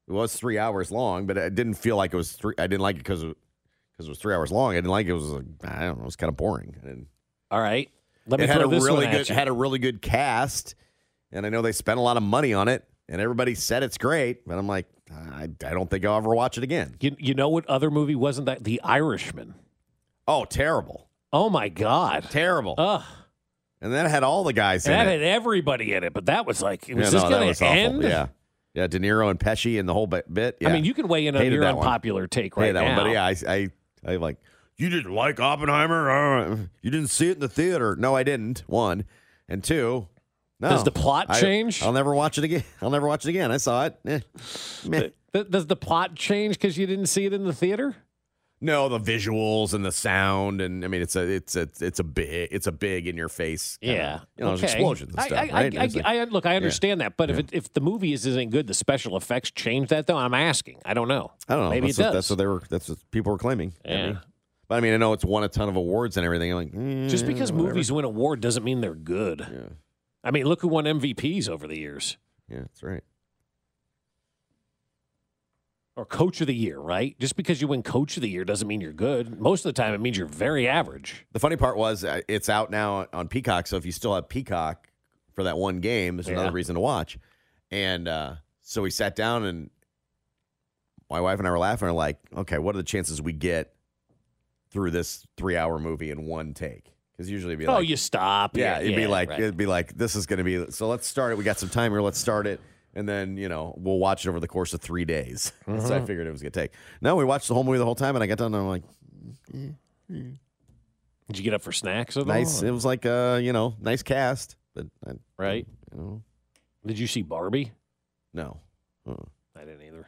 [SPEAKER 2] It was three hours long, but I didn't feel like it was three. I didn't like it because because it was three hours long. I didn't like it. it was like, I don't know. It was kind of boring. I didn't-
[SPEAKER 3] All right, let me
[SPEAKER 2] it had
[SPEAKER 3] throw
[SPEAKER 2] a
[SPEAKER 3] this
[SPEAKER 2] really
[SPEAKER 3] one at
[SPEAKER 2] good
[SPEAKER 3] you.
[SPEAKER 2] had a really good cast, and I know they spent a lot of money on it, and everybody said it's great. But I'm like, I, I don't think I'll ever watch it again.
[SPEAKER 3] You, you know what other movie wasn't that? The Irishman.
[SPEAKER 2] Oh, terrible!
[SPEAKER 3] Oh my God.
[SPEAKER 2] Terrible!
[SPEAKER 3] Ugh.
[SPEAKER 2] And that had all the guys in
[SPEAKER 3] that had
[SPEAKER 2] it.
[SPEAKER 3] everybody in it, but that was like, was
[SPEAKER 2] Yeah,
[SPEAKER 3] this
[SPEAKER 2] no, that
[SPEAKER 3] going
[SPEAKER 2] was
[SPEAKER 3] to
[SPEAKER 2] awful.
[SPEAKER 3] end?
[SPEAKER 2] Yeah. Yeah, De Niro and Pesci and the whole bit. bit.
[SPEAKER 3] I
[SPEAKER 2] yeah.
[SPEAKER 3] mean, you can weigh in on
[SPEAKER 2] Hated
[SPEAKER 3] your
[SPEAKER 2] that one.
[SPEAKER 3] unpopular take
[SPEAKER 2] Hated
[SPEAKER 3] right
[SPEAKER 2] that One. But
[SPEAKER 3] now.
[SPEAKER 2] yeah, I, I, I like, you didn't like Oppenheimer? Uh, You didn't see it in the theater. No, I didn't. One. And two, no.
[SPEAKER 3] Does the plot
[SPEAKER 2] I-
[SPEAKER 3] change?
[SPEAKER 2] I'll never watch it again. (laughs) I'll never watch it again. I saw it. Eh. Meh.
[SPEAKER 3] Th- does the plot change because you didn't see it in the theater?
[SPEAKER 2] No, the visuals and the sound, and I mean, it's a, it's a, it's a big, it's a big in your face. kinda,
[SPEAKER 3] Yeah,
[SPEAKER 2] you know, there's
[SPEAKER 3] okay.
[SPEAKER 2] explosions and
[SPEAKER 3] I-
[SPEAKER 2] stuff.
[SPEAKER 3] I,
[SPEAKER 2] right?
[SPEAKER 3] I,
[SPEAKER 2] It's like-
[SPEAKER 3] I, I- look, I
[SPEAKER 2] Yeah.
[SPEAKER 3] understand that, but if it, if the movie is, isn't good, the special effects change that though. I'm asking. I don't know.
[SPEAKER 2] I don't know.
[SPEAKER 3] Maybe
[SPEAKER 2] that's
[SPEAKER 3] it
[SPEAKER 2] what,
[SPEAKER 3] does.
[SPEAKER 2] That's what they were. That's what people were claiming. I
[SPEAKER 3] Yeah.
[SPEAKER 2] mean. But I mean, I know it's won a ton of awards and everything. I'm like, mm,
[SPEAKER 3] Just because
[SPEAKER 2] whatever.
[SPEAKER 3] movies win award doesn't mean they're good. I mean, look who won MVPs over the years.
[SPEAKER 2] Yeah, that's right.
[SPEAKER 3] Or coach of the year, right? Just because you win coach of the year doesn't mean you're good. Most of the time, it means you're very average.
[SPEAKER 2] The funny part was uh, it's out now on Peacock. So if you still have Peacock for that one game, it's another
[SPEAKER 3] Yeah.
[SPEAKER 2] reason to watch. And uh, so we sat down, and my wife and I were laughing. We're like, okay, what are the chances we get through this three-hour movie in one take? Because usually it'd be
[SPEAKER 3] oh,
[SPEAKER 2] like,
[SPEAKER 3] you stop.
[SPEAKER 2] Yeah, it'd be like
[SPEAKER 3] right.
[SPEAKER 2] it'd be like this is going to be. So let's start it. We got some time here. Let's start it, and then you know we'll watch it over the course of three days. (laughs) so I
[SPEAKER 3] Mhm.
[SPEAKER 2] figured it was going to take. No, we watched the whole movie the whole time, and I got done. and I'm like,
[SPEAKER 3] Did you get up for snacks at all?
[SPEAKER 2] nice. It was like uh, you know, nice cast, but I,
[SPEAKER 3] right?
[SPEAKER 2] You know,
[SPEAKER 3] Did you see Barbie?
[SPEAKER 2] no. Uh,
[SPEAKER 3] I didn't either.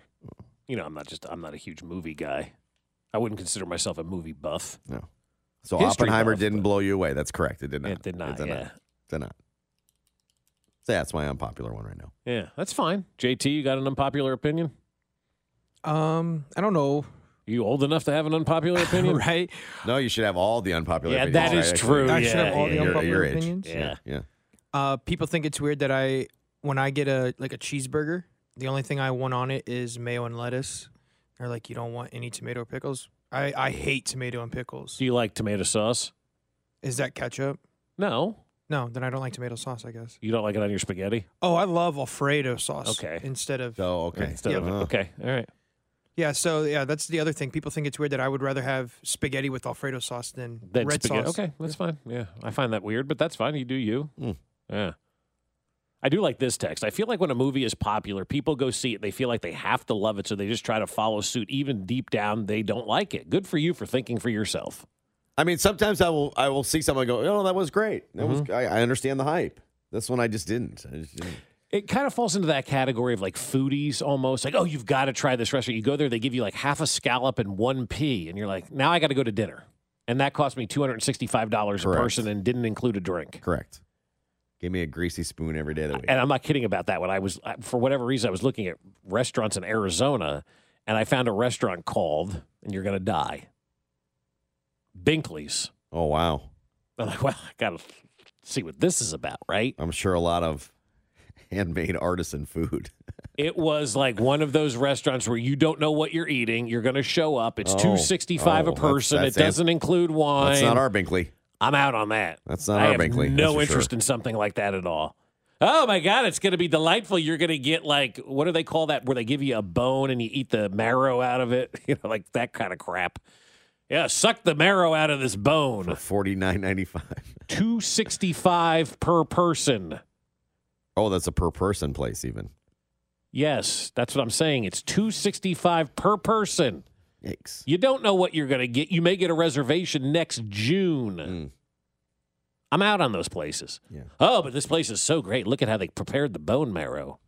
[SPEAKER 3] You know, I'm not just I'm not a huge movie guy. I wouldn't consider myself a movie buff.
[SPEAKER 2] No. So
[SPEAKER 3] History
[SPEAKER 2] Oppenheimer
[SPEAKER 3] buff,
[SPEAKER 2] didn't blow you away. That's correct. It did not.
[SPEAKER 3] It did not, yeah.
[SPEAKER 2] Did not. So yeah, that's my unpopular one right now.
[SPEAKER 3] Yeah, that's fine. JT, you got an unpopular opinion?
[SPEAKER 4] Um, I don't know.
[SPEAKER 3] You old enough to have
[SPEAKER 4] (laughs)
[SPEAKER 3] an unpopular opinion,
[SPEAKER 4] right?
[SPEAKER 2] No, you should have all the unpopular.
[SPEAKER 3] Yeah,
[SPEAKER 2] opinions,
[SPEAKER 3] that
[SPEAKER 2] right?
[SPEAKER 3] is
[SPEAKER 2] Actually,
[SPEAKER 3] true.
[SPEAKER 4] I should have all the
[SPEAKER 2] your-
[SPEAKER 4] unpopular
[SPEAKER 2] your age.
[SPEAKER 4] opinions.
[SPEAKER 2] Yeah, yeah.
[SPEAKER 4] Uh, people think it's weird that I, when I get a like a cheeseburger, the only thing I want on it is mayo and lettuce. They're like, you don't want any tomato or pickles. I I hate tomato and pickles.
[SPEAKER 3] Do you like tomato sauce?
[SPEAKER 4] Is that ketchup?
[SPEAKER 3] No.
[SPEAKER 4] No, then I don't like tomato sauce. I guess.
[SPEAKER 3] You don't like it on your spaghetti?
[SPEAKER 4] Oh, I love Alfredo sauce.
[SPEAKER 3] Okay.
[SPEAKER 4] Instead of.
[SPEAKER 2] Oh, okay.
[SPEAKER 3] Instead of
[SPEAKER 4] Yeah.
[SPEAKER 3] okay, all right.
[SPEAKER 4] Yeah. So yeah, that's the other thing. People think it's weird that I would rather have spaghetti with Alfredo sauce than
[SPEAKER 3] Then
[SPEAKER 4] red
[SPEAKER 3] spaghetti.
[SPEAKER 4] sauce.
[SPEAKER 3] Okay, that's fine. Yeah, I find that weird, but that's fine. You do you. Yeah. I do like this text. I feel like when a movie is popular, people go see it. They feel like they have to love it, so they just try to follow suit. Even deep down, they don't like it. Good for you for thinking for yourself.
[SPEAKER 2] I mean, sometimes I will I will see someone go, oh, that was great. That was
[SPEAKER 3] Mm-hmm.
[SPEAKER 2] I, I understand the hype. This one I just didn't. I just didn't.
[SPEAKER 3] It kind of falls into that category of like foodies almost. Like, oh, you've got to try this restaurant. You go there, they give you like half a scallop and one pea, and you're like, now I got to go to dinner. And that cost me $265 a
[SPEAKER 2] Correct.
[SPEAKER 3] person and didn't include a drink.
[SPEAKER 2] Correct. Give me a greasy spoon every day of the week.
[SPEAKER 3] and I'm not kidding about that. When I was, I- for whatever reason, I was looking at restaurants in Arizona, and I found a restaurant called, and you're gonna die, Binkley's.
[SPEAKER 2] Oh wow.
[SPEAKER 3] I'm like, well, I gotta see what this is about, right?
[SPEAKER 2] I'm sure a lot of (laughs) handmade artisan food.
[SPEAKER 3] It was like one of those restaurants where you don't know what you're eating. You're gonna show up. It's
[SPEAKER 2] Oh.
[SPEAKER 3] two sixty five
[SPEAKER 2] Oh,
[SPEAKER 3] a
[SPEAKER 2] that's-
[SPEAKER 3] person.
[SPEAKER 2] that's
[SPEAKER 3] it
[SPEAKER 2] an-
[SPEAKER 3] doesn't include wine.
[SPEAKER 2] That's not our Binkley.
[SPEAKER 3] I'm out on that.
[SPEAKER 2] That's not
[SPEAKER 3] I
[SPEAKER 2] our
[SPEAKER 3] have
[SPEAKER 2] Binkley, that's
[SPEAKER 3] No
[SPEAKER 2] for
[SPEAKER 3] interest
[SPEAKER 2] sure.
[SPEAKER 3] in something like that at all. Oh my God, it's going to be delightful. You're going to get like, what do they call that? Where they give you a bone and you eat the marrow out of it? (laughs) You know, like that kind of crap. Yeah, suck the marrow out of this bone.
[SPEAKER 2] Forty nine ninety five.
[SPEAKER 3] Two sixty five per person.
[SPEAKER 2] Oh, that's a per person place even.
[SPEAKER 3] Yes, that's what I'm saying. It's two sixty five per person.
[SPEAKER 2] Yikes!
[SPEAKER 3] You don't know what you're going to get. You may get a reservation next June. I'm out on those places.
[SPEAKER 2] Hmm. Yeah.
[SPEAKER 3] Oh, but this place is so great. Look at how they prepared the bone marrow.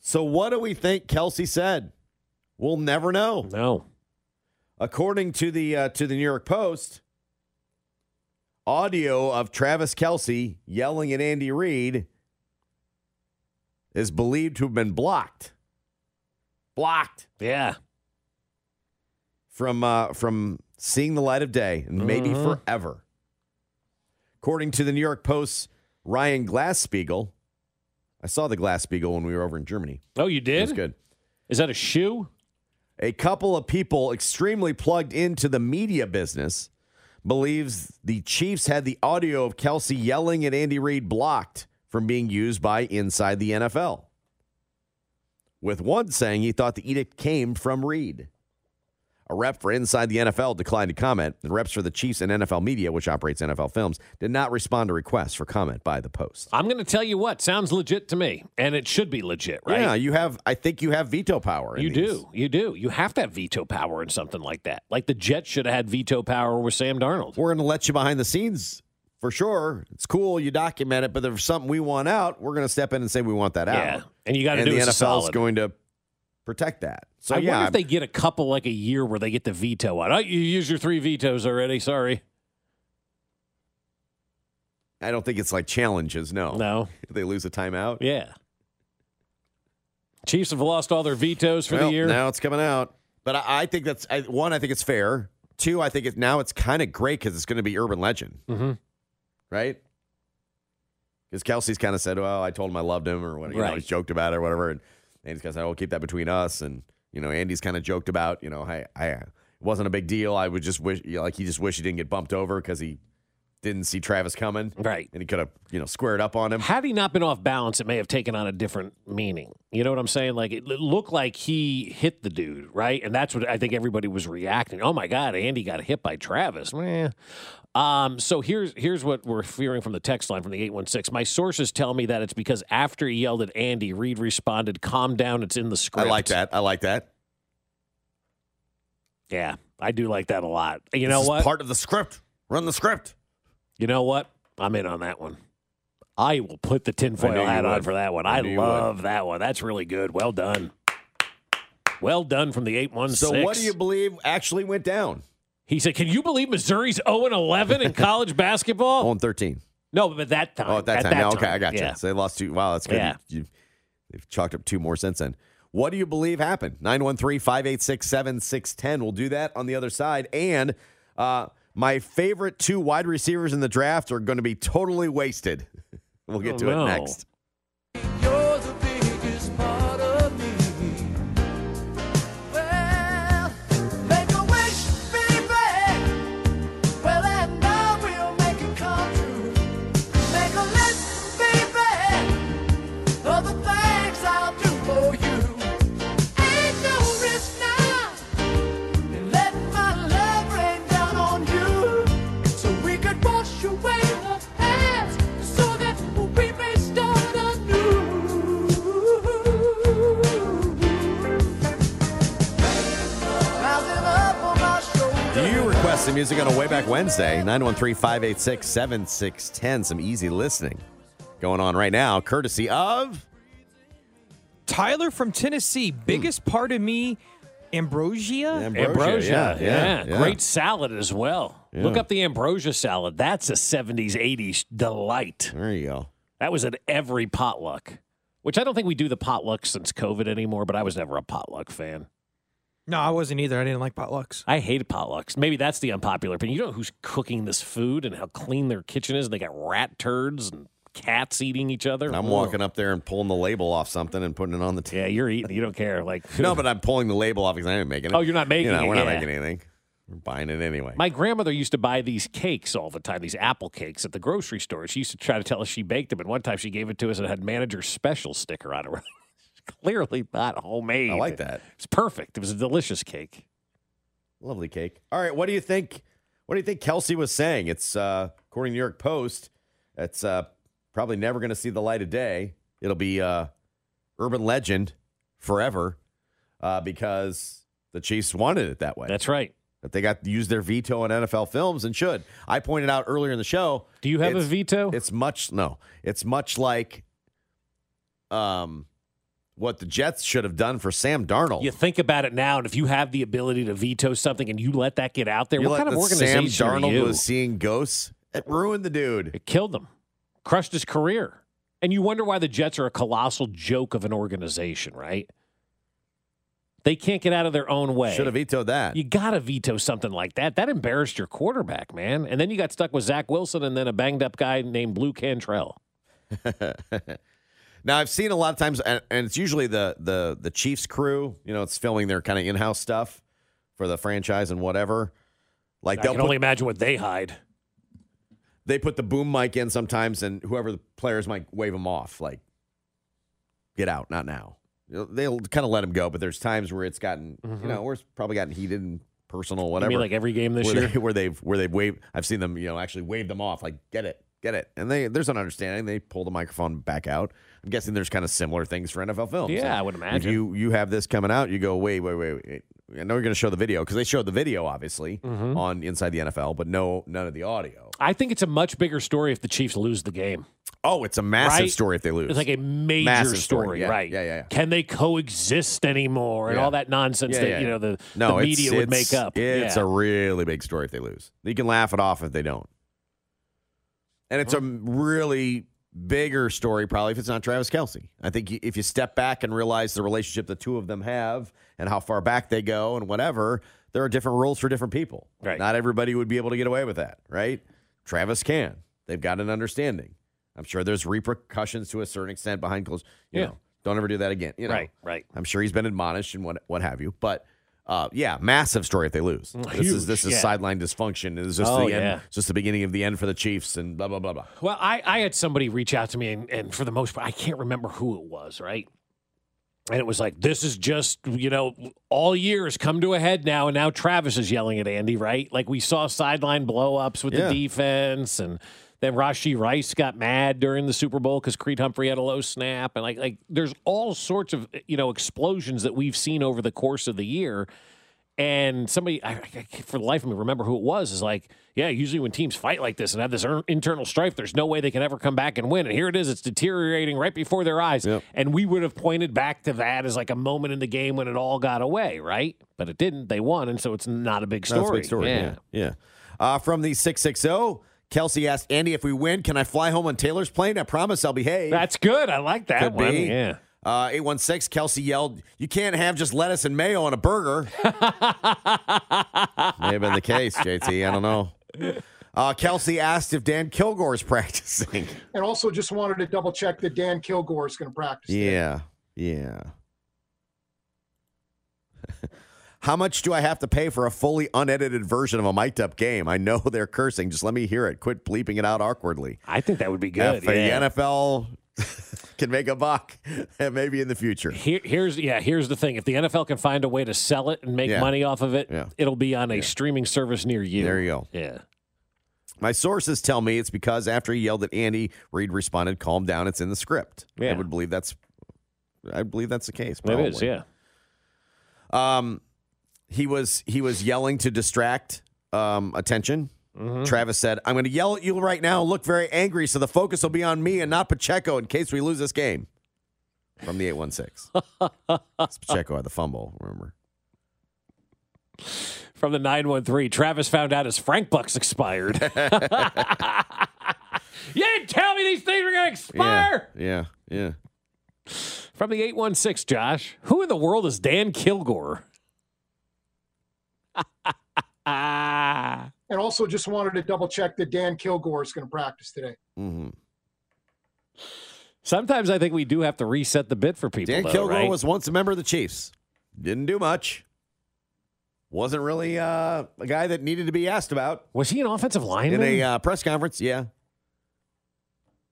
[SPEAKER 2] So what do we think Kelsey said? We'll never know.
[SPEAKER 3] No.
[SPEAKER 2] According to the uh, to the New York Post, audio of Travis Kelsey yelling at Andy Reid is believed to have been blocked. Blocked.
[SPEAKER 3] Yeah.
[SPEAKER 2] From uh, from seeing the light of day and maybe
[SPEAKER 3] Mhm.
[SPEAKER 2] forever. According to the New York Post's Ryan Glasspiegel, I saw the Glasspiegel when we were over in Germany.
[SPEAKER 3] Oh, you did?
[SPEAKER 2] It was good.
[SPEAKER 3] Is that a shoe?
[SPEAKER 2] A couple of people extremely plugged into the media business believes the Chiefs had the audio of Kelsey yelling at Andy Reid blocked from being used by Inside the NFL. With one saying he thought the edict came from Reid. A rep for Inside the NFL declined to comment. The reps for the Chiefs and NFL Media, which operates NFL Films, did not respond to requests for comment by the Post.
[SPEAKER 3] I'm going to tell you what sounds legit to me, and it should be legit, right?
[SPEAKER 2] Yeah, you have. I think you have veto power. in
[SPEAKER 3] You
[SPEAKER 2] these.
[SPEAKER 3] do. You do. You have to have veto power in something like that. Like the Jets should have had veto power with Sam Darnold.
[SPEAKER 2] We're going to let you behind the scenes for sure. It's cool you document it, but if there's something we want out, we're going to step in and say we want that out.
[SPEAKER 3] Yeah, and you gotta
[SPEAKER 2] And
[SPEAKER 3] do
[SPEAKER 2] the
[SPEAKER 3] us a
[SPEAKER 2] NFL's
[SPEAKER 3] solid.
[SPEAKER 2] going to protect that. So
[SPEAKER 3] I
[SPEAKER 2] yeah,
[SPEAKER 3] wonder if they get a couple like a year where they get the veto out. Oh, you used your three vetoes already. Sorry.
[SPEAKER 2] I don't think it's like challenges. No, no, they lose a timeout.
[SPEAKER 3] Yeah, Chiefs have lost all their vetoes for
[SPEAKER 2] Well,
[SPEAKER 3] the year.
[SPEAKER 2] Now it's coming out. But I, I think that's I, one. I think it's fair. Two. I think it, now it's kind of great because it's going to be urban legend,
[SPEAKER 3] Mhm.
[SPEAKER 2] right? Because Kelsey's kind of said, "Well, I told him I loved him," or whatever. You know,
[SPEAKER 3] Right.
[SPEAKER 2] he's joked about it or whatever. And Andy's kind of said, "We'll keep that between us." And you know, Andy's kind of joked about, you know, "Hey, I uh, it wasn't a big deal. I would just wish, you know, like, he just wished he didn't get bumped over because he didn't see Travis coming,
[SPEAKER 3] right?
[SPEAKER 2] And he could have, you know, squared up on him."
[SPEAKER 3] Had he not been off balance, it may have taken on a different meaning. You know what I'm saying? Like it l- looked like he hit the dude, right? And that's what I think everybody was reacting. Oh my God, Andy got hit by Travis. Meh. Um, so here's here's what we're hearing from the text line from the 816. My sources tell me that it's because after he yelled at Andy, Reed responded, "Calm down, it's in the
[SPEAKER 2] I
[SPEAKER 3] script."
[SPEAKER 2] like that. I like that.
[SPEAKER 3] Yeah, I do like that a lot. You
[SPEAKER 2] This
[SPEAKER 3] know
[SPEAKER 2] is
[SPEAKER 3] what?
[SPEAKER 2] part of the script. Run the script.
[SPEAKER 3] You know what? I'm in on that one. I will put the
[SPEAKER 2] I knew
[SPEAKER 3] tinfoil
[SPEAKER 2] you
[SPEAKER 3] hat on
[SPEAKER 2] would.
[SPEAKER 3] for that one.
[SPEAKER 2] I
[SPEAKER 3] I,
[SPEAKER 2] knew you would.
[SPEAKER 3] love that one. That's really good. Well done. Well done from the 816.
[SPEAKER 2] So what do you believe actually went down?
[SPEAKER 3] He said, "Can you believe Missouri's 0 and 11
[SPEAKER 2] (laughs)
[SPEAKER 3] in college basketball?"
[SPEAKER 2] On 13.
[SPEAKER 3] No, but that time.
[SPEAKER 2] Oh, at that time. Yeah, okay, I got
[SPEAKER 3] Yeah.
[SPEAKER 2] you. So they lost two. Wow, that's good.
[SPEAKER 3] Yeah.
[SPEAKER 2] You, you, they've chalked up two more since then. What do you believe happened? 913 586 7610. We'll do that on the other side. And uh, my favorite two wide receivers in the draft are going to be totally wasted. (laughs) We'll get
[SPEAKER 14] Oh,
[SPEAKER 2] to
[SPEAKER 14] no.
[SPEAKER 2] it next.
[SPEAKER 14] You're the biggest part of me. Well, make a wish, baby. Well, and I will make it come true. Make a list, baby, of the things I'll do for you. Ain't no risk now in letting my love rain down on you. So we could wash away the past so that we may start anew. Rising up on my shoulders.
[SPEAKER 2] You requested music on a way back Wednesday, 913 586 7610. Some easy listening going on right now, courtesy of.
[SPEAKER 4] Tyler from Tennessee, biggest part of me, ambrosia.
[SPEAKER 3] Ambrosia, yeah,
[SPEAKER 2] yeah.
[SPEAKER 3] great salad as well.
[SPEAKER 2] Yeah.
[SPEAKER 3] Look up the ambrosia salad. That's a 70s, 80s delight.
[SPEAKER 2] There you go.
[SPEAKER 3] That was at every potluck, which I don't think we do the potluck since COVID anymore. But I was never a potluck fan.
[SPEAKER 4] No, I wasn't either. I didn't like potlucks.
[SPEAKER 3] I hate potlucks. Maybe that's the unpopular opinion. You know who's cooking this food and how clean their kitchen is, and they got rat turds and cats eating each other.
[SPEAKER 2] I'm walking up there and pulling the label off something and putting it on the table.
[SPEAKER 3] Yeah, you're eating. You don't care. Like (laughs)
[SPEAKER 2] no, but I'm pulling the label off because I ain't making it.
[SPEAKER 3] Oh, you're not making
[SPEAKER 2] You know,
[SPEAKER 3] it,
[SPEAKER 2] We're not
[SPEAKER 3] yeah.
[SPEAKER 2] making anything. We're buying it anyway.
[SPEAKER 3] My grandmother used to buy these cakes all the time, these apple cakes at the grocery store. She used to try to tell us she baked them, and one time she gave it to us and had manager special sticker on it. (laughs) Clearly not homemade.
[SPEAKER 2] I like that.
[SPEAKER 3] It's perfect. It was a delicious cake.
[SPEAKER 2] Lovely cake. All right, what do you think? What do you think Kelsey was saying? It's uh, according to New York Post. It's uh, probably never going to see the light of day. It'll be uh, urban legend forever uh, because the Chiefs wanted it that way.
[SPEAKER 3] That's right.
[SPEAKER 2] That they got to use their veto on NFL films and should. I pointed out earlier in the show.
[SPEAKER 3] Do you have a veto?
[SPEAKER 2] It's much no. It's much like um, what the Jets should have done for Sam Darnold.
[SPEAKER 3] You think about it now, and if you have the ability to veto something and you let that get out there,
[SPEAKER 2] You
[SPEAKER 3] what
[SPEAKER 2] let
[SPEAKER 3] kind of
[SPEAKER 2] the
[SPEAKER 3] organization
[SPEAKER 2] Sam Darnold
[SPEAKER 3] are you?
[SPEAKER 2] was seeing ghosts. It ruined (laughs) the dude.
[SPEAKER 3] It killed him, crushed his career. And you wonder why the Jets are a colossal joke of an organization, right? They can't get out of their own way.
[SPEAKER 2] Should have vetoed that.
[SPEAKER 3] You got to veto something like that. That embarrassed your quarterback, man. And then you got stuck with Zach Wilson and then a banged up guy named Blue Cantrell.
[SPEAKER 2] now I've seen a lot of times, and, and it's usually the the the Chiefs crew. You know, it's filming their kind of in house stuff for the franchise and whatever. Like
[SPEAKER 3] I
[SPEAKER 2] they'll
[SPEAKER 3] can
[SPEAKER 2] put-
[SPEAKER 3] only imagine what they hide.
[SPEAKER 2] they put the boom mic in sometimes, and whoever the players might wave them off, like, get out, not now. They'll- They'll kind of let them go, but there's times where it's gotten,
[SPEAKER 3] Mhm.
[SPEAKER 2] you know, where it's probably gotten heated and personal whatever.
[SPEAKER 3] like every game this
[SPEAKER 2] (laughs) where
[SPEAKER 3] year?
[SPEAKER 2] they- where they've where they've waved. I've seen them, you know, actually wave them off. Like get it, get it, and they there's an understanding. They pull the microphone back out. I'm guessing there's kind of similar things for NFL films.
[SPEAKER 3] Yeah, I would
[SPEAKER 2] If
[SPEAKER 3] imagine.
[SPEAKER 2] you you have this coming out, you go wait wait wait. wait. I know you're going to show the video because they showed the video obviously
[SPEAKER 3] Mhm.
[SPEAKER 2] on Inside the NFL, but no none of the audio.
[SPEAKER 3] I think it's a much bigger story if the Chiefs lose the game.
[SPEAKER 2] Oh, it's a massive
[SPEAKER 3] Right?
[SPEAKER 2] story if they lose.
[SPEAKER 3] It's like a major
[SPEAKER 2] Massive
[SPEAKER 3] story,
[SPEAKER 2] yeah,
[SPEAKER 3] right?
[SPEAKER 2] Yeah, yeah, yeah.
[SPEAKER 3] Can they coexist anymore and
[SPEAKER 2] Yeah.
[SPEAKER 3] all that nonsense
[SPEAKER 2] Yeah,
[SPEAKER 3] that
[SPEAKER 2] yeah,
[SPEAKER 3] you
[SPEAKER 2] yeah.
[SPEAKER 3] know the,
[SPEAKER 2] No,
[SPEAKER 3] the
[SPEAKER 2] it's-
[SPEAKER 3] media would
[SPEAKER 2] it's-
[SPEAKER 3] make up?
[SPEAKER 2] It's
[SPEAKER 3] yeah.
[SPEAKER 2] a really big story if they lose. You can laugh it off if they don't. And it's a really bigger story probably if it's not Travis Kelsey. I think y- if you step back and realize the relationship the two of them have and how far back they go and whatever, there are different rules for different people. Right. Not everybody would be able to get away with that, right? Travis can. They've got an understanding. I'm sure there's repercussions to a certain extent behind closed. You
[SPEAKER 3] Yeah.
[SPEAKER 2] know, don't ever do that again. You know,
[SPEAKER 3] Right, right.
[SPEAKER 2] I'm sure he's been admonished and what what have you. But uh, yeah, massive story if they lose. This is this
[SPEAKER 3] Mm, Huge,
[SPEAKER 2] is
[SPEAKER 3] yeah.
[SPEAKER 2] sideline dysfunction. It's just
[SPEAKER 3] Oh,
[SPEAKER 2] the
[SPEAKER 3] yeah.
[SPEAKER 2] end. It's just the beginning of the end for the Chiefs and blah blah blah blah.
[SPEAKER 3] Well, I, I had somebody reach out to me, and, and for the most part, I can't remember who it was, right? And it was like, this is just, you know, all years come to a head now. And now Travis is yelling at Andy, right? Like we saw sideline blow ups with
[SPEAKER 2] Yeah.
[SPEAKER 3] the defense. And then Rashi Rice got mad during the Super Bowl because Creed Humphrey had a low snap. And like, like there's all sorts of, you know, explosions that we've seen over the course of the year. And somebody, I, I can't for the life of me remember who it was, is like, yeah, usually when teams fight like this and have this er- internal strife, there's no way they can ever come back and win. And here it is, it's deteriorating right before their eyes. And we would have pointed back to that as like a moment in the game when it all got away, right? But it didn't. They won. And so it's not a big story.
[SPEAKER 2] That's a big story. Yeah. yeah. Uh, from the 660, Kelsey asked Andy, if we win, can I fly home on Taylor's plane? I promise I'll behave.
[SPEAKER 3] That's good. I like that
[SPEAKER 2] Could
[SPEAKER 3] one.
[SPEAKER 2] be.
[SPEAKER 3] Yeah.
[SPEAKER 2] Uh, 816, Kelsey yelled, You can't have just lettuce and mayo on
[SPEAKER 3] (laughs)
[SPEAKER 2] a burger. May have been the case, JT. I don't know. Uh, Kelsey asked if Dan Kilgore is (laughs) practicing.
[SPEAKER 21] And also just wanted to double check that Dan Kilgore is going to practice.
[SPEAKER 2] Yeah. Yeah. (laughs) How much do I have to pay for a fully unedited version of a mic'd up game? I know (laughs) they're cursing. Just let me hear it. Quit bleeping it out awkwardly.
[SPEAKER 3] I think that would be good,
[SPEAKER 2] If the
[SPEAKER 3] yeah.
[SPEAKER 2] NFL (laughs) can make a buck, (laughs) and maybe in the future.
[SPEAKER 3] Here, here's yeah. Here's the thing: if the NFL can find a way to sell it and make
[SPEAKER 2] Yeah.
[SPEAKER 3] money off of it,
[SPEAKER 2] Yeah.
[SPEAKER 3] it'll be on a streaming service near you.
[SPEAKER 2] There you go.
[SPEAKER 3] Yeah.
[SPEAKER 2] My sources tell me it's because after he yelled at Andy, Reed responded, "Calm down. It's in the script." I
[SPEAKER 3] Yeah.
[SPEAKER 2] would believe that's, I believe that's the case.
[SPEAKER 3] It is,
[SPEAKER 2] probably.
[SPEAKER 3] yeah.
[SPEAKER 2] Um, he was he was yelling to distract um, attention.
[SPEAKER 3] Mm-hmm.
[SPEAKER 2] Travis said, "I'm going to yell at you right now. Look very angry, so the focus will be on me and not Pacheco in case we lose this game." From the eight one six,
[SPEAKER 3] (laughs)
[SPEAKER 2] Pacheco had the fumble. Remember?
[SPEAKER 3] (laughs) From the nine one three, Travis found out his Frank Bucks
[SPEAKER 2] (laughs)
[SPEAKER 3] expired. (laughs) you didn't tell me these things were going to expire.
[SPEAKER 2] Yeah, yeah.
[SPEAKER 3] From the eight one six, Josh, who in the world is Dan Kilgore? Ah.
[SPEAKER 21] And also just wanted to double check that Dan Kilgore is going to practice today.
[SPEAKER 2] Mm-hmm.
[SPEAKER 3] Sometimes I think we do have to reset the bid for people.
[SPEAKER 2] Dan
[SPEAKER 3] though,
[SPEAKER 2] Kilgore
[SPEAKER 3] right?
[SPEAKER 2] was once a member of the Chiefs. Didn't do much. Wasn't really uh, a guy that needed to be asked about.
[SPEAKER 3] Was he an offensive lineman?
[SPEAKER 2] In a uh, press conference, yeah.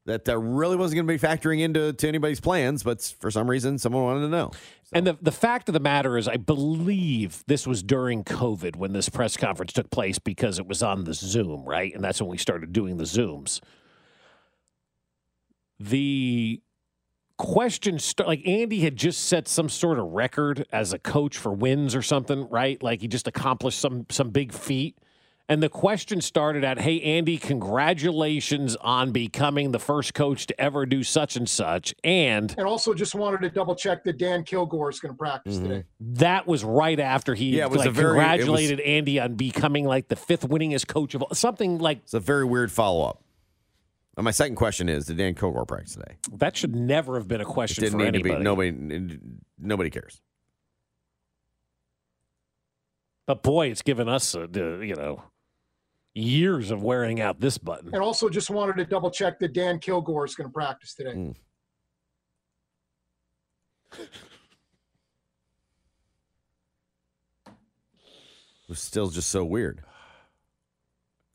[SPEAKER 2] That uh, really wasn't going to be factoring into to anybody's plans, but s- for some reason, someone wanted to know.
[SPEAKER 3] And the, the fact of the matter is, I believe this was during COVID when this press conference took place because it was on the Zoom, right? And that's when we started doing the Zooms. The question start like Andy had just set some sort of record as a coach for wins or something, right? Like he just accomplished some some big feat. And the question started at, "Hey Andy, congratulations on becoming the first coach to ever do such and such." And
[SPEAKER 21] And also just wanted to double check that Dan Kilgore is going to practice today.
[SPEAKER 3] that was right after he
[SPEAKER 2] Mm-hmm. Yeah, it was
[SPEAKER 3] like,
[SPEAKER 2] a very- it was-
[SPEAKER 3] congratulated Andy on becoming like the fifth winningest coach of all, something like
[SPEAKER 2] It's a very weird follow up. And my second question is: Did Dan Kilgore practice today?
[SPEAKER 3] that should never have been a
[SPEAKER 2] It
[SPEAKER 3] question
[SPEAKER 2] didn't
[SPEAKER 3] for
[SPEAKER 2] need
[SPEAKER 3] anybody.
[SPEAKER 2] to be. Nobody, nobody cares.
[SPEAKER 3] But boy, it's given us uh, the- you know years of wearing out this button.
[SPEAKER 21] And also just wanted to double check that Dan Kilgore is going to practice today.
[SPEAKER 2] Mm, It was still
[SPEAKER 3] (laughs)
[SPEAKER 2] just so weird.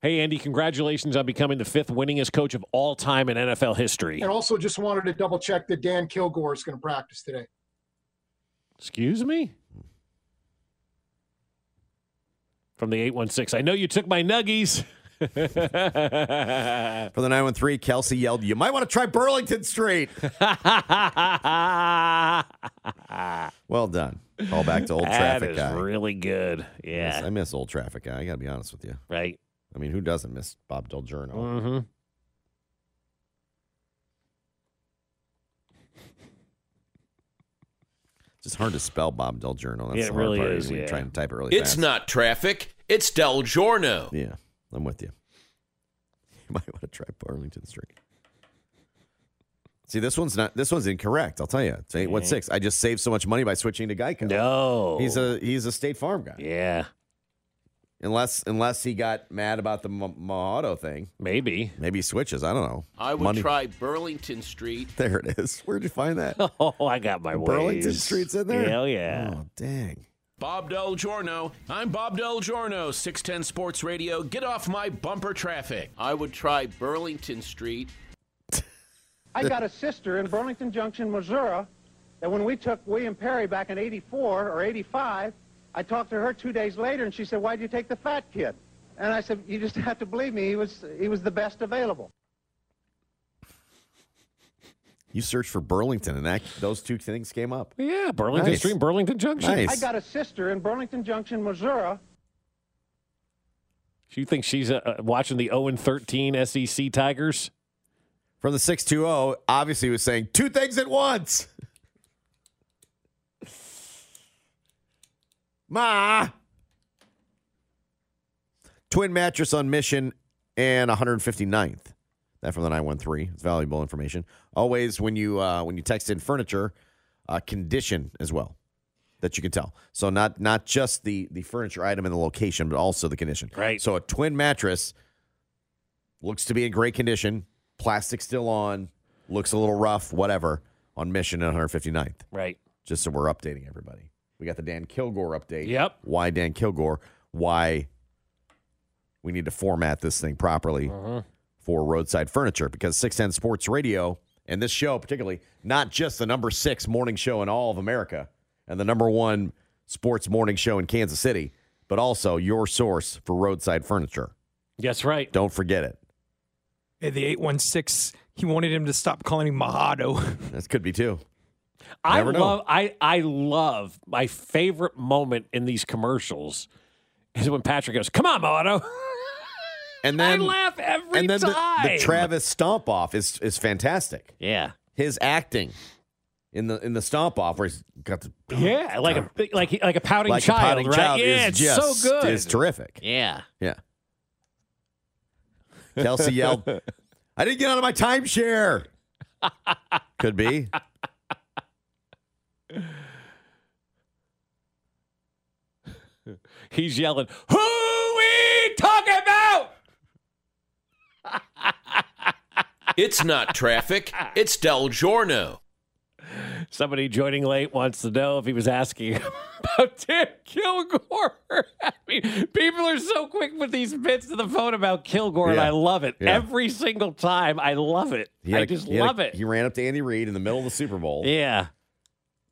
[SPEAKER 3] Hey Andy, congratulations on becoming the fifth winningest coach of all time in NFL history.
[SPEAKER 21] And also just wanted to double check that Dan Kilgore is going to practice today.
[SPEAKER 3] Excuse me. from the 816. I know you took my nuggies.
[SPEAKER 2] For the 913, Kelsey yelled, You might want to try
[SPEAKER 3] (laughs)
[SPEAKER 2] Burlington Street. well done. Call back to old
[SPEAKER 3] That
[SPEAKER 2] traffic
[SPEAKER 3] is
[SPEAKER 2] guy.
[SPEAKER 3] really good.
[SPEAKER 2] I
[SPEAKER 3] Yeah.
[SPEAKER 2] miss, I miss old traffic guy. I got to be honest with you.
[SPEAKER 3] Right.
[SPEAKER 2] I mean, who doesn't miss Bob Del Giorno?
[SPEAKER 3] Mm-hmm.
[SPEAKER 2] It's just hard to spell Bob Del Giorno. That's
[SPEAKER 3] Yeah, it
[SPEAKER 2] the hard
[SPEAKER 3] really
[SPEAKER 2] part
[SPEAKER 3] is,
[SPEAKER 2] when
[SPEAKER 3] yeah.
[SPEAKER 2] you're trying to type it really
[SPEAKER 10] It's
[SPEAKER 2] fast.
[SPEAKER 10] not traffic. It's Del Giorno.
[SPEAKER 2] Yeah, I'm with you. (laughs) You might want to try Burlington Street. See, this one's not. This one's incorrect. I'll tell you. It's eight one six. I just saved so much money by switching to Geico.
[SPEAKER 3] No,
[SPEAKER 2] he's a he's a State Farm guy.
[SPEAKER 3] Yeah.
[SPEAKER 2] Unless unless he got mad about the Ma- Mojado thing,
[SPEAKER 3] maybe
[SPEAKER 2] maybe he switches. I don't know.
[SPEAKER 22] I would
[SPEAKER 2] Money- (laughs)
[SPEAKER 22] try Burlington Street.
[SPEAKER 2] There it is. Where'd you find that?
[SPEAKER 3] (laughs) Oh, I got my
[SPEAKER 2] Burlington
[SPEAKER 3] ways.
[SPEAKER 2] Street's in there.
[SPEAKER 3] Hell yeah.
[SPEAKER 2] Oh, dang.
[SPEAKER 10] Bob Del Giorno. I'm Bob Del Giorno, 610 Sports Radio. Get off my bumper traffic.
[SPEAKER 22] I would try Burlington Street.
[SPEAKER 19] I got a sister in Burlington Junction, Missouri, that when we took William Perry back in 84 or 85, I talked to her two days later, and she said, why'd you take the fat kid? And I said, you just (laughs) have to believe me, he was, he was the best available.
[SPEAKER 2] You searched for Burlington, and that those two things came up.
[SPEAKER 3] Yeah, Burlington
[SPEAKER 2] Nice.
[SPEAKER 3] Street, and Burlington Junction.
[SPEAKER 2] Nice.
[SPEAKER 19] I got a sister in Burlington Junction, Missouri.
[SPEAKER 3] Do you think she's uh, uh, watching the 0 and 13 SEC Tigers?
[SPEAKER 2] From the 620, obviously was saying two things at once. Ma. Twin mattress on mission and 159th. That from the 913. It's valuable information. Always when you uh, when you text in furniture, uh, condition as well that you can tell. So not not just the the furniture item and the location, but also the condition. Right. So a twin mattress looks to be in great condition, plastic still on, looks a little rough, whatever. On mission and 159th.
[SPEAKER 3] Right.
[SPEAKER 2] Just so we're updating everybody. We got the Dan Kilgore update.
[SPEAKER 3] Yep.
[SPEAKER 2] Why Dan Kilgore? Why we need to format this thing properly
[SPEAKER 3] Uh-huh.
[SPEAKER 2] for roadside furniture because 610 Sports Radio and this show, particularly, not just the number six morning show in all of America and the number one sports morning show in Kansas City, but also your source for roadside furniture.
[SPEAKER 3] Yes, right.
[SPEAKER 2] Don't forget it.
[SPEAKER 4] Hey, the 816, he wanted him to stop calling him Mojado.
[SPEAKER 2] That could be too.
[SPEAKER 3] I
[SPEAKER 4] Never know.
[SPEAKER 3] love I I love my favorite moment in these commercials is when Patrick goes, "Come on, Moto."
[SPEAKER 2] (laughs) And then
[SPEAKER 3] I laugh every
[SPEAKER 2] and then the-
[SPEAKER 3] time.
[SPEAKER 2] The, Travis stomp off is is fantastic.
[SPEAKER 3] Yeah,
[SPEAKER 2] his acting in the in the stomp off where he's got the
[SPEAKER 3] yeah, like a big- like like a pouting
[SPEAKER 2] Like a
[SPEAKER 3] child,
[SPEAKER 2] pouting
[SPEAKER 3] right?
[SPEAKER 2] child
[SPEAKER 3] yeah,
[SPEAKER 2] is
[SPEAKER 3] it's
[SPEAKER 2] just-
[SPEAKER 3] so good.
[SPEAKER 2] is terrific.
[SPEAKER 3] Yeah.
[SPEAKER 2] yeah. Kelsey yelled,
[SPEAKER 3] (laughs)
[SPEAKER 2] "I didn't get out of my timeshare." Could be.
[SPEAKER 3] He's yelling, "Who we talking about?"
[SPEAKER 10] It's not (laughs) traffic. It's Del Giorno.
[SPEAKER 3] Somebody joining late wants to know if he was asking (laughs) about Dan Kilgore. (laughs) I mean, people are so quick with these bits to the phone about Kilgore, and
[SPEAKER 2] Yeah.
[SPEAKER 3] I love it
[SPEAKER 2] Yeah.
[SPEAKER 3] every single time. I love it.
[SPEAKER 2] He had
[SPEAKER 3] I
[SPEAKER 2] a-
[SPEAKER 3] just
[SPEAKER 2] he had a-
[SPEAKER 3] love it.
[SPEAKER 2] He ran up to Andy Reid in the middle of the Super Bowl.
[SPEAKER 3] Yeah.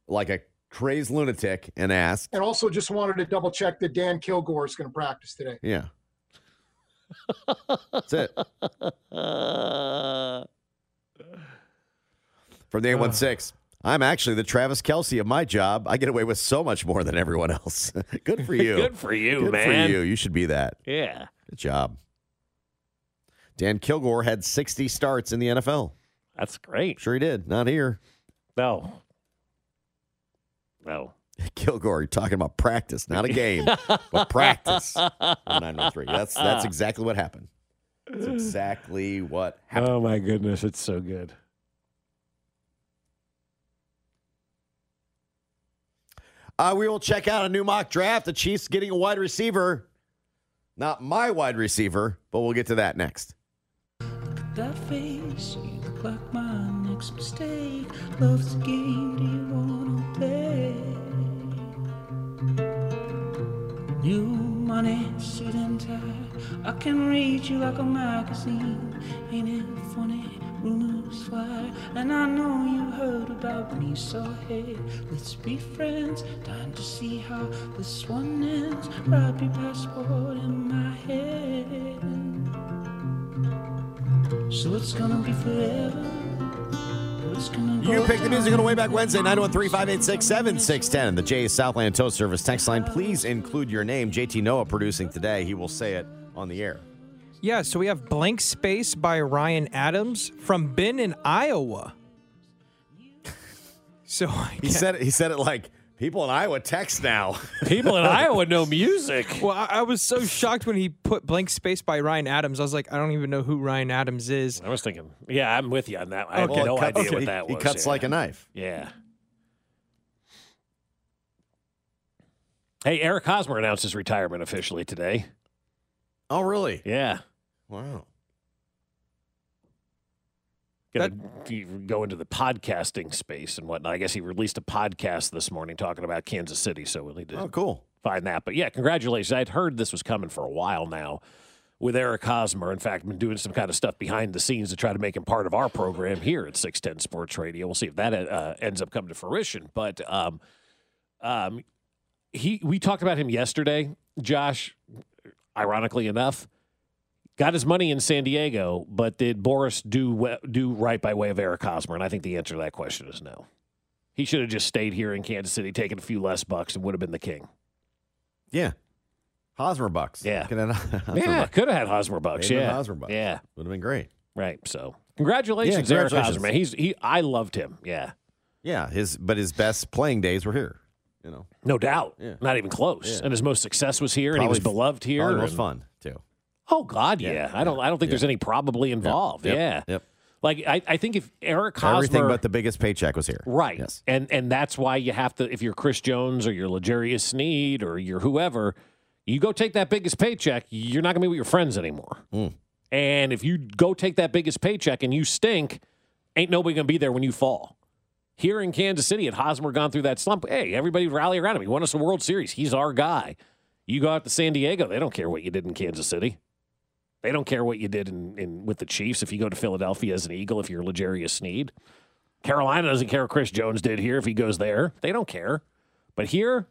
[SPEAKER 2] Like a crazed lunatic and asked,
[SPEAKER 21] And also just wanted to double check that Dan Kilgore is going to practice today.
[SPEAKER 2] Yeah. That's it. From the 816, I'm actually the Travis Kelsey of my job. I get away with so much more than everyone else. (laughs) Good for you.
[SPEAKER 3] Good for you,
[SPEAKER 2] Good
[SPEAKER 3] man.
[SPEAKER 2] for you. You should be that.
[SPEAKER 3] Yeah.
[SPEAKER 2] Good job. Dan Kilgore had 60 starts in the NFL.
[SPEAKER 3] That's great.
[SPEAKER 2] Sure he did. Not here.
[SPEAKER 3] No. No.
[SPEAKER 2] (laughs) Kilgore, you're talking about practice, not a game,
[SPEAKER 3] (laughs)
[SPEAKER 2] but practice. 913. That's that's exactly what happened. That's
[SPEAKER 3] (gasps)
[SPEAKER 2] exactly what
[SPEAKER 3] Oh my goodness, it's so good.
[SPEAKER 2] Uh, we will check out a new mock draft. The Chiefs getting a wide receiver. Not my wide receiver, but we'll get to that next.
[SPEAKER 23] That face, you look like my next mistake. Love's a game, do you wanna play? New money, suit and tie. I can read you like a magazine. Ain't it funny? Rumors was fly, and I know you heard about me, so hey, let's be friends. Time to see how this one ends. Grab your passport in my hand. So it's gonna be forever. It's gonna
[SPEAKER 2] You
[SPEAKER 23] go
[SPEAKER 2] pick the music on the way back
[SPEAKER 23] down.
[SPEAKER 2] Wednesday, oh 913 586 7610. The Jay's Southland Toast Service text line. Please include your name. JT Noah producing today. He will say it on the air.
[SPEAKER 4] (laughs) Yeah, so we have Blank Space by Ryan Adams from Ben in Iowa. (laughs) So
[SPEAKER 2] He said it, he said it like people in Iowa text now. (laughs)
[SPEAKER 4] (laughs)
[SPEAKER 3] People in Iowa know music.
[SPEAKER 4] Well, I, I was so shocked when he put Blank Space by Ryan Adams. I was like, I don't even know who Ryan Adams is.
[SPEAKER 3] I was thinking, yeah, I'm with you on that. I have
[SPEAKER 4] Okay.
[SPEAKER 3] no
[SPEAKER 4] Well, it cuts-
[SPEAKER 3] idea
[SPEAKER 4] okay.
[SPEAKER 3] what that
[SPEAKER 4] He
[SPEAKER 3] was.
[SPEAKER 4] cuts
[SPEAKER 3] yeah.
[SPEAKER 4] like a knife.
[SPEAKER 3] Yeah. Hey, Eric Hosmer announced his retirement officially today.
[SPEAKER 2] Oh, really?
[SPEAKER 3] Yeah.
[SPEAKER 2] Wow.
[SPEAKER 3] Gonna d- go into the podcasting space and whatnot. I guess he released a podcast this morning talking about Kansas City, so we'll need to
[SPEAKER 2] Oh, cool.
[SPEAKER 3] find that. But yeah, congratulations. I'd heard this was coming for a while now with Eric Hosmer. In fact, been doing some kind of stuff behind the scenes to try to make him part of our program here at 610 Sports Radio. We'll see if that uh, ends up coming to fruition. But um, um, he we talked about him yesterday, Josh, ironically enough. Got his money in San Diego, but did Boris do we- do right by way of Eric Hosmer? And I think the answer to that question is no. He should have just stayed here in Kansas City, taken a few less bucks, and would have been the king.
[SPEAKER 2] Yeah. Hosmer bucks. Yeah. Could have, (laughs) Hosmer
[SPEAKER 3] yeah,
[SPEAKER 2] bucks.
[SPEAKER 3] could have had Hosmer bucks.
[SPEAKER 2] Maybe
[SPEAKER 3] yeah,
[SPEAKER 2] Hosmer bucks.
[SPEAKER 3] Yeah,
[SPEAKER 2] would have been great.
[SPEAKER 3] Right. So congratulations, Eric Hosmer.
[SPEAKER 2] congratulations.
[SPEAKER 3] Man. He's he. I loved him. Yeah,
[SPEAKER 2] Yeah. His but his best playing days were here. You know.
[SPEAKER 3] no doubt.
[SPEAKER 2] Yeah.
[SPEAKER 3] Not even close.
[SPEAKER 2] Yeah.
[SPEAKER 3] And his most success was here, and he
[SPEAKER 2] Probably-
[SPEAKER 3] was beloved here.
[SPEAKER 2] probably most
[SPEAKER 3] and-
[SPEAKER 2] fun too.
[SPEAKER 3] Oh God, yeah.
[SPEAKER 2] Yeah,
[SPEAKER 3] I don't. I don't think there's any probably involved.
[SPEAKER 2] Yep.
[SPEAKER 3] Yeah.
[SPEAKER 2] Yep.
[SPEAKER 3] Like I, I think if Eric Hosmer,
[SPEAKER 2] Everything but the biggest paycheck was here.
[SPEAKER 3] right,
[SPEAKER 2] Yes.
[SPEAKER 3] and and that's why you have to. If you're Chris Jones or you're Legarius Sneed or you're whoever, you go take that biggest paycheck. You're not gonna be with your friends anymore.
[SPEAKER 2] Mm.
[SPEAKER 3] And if you go take that biggest paycheck and you stink, ain't nobody gonna be there when you fall. Here in Kansas City, had Hosmer gone through that slump, hey, everybody rally around him. He won us a World Series. He's our guy. You go out to San Diego, they don't care what you did in Kansas City. They don't care what you did in, in with the Chiefs. If you go to Philadelphia as an Eagle, if you're Legarius Sneed, Carolina doesn't care what Chris Jones did here if he goes there. They don't care. But here,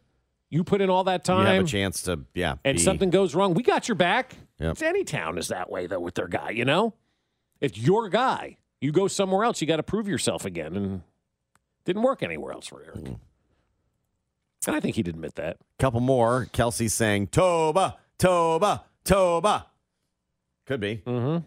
[SPEAKER 3] you put in all that
[SPEAKER 2] You
[SPEAKER 3] time
[SPEAKER 2] have a chance to yeah.
[SPEAKER 3] and
[SPEAKER 2] be-
[SPEAKER 3] something goes wrong, we got your back.
[SPEAKER 2] Yep.
[SPEAKER 3] It's Any town is that way though with their guy, you know. It's your guy. You go somewhere else, you got to prove yourself again, and didn't work anywhere else for Eric.
[SPEAKER 2] Mm-hmm.
[SPEAKER 3] And I think he'd admit that.
[SPEAKER 2] Couple more. Kelsey saying Toba, Toba, Toba. Could be.
[SPEAKER 3] Mm-hmm.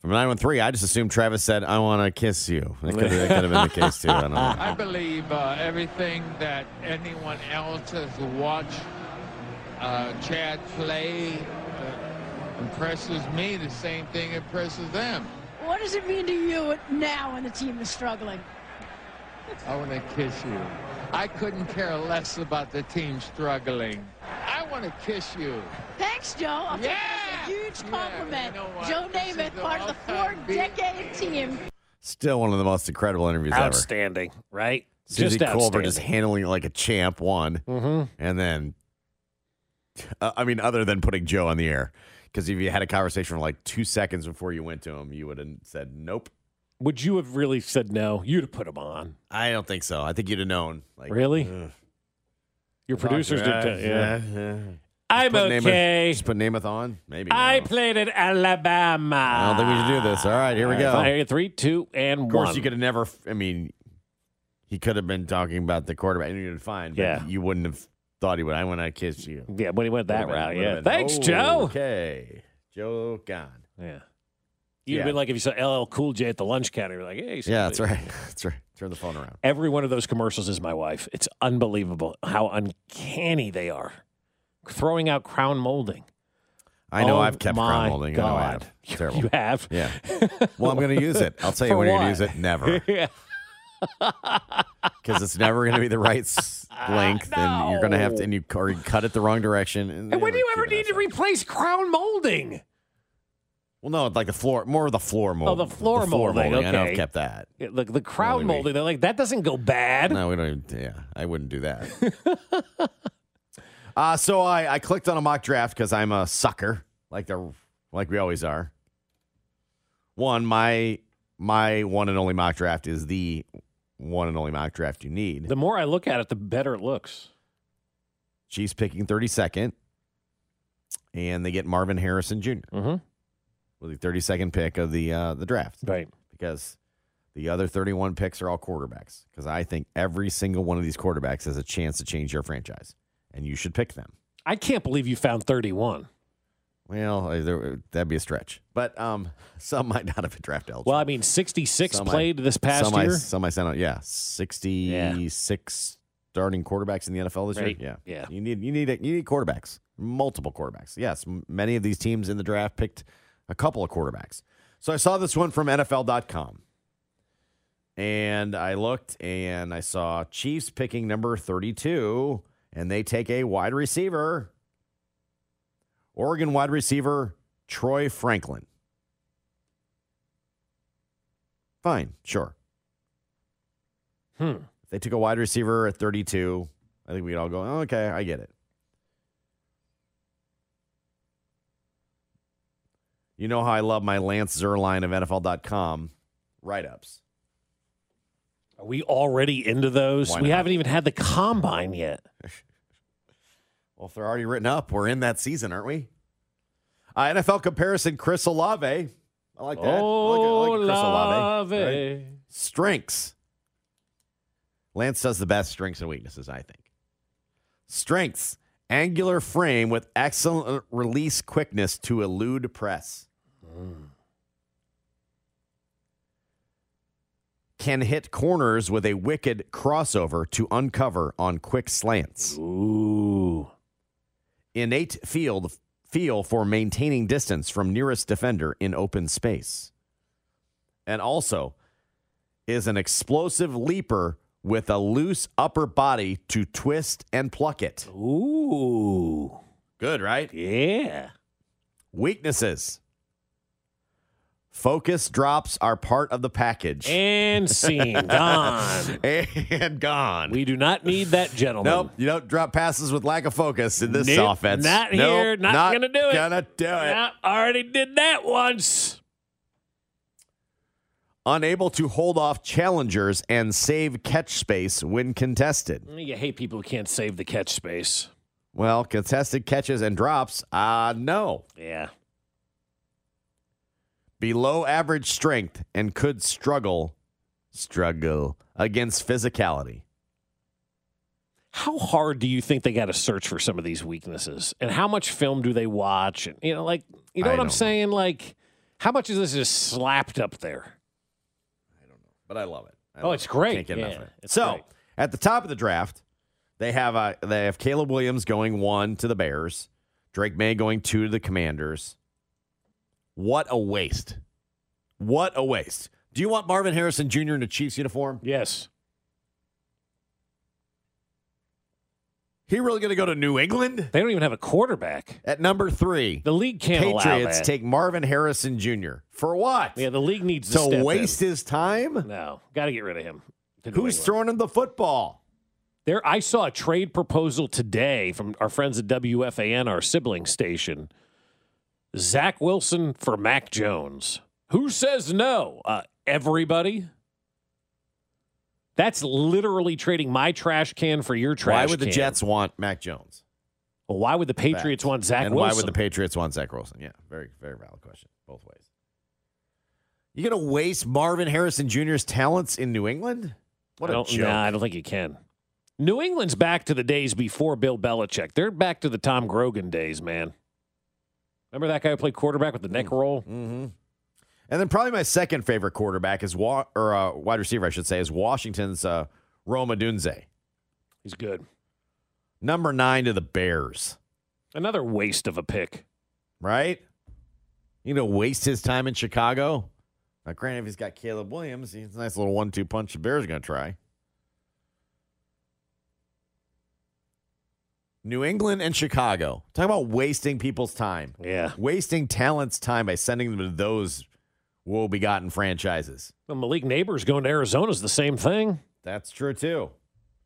[SPEAKER 2] From 913, I just assumed Travis said, I want to kiss you. That could, that could have been the case, too. I don't know.
[SPEAKER 3] (laughs)
[SPEAKER 24] I believe uh, everything that anyone else has watched uh, Chad play uh, impresses me. The same thing impresses them.
[SPEAKER 8] What does it mean to you now when the team is struggling?
[SPEAKER 24] I want to kiss you. I couldn't care less about the team struggling. I want to kiss you.
[SPEAKER 8] Thanks, Joe. I'll take that as a huge compliment. Joe Namath, part of the four-decade team.
[SPEAKER 2] Still one of the most incredible interviews ever.
[SPEAKER 3] Outstanding, right?
[SPEAKER 2] Susie
[SPEAKER 3] Just
[SPEAKER 2] Colbert is
[SPEAKER 3] outstanding.
[SPEAKER 2] handling it like a champ, one.
[SPEAKER 3] Mhm.
[SPEAKER 2] And then, uh, I mean, other than putting Joe on the air. Because if you had a conversation for like two seconds before you went to him, you would have said, nope.
[SPEAKER 3] Would you have really said no? You'd have put him on.
[SPEAKER 2] I don't think so. I think you'd have known. Like,
[SPEAKER 3] Really?
[SPEAKER 2] ugh.
[SPEAKER 3] Your producers did.
[SPEAKER 2] Talk to-
[SPEAKER 3] not yeah.
[SPEAKER 2] Just
[SPEAKER 3] I'm
[SPEAKER 2] put Namath-
[SPEAKER 3] okay.
[SPEAKER 2] just put Namath on. Maybe.
[SPEAKER 3] I played at Alabama.
[SPEAKER 2] I don't think we should do this. All right, here we go.
[SPEAKER 3] Fine. Three, two, and
[SPEAKER 2] Of course,
[SPEAKER 3] one.
[SPEAKER 2] you could have never. f- I mean, he could have been talking about the quarterback, and you'd fine. But
[SPEAKER 3] Yeah.
[SPEAKER 2] you wouldn't have thought he would. I want to kiss you.
[SPEAKER 3] Yeah, when he went that
[SPEAKER 2] Would've been-
[SPEAKER 3] route.
[SPEAKER 2] would've
[SPEAKER 3] yeah.
[SPEAKER 2] been,
[SPEAKER 3] Thanks,
[SPEAKER 2] "Oh,
[SPEAKER 3] Joe.
[SPEAKER 2] Okay, Joe gone.
[SPEAKER 3] Yeah, You'd
[SPEAKER 2] Yeah.
[SPEAKER 3] have been like if you saw LL Cool J at the lunch counter. You're like, hey,
[SPEAKER 2] yeah,
[SPEAKER 3] somebody-
[SPEAKER 2] that's right. (laughs) That's right. Turn the phone around.
[SPEAKER 3] Every one of those commercials is my wife. It's unbelievable how uncanny they are. Throwing out crown molding.
[SPEAKER 2] I know
[SPEAKER 3] Oh
[SPEAKER 2] I've kept crown
[SPEAKER 3] my
[SPEAKER 2] molding. I know I
[SPEAKER 3] God.
[SPEAKER 2] have. It's Terrible.
[SPEAKER 3] You have? (laughs)
[SPEAKER 2] Yeah. Well, I'm going to use it. I'll tell you
[SPEAKER 3] For
[SPEAKER 2] when you're
[SPEAKER 3] what?
[SPEAKER 2] going to use it.
[SPEAKER 3] (laughs)
[SPEAKER 2] Never,
[SPEAKER 3] yeah.
[SPEAKER 2] because it's never going to be the
[SPEAKER 3] (laughs)
[SPEAKER 2] right s- length, and you're going to have to, and you or you cut it the wrong direction. And,
[SPEAKER 3] And when do you ever need to replace crown molding?
[SPEAKER 2] Well, no, like the floor, more of the floor mold.
[SPEAKER 3] Oh, the floor molding,
[SPEAKER 2] I know I've
[SPEAKER 3] okay.
[SPEAKER 2] kept that.
[SPEAKER 3] Yeah, Look, the
[SPEAKER 2] we
[SPEAKER 3] crown
[SPEAKER 2] need-
[SPEAKER 3] molding, they're like, that doesn't go bad.
[SPEAKER 2] No, we don't. Even, yeah, I wouldn't do that. (laughs) uh, so I, I clicked on a mock draft because I'm a sucker, like the like we always are. One, my my one and only mock draft is the one and only mock draft you need.
[SPEAKER 3] The more I look at it, the better it looks.
[SPEAKER 2] Chiefs picking 32nd, and they get Marvin Harrison junior
[SPEAKER 3] Mm-hmm.
[SPEAKER 2] with the 32nd pick of the uh, the draft.
[SPEAKER 3] Right.
[SPEAKER 2] Because the other 31 picks are all quarterbacks. Because I think every single one of these quarterbacks has a chance to change your franchise, and you should pick them.
[SPEAKER 3] I can't believe you found 31.
[SPEAKER 2] Well, I- there- uh, that'd be a stretch, but um, some might not have been draft eligible.
[SPEAKER 3] Well, I mean, 66
[SPEAKER 2] Some I-
[SPEAKER 3] played this past
[SPEAKER 2] some I,
[SPEAKER 3] year.
[SPEAKER 2] some I sent out, yeah, sixty-six starting quarterbacks in the NFL this
[SPEAKER 3] Right.
[SPEAKER 2] year. Yeah,
[SPEAKER 3] Yeah.
[SPEAKER 2] You need you need you need quarterbacks, multiple quarterbacks. Yes, m- many of these teams in the draft picked a couple of quarterbacks. So I saw this one from NFL.com, and I looked and I saw Chiefs picking number thirty-two, and they take a wide receiver, Oregon wide receiver Troy Franklin. Fine, sure.
[SPEAKER 3] Hmm.
[SPEAKER 2] If they took a wide receiver at 32, I think we'd all go, oh, okay, I get it. You know how I love my Lance Zerline of NFL.com write ups.
[SPEAKER 3] Are we already into those?
[SPEAKER 2] Why
[SPEAKER 3] We
[SPEAKER 2] not?
[SPEAKER 3] haven't even had the combine
[SPEAKER 2] (laughs)
[SPEAKER 3] yet.
[SPEAKER 2] Well, if they're already written up, we're in that season, aren't we? Uh, NFL comparison Chris Olave. I like that. I like- I like Chris Olave.
[SPEAKER 3] Olave.
[SPEAKER 2] Right? Strengths. Lance does the best strengths and weaknesses, I think. Strengths angular frame with excellent release quickness to elude press. Can hit corners with a wicked crossover to uncover on quick slants.
[SPEAKER 3] Ooh.
[SPEAKER 2] Innate field feel for maintaining distance from nearest defender in open space. And also is an explosive leaper with a loose upper body to twist and pluck it.
[SPEAKER 3] Ooh.
[SPEAKER 2] Good, right?
[SPEAKER 3] Yeah.
[SPEAKER 2] Weaknesses. Focus drops are part of the
[SPEAKER 3] (laughs)
[SPEAKER 2] package.
[SPEAKER 3] And
[SPEAKER 2] (laughs)
[SPEAKER 3] scene. Gone.
[SPEAKER 2] and gone.
[SPEAKER 3] We do not need that gentleman.
[SPEAKER 2] Nope, you don't drop passes with lack of focus in this
[SPEAKER 3] Nope,
[SPEAKER 2] offense.
[SPEAKER 3] Not
[SPEAKER 2] Nope,
[SPEAKER 3] here. Not, gonna do it.
[SPEAKER 2] Gonna do it.
[SPEAKER 3] Nope, already did that once.
[SPEAKER 2] Unable to hold off challengers and save catch space when contested.
[SPEAKER 3] You hate people who can't save the catch space.
[SPEAKER 2] Well, contested catches and drops, uh, no.
[SPEAKER 3] Yeah.
[SPEAKER 2] Below average strength and could struggle, struggle against physicality.
[SPEAKER 3] How hard do you think they got to search for some of these weaknesses? And how much film do they watch? And you know, like you know
[SPEAKER 2] I
[SPEAKER 3] what I'm
[SPEAKER 2] don't know.
[SPEAKER 3] saying? Like, how much of this is slapped up there?
[SPEAKER 2] But I love it. I
[SPEAKER 3] Oh,
[SPEAKER 2] love
[SPEAKER 3] it's great.
[SPEAKER 2] Can't get enough
[SPEAKER 3] Yeah,
[SPEAKER 2] of it.
[SPEAKER 3] it's
[SPEAKER 2] So
[SPEAKER 3] great.
[SPEAKER 2] at the top of the draft, they have uh, they have Caleb Williams going one to the Bears, Drake May going two to the Commanders. What a waste! What a waste! Do you want Marvin Harrison Jr. in a Chiefs uniform?
[SPEAKER 3] Yes.
[SPEAKER 2] He really going to go to New England?
[SPEAKER 3] They don't even have a quarterback.
[SPEAKER 2] At number three,
[SPEAKER 3] the league can't allow
[SPEAKER 2] Patriots
[SPEAKER 3] that.
[SPEAKER 2] take Marvin Harrison Jr. for what?
[SPEAKER 3] yeah, the league needs to,
[SPEAKER 2] to
[SPEAKER 3] step in.
[SPEAKER 2] waste his time?
[SPEAKER 3] No, got to get rid of him. to New
[SPEAKER 2] Who's
[SPEAKER 3] England.
[SPEAKER 2] throwing him the football?
[SPEAKER 3] There, I saw a trade proposal today from our friends at WFAN, our sibling station. Zach Wilson for Mac Jones. Who says no? Uh, everybody. That's literally trading my trash can for your trash.
[SPEAKER 2] Why would the
[SPEAKER 3] can.
[SPEAKER 2] Jets want Mac Jones?
[SPEAKER 3] Well, why would the Patriots
[SPEAKER 2] Facts.
[SPEAKER 3] want Zach
[SPEAKER 2] and
[SPEAKER 3] Wilson?
[SPEAKER 2] why would the Patriots want Zach Wilson? Yeah, very, very valid question. Both ways. You're going to waste Marvin Harrison Jr.'s talents in New England? What
[SPEAKER 3] I
[SPEAKER 2] a
[SPEAKER 3] don't,
[SPEAKER 2] joke.
[SPEAKER 3] Nah, I don't think you can. New England's back to the days before Bill Belichick. They're back to the Tom Grogan days, man. Remember that guy who played quarterback with the neck roll?
[SPEAKER 2] Mm-hmm. And then probably my second favorite quarterback is wa- or uh, wide receiver, I should say, is Washington's uh, Roma Dunze,
[SPEAKER 3] He's good.
[SPEAKER 2] number nine to the Bears,
[SPEAKER 3] Another waste of a pick.
[SPEAKER 2] right? You know, waste his time in Chicago. Now, granted, if he's got Caleb Williams, he's a nice little one-two punch. The Bears are going to try. New England and Chicago. Talk about wasting people's time.
[SPEAKER 3] Yeah.
[SPEAKER 2] Wasting talent's time by sending them to those woe-begotten franchises.
[SPEAKER 3] Well, Malik Neighbors going to Arizona's the same thing.
[SPEAKER 2] That's true too.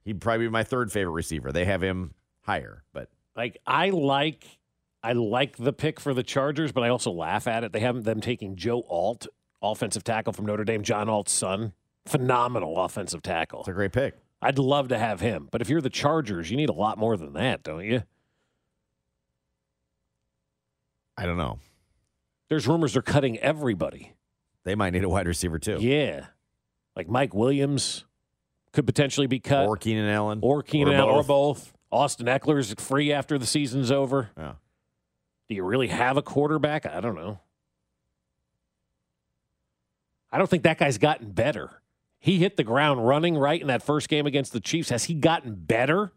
[SPEAKER 2] He'd probably be my third favorite receiver. They have him higher, but
[SPEAKER 3] Like I like I like the pick for the Chargers, but I also laugh at it. They haven't them taking Joe Alt offensive tackle from Notre Dame, John Alt's son. Phenomenal offensive tackle. It's a
[SPEAKER 2] great pick.
[SPEAKER 3] I'd love to have him. But if you're the Chargers, you need a lot more than that, don't you?
[SPEAKER 2] I don't know.
[SPEAKER 3] There's rumors they're cutting everybody.
[SPEAKER 2] They might need a wide receiver too.
[SPEAKER 3] Yeah. Like Mike Williams could potentially be cut.
[SPEAKER 2] Or Keenan Allen.
[SPEAKER 3] Or Keenan
[SPEAKER 2] Or
[SPEAKER 3] Allen. Or both. Austin Eckler's free after the season's over.
[SPEAKER 2] Yeah.
[SPEAKER 3] Do you really have a quarterback? I don't know. I don't think that guy's gotten better. He hit the ground running right in that first game against the Chiefs. Has he gotten better?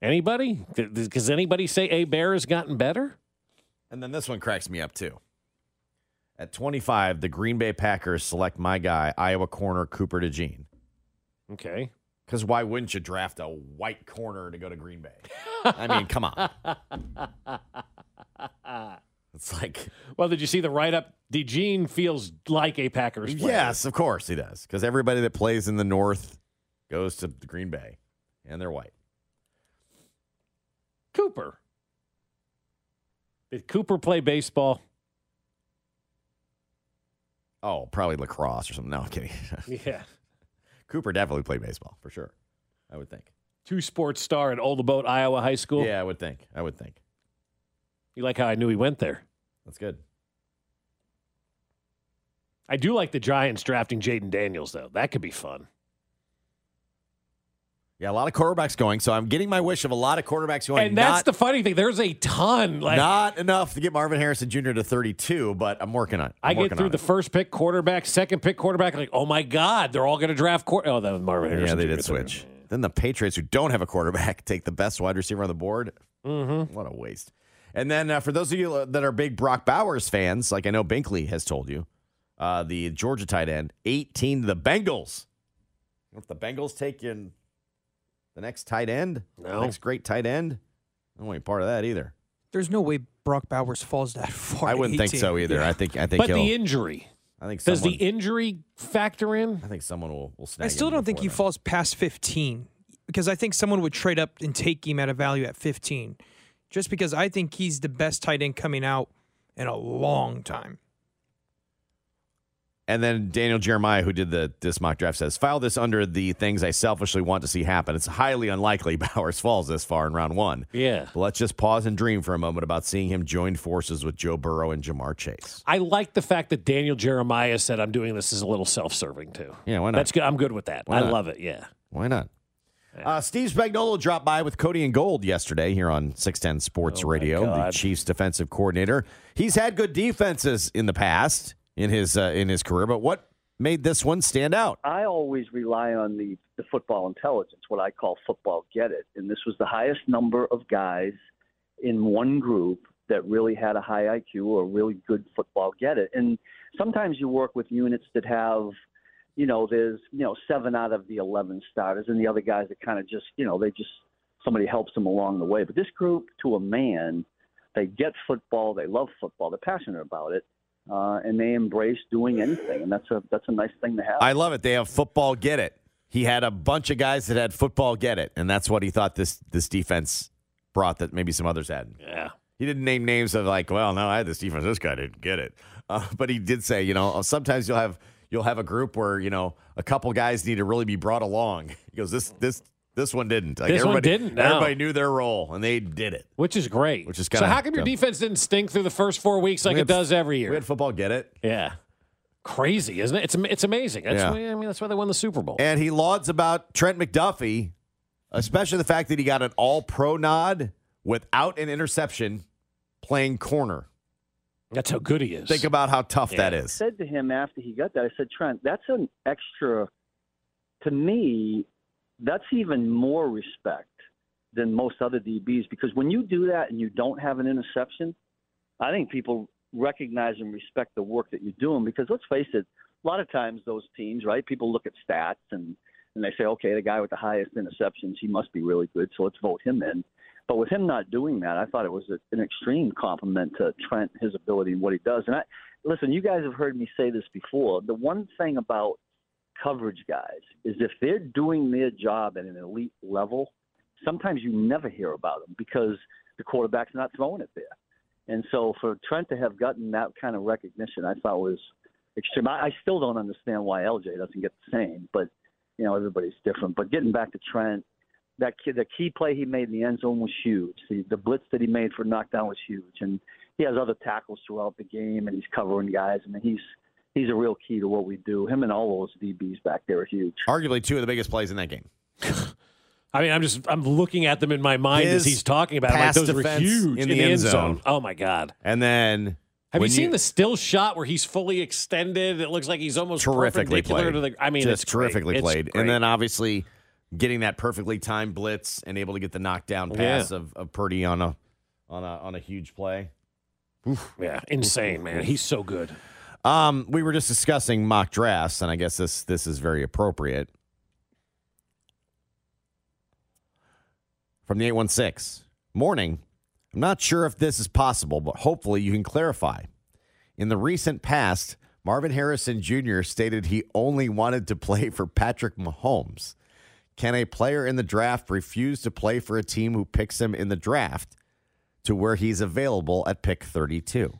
[SPEAKER 3] Anybody? Th- th- Does anybody say A Bear has gotten better?
[SPEAKER 2] And then this one cracks me up too. At 25, the Green Bay Packers select my guy, Iowa corner Cooper DeJean.
[SPEAKER 3] Okay.
[SPEAKER 2] Because why wouldn't you draft a white corner to go to Green Bay? I mean,
[SPEAKER 3] (laughs)
[SPEAKER 2] come on. It's like,
[SPEAKER 3] well, did you see the write up? DeGene feels like a Packers player.
[SPEAKER 2] Yes, of course he does. Because everybody that plays in the North goes to the Green Bay, and they're white.
[SPEAKER 3] Cooper. Did Cooper play baseball?
[SPEAKER 2] (laughs) Oh, probably lacrosse or something. No, I'm kidding. (laughs)
[SPEAKER 3] Yeah.
[SPEAKER 2] Cooper definitely played baseball for sure. I would think.
[SPEAKER 3] Two sports star at Old About Iowa High School.
[SPEAKER 2] Yeah, I would think. I would think.
[SPEAKER 3] You like how I knew he went there?
[SPEAKER 2] That's good.
[SPEAKER 3] I do like the Giants drafting Jaden Daniels, though. That could be fun.
[SPEAKER 2] Yeah, a lot of quarterbacks going. So I'm getting my wish of a lot of quarterbacks going.
[SPEAKER 3] and that's
[SPEAKER 2] not,
[SPEAKER 3] the funny thing. There's a ton. Like
[SPEAKER 2] not enough to get Marvin Harrison Jr. to 32, but I'm working on it.
[SPEAKER 3] I
[SPEAKER 2] I'm
[SPEAKER 3] get
[SPEAKER 2] working
[SPEAKER 3] through
[SPEAKER 2] on
[SPEAKER 3] the
[SPEAKER 2] it.
[SPEAKER 3] first pick quarterback, second pick quarterback. Like, oh my God, they're all going to draft quarter. Oh, that was Marvin Harrison.
[SPEAKER 2] Yeah, they
[SPEAKER 3] Jr.
[SPEAKER 2] did switch. Then the Patriots, who don't have a quarterback, (laughs) take the best wide receiver on the board. Mm-hmm. What a waste. And then uh, for those of you that are big Brock Bowers fans, like I know Binkley has told you, uh, the Georgia tight end, 18 to the Bengals. If the Bengals take in the next tight end, the
[SPEAKER 4] No.
[SPEAKER 2] next great tight end, I don't want any part of that either.
[SPEAKER 4] There's no way Brock Bowers falls that far.
[SPEAKER 2] I
[SPEAKER 4] at
[SPEAKER 2] wouldn't think
[SPEAKER 4] 18.
[SPEAKER 2] so either. I think I think
[SPEAKER 3] But
[SPEAKER 2] he'll,
[SPEAKER 3] the injury.
[SPEAKER 2] I think
[SPEAKER 3] Does
[SPEAKER 2] someone,
[SPEAKER 3] the injury factor in?
[SPEAKER 2] I think someone will will snag
[SPEAKER 4] I still
[SPEAKER 2] him
[SPEAKER 4] don't think he
[SPEAKER 2] before
[SPEAKER 4] falls past 15 because I think someone would trade up and take him at a value at 15 just because I think he's the best tight end coming out in a long time.
[SPEAKER 2] And then Daniel Jeremiah, who did the this mock draft, says, "File this under the things I selfishly want to see happen. It's highly unlikely (laughs) Bowers falls this far in round one.
[SPEAKER 3] Yeah.
[SPEAKER 2] But let's just pause and dream for a moment about seeing him join forces with Joe Burrow and Jamar Chase.
[SPEAKER 3] I like the fact that Daniel Jeremiah said, I'm doing this as a little self serving, too.
[SPEAKER 2] Yeah, why not?
[SPEAKER 3] That's good. I'm good with that.
[SPEAKER 2] Why
[SPEAKER 3] I
[SPEAKER 2] not?
[SPEAKER 3] love it. Yeah.
[SPEAKER 2] Why not?" Uh, Steve Spagnolo dropped by with Cody and Gold yesterday here on 610
[SPEAKER 4] Oh,
[SPEAKER 2] Sports Radio, the Chiefs defensive coordinator. He's had good defenses in the past in his uh, in his career, but what made this one stand out?
[SPEAKER 11] I always rely on the, the football intelligence, what I call football get it. And this was the highest number of guys in one group that really had a high IQ or really good football get it. And sometimes you work with units that have, you know, there's, you know, seven out of the 11 starters and the other guys that kind of just, you know, they just, somebody helps them along the way. But this group, to a man, they get football, they love football, they're passionate about it. Uh, and they embrace doing anything, and that's a that's a nice thing to have.
[SPEAKER 2] I love it. They have football get it. He had a bunch of guys that had football get it, and that's what he thought this this defense brought that maybe some others hadn't.
[SPEAKER 3] Yeah.
[SPEAKER 2] He didn't name names of like, well, no, I had this defense. This guy didn't get it, uh, (laughs) but he did say, you know, sometimes you'll have you'll have a group where you know a couple guys need to really be brought along. (laughs) He goes, this this this one didn't. Like
[SPEAKER 3] This one
[SPEAKER 2] everybody
[SPEAKER 3] didn't, no.
[SPEAKER 2] Everybody knew their role and they did it,
[SPEAKER 3] which is great.
[SPEAKER 2] Which is kind
[SPEAKER 3] So,
[SPEAKER 2] of
[SPEAKER 3] how come your defense didn't stink through the first four weeks like
[SPEAKER 2] We
[SPEAKER 3] it
[SPEAKER 2] had-
[SPEAKER 3] does every year?
[SPEAKER 2] We had football get it.
[SPEAKER 3] Yeah. Crazy, isn't it? It's, am- it's amazing. That's
[SPEAKER 2] Yeah.
[SPEAKER 3] why, I mean, that's why they won the Super Bowl.
[SPEAKER 2] And he lauds about Trent McDuffie, especially the fact that he got an all pro nod without an interception playing corner.
[SPEAKER 3] That's how good he is.
[SPEAKER 2] Think about how tough that
[SPEAKER 11] I
[SPEAKER 2] is.
[SPEAKER 11] said to him after he got that, I said, Trent, that's an extra, to me, that's even more respect than most other DBs because when you do that and you don't have an interception, I think people recognize and respect the work that you're doing because let's face it, a lot of times those teams, right? People look at stats and and they say, okay, the guy with the highest interceptions, he must be really good, so let's vote him in. But with him not doing that, I thought it was a, an extreme compliment to Trent, his ability and what he does. And I listen, you guys have heard me say this before. The one thing about coverage guys is if they're doing their job at an elite level, sometimes you never hear about them because the quarterback's not throwing it there. And so for Trent to have gotten that kind of recognition, I thought was extreme. I, I still don't understand why LJ doesn't get the same, but you know everybody's different. But getting back to Trent, that key, the key play he made in the end zone was huge. The, the blitz that he made for knockdown was huge, and he has other tackles throughout the game, and he's covering guys. I mean, he's he's a real key to what we do. Him and all those DBs back there are huge.
[SPEAKER 2] Arguably two of the biggest plays in that game.
[SPEAKER 3] I mean, I'm just I'm looking at them in my mind as
[SPEAKER 2] His
[SPEAKER 3] he's talking about. it. Like
[SPEAKER 2] pass
[SPEAKER 3] those were
[SPEAKER 2] defense
[SPEAKER 3] huge in the, end zone. Oh my god!
[SPEAKER 2] And then
[SPEAKER 3] Have
[SPEAKER 2] when
[SPEAKER 3] you seen the still shot where he's fully extended? It looks like he's almost
[SPEAKER 2] terrifically
[SPEAKER 3] perpendicular
[SPEAKER 2] played?
[SPEAKER 3] To the, I mean,
[SPEAKER 2] just
[SPEAKER 3] it's great.
[SPEAKER 2] terrifically
[SPEAKER 3] It's
[SPEAKER 2] played.
[SPEAKER 3] great.
[SPEAKER 2] And then obviously getting that perfectly timed blitz and able to get the knockdown
[SPEAKER 3] Yeah.
[SPEAKER 2] pass of, of Purdy on a on a on a huge play.
[SPEAKER 3] Yeah, insane, man. He's so good.
[SPEAKER 2] Um, we were just discussing mock drafts, and I guess this this is very appropriate. From the 816. Morning. I'm not sure if this is possible, but hopefully you can clarify. In the recent past, Marvin Harrison Jr. stated he only wanted to play for Patrick Mahomes. Can a player in the draft refuse to play for a team who picks him in the draft to where he's available at pick 32?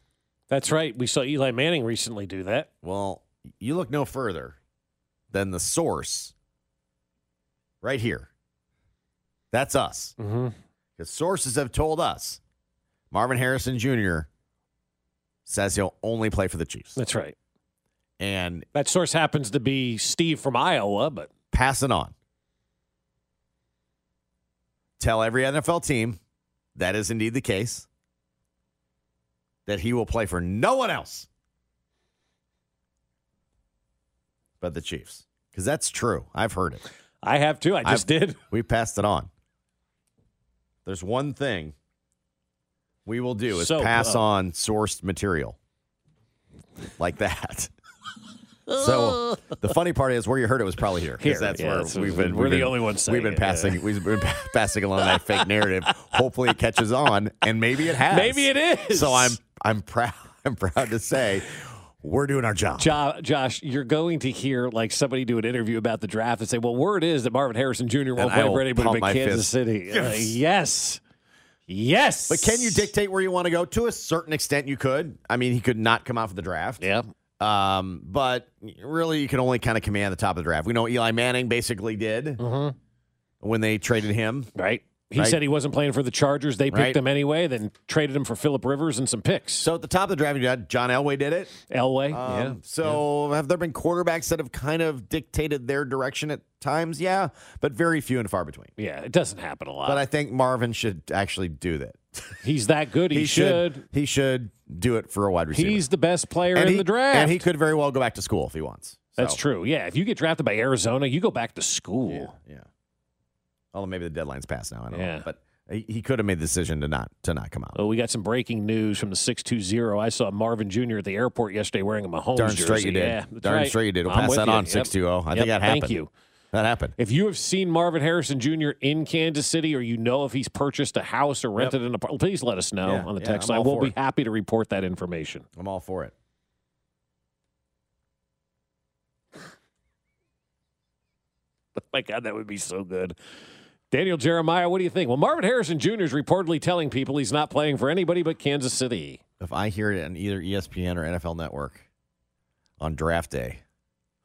[SPEAKER 3] That's right. We saw Eli Manning recently do that.
[SPEAKER 2] Well, you look no further than the source right here. That's us. Because
[SPEAKER 3] Mm-hmm.
[SPEAKER 2] sources have told us Marvin Harrison Jr. says he'll only play for the Chiefs.
[SPEAKER 3] That's right.
[SPEAKER 2] And
[SPEAKER 3] that source happens to be Steve from Iowa, but
[SPEAKER 2] pass it on. Tell every NFL team that is indeed the case that he will play for no one else but the Chiefs. Because that's true. I've heard it.
[SPEAKER 3] I have too. I just did.
[SPEAKER 2] (laughs) We passed it on. There's one thing we will do is
[SPEAKER 3] Soap,
[SPEAKER 2] pass
[SPEAKER 3] uh,
[SPEAKER 2] on sourced material
[SPEAKER 3] (laughs)
[SPEAKER 2] like that. So the funny part is where you heard it was probably here
[SPEAKER 3] Here,
[SPEAKER 2] because that's
[SPEAKER 3] yeah,
[SPEAKER 2] where
[SPEAKER 3] that's-
[SPEAKER 2] we've been.
[SPEAKER 3] we're
[SPEAKER 2] we've
[SPEAKER 3] the
[SPEAKER 2] been-
[SPEAKER 3] only ones
[SPEAKER 2] We've
[SPEAKER 3] saying
[SPEAKER 2] been
[SPEAKER 3] it, yeah.
[SPEAKER 2] passing. We've been (laughs) pa- passing along that fake narrative. Hopefully, it catches on, and maybe it has.
[SPEAKER 3] Maybe it is.
[SPEAKER 2] So I'm I'm proud. (laughs) I'm proud to say we're doing our job.
[SPEAKER 3] Jo- Josh, you're going to hear like somebody do an interview about the draft and say, "Well, word is that Marvin Harrison Jr.
[SPEAKER 2] And
[SPEAKER 3] won't
[SPEAKER 2] I
[SPEAKER 3] play
[SPEAKER 2] will
[SPEAKER 3] for anybody
[SPEAKER 2] pump
[SPEAKER 3] but
[SPEAKER 2] my
[SPEAKER 3] Kansas
[SPEAKER 2] fist.
[SPEAKER 3] City." Uh,
[SPEAKER 2] Yes.
[SPEAKER 3] yes, yes.
[SPEAKER 2] But can you dictate where you want to go? To a certain extent, you could. I mean, he could not come out for the draft.
[SPEAKER 3] Yeah.
[SPEAKER 2] Um, but really, you can only kind of command the top of the draft. We know Eli Manning basically did when they traded him.
[SPEAKER 3] Mm-hmm. Right. He said he wasn't playing for the Chargers. They picked
[SPEAKER 2] Right.
[SPEAKER 3] him anyway, then traded him for Philip Rivers and some picks.
[SPEAKER 2] So at the top of the draft, you had John Elway did it. Um,
[SPEAKER 3] Elway. yeah.
[SPEAKER 2] So have there been quarterbacks that have kind of dictated their direction at times? Yeah, but very few and far between.
[SPEAKER 3] Yeah, it doesn't happen a lot.
[SPEAKER 2] But I think Marvin should actually do that. (laughs)
[SPEAKER 3] He's that good. He, should.
[SPEAKER 2] He should do it for a wide receiver.
[SPEAKER 3] He's the best player in
[SPEAKER 2] he,
[SPEAKER 3] the draft.
[SPEAKER 2] and he could very well go back to school if he wants.
[SPEAKER 3] That's
[SPEAKER 2] So-
[SPEAKER 3] true. Yeah. If you get drafted by Arizona, you go back to school.
[SPEAKER 2] Yeah. Although maybe the deadline's passed now. I don't
[SPEAKER 3] Yeah.
[SPEAKER 2] know. But he, he could have made the decision to not to not come out.
[SPEAKER 3] Oh, we got some breaking news from the 620. I saw Marvin Jr. at the airport yesterday wearing a Mahomes
[SPEAKER 2] Darn
[SPEAKER 3] jersey.
[SPEAKER 2] straight you did.
[SPEAKER 3] Yeah, that's
[SPEAKER 2] Darn
[SPEAKER 3] right.
[SPEAKER 2] straight you did. We'll
[SPEAKER 3] I'm
[SPEAKER 2] pass
[SPEAKER 3] with
[SPEAKER 2] that
[SPEAKER 3] you.
[SPEAKER 2] on
[SPEAKER 3] Yep.
[SPEAKER 2] 620. I think
[SPEAKER 3] Yep.
[SPEAKER 2] that happened.
[SPEAKER 3] Thank you.
[SPEAKER 2] That happened.
[SPEAKER 3] If you have seen Marvin Harrison Jr. in Kansas City or you know if he's purchased a house or rented an apartment, please let us know
[SPEAKER 2] Yeah,
[SPEAKER 3] on the
[SPEAKER 2] yeah,
[SPEAKER 3] text
[SPEAKER 2] I'm all
[SPEAKER 3] line. We'll
[SPEAKER 2] for
[SPEAKER 3] be
[SPEAKER 2] it.
[SPEAKER 3] happy to report that information.
[SPEAKER 2] I'm all for it.
[SPEAKER 3] (laughs) My God, that would be so good. Daniel Jeremiah, what do you think? Well, Marvin Harrison Jr. is reportedly telling people he's not playing for anybody but Kansas City.
[SPEAKER 2] If I hear it on either E ESPN or NFL Network on draft day,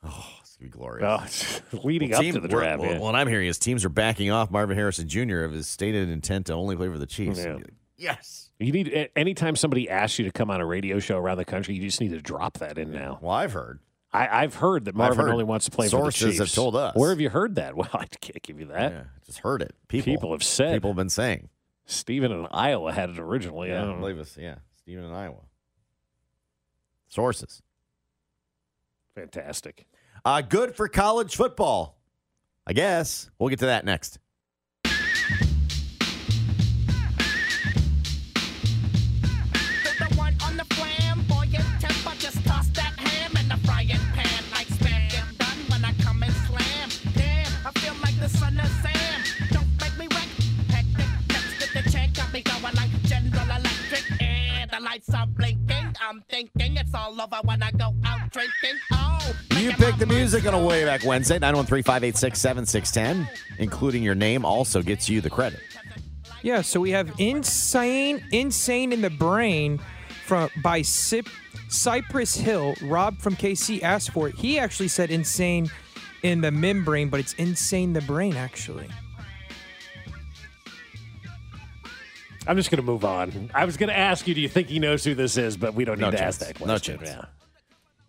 [SPEAKER 2] oh, it's gonna be glorious.
[SPEAKER 3] (laughs) leading up to the
[SPEAKER 2] we're-
[SPEAKER 3] draft,
[SPEAKER 2] Well,
[SPEAKER 3] yeah.
[SPEAKER 2] What I'm hearing is teams are backing off Marvin Harrison Jr. of his stated intent to only play for the Chiefs.
[SPEAKER 3] Yeah.
[SPEAKER 2] Yes.
[SPEAKER 3] You need a- anytime somebody asks you to come on a radio show around the country, you just need to drop that in now.
[SPEAKER 2] Well, I've heard.
[SPEAKER 3] I, I've heard that Marvin
[SPEAKER 2] heard.
[SPEAKER 3] only wants to play for the
[SPEAKER 2] Sources
[SPEAKER 3] Chiefs.
[SPEAKER 2] have told us.
[SPEAKER 3] Where have you heard that? (laughs) Well, I can't give you that.
[SPEAKER 2] Yeah, just heard it. People,
[SPEAKER 3] People have said.
[SPEAKER 2] People have been saying.
[SPEAKER 3] Stephen in Iowa had it originally. I
[SPEAKER 2] Yeah,
[SPEAKER 3] don't
[SPEAKER 2] I
[SPEAKER 3] know.
[SPEAKER 2] believe it's yeah, Stephen in Iowa. Sources.
[SPEAKER 3] Fantastic.
[SPEAKER 2] Uh, good for college football, I guess. We'll get to that next.
[SPEAKER 9] To the one on the flamboyant temper, just toss that ham in the frying pan like spam. Get done when I come and slam. Damn, I feel like the son of Sam. Don't make me wreck. Hectic next to the check, got me going like General Electric. And the lights are blinking. I'm thinking it's all over when I go out drinking. Oh,
[SPEAKER 2] You pick the music on a way back Wednesday, 913 586 7610, including your name also gets you the credit.
[SPEAKER 4] Yeah, so we have Insane Insane in the Brain from by Sip, Cypress Hill. Rob from KC asked for it. He actually said Insane in the Membrane, but it's Insane the Brain actually.
[SPEAKER 3] I'm just going to move on. I was going to ask you, do you think he knows who this is? But we don't need
[SPEAKER 2] No
[SPEAKER 3] to
[SPEAKER 2] chance.
[SPEAKER 3] ask that question.
[SPEAKER 2] No chance.
[SPEAKER 3] Yeah.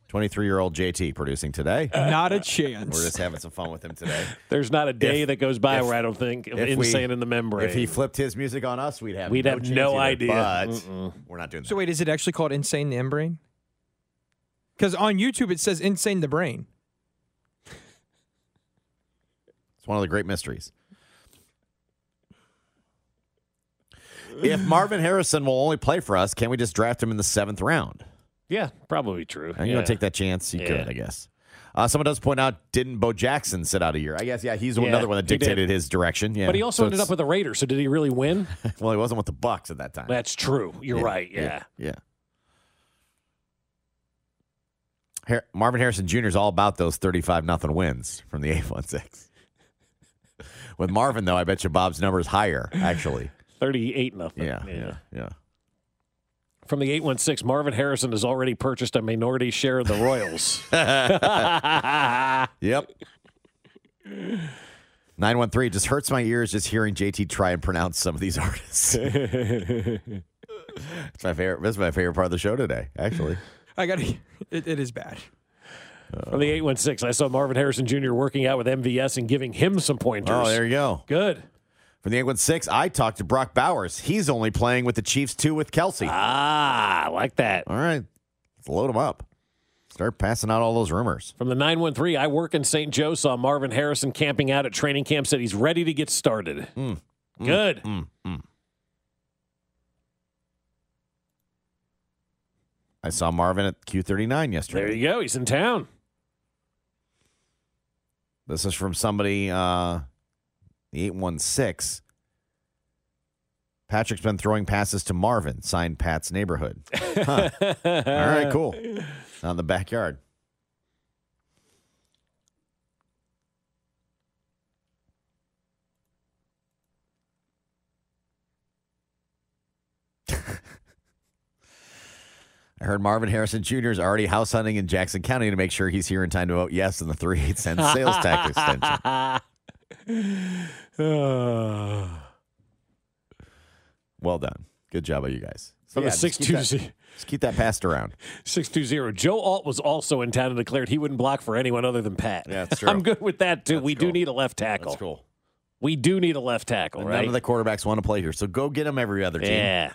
[SPEAKER 2] 23 year old JT producing today.
[SPEAKER 3] Uh,
[SPEAKER 4] Not a chance.
[SPEAKER 2] We're just having some fun with him today.
[SPEAKER 3] There's not a day
[SPEAKER 2] If-
[SPEAKER 3] that goes by
[SPEAKER 2] if-
[SPEAKER 3] where I don't think of
[SPEAKER 2] if we-
[SPEAKER 3] insane in the membrane.
[SPEAKER 2] If he flipped his music on us, we'd have
[SPEAKER 3] We'd
[SPEAKER 2] no
[SPEAKER 3] have
[SPEAKER 2] chance
[SPEAKER 3] no
[SPEAKER 2] either,
[SPEAKER 3] idea.
[SPEAKER 2] But
[SPEAKER 3] Mm-mm.
[SPEAKER 2] we're not doing that.
[SPEAKER 4] So wait, is it actually called Insane the Membrane? Because on YouTube it says Insane the Brain.
[SPEAKER 2] It's one of the great mysteries. If Marvin Harrison will only play for us, can we just draft him in the seventh round?
[SPEAKER 3] yeah, probably true.
[SPEAKER 2] Are you
[SPEAKER 3] yeah.
[SPEAKER 2] gonna take that chance? You
[SPEAKER 3] Yeah.
[SPEAKER 2] could, I guess. Uh, someone does point out, didn't Bo Jackson sit out a year? I guess, yeah, he's
[SPEAKER 3] Yeah,
[SPEAKER 2] another one that
[SPEAKER 3] he did.
[SPEAKER 2] dictated his direction.
[SPEAKER 3] (laughs)
[SPEAKER 2] Yeah,
[SPEAKER 3] But he also
[SPEAKER 2] So
[SPEAKER 3] ended
[SPEAKER 2] it's-
[SPEAKER 3] up with a Raider. So did he really win?
[SPEAKER 2] (laughs) well, he wasn't with the Bucks at that time.
[SPEAKER 3] That's true. You're right. Yeah.
[SPEAKER 2] yeah. Har- Marvin Harrison Jr. is all about those thirty-five nothing wins from the (laughs) eight one six. With Marvin though, I bet you Bob's number is higher actually.
[SPEAKER 3] Thirty-eight nothing. (laughs) Yeah,
[SPEAKER 2] yeah, yeah.
[SPEAKER 3] From the eight one six, Marvin Harrison has already purchased a minority share of the
[SPEAKER 2] (laughs)
[SPEAKER 3] Royals. (laughs)
[SPEAKER 2] Yep. 913 just hurts my ears just hearing JT try and pronounce some of these (laughs) artists. it's my favorite. This is my favorite part of the show today, actually.
[SPEAKER 4] I gotta. It, it is bad.
[SPEAKER 3] From the eight one six, I saw Marvin Harrison Jr. working out with MVS and giving him some pointers.
[SPEAKER 2] Oh, there you go.
[SPEAKER 3] Good.
[SPEAKER 2] From the 816, I talked to Brock Bowers. He's only playing with the Chiefs too with Kelsey.
[SPEAKER 3] Ah, I like that.
[SPEAKER 2] All right. Let's load him up. Start passing out all those rumors.
[SPEAKER 3] From the 913, I work in St. Joe, saw Marvin Harrison camping out at training camp, said he's ready to get started.
[SPEAKER 2] Mm,
[SPEAKER 3] Good.
[SPEAKER 2] I saw Marvin at Q39 yesterday.
[SPEAKER 3] There you go. He's in town.
[SPEAKER 2] This is from somebody, uh, the 816. Patrick's been throwing passes to Marvin, signed Pat's neighborhood. Huh. All right, cool. Out in the backyard. I heard Marvin Harrison Jr. is already house hunting in Jackson County to make sure he's here in time to vote yes in the
[SPEAKER 3] (laughs)
[SPEAKER 2] 3 cent sales tax extension. Well done. Good job of you guys.
[SPEAKER 3] From the
[SPEAKER 2] just keep that-
[SPEAKER 3] 620
[SPEAKER 2] Just keep that passed around.
[SPEAKER 3] 620. Joe Alt was also in town and declared he wouldn't block for anyone other than Pat. Yeah,
[SPEAKER 2] that's
[SPEAKER 3] (laughs)
[SPEAKER 2] true.
[SPEAKER 3] I'm good with that, too. we do need a left tackle. That's
[SPEAKER 2] cool.
[SPEAKER 3] We do need a left tackle,
[SPEAKER 2] And
[SPEAKER 3] right?
[SPEAKER 2] None of the quarterbacks want to play here, so go get them every other team.
[SPEAKER 3] Yeah.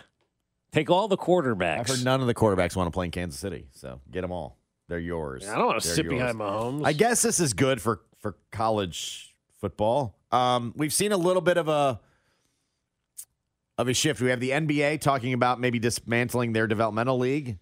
[SPEAKER 3] Take all the quarterbacks.
[SPEAKER 2] I've heard none of the quarterbacks want to play in Kansas City, so get them all. They're yours.
[SPEAKER 3] I don't wanna
[SPEAKER 2] They're
[SPEAKER 3] sit behind Mahomes.
[SPEAKER 2] I guess this is good for for college football. Um, we've seen a little bit of a of a shift. We have the NBA talking about maybe dismantling their developmental league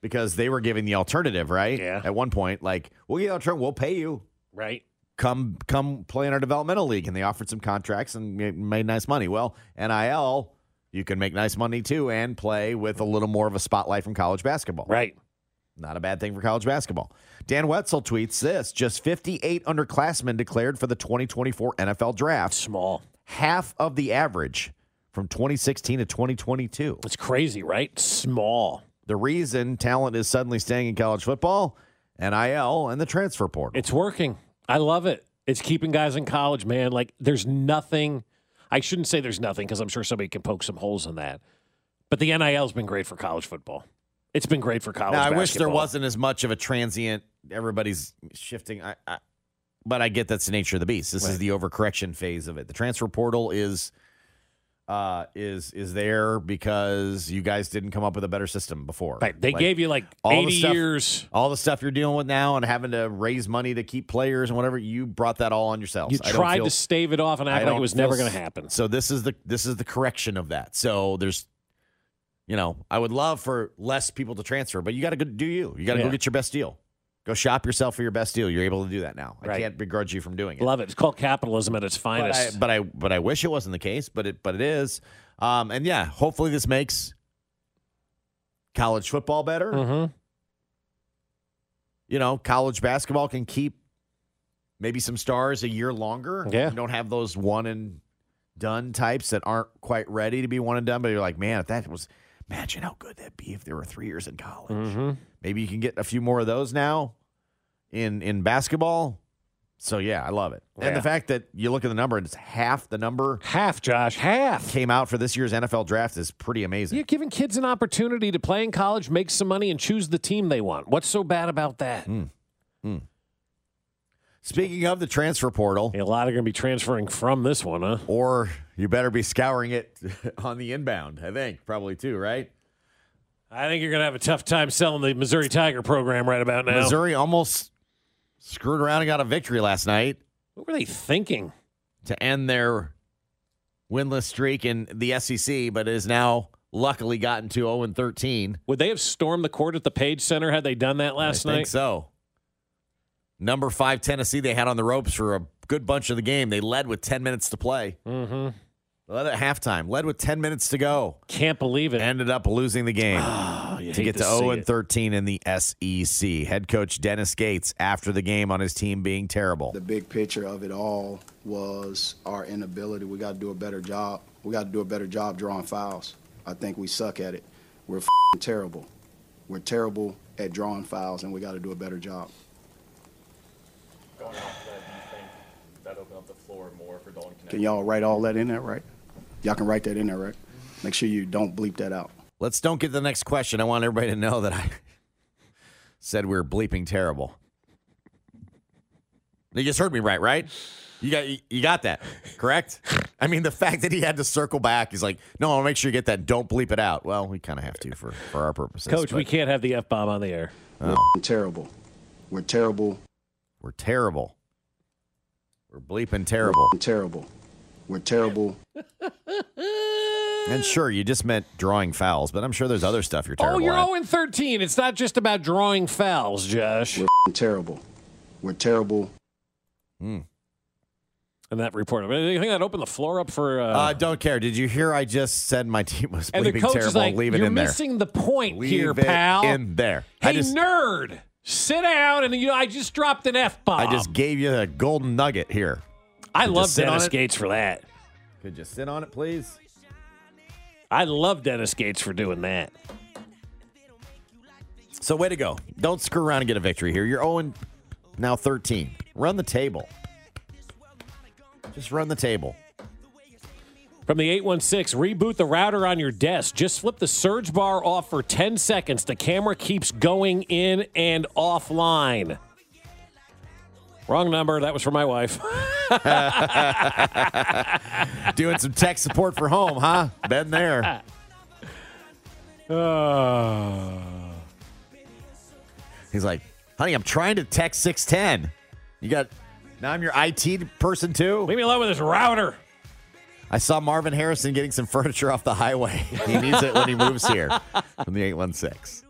[SPEAKER 2] because they were giving the alternative, right? Yeah. At one point, like we'll get alternative, we'll pay you,
[SPEAKER 3] right?
[SPEAKER 2] Come come play in our developmental league, and they offered some contracts and ma- made nice money. Well, NIL, you can make nice money too and play with a little more of a spotlight from college basketball,
[SPEAKER 3] right?
[SPEAKER 2] Not a bad thing for college basketball. Dan Wetzel tweets this just 58 underclassmen declared for the 2024 NFL draft.
[SPEAKER 3] Small.
[SPEAKER 2] Half of the average from 2016 to 2022.
[SPEAKER 3] It's crazy, right? Small.
[SPEAKER 2] The reason talent is suddenly staying in college football, NIL, and the transfer portal.
[SPEAKER 3] It's working. I love it. It's keeping guys in college, man. Like there's nothing. I shouldn't say there's nothing because I'm sure somebody can poke some holes in that. But the NIL's been great for college football. It's been great for college.
[SPEAKER 2] Now, I wish there
[SPEAKER 3] basketball.
[SPEAKER 2] wasn't as much of a transient, everybody's shifting. I, I, but I get that's the nature of the beast. This is the overcorrection phase of it. The transfer portal is uh, is is there because you guys didn't come up with a better system before.
[SPEAKER 3] Right. They gave you, like, 80 years.
[SPEAKER 2] All the stuff you're dealing with now and having to raise money to keep players and whatever, you brought that all on yourselves.
[SPEAKER 3] You
[SPEAKER 2] I don't
[SPEAKER 3] tried
[SPEAKER 2] feel-
[SPEAKER 3] to stave it off and
[SPEAKER 2] I
[SPEAKER 3] act like it
[SPEAKER 2] don't
[SPEAKER 3] was
[SPEAKER 2] feel
[SPEAKER 3] never going
[SPEAKER 2] s-
[SPEAKER 3] to happen.
[SPEAKER 2] So this is the this is the correction of that. So there's, you know, I would love for less people to transfer, but you got to go do you. You got to
[SPEAKER 3] Yeah.
[SPEAKER 2] go get your best deal. Go shop yourself for your best deal. You're able to do that now. I can't begrudge you from doing it.
[SPEAKER 3] Love it. It's called capitalism at its
[SPEAKER 2] But I,
[SPEAKER 3] finest.
[SPEAKER 2] but I but I wish it wasn't the case. But it but it is. Um, and yeah, hopefully this makes college football better.
[SPEAKER 3] Mm-hmm.
[SPEAKER 2] You know, college basketball can keep maybe some stars a year longer.
[SPEAKER 3] Yeah.
[SPEAKER 2] you don't have those one and done types that aren't quite ready to be one and done, but you're like, man, if that was, imagine how good that'd be if there were three years in college.
[SPEAKER 3] Mm-hmm.
[SPEAKER 2] Maybe you can get a few more of those now in in basketball. So yeah, I love it. And
[SPEAKER 3] Yeah.
[SPEAKER 2] the fact that you look at the number and it's half the number,
[SPEAKER 3] half Josh, half
[SPEAKER 2] came out for this year's NFL draft is pretty amazing.
[SPEAKER 3] You're giving kids an opportunity to play in college, make some money, and choose the team they want. What's so bad about that?
[SPEAKER 2] Hmm. Speaking of the transfer portal,
[SPEAKER 3] a lot are going to be transferring from this one, huh?
[SPEAKER 2] Or you better be scouring it (laughs) on the inbound. I think probably too, right?
[SPEAKER 3] I think you're going to have a tough time selling the Missouri Tiger program right about now.
[SPEAKER 2] Missouri almost screwed around and got a victory last night.
[SPEAKER 3] What were they thinking?
[SPEAKER 2] To end their winless streak in the SEC, but it has now luckily gotten to 0 and 13.
[SPEAKER 3] Would they have stormed the court at the Page Center had they done that last
[SPEAKER 2] I
[SPEAKER 3] night?
[SPEAKER 2] think so. Number five Tennessee they had on the ropes for a good bunch of the game. They led with 10 minutes to play.
[SPEAKER 3] Mm-hmm.
[SPEAKER 2] Led at halftime. Led with 10 minutes to go.
[SPEAKER 3] Can't believe it.
[SPEAKER 2] Ended up losing
[SPEAKER 3] (sighs)
[SPEAKER 2] the game
[SPEAKER 3] Oh, you
[SPEAKER 2] to
[SPEAKER 3] hate
[SPEAKER 2] get to
[SPEAKER 3] to see
[SPEAKER 2] 0 and
[SPEAKER 3] it.
[SPEAKER 2] 13 in the SEC. Head coach Dennis Gates after the game on his team being terrible.
[SPEAKER 5] The big picture of it all was our inability. We got to do a better job. We got to do a better job drawing fouls. I think we suck at it. We're f***ing terrible. We're terrible at drawing fouls, and we got to do a better job.
[SPEAKER 6] Going off that, do you think that opened up the floor more for Dalton Connect?
[SPEAKER 5] Can y'all write all that in there, right? Y'all can write that in there, right? Make sure you don't bleep that out.
[SPEAKER 2] Let's don't get to the next question. I want everybody to know that I (laughs) said we were bleeping terrible. You just heard me right, right? You got you got that correct. I mean, the fact that he had to circle back is like, no, I'll make sure you get that. Don't bleep it out. Well, we kind of have to for for our purposes.
[SPEAKER 3] Coach, we
[SPEAKER 2] but-
[SPEAKER 3] can't have the F bomb on the air.
[SPEAKER 2] Oh.
[SPEAKER 5] We're terrible. We're terrible.
[SPEAKER 2] We're terrible. We're bleeping terrible.
[SPEAKER 5] terrible. We're terrible.
[SPEAKER 2] And sure, you just meant drawing fouls, but I'm sure there's other stuff you're terrible
[SPEAKER 3] Oh, you're
[SPEAKER 2] at.
[SPEAKER 3] 0 and 13. It's not just about drawing fouls, Josh. We're
[SPEAKER 5] terrible. We're terrible.
[SPEAKER 2] Hmm.
[SPEAKER 3] And that report. Do you think that opened the floor up for? Uh,
[SPEAKER 2] Uh, don't care. Did you hear? I just said my team was
[SPEAKER 3] and the
[SPEAKER 2] bleeping
[SPEAKER 3] coach
[SPEAKER 2] terrible.
[SPEAKER 3] is like,
[SPEAKER 2] Leave it
[SPEAKER 3] "You're
[SPEAKER 2] in there.
[SPEAKER 3] missing the point
[SPEAKER 2] Leave
[SPEAKER 3] here,
[SPEAKER 2] it
[SPEAKER 3] pal."
[SPEAKER 2] in there. I
[SPEAKER 3] Hey,
[SPEAKER 2] just
[SPEAKER 3] nerd, sit down. And you know, I just dropped an f bomb.
[SPEAKER 2] I just gave you a golden nugget here.
[SPEAKER 3] I
[SPEAKER 2] Could you
[SPEAKER 3] love
[SPEAKER 2] sit on
[SPEAKER 3] Dennis
[SPEAKER 2] it?
[SPEAKER 3] Gates for that.
[SPEAKER 2] Could you sit on it, please?
[SPEAKER 3] I love Dennis Gates for doing that.
[SPEAKER 2] So way to go. Don't screw around and get a victory here. You're 0 and now 13. Run the table. Just run the table.
[SPEAKER 3] From the 816, reboot the router on your desk. Just flip the surge bar off for 10 seconds. The camera keeps going in and offline. Wrong number. That was for my wife. (laughs)
[SPEAKER 2] (laughs) Doing some tech support for home, huh?
[SPEAKER 3] (laughs)
[SPEAKER 2] Been there.
[SPEAKER 3] Uh.
[SPEAKER 2] He's like, honey, I'm trying to text 610. You got, now I'm your IT person too?
[SPEAKER 3] Leave me alone with this router.
[SPEAKER 2] I saw Marvin Harrison getting some (laughs) furniture off the highway. he needs it when he moves here from the 816.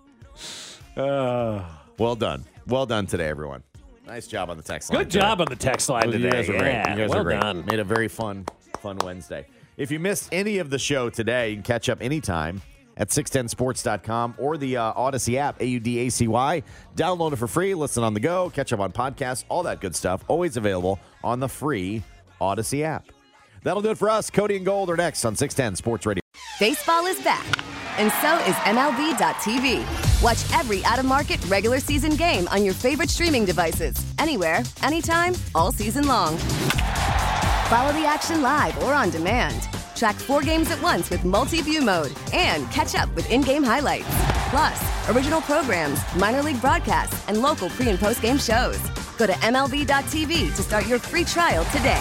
[SPEAKER 3] Uh.
[SPEAKER 2] well done. Well done today, everyone. Nice job on the text line.
[SPEAKER 3] Good job on the text line
[SPEAKER 2] You
[SPEAKER 3] today.
[SPEAKER 2] guys are great.
[SPEAKER 3] Yeah,
[SPEAKER 2] You guys
[SPEAKER 3] well
[SPEAKER 2] are great.
[SPEAKER 3] done.
[SPEAKER 2] Made a very fun, fun Wednesday. If you missed any of the show today, you can catch up anytime at 610sports.com or the uh, Odyssey app, A U D A C Y. Download it for free, listen on the go, catch up on podcasts, all that good stuff. Always available on the free Odyssey app. That'll do it for us. Cody and Gold are next on 610 Sports Radio.
[SPEAKER 12] Baseball is back, and so is MLB.tv. Watch every out of market regular season game on your favorite streaming devices, anywhere, anytime, all season long. Follow the action live or on demand. Track four games at once with multi view mode and catch up with in game highlights. Plus, original programs, minor league broadcasts, and local pre and post game shows. Go to MLB.tv to start your free trial today.